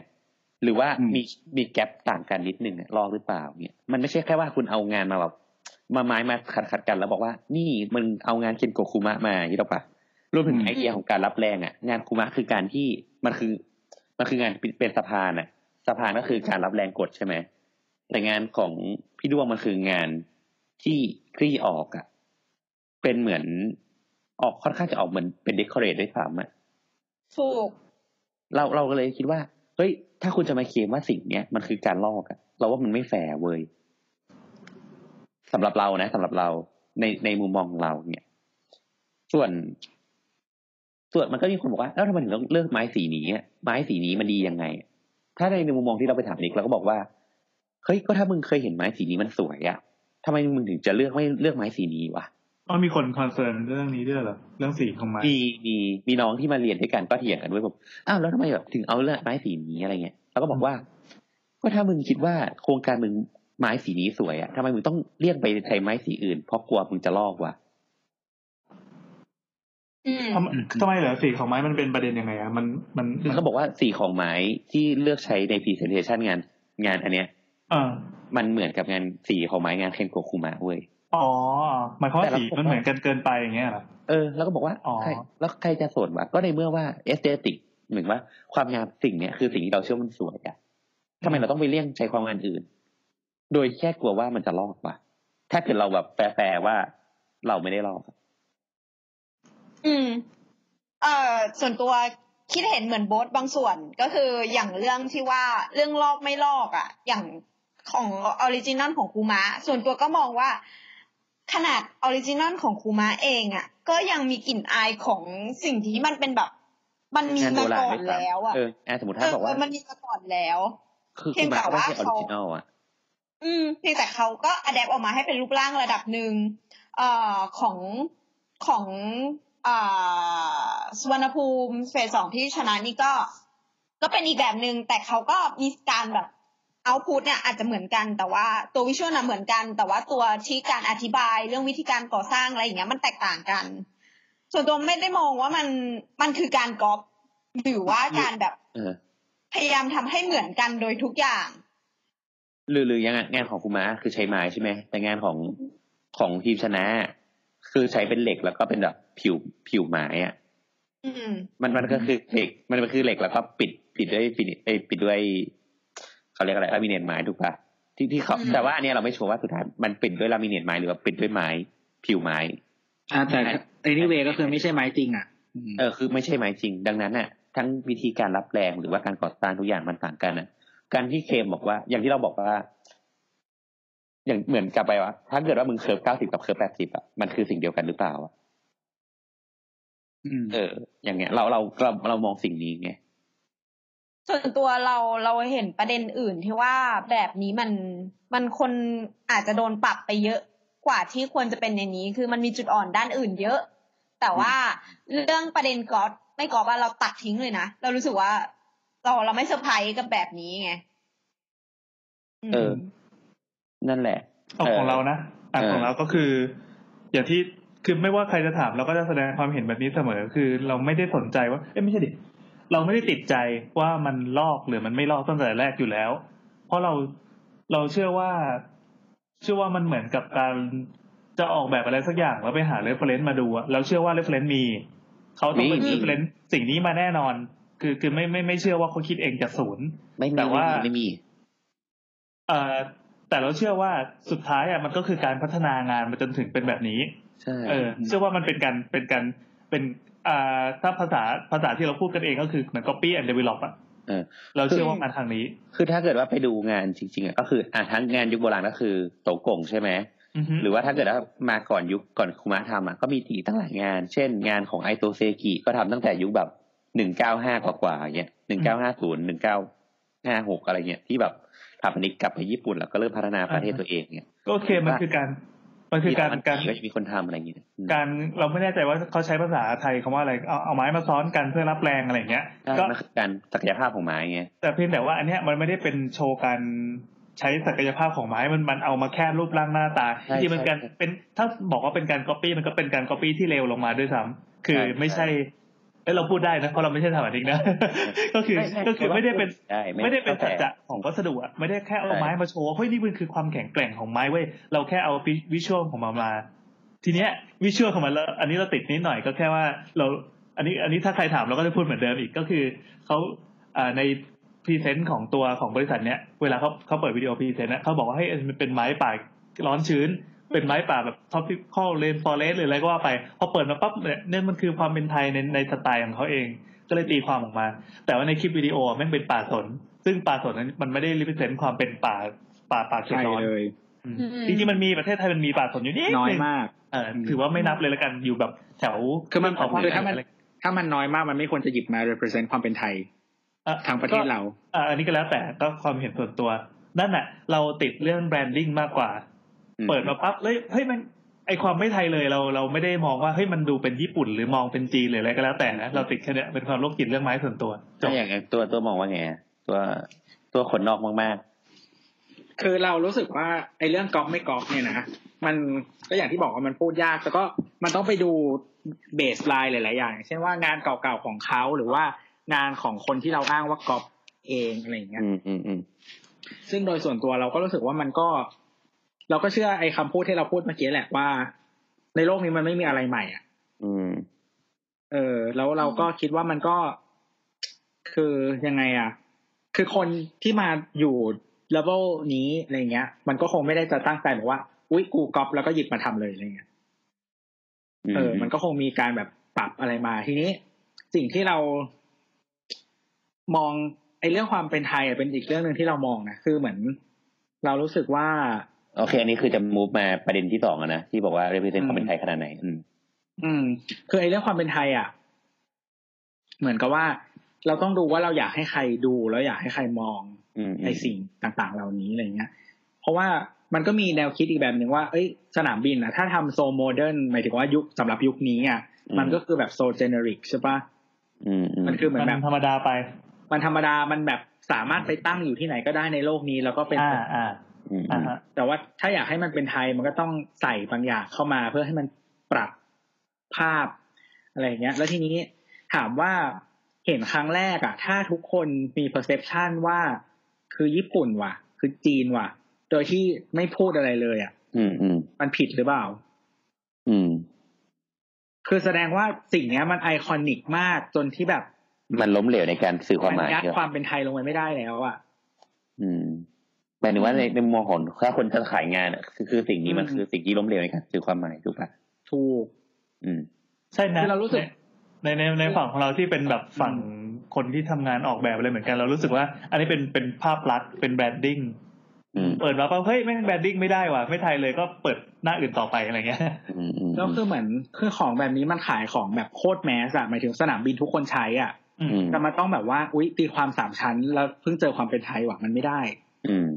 Speaker 1: หรือว่า
Speaker 4: อืม
Speaker 1: มีมีแกลบต่างกันนิดนึงอะลอกหรือเปล่าเนี่ยมันไม่ใช่แค่ว่าคุณเอางานมาแบบมาไม้มาขัดขัดกันแล้วบอกว่า นี่มึงเอางานเคนโกะคุมะมาคิดออกปะ รวมถึง
Speaker 4: อืม
Speaker 1: ไอเดียของการรับแรงอ่ะ งานคุมะคือการที่มันคือ มันคืองานเป็นสะพานอ่ะสะพานก็คือการรับแรงกดใช่ไหมแต่งานของพี่ดวงมันคืองานที่คลี่ออกอ่ะเป็นเหมือน ออกค่อนข้างจะออกเหมือนเป็นเดคอเรทด้วยซ้ำอะ
Speaker 7: ถูก
Speaker 1: เราเราก็เลยคิดว่า เฮ้ย ถ้าคุณจะมาเคลมว่าสิ่งเนี้ยมันคือการลอกอะเราว่ามันไม่แฟร์เว้ยสำหรับเรานะสำหรับเราในในมุมมองของเราเนี่ย ส่วน ส่วนมันก็มีคนบอกว่าแล้วทำไมถึงต้องเลือกไม้สีนี้อะไม้สีนี้มันดียังไง ถ้าในมุมมองที่เราไปถามนิกเราก็บอกว่าเฮ้ยก็ถ้ามึงเคยเห็นไม้สีนี้มันสวยอะทำไมมึงถึงจะเลือกไม่เลือกไม้สีนี้วะ
Speaker 2: ก็มีคนคอนเซิร์นเรื่องนี้ด้วยเหรอเรื่องสีของมัน
Speaker 1: มีมีมีน้องที่มาเรียนด้วยกันก็เถียงกันด้วยแบบอ้าวแล้วทำไมแบบถึงเอาเลือกไม้สีนี้อะไรเงี้ยแล้วก็บอกว่า ก็ถ้ามึงคิดว่าโครงการมึงไม้สีนี้สวยอะทำไมมึงต้องเลี่ยงไปใช้ไม้สีอื่นเพราะกลัวมึงจะลอกว่ะ
Speaker 7: อืม
Speaker 2: ทำทำไมเหรอสีของไม้มันเป็นประเด็นยังไงอะมันมัน
Speaker 1: คือเขาบอกว่าสีของไม้ที่เลือกใช้ในพรีเซนเทชันงานงานอันเนี้ย
Speaker 2: เออ
Speaker 1: มันเหมือนกับงานสีของไม้งานเคนโกคุมะเว้ย
Speaker 2: อ๋อหมายความว่า
Speaker 1: แต่ละ
Speaker 2: สี
Speaker 1: คน
Speaker 2: มันเหมือนกันเกินไปอย่างเงี้ยเหรอ
Speaker 1: เออแล้วก็บอกว่า
Speaker 2: อ๋อ
Speaker 1: ใครแล้วใครจะสนวะก็ในเมื่อว่าเอสเตติกหมายถึงว่าความงามสิ่งเนี้ยคือสิ่งที่เราเชื่อว่ามันสวยอะทำไมเราต้องไปเลี่ยงใช้ความงามอื่น โดยแค่กลัวว่ามันจะลอกวะถ้าเกิดเราแบบแฟร์ๆว่าเราไม่ได้ลอกอะ
Speaker 7: อืม เอ่อ ส่วนตัวคิดเห็นเหมือนโบทบางส่วนก็คืออย่างเรื่องที่ว่าเรื่องลอกไม่ลอกอะ่ะ อย่างของออริจินอลของคูมะส่วนตัวก็มองว่า ขนาดออริจินอลของคูมะเองอะ่ะ ก็ยังมีกลิ่นอายของสิ่งที่มันเป็นแบบ มันมี
Speaker 1: งานโบ
Speaker 7: มา
Speaker 1: ราณ
Speaker 7: ก่อ
Speaker 1: ด้วย
Speaker 7: น
Speaker 1: ซ้
Speaker 7: แล้ว
Speaker 1: ำ
Speaker 7: อะ่ะ
Speaker 1: เอออ่ะสมมติถ้าบอกว่า
Speaker 7: มันมีมาก่อนแล้ว
Speaker 1: คือ
Speaker 7: เพียง
Speaker 1: มา
Speaker 7: แต่
Speaker 1: ไม่
Speaker 7: ว่า
Speaker 1: ใช่ออ
Speaker 7: เขา
Speaker 1: ริจินอลอ่ะ
Speaker 7: อืมเพียงแต่เขาก็อัดแอปออกมาให้เป็นรูปร่างระดับหนึ่งเอ่อของของอ่าสุวรรณภูมิเฟสสองที่ชนะนี่ก็ ก็เป็นอีกแบบหนึ่งแต่เขาก็มีการแบบเอาพุทเนี่ยอาจจะเหมือนกันแต่ว่าตัววิชวลน่ะเหมือนกัน แต่ว่าตัวที่การอธิบายเรื่องวิธีการก่อสร้างอะไรอย่างเงี้ยมันแตกต่างกัน ส่วนตัวไม่ได้มองว่ามันมันคือการก๊อปหรือว่าการแบบ
Speaker 1: เออ
Speaker 7: พยายามทำให้เหมือนกันโดยทุกอย่าง
Speaker 1: หรือหรือยังไงงานของคุมะคือใช้ไม้ใช่ไหมแต่งานของของทีมชนะ คือใช้เป็นเหล็กแล้วก็เป็นแบบผิวผิวไม้อ่ะ
Speaker 7: อืม
Speaker 1: มันมันก็คือเหล็กมันมันคือเหล็กแล้วก็ปิดปิดด้วยฟินิเอยปิดด้วยเขาเรียกอะไรลามิเนตไม้ถูกปะที่ที่เขา
Speaker 7: อืม
Speaker 1: แต่ว่าอันเนี้ยเราไม่ชัวร์ว่าสุดท้ายมันปิดด้วยลามิเนตไม้หรือว่าปิดด้วยไม้ผิวไม้
Speaker 4: อ่าแต่ anyway ก็คือไม่ใช่ไม้จริงอ่ะอืม
Speaker 1: เออคือไม่ใช่ไม้จริง ดังนั้นน่ะ ทั้งวิธีการรับแรงหรือว่าการก่อสร้างทุกอย่างมันต่างกันนะการที่เคมบอกว่า อย่างที่เราบอกว่า อย่างเหมือนกลับไปว่าถ้าเกิดว่ามึงเคิร์ฟเก้าสิบกับเคิร์ฟแปดสิบอ่ะมันคือสิ่งเดียวกันหรือเปล่าอะ
Speaker 4: อืม
Speaker 1: เออ อย่างเงี้ย เราเราเราเรามองสิ่งนี้ไง
Speaker 7: ส่วนตัวเราเราเห็นประเด็นอื่นที่ว่าแบบนี้มันมันคนอาจจะโดนปรับไปเยอะกว่าที่ควรจะเป็นในนี้ คือมันมีจุดอ่อนด้านอื่นเยอะ แต่ว่าเรื่องประเด็นกอดไม่กอดว่าเราตัดทิ้งเลยนะ เรารู้สึกว่า เราเราไม่เซอร์ไพรส์กับแบบนี้ไงม
Speaker 1: เออ นั่นแหละ
Speaker 2: เอาของเรานะอ่ะ
Speaker 1: เออ
Speaker 2: ของเราก็คือ อย่างที่คือไม่ว่าใครจะถามเราก็จะแสดงความเห็นแบบนี้เสมอ คือเราไม่ได้สนใจว่า เอ้ยไม่ใช่ดิเราไม่ได้ติดใจว่ามันลอกหรือมันไม่ลอกตั้งแต่แรกอยู่แล้ว เพราะเราเราเชื่อว่า เชื่อว่ามันเหมือนกับการจะออกแบบอะไรสักอย่างแล้วไปหาเรฟเฟรนซ์มาดูอะเราเชื่อว่าเรฟเฟรนซ์มีเขาต้องเป็น
Speaker 1: มีมี
Speaker 2: เรฟเฟรนซ์สิ่งนี้มาแน่นอน คือคือไม่ไม่ไม่เชื่อว่าเขาคิดเองจากศูนย์
Speaker 1: ไม่มี
Speaker 2: แต่ว่า
Speaker 1: ไม่มี
Speaker 2: เอ่อแต่เราเชื่อว่าสุดท้ายอ่ะมันก็คือการพัฒนางานมาจนถึงเป็นแบบนี้
Speaker 1: ใช่
Speaker 2: เออ เชื่อว่ามันเป็นการเป็นการเป็นอ่าถ้าภาษาภาษาที่เราพูดกันเองก็คือเหมือน copy and develop อ่ะ
Speaker 1: เออ
Speaker 2: เราเชื่อว่ามาทางนี้
Speaker 1: คือถ้าเกิดว่าไปดูงานจริงๆอะก็คืออ่ะทั้งงานยุคโบราณก็คือโตกงใช่ไหม
Speaker 2: อือฮึ
Speaker 1: หรือว่าถ้าเกิดว่ามาก่อนยุคก่อนคุมะทำอ่ะก็มีอีกตั้งหลายงาน เช่น งานของไอโตเซกิก็ทำตั้งแต่ยุคแบบหนึ่งเก้าห้ากว่าๆอย่างเงี้ยหนึ่งเก้าห้าศูนย์หนึ่งเก้าห้าหกอะไรเงี้ยที่แบบสถาปนิกกลับไปญี่ปุ่นแล้วก็เริ่มพัฒนาประเทศตัวเองเนี่ย
Speaker 2: ก็โอเคมันคือการมันคือการ
Speaker 1: ที่
Speaker 2: การ
Speaker 1: ก็จะมีคนทำอะไรอย่างเงี้ยอืม
Speaker 2: การเราไม่แน่ใจว่าเขาใช้ภาษาไทยคำว่าอะไรเอาเอาไม้มาซ้อนกันเพื่อรับแรงอะไรอย่างเงี้ย
Speaker 1: ใช่
Speaker 2: ก็
Speaker 1: มันคือการศักยภาพของไม้ไง
Speaker 2: แต่เพียงแต่ว่าอันเนี้ยมันไม่ได้เป็นโชว์การใช้ศักยภาพของไม้มันมันเอามาแค่รูปร่างหน้าตา
Speaker 1: ใช่
Speaker 2: จริงๆมันการ
Speaker 1: ใช่
Speaker 2: เป็นถ้าบอกว่าเป็นการก๊อปปี้มันก็เป็นการก๊อปปี้ที่เลวลงมาด้วยซ้ำคือ
Speaker 1: ใช่
Speaker 2: ไม่
Speaker 1: ใช่
Speaker 2: ใช่เอ้ยเราพูดได้นะเพราะเราไม่ใช่สถาปนิกนะ ก็คือก็คือไม่ได้เป็น
Speaker 1: ใช่
Speaker 2: ไม่ได้เป็นสัจจะ
Speaker 1: ข้าใจ
Speaker 2: ของวัสดุอะไม่ได้แค่เอา
Speaker 1: ใช่
Speaker 2: ไม้มาโชว์ว่าเฮ้ยนี่มันคือความแข็งแกร่งของไม้เว้ยเราแค่เอาวิชวลของมันมา ทีเนี้ยวิชวลของมันแล้วอันนี้เราติดนิดหน่อยก็แค่ว่าเราอันนี้อันนี้ถ้าใครถามเราก็จะพูดเหมือนเดิมอีกก็คือเขาอ่าในพรีเซนต์ของตัวของบริษัทเนี้ยเวลาเขาเขาเปิดวิดีโอพรีเซนต์นะเขาบอกว่าให้ยมันเป็นไม้ป่าร้อนชื้น เป็นไม้ป่าแบบท็อปปิคอลเลนฟอเรสหรืออะไรก็ว่าไป พอเปิดมาปั๊บเนี่ยเนี่ยมันคือความเป็นไทยในในสไตล์ของเขาเอง ก็เลยตีความออกมา แต่ว่าในคลิปวิดีโออะแม่งเป็นป่าสน ซึ่งป่าสนนั้นมันไม่ได้รีเพซเซนต์ความเป็นป่าป่าป่าเขต
Speaker 4: ใช่
Speaker 2: ร้อน
Speaker 4: เลย
Speaker 2: อืม
Speaker 3: อืม
Speaker 2: จริงๆมันมีประเทศไทยมันมีป่าสนอยู่นิด
Speaker 4: น้อย
Speaker 2: ง
Speaker 4: มาก
Speaker 2: เออถือว่าไม่นับเลยละกันอยู่แบบแถว
Speaker 4: คือมัน
Speaker 2: ขอบ
Speaker 4: คือถ้ามัน
Speaker 2: ะไร
Speaker 4: ถ้ามันน้อยมากมันไม่ควรจะหยิบมา represent ความเป็นไทย
Speaker 2: อ่อ
Speaker 4: ทางประเทศเรา
Speaker 2: ก็อ่ะอันนี้ก็แล้วแต่ก็ความเห็นส่วนตัว นั่นน่ะ เราติดเรื่องแบรนดิ้งมากกว่า
Speaker 1: อืม
Speaker 2: เปิดมาปั๊บเลยเฮ้ยมันไอความไม่ไทยเลยเราเราไม่ได้มองว่าเฮ้ยมันดูเป็นญี่ปุ่นหรือมองเป็นจีนหรืออะไรก็แล้วแต่นะเราติดแค่เนี้ยเป็นความโรคจิตเรื่องไม้ส่วนตัวจ
Speaker 1: ถ้า
Speaker 2: บ
Speaker 1: อย่างตัวตัวมองว่าไงอะตัวตัวขนนอกมาก
Speaker 4: คือเรารู้สึกว่าไอ้เรื่องกอล์ฟไม่กอล์ฟเนี่ยนะมันก็อย่างที่บอกว่ามันพูดยากแต่ก็มันต้องไปดูเบสไลน์หลาย ๆ อย่าง เช่นว่างานเก่าๆของเขาหรือว่างานของคนที่เราอ้างว่ากอล์ฟเองอะไรอย่าง
Speaker 1: ๆ
Speaker 4: เงี้ย
Speaker 1: อืมอืมอืม
Speaker 4: ซึ่งโดยส่วนตัวเราก็รู้สึกว่ามันก็ เราก็เชื่อไอ้คำพูดที่เราพูดเมื่อกี้แหละว่า ในโลกนี้มันไม่มีอะไรใหม่อ่ะ
Speaker 1: อืม
Speaker 4: เออแล้วเราก็คิดว่ามันก็ คือยังไงอ่ะ คือคนที่มาอยู่เลเวลนี้อะไรเงี้ย มันก็คงไม่ได้จะตั้งใจแบบว่าอุ๊ยกูก๊อปแล้วก็หยิบมาทำเลยอะไรเงี้ยเออมันก็คงมีการแบบปรับอะไรมา ทีนี้สิ่งที่เรา มองไอ้เรื่องความเป็นไทยอ่ะเป็นอีกเรื่องหนึ่งที่เรามองนะคือเหมือน เรารู้สึกว่า
Speaker 1: โอเค อันนี้คือจะมูฟมาประเด็นที่สองอะนะที่บอกว่า represent ความเป็นไทยขนาดไหน อืม
Speaker 4: อืมคือไอ้เรื่องความเป็นไทยอ่ะ เหมือนกับว่า เราต้องดูว่าเราอยากให้ใครดูแล้วอยากให้ใครมอง
Speaker 1: อืม
Speaker 4: ไอสิ่งต่างๆ เหล่านี้อะไรเงี้ย เพราะว่ามันก็มีแนวคิดอีกแบบหนึ่งว่า เอ้ย สนามบินอ่ะ ถ้าทำโซโมเดิร์นหมายถึงว่ายุคสำหรับยุคนี้อ่ะ มันก็คือแบบโซเจเนริกใช่ปะ
Speaker 1: อืมอืม
Speaker 4: มันคือเหมือนแบบ
Speaker 2: ธรรมดาไป
Speaker 4: มันธรรมดา มันแบบสามารถไปตั้งอยู่ที่ไหนก็ได้ในโลกนี้ แล้วก็เป็น
Speaker 2: อ่าอ่า
Speaker 1: อืม
Speaker 2: อ่าฮะ
Speaker 4: แต่ว่าถ้าอยากให้มันเป็นไทยมันก็ต้องใส่บางอย่างเข้ามาเพื่อให้มันปรับภาพอะไรอย่างเงี้ย แล้วทีนี้ถามว่าเห็นครั้งแรกอะถ้าทุกคนมี perception ว่าคือญี่ปุ่นว่ะ คือจีนว่ะ โดยที่ไม่พูดอะไรเลยอะ
Speaker 1: อืมอืม
Speaker 4: มันผิดหรือเปล่า
Speaker 1: อืม
Speaker 4: คือแสดงว่าสิ่งเนี้ยมันไอคอนิกมากจนที่แบบ
Speaker 1: มันล้มเหลวในการสื่อความ
Speaker 4: มั
Speaker 1: หมาย
Speaker 4: ยัด
Speaker 1: เยอะ
Speaker 4: ความเป็นไทยลงไปไม่ได้แล้วอะ
Speaker 1: อืมหมายถึงว่าในในมุมมองของถ้าคนจะขายงานอะคือคือสิ่งนี้มัน
Speaker 4: อืม
Speaker 1: คือสิ่งที่ล้มเหลวในการสื่อความหมายถูกปะ
Speaker 4: ถูก
Speaker 1: อืม
Speaker 2: ใช่นะ
Speaker 4: คือเรารู้สึก
Speaker 2: ในในในฝั่งของเราที่เป็นแบบฝั่งคนที่ทำงานออกแบบอะไรเหมือนกันเรารู้สึกว่า อันนี้เป็นเป็นภาพลักษณ์เป็นแบรนดิ้ง
Speaker 1: อืม
Speaker 2: เปิดมาปั๊บเฮ้ยแม่งแบรนดิ้งไม่ได้ว่ะไม่ไทยเลยก็เปิดหน้าอื่นต่อไปอะไรเงี้ย
Speaker 1: อืมอืม
Speaker 4: แล้วคือเหมือนคือของแบบนี้มันขายของแบบโคตรแมสอะหมายถึงสนามบินทุกคนใช้อะ
Speaker 2: อืม
Speaker 1: อืม
Speaker 4: แต่มันต้องแบบว่า อุ๊ย ตีความสามชั้น แล้วเพิ่งเจอความเป็นไทยว่ะมันไม่ได้
Speaker 1: อืม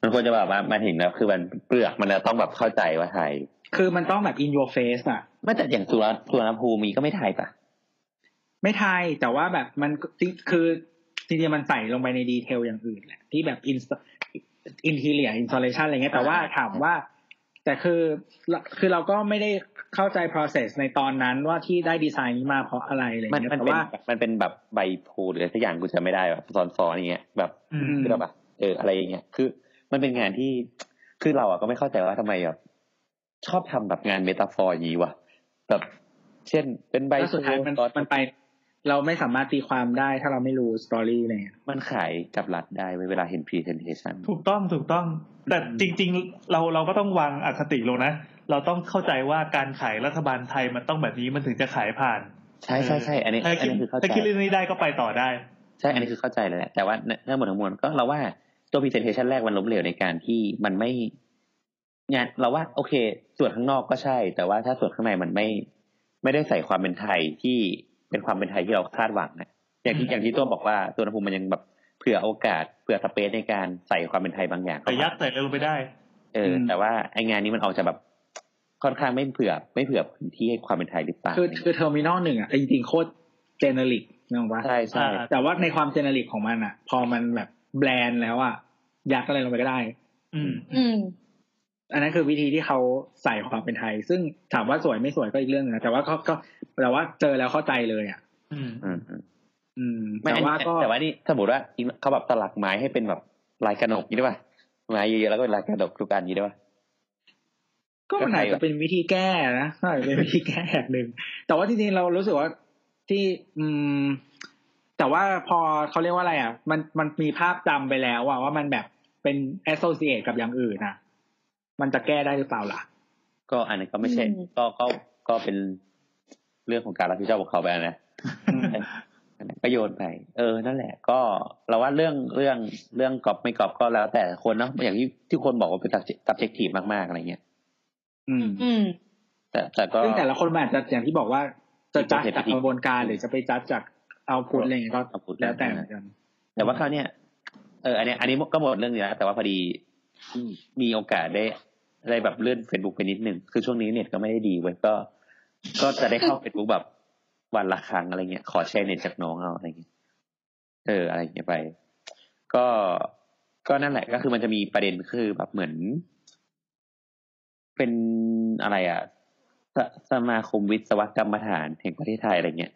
Speaker 1: มันควรจะแบบว่ามาถึงแล้วคือมันเปลือกมันจะต้องแบบเข้าใจว่าไทย
Speaker 4: คือมันต้องแบบ in your face อะ
Speaker 1: ไม่แต่อย่างสุวรรณสุวรรณภูมิก็ไม่ไทยปะ
Speaker 4: ไม่ไทย แต่ว่าแบบมันก็จริงคือจริงๆมันใส่ลงไปในดีเทลอย่างอื่นแหละ ที่แบบ in อินทีเลียอินสตาเลชันอะไรเงี้ยแต่ว่าถามว่า แต่คือคือเราก็ไม่ได้เข้าใจ process ในตอนนั้นว่าที่ได้ดีไซน์นี้มาเพราะอะไรอะไร
Speaker 1: มัน
Speaker 4: เงี้ย
Speaker 1: มัน
Speaker 4: แต่
Speaker 1: เป็น
Speaker 4: ว่า
Speaker 1: มันเป็นแบบใบโพลหรืออะไรสักอย่างกูจำไม่ได้แบบซ้อนๆอย่างเงี้ยแบบ
Speaker 2: อืม
Speaker 4: อืม
Speaker 1: คือแบบเอออะไรอย่างเงี้ยคือ มันเป็นงานที่คือเราอะก็ไม่เข้าใจว่าทำไมแบบชอบทำแบบงานเมตาฟอร์อย่างนี้วะแบบเช่นเป็นใบ
Speaker 4: แล้วสุดท้ายมัน
Speaker 1: โพล
Speaker 4: มันไป เราไม่สามารถตีความได้ถ้าเราไม่รู้สตอรี่อะไรเงี้ย
Speaker 1: มันขายกับรัฐได้เว้ยเวลาเห็นพรีเซนเทชัน
Speaker 2: ถูกต้องถูกต้อง แต่
Speaker 4: อืม
Speaker 2: จริง ๆ เราเราก็ต้องวางอคติลงนะ เราต้องเข้าใจว่าการขายรัฐบาลไทยมันต้องแบบนี้มันถึงจะขายผ่าน
Speaker 1: ใช่ใช่ใช่อันนี้
Speaker 2: ถ้า
Speaker 1: อัน
Speaker 2: คิด
Speaker 1: นี้คือเข้า
Speaker 2: ถ้า
Speaker 1: ใจ
Speaker 2: คิดเรื่องนี้ได้ก็ไปต่อได้
Speaker 1: ใช่ อันนี้คือเข้าใจเลยแหละ แต่ว่าในทั้งหมดทั้งมวลก็เราว่าตัว presentation แรกมันล้มเหลวในการที่มันไม่งานเราว่าโอเค ส่วนข้างนอกก็ใช่ แต่ว่าถ้าส่วนข้างในมันไม่ ไม่ได้ใส่ความเป็นไทยที่เป็นความเป็นไทยที่เราคาดหวังนะ (laughs) อย่างที่
Speaker 2: อืม
Speaker 1: อย่างที่ตัวบอกว่าตัวภูมิมันยังแบบเผื่อโอกาสเผื่อสเปซในการใส่ความเป็นไทยบางอย่างเข้า
Speaker 2: แต่
Speaker 1: มา
Speaker 2: ยัดใส่ลงไปได้
Speaker 1: เอออ
Speaker 4: ม
Speaker 1: แต่ว่าไองานนี้มันออกจะแบบค่อนข้างไม่เผื่อ ไม่เผื่อพื้นที่ให้ความเป็นไทยหรือเปล่า
Speaker 4: คือคือเทอร์มินอลหนึ่งอ่ะจริงๆโคตรเจเนริกนึกออกปะ
Speaker 1: ใช่ใช่
Speaker 2: อ่า
Speaker 4: แต่ว่าในความเจเนริกของมันอะพอมันแบบแบรนด์แล้วอะยักอะไรลงไปก็ได้
Speaker 2: อืม
Speaker 7: อืม
Speaker 4: อันนั้นคือวิธีที่เขาใส่ความเป็นไทย ซึ่งถามว่าสวยไม่สวยก็อีกเรื่องนึงนะแต่ว่าก็ก็แต่ว่าเจอแล้วเข้าใจเลยอะ
Speaker 2: อืม
Speaker 1: อืมอืม
Speaker 4: อืม
Speaker 1: ไม่
Speaker 4: แต่
Speaker 1: อัน
Speaker 4: ว่า
Speaker 1: นี้
Speaker 4: ก็
Speaker 1: แต่ว่านี่สมมติว่าเขาแบบสลักไม้ให้เป็นแบบลายกระหนกนี่ได้ป่ะไม้เยอะๆแล้วก็เป็นลายกระหนกทุกอันนี้ได้ป่ะ
Speaker 4: ก็มัน
Speaker 1: ก็ไทย
Speaker 4: อาจจะเป็นวิธีแก้นะก็อาจจะเป็นวิธีแก้แบบหนึ่งแต่ว่าจริงๆเรารู้สึกว่าที่อืม แต่ว่าพอเขาเรียกว่าอะไรอะมันมันมีภาพจำไปแล้วอะว่ามันแบบเป็น associate กับอย่างอื่นอะมันจะแก้ได้หรือเปล่าล่ะ
Speaker 1: ก็อันนั้นก็ไม่ใช่
Speaker 3: อืม
Speaker 1: ก็ก็ก็เป็นเรื่องของการรับผิดชอบของเขาไปนะ อันนั้นก็โยนไป เออ นั่นแหละ ก็เราว่าเรื่องเรื่องเรื่องกรอบไม่กรอบก็แล้วแต่คนเนาะ อย่างที่ที่คนบอกว่าเป็น subject- subjective มากๆอะไรเงี้ย
Speaker 4: อืม
Speaker 7: อืม
Speaker 1: แต่แต่ก็
Speaker 4: ซึ่งแต่ละคนมันอาจจะอย่างที่บอกว่าจะจัดจากกระบวนการหรือจะไปจัดจากเอาพุทอะไรอย่างเงี้ยก็
Speaker 1: output
Speaker 4: แล้วแต่เหมือนกัน
Speaker 1: แต่ว่าคราวเนี้ยเออ อันเนี้ย อันนี้ก็หมดเรื่องนี้แล้วแต่ว่าพอดีมีโอกาสได้ได้แบบเลื่อน Facebook ไปนิดนึง คือช่วงนี้เน็ตก็ไม่ได้ดีเว้ย ก็ ก็จะได้เข้า Facebook แบบวันละครั้งอะไรเงี้ย ขอแชร์เน็ตจากน้องเอาอะไรเงี้ย เออ อะไรเงี้ยไป ก็ ก็นั่นแหละ ก็คือมันจะมีประเด็นคือแบบเหมือน เป็นอะไรอ่ะสสมาคมวิศวกรรมฐานแห่งประเทศไทยอะไรเงี้ย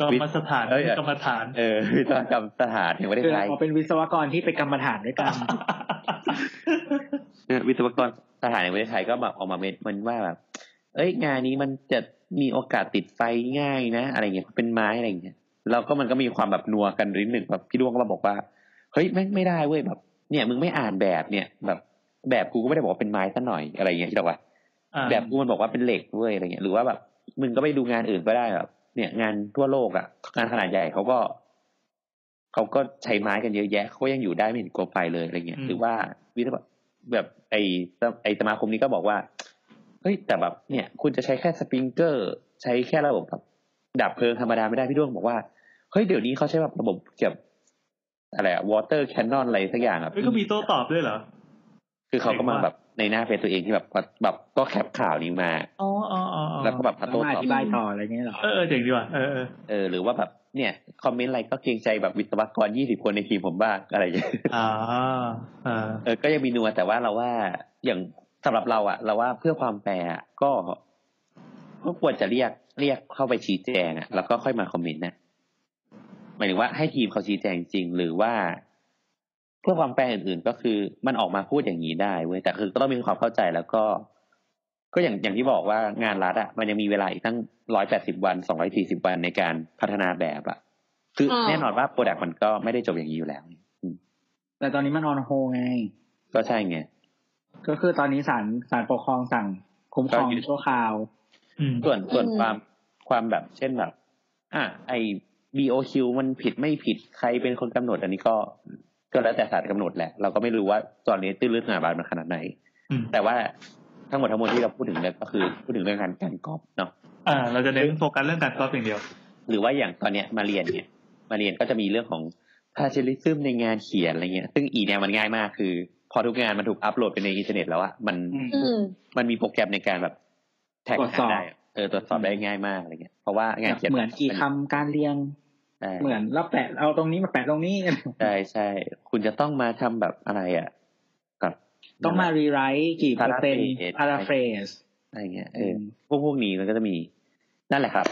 Speaker 2: กรรมสถาน
Speaker 1: เอ้ย
Speaker 2: กรรมฐาน
Speaker 1: เออวิศวกรรมสถานแห่งประเทศ
Speaker 4: คือ
Speaker 1: ไทย
Speaker 4: เราเป็นวิศวกรที่ไปกรรมฐานด้วยกัน
Speaker 1: เนี่ยวิศวกรทหารในประเทศไทยก็แบบออกมาเม็ดมันว่าแบบ เอ้ยงานนี้มันจะมีโอกาสติดไฟง่ายนะ อะไรเงี้ยเป็นไม้อะไรเงี้ยเราก็มันก็มีความแบบนัวกันนิดหนึ่งแบบพี่ดวงก็มาบอกว่าเฮ้ยแม่งไม่ได้เว้ยแบบ เนี่ยมึงไม่อ่านแบบเนี่ย แบบ แบบกูก็ไม่ได้บอกว่าเป็นไม้ซะหน่อยอะไรเงี้ยที่เราว่า
Speaker 2: อ่า
Speaker 1: แบบกูมันบอกว่าเป็นเหล็กเว้ยอะไรเงี้ยหรือว่าแบบมึงก็ไปดูงานอื่นก็ได้แบบเนี่ยงานทั่วโลกอะงานขนาดใหญ่เขาก็เขาก็ใช้ไม้กันเยอะแยะเขาก็ยังอยู่ได้ไม่เห็นกลัวไฟเลยอะไรเงี้ยหรือว่าวิทยาแบบไอไอสมาคมนี้ก็บอกว่าเฮ้ยแต่แบบเนี่ย คุณจะใช้แค่สปริงเกอร์ ใช้แค่ระบบแบบดับเพลิงธรรมดาไม่ได้พี่ด้วงบอกว่าเฮ้ยเดี๋ยวนี้เขาใช้แบบระบบเกี่ยวกับอะไรวอเตอร์แคนนอนอะไรสักอย่างอะ
Speaker 2: เอ้ยก็มีโต้ตอบด้วยเหรอ
Speaker 1: คือเขาก็มาแบบในหน้าเพจตัวเองที่แบบแบบก็แคปข่าวนี้มา
Speaker 2: อ๋ออ๋ออ๋ออ๋อ
Speaker 1: แล้วก็แบบมา
Speaker 4: แล้ว
Speaker 1: โต้
Speaker 4: มาอ
Speaker 1: ตอบ
Speaker 4: ธิบายต่ออะไรเงี้ยเหรอ
Speaker 2: เออเออเจ๋งดีว่ะเออเออ
Speaker 1: เออหรือว่าแบบเนี่ยคอมเมนต์อะไรก็เกรงใจแบบวิศวกรยี่สิบคนในทีมผมบ้างอะไรอย่างเงี้ย
Speaker 2: อ่าอ่า
Speaker 1: เออก็ยังมีนัวแต่ว่าเราว่าอย่างสำหรับเราอะเราว่าเพื่อความแฟร์อะก็ก็ควรจะเรียกเรียกเข้าไปชี้แจงอะแล้วก็ค่อยมาคอมเมนต์นะหมายถึงว่าให้ทีมเขาชี้แจงจริง หรือว่า เพื่อความแฟร์อื่น ๆ ก็คือมันออกมาพูดอย่างนี้ได้เว้ยแต่คือก็ต้องมีความเข้าใจแล้วก็ ก็อย่างอย่างที่บอกว่างานรัฐอะมันยังมีเวลาอีกตั้งร้อยแปดสิบวันสองร้อยสี่สิบวันในการพัฒนาแบบอะคืออ
Speaker 7: ม
Speaker 1: แน่นอนว่าโปรดักต์มันก็ไม่ได้จบอย่างนี้อยู่แล้ว
Speaker 4: แต่ตอนนี้มันออนโฮไง
Speaker 1: ก็ใช่ไง
Speaker 4: ก็คือตอนนี้ศาลศาลปกครองสั่งคุ้มครอง
Speaker 1: ก็อยู่
Speaker 4: ชั่วคราว
Speaker 2: อืม
Speaker 1: ส่วนส่วน
Speaker 7: อืม
Speaker 1: ความความแบบเช่นแบบ อ่ะไอ BOQ มันผิดไม่ผิดใครเป็นคนกำหนด อันนี้ก็ก็แล้วแต่ศาลกำหนดแหละ เราก็ไม่รู้ว่าตอนนี้ตื้นลึกหนาบานมันขนาดไหน
Speaker 2: อืม
Speaker 1: แต่ว่าทั้งหมดทั้งมวลที่เราพูดถึงเนี่ยก็คือพูดถึงเรื่องการการกอบเนาะ
Speaker 2: อ่า เราจะเน้นโฟกัสเรื่องการกอล์ฟอย่างเดียว
Speaker 1: หรือว่าอย่างตอนเนี้ยมาเรียนเนี่ย มาเรียนก็จะมีเรื่องของพาเชลิซึมในงานเขียนอะไรเงี้ย ซึ่งอีเนี่ยมันง่ายมากคือ พอทุกงานมันถูกอัปโหลดไปในอินเทอร์เน็ตแล้วอะมัน
Speaker 7: อืม
Speaker 1: มันมีโปรแกรมในการแบบแท็ก
Speaker 4: ตรวจสอบ
Speaker 1: ได้อะเออตรวจสอบได้ง่ายมากอะไรเงี้ยเพราะว่างานเขียน
Speaker 4: เหมือนกี่คำการเรียง
Speaker 1: ใช่
Speaker 4: เหมือนแล้วแปะเอาตรงนี้มาแปะตรงนี้
Speaker 1: ใช่ใช่คุณจะต้องมาทำแบบอะไรอ่ะแบบ
Speaker 4: ต้องมารีไรต์กี่เปอร์เซ็นต์พาราเฟส
Speaker 1: อะไรเงี้ยเออพวกพวกนี้มันก็จะมีนั่นแหละครับ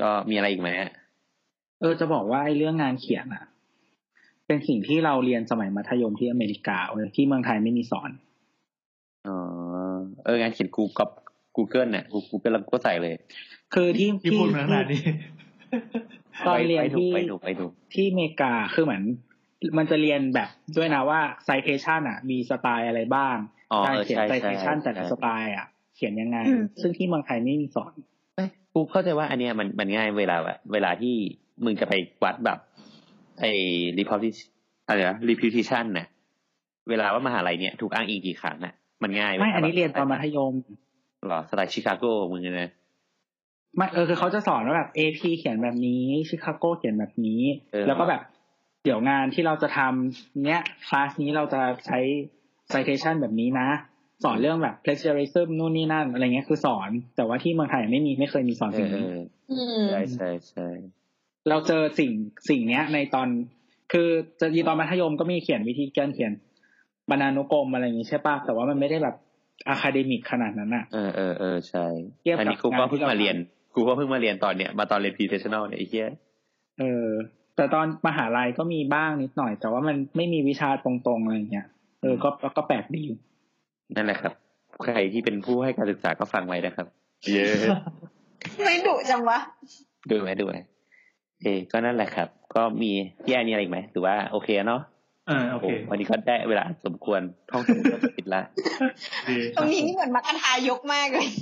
Speaker 1: ก็มีอะไรอีกไหมฮะ
Speaker 4: เออจะบอกว่าไอ้เรื่องงานเขียนอะเป็นสิ่งที่เราเรียนสมัยมัธยมที่อเมริกาเว้ยที่เมืองไทยไม่มีสอน
Speaker 1: อ๋อเอองานเขียนกูกับ Google เนี่ย Google แล้วก็ใส่เลย
Speaker 4: คือที่
Speaker 2: ที่พูดมาขนาดนี้ (laughs)
Speaker 4: ตอนเรียนที่
Speaker 1: ไปดูไปดู
Speaker 4: ที่อเมริกาคือเหมือน มันจะเรียนแบบด้วยนะว่า citation อะมีสไตล์อะไรบ้าง
Speaker 1: อ๋อ
Speaker 4: การ
Speaker 1: เออ
Speaker 4: เขียน
Speaker 1: ใช่ใช่
Speaker 4: citation แต่ละสไตล์อะเขียนยังไง
Speaker 7: อืม
Speaker 4: ซึ่งที่เมืองไทยไม่มีสอน
Speaker 1: กูเข้าใจว่าอันเนี้ยมันมันง่ายเวลาแบบเวลาที่มึงจะไปวัดแบบไอ้ reputation อะไรนะ reputation น่ะเวลาว่ามหาลัยเนี้ยถูกอ้างอิงกี่ครั้งน่ะมันง่าย
Speaker 4: ไม่ อันนี้เรียนตอนมัธยม
Speaker 1: หรอสไตล์ชิคาโกมึงเนี่ยนะ
Speaker 4: ไม่เออคือเขาจะสอนว่าแบบ AP เขียนแบบนี้ชิคาโกเขียนแบบนี้ แล้วก็แบบเดี๋ยวงานที่เราจะทำเนี้ยคลาสนี้เราจะใช้ citation แบบนี้นะ สอนเรื่องแบบ plagiarism นู่นนี่นั่น อะไรเงี้ยคือสอน แต่ว่าที่เมืองไทยไม่มีไม่เคยมีสอน
Speaker 1: เอ
Speaker 4: สิ่
Speaker 1: องเอ
Speaker 4: นี้
Speaker 1: อ
Speaker 7: อืม
Speaker 1: ใช่ใช่ใช่
Speaker 4: เราเจอสิ่งสิ่งเนี้ยในตอน คือจะยีตอนมัธยมก็มีเขียนวิธีการเขียนบรรณานุกรมอะไรอย่างงี้ใช่ปะแต่ว่ามันไม่ได้แบบอะคาเดมิกขนาดนั้นอะ
Speaker 1: เออเออเออใช่
Speaker 4: เทียบกับ
Speaker 1: อันนี้กูก็
Speaker 4: งานที่
Speaker 1: เพิ่ง
Speaker 4: เรา
Speaker 1: มา
Speaker 4: ทำ
Speaker 1: เรียนกูก็เพิ่งมาเรียนตอนเนี้ยมาตอนเรียน professional เนี่ยไอ้เหี้ย
Speaker 4: เออ แต่ตอนมหาลัยก็มีบ้างนิดหน่อย แต่ว่ามันไม่มีวิชาตรงๆอะไรอย่างเงี้ย เออ ก็ก็แปลกดี
Speaker 1: นั่นแหละครับ ใครที่เป็นผู้ให้การศึกษาก็ฟังไว้นะครับ เย้
Speaker 7: ไม่ดุจังวะ
Speaker 1: ดูไหมดูไหมโอเคก็นั่นแหละครับ ก็มีพี่แอนมีอะไรอีกไหมหรือว่าโอเคเนาะ
Speaker 2: เอ อ่าโอเค
Speaker 1: โอ้วันนี้ก็ได้เวลาสมควรท่องสมุดก็จะปิดละ
Speaker 2: ดี
Speaker 7: ตรงนี้นี่เหมือนมากระทายกมากเลย
Speaker 1: (laughs)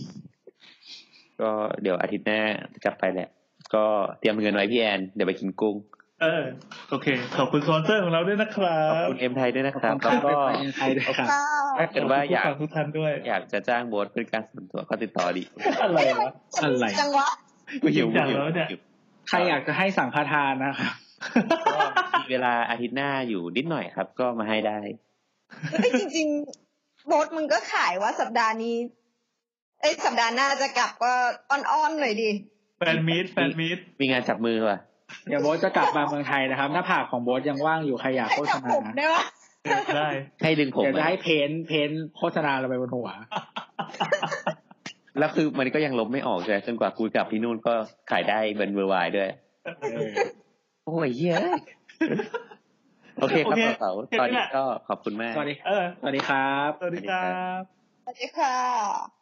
Speaker 1: ก็เดี๋ยวอาทิตย์หน้าจะไปแหละ ก็เตรียมเงินไว้พี่แอน เดี๋ยวไปกินกุ้ง
Speaker 2: เออโอเค ขอบคุณสปอนเซอร์ของเราด้วยนะครั
Speaker 1: ขอบบ คุณเอ็มไทยด้วยนะค
Speaker 4: ค
Speaker 1: รั
Speaker 4: รั
Speaker 1: บบ แล้วก็
Speaker 4: ไปไทยด้วยครับ
Speaker 7: ก็
Speaker 1: ถ้าเกิดว่าอยาก
Speaker 2: ขบคุณผู้ฟังทุกท่านด้วย
Speaker 1: อยากจะจ้างโบสเป็นการส่วนตัวก็ติดต่อดี
Speaker 2: อะไรวะ
Speaker 4: อะไร
Speaker 7: จังหวะ
Speaker 1: กูหิว
Speaker 2: จ
Speaker 1: กู
Speaker 2: ริงจัง
Speaker 1: หิว
Speaker 2: แล้วเนี่ย
Speaker 1: หิว
Speaker 4: ใครอยากจะให้สังฆทานนะครับ
Speaker 1: ก็มีเวลาอาทิตย์หน้าอยู่นิดหน่อยครับ ก็มาให้ได้
Speaker 7: เอ้ยจริงๆโบทมึงก็ขายว่าสัปดาห์นี้ เอ้ยสัปดาห์หน้าจะกลับก็อ้อนๆหน่อยดิ
Speaker 2: แฟนมีดแฟนมีด
Speaker 1: มีงานจับมือว่ะ
Speaker 4: เดี๋ยวโบ๊ทจะกลับมาเมืองไทยนะครับ หน้าผากของโบ๊ทยังว่างอยู่ใครอยาก
Speaker 7: ให้
Speaker 4: โฆษ
Speaker 7: จับ
Speaker 4: ณา
Speaker 7: ผมได้ปะ
Speaker 2: ได้
Speaker 1: ให้ดึงผม
Speaker 4: เดี๋ยวจะ
Speaker 1: อะ
Speaker 4: ให้เพ้นท์เพ้นท์โฆษณาเราไปบนหัว
Speaker 1: แล้วคือมันก็ยังลบไม่ออกใช่ไหมจนกว่ากูกลับที่นู่นก็ขายได้เบนเวอร์ไวด์ด้วย โอ้ยเหี้ยโอเคครับ
Speaker 2: โอเค
Speaker 1: เสา
Speaker 2: เก็บ
Speaker 1: ตอน
Speaker 2: ไว้
Speaker 1: นี้
Speaker 2: ละ
Speaker 1: ก็ขอบคุณมาก
Speaker 4: สวัสดี
Speaker 2: เออ
Speaker 4: สวัสดีครับ
Speaker 2: สวัสดีครับ
Speaker 7: สวัสดีค่ะ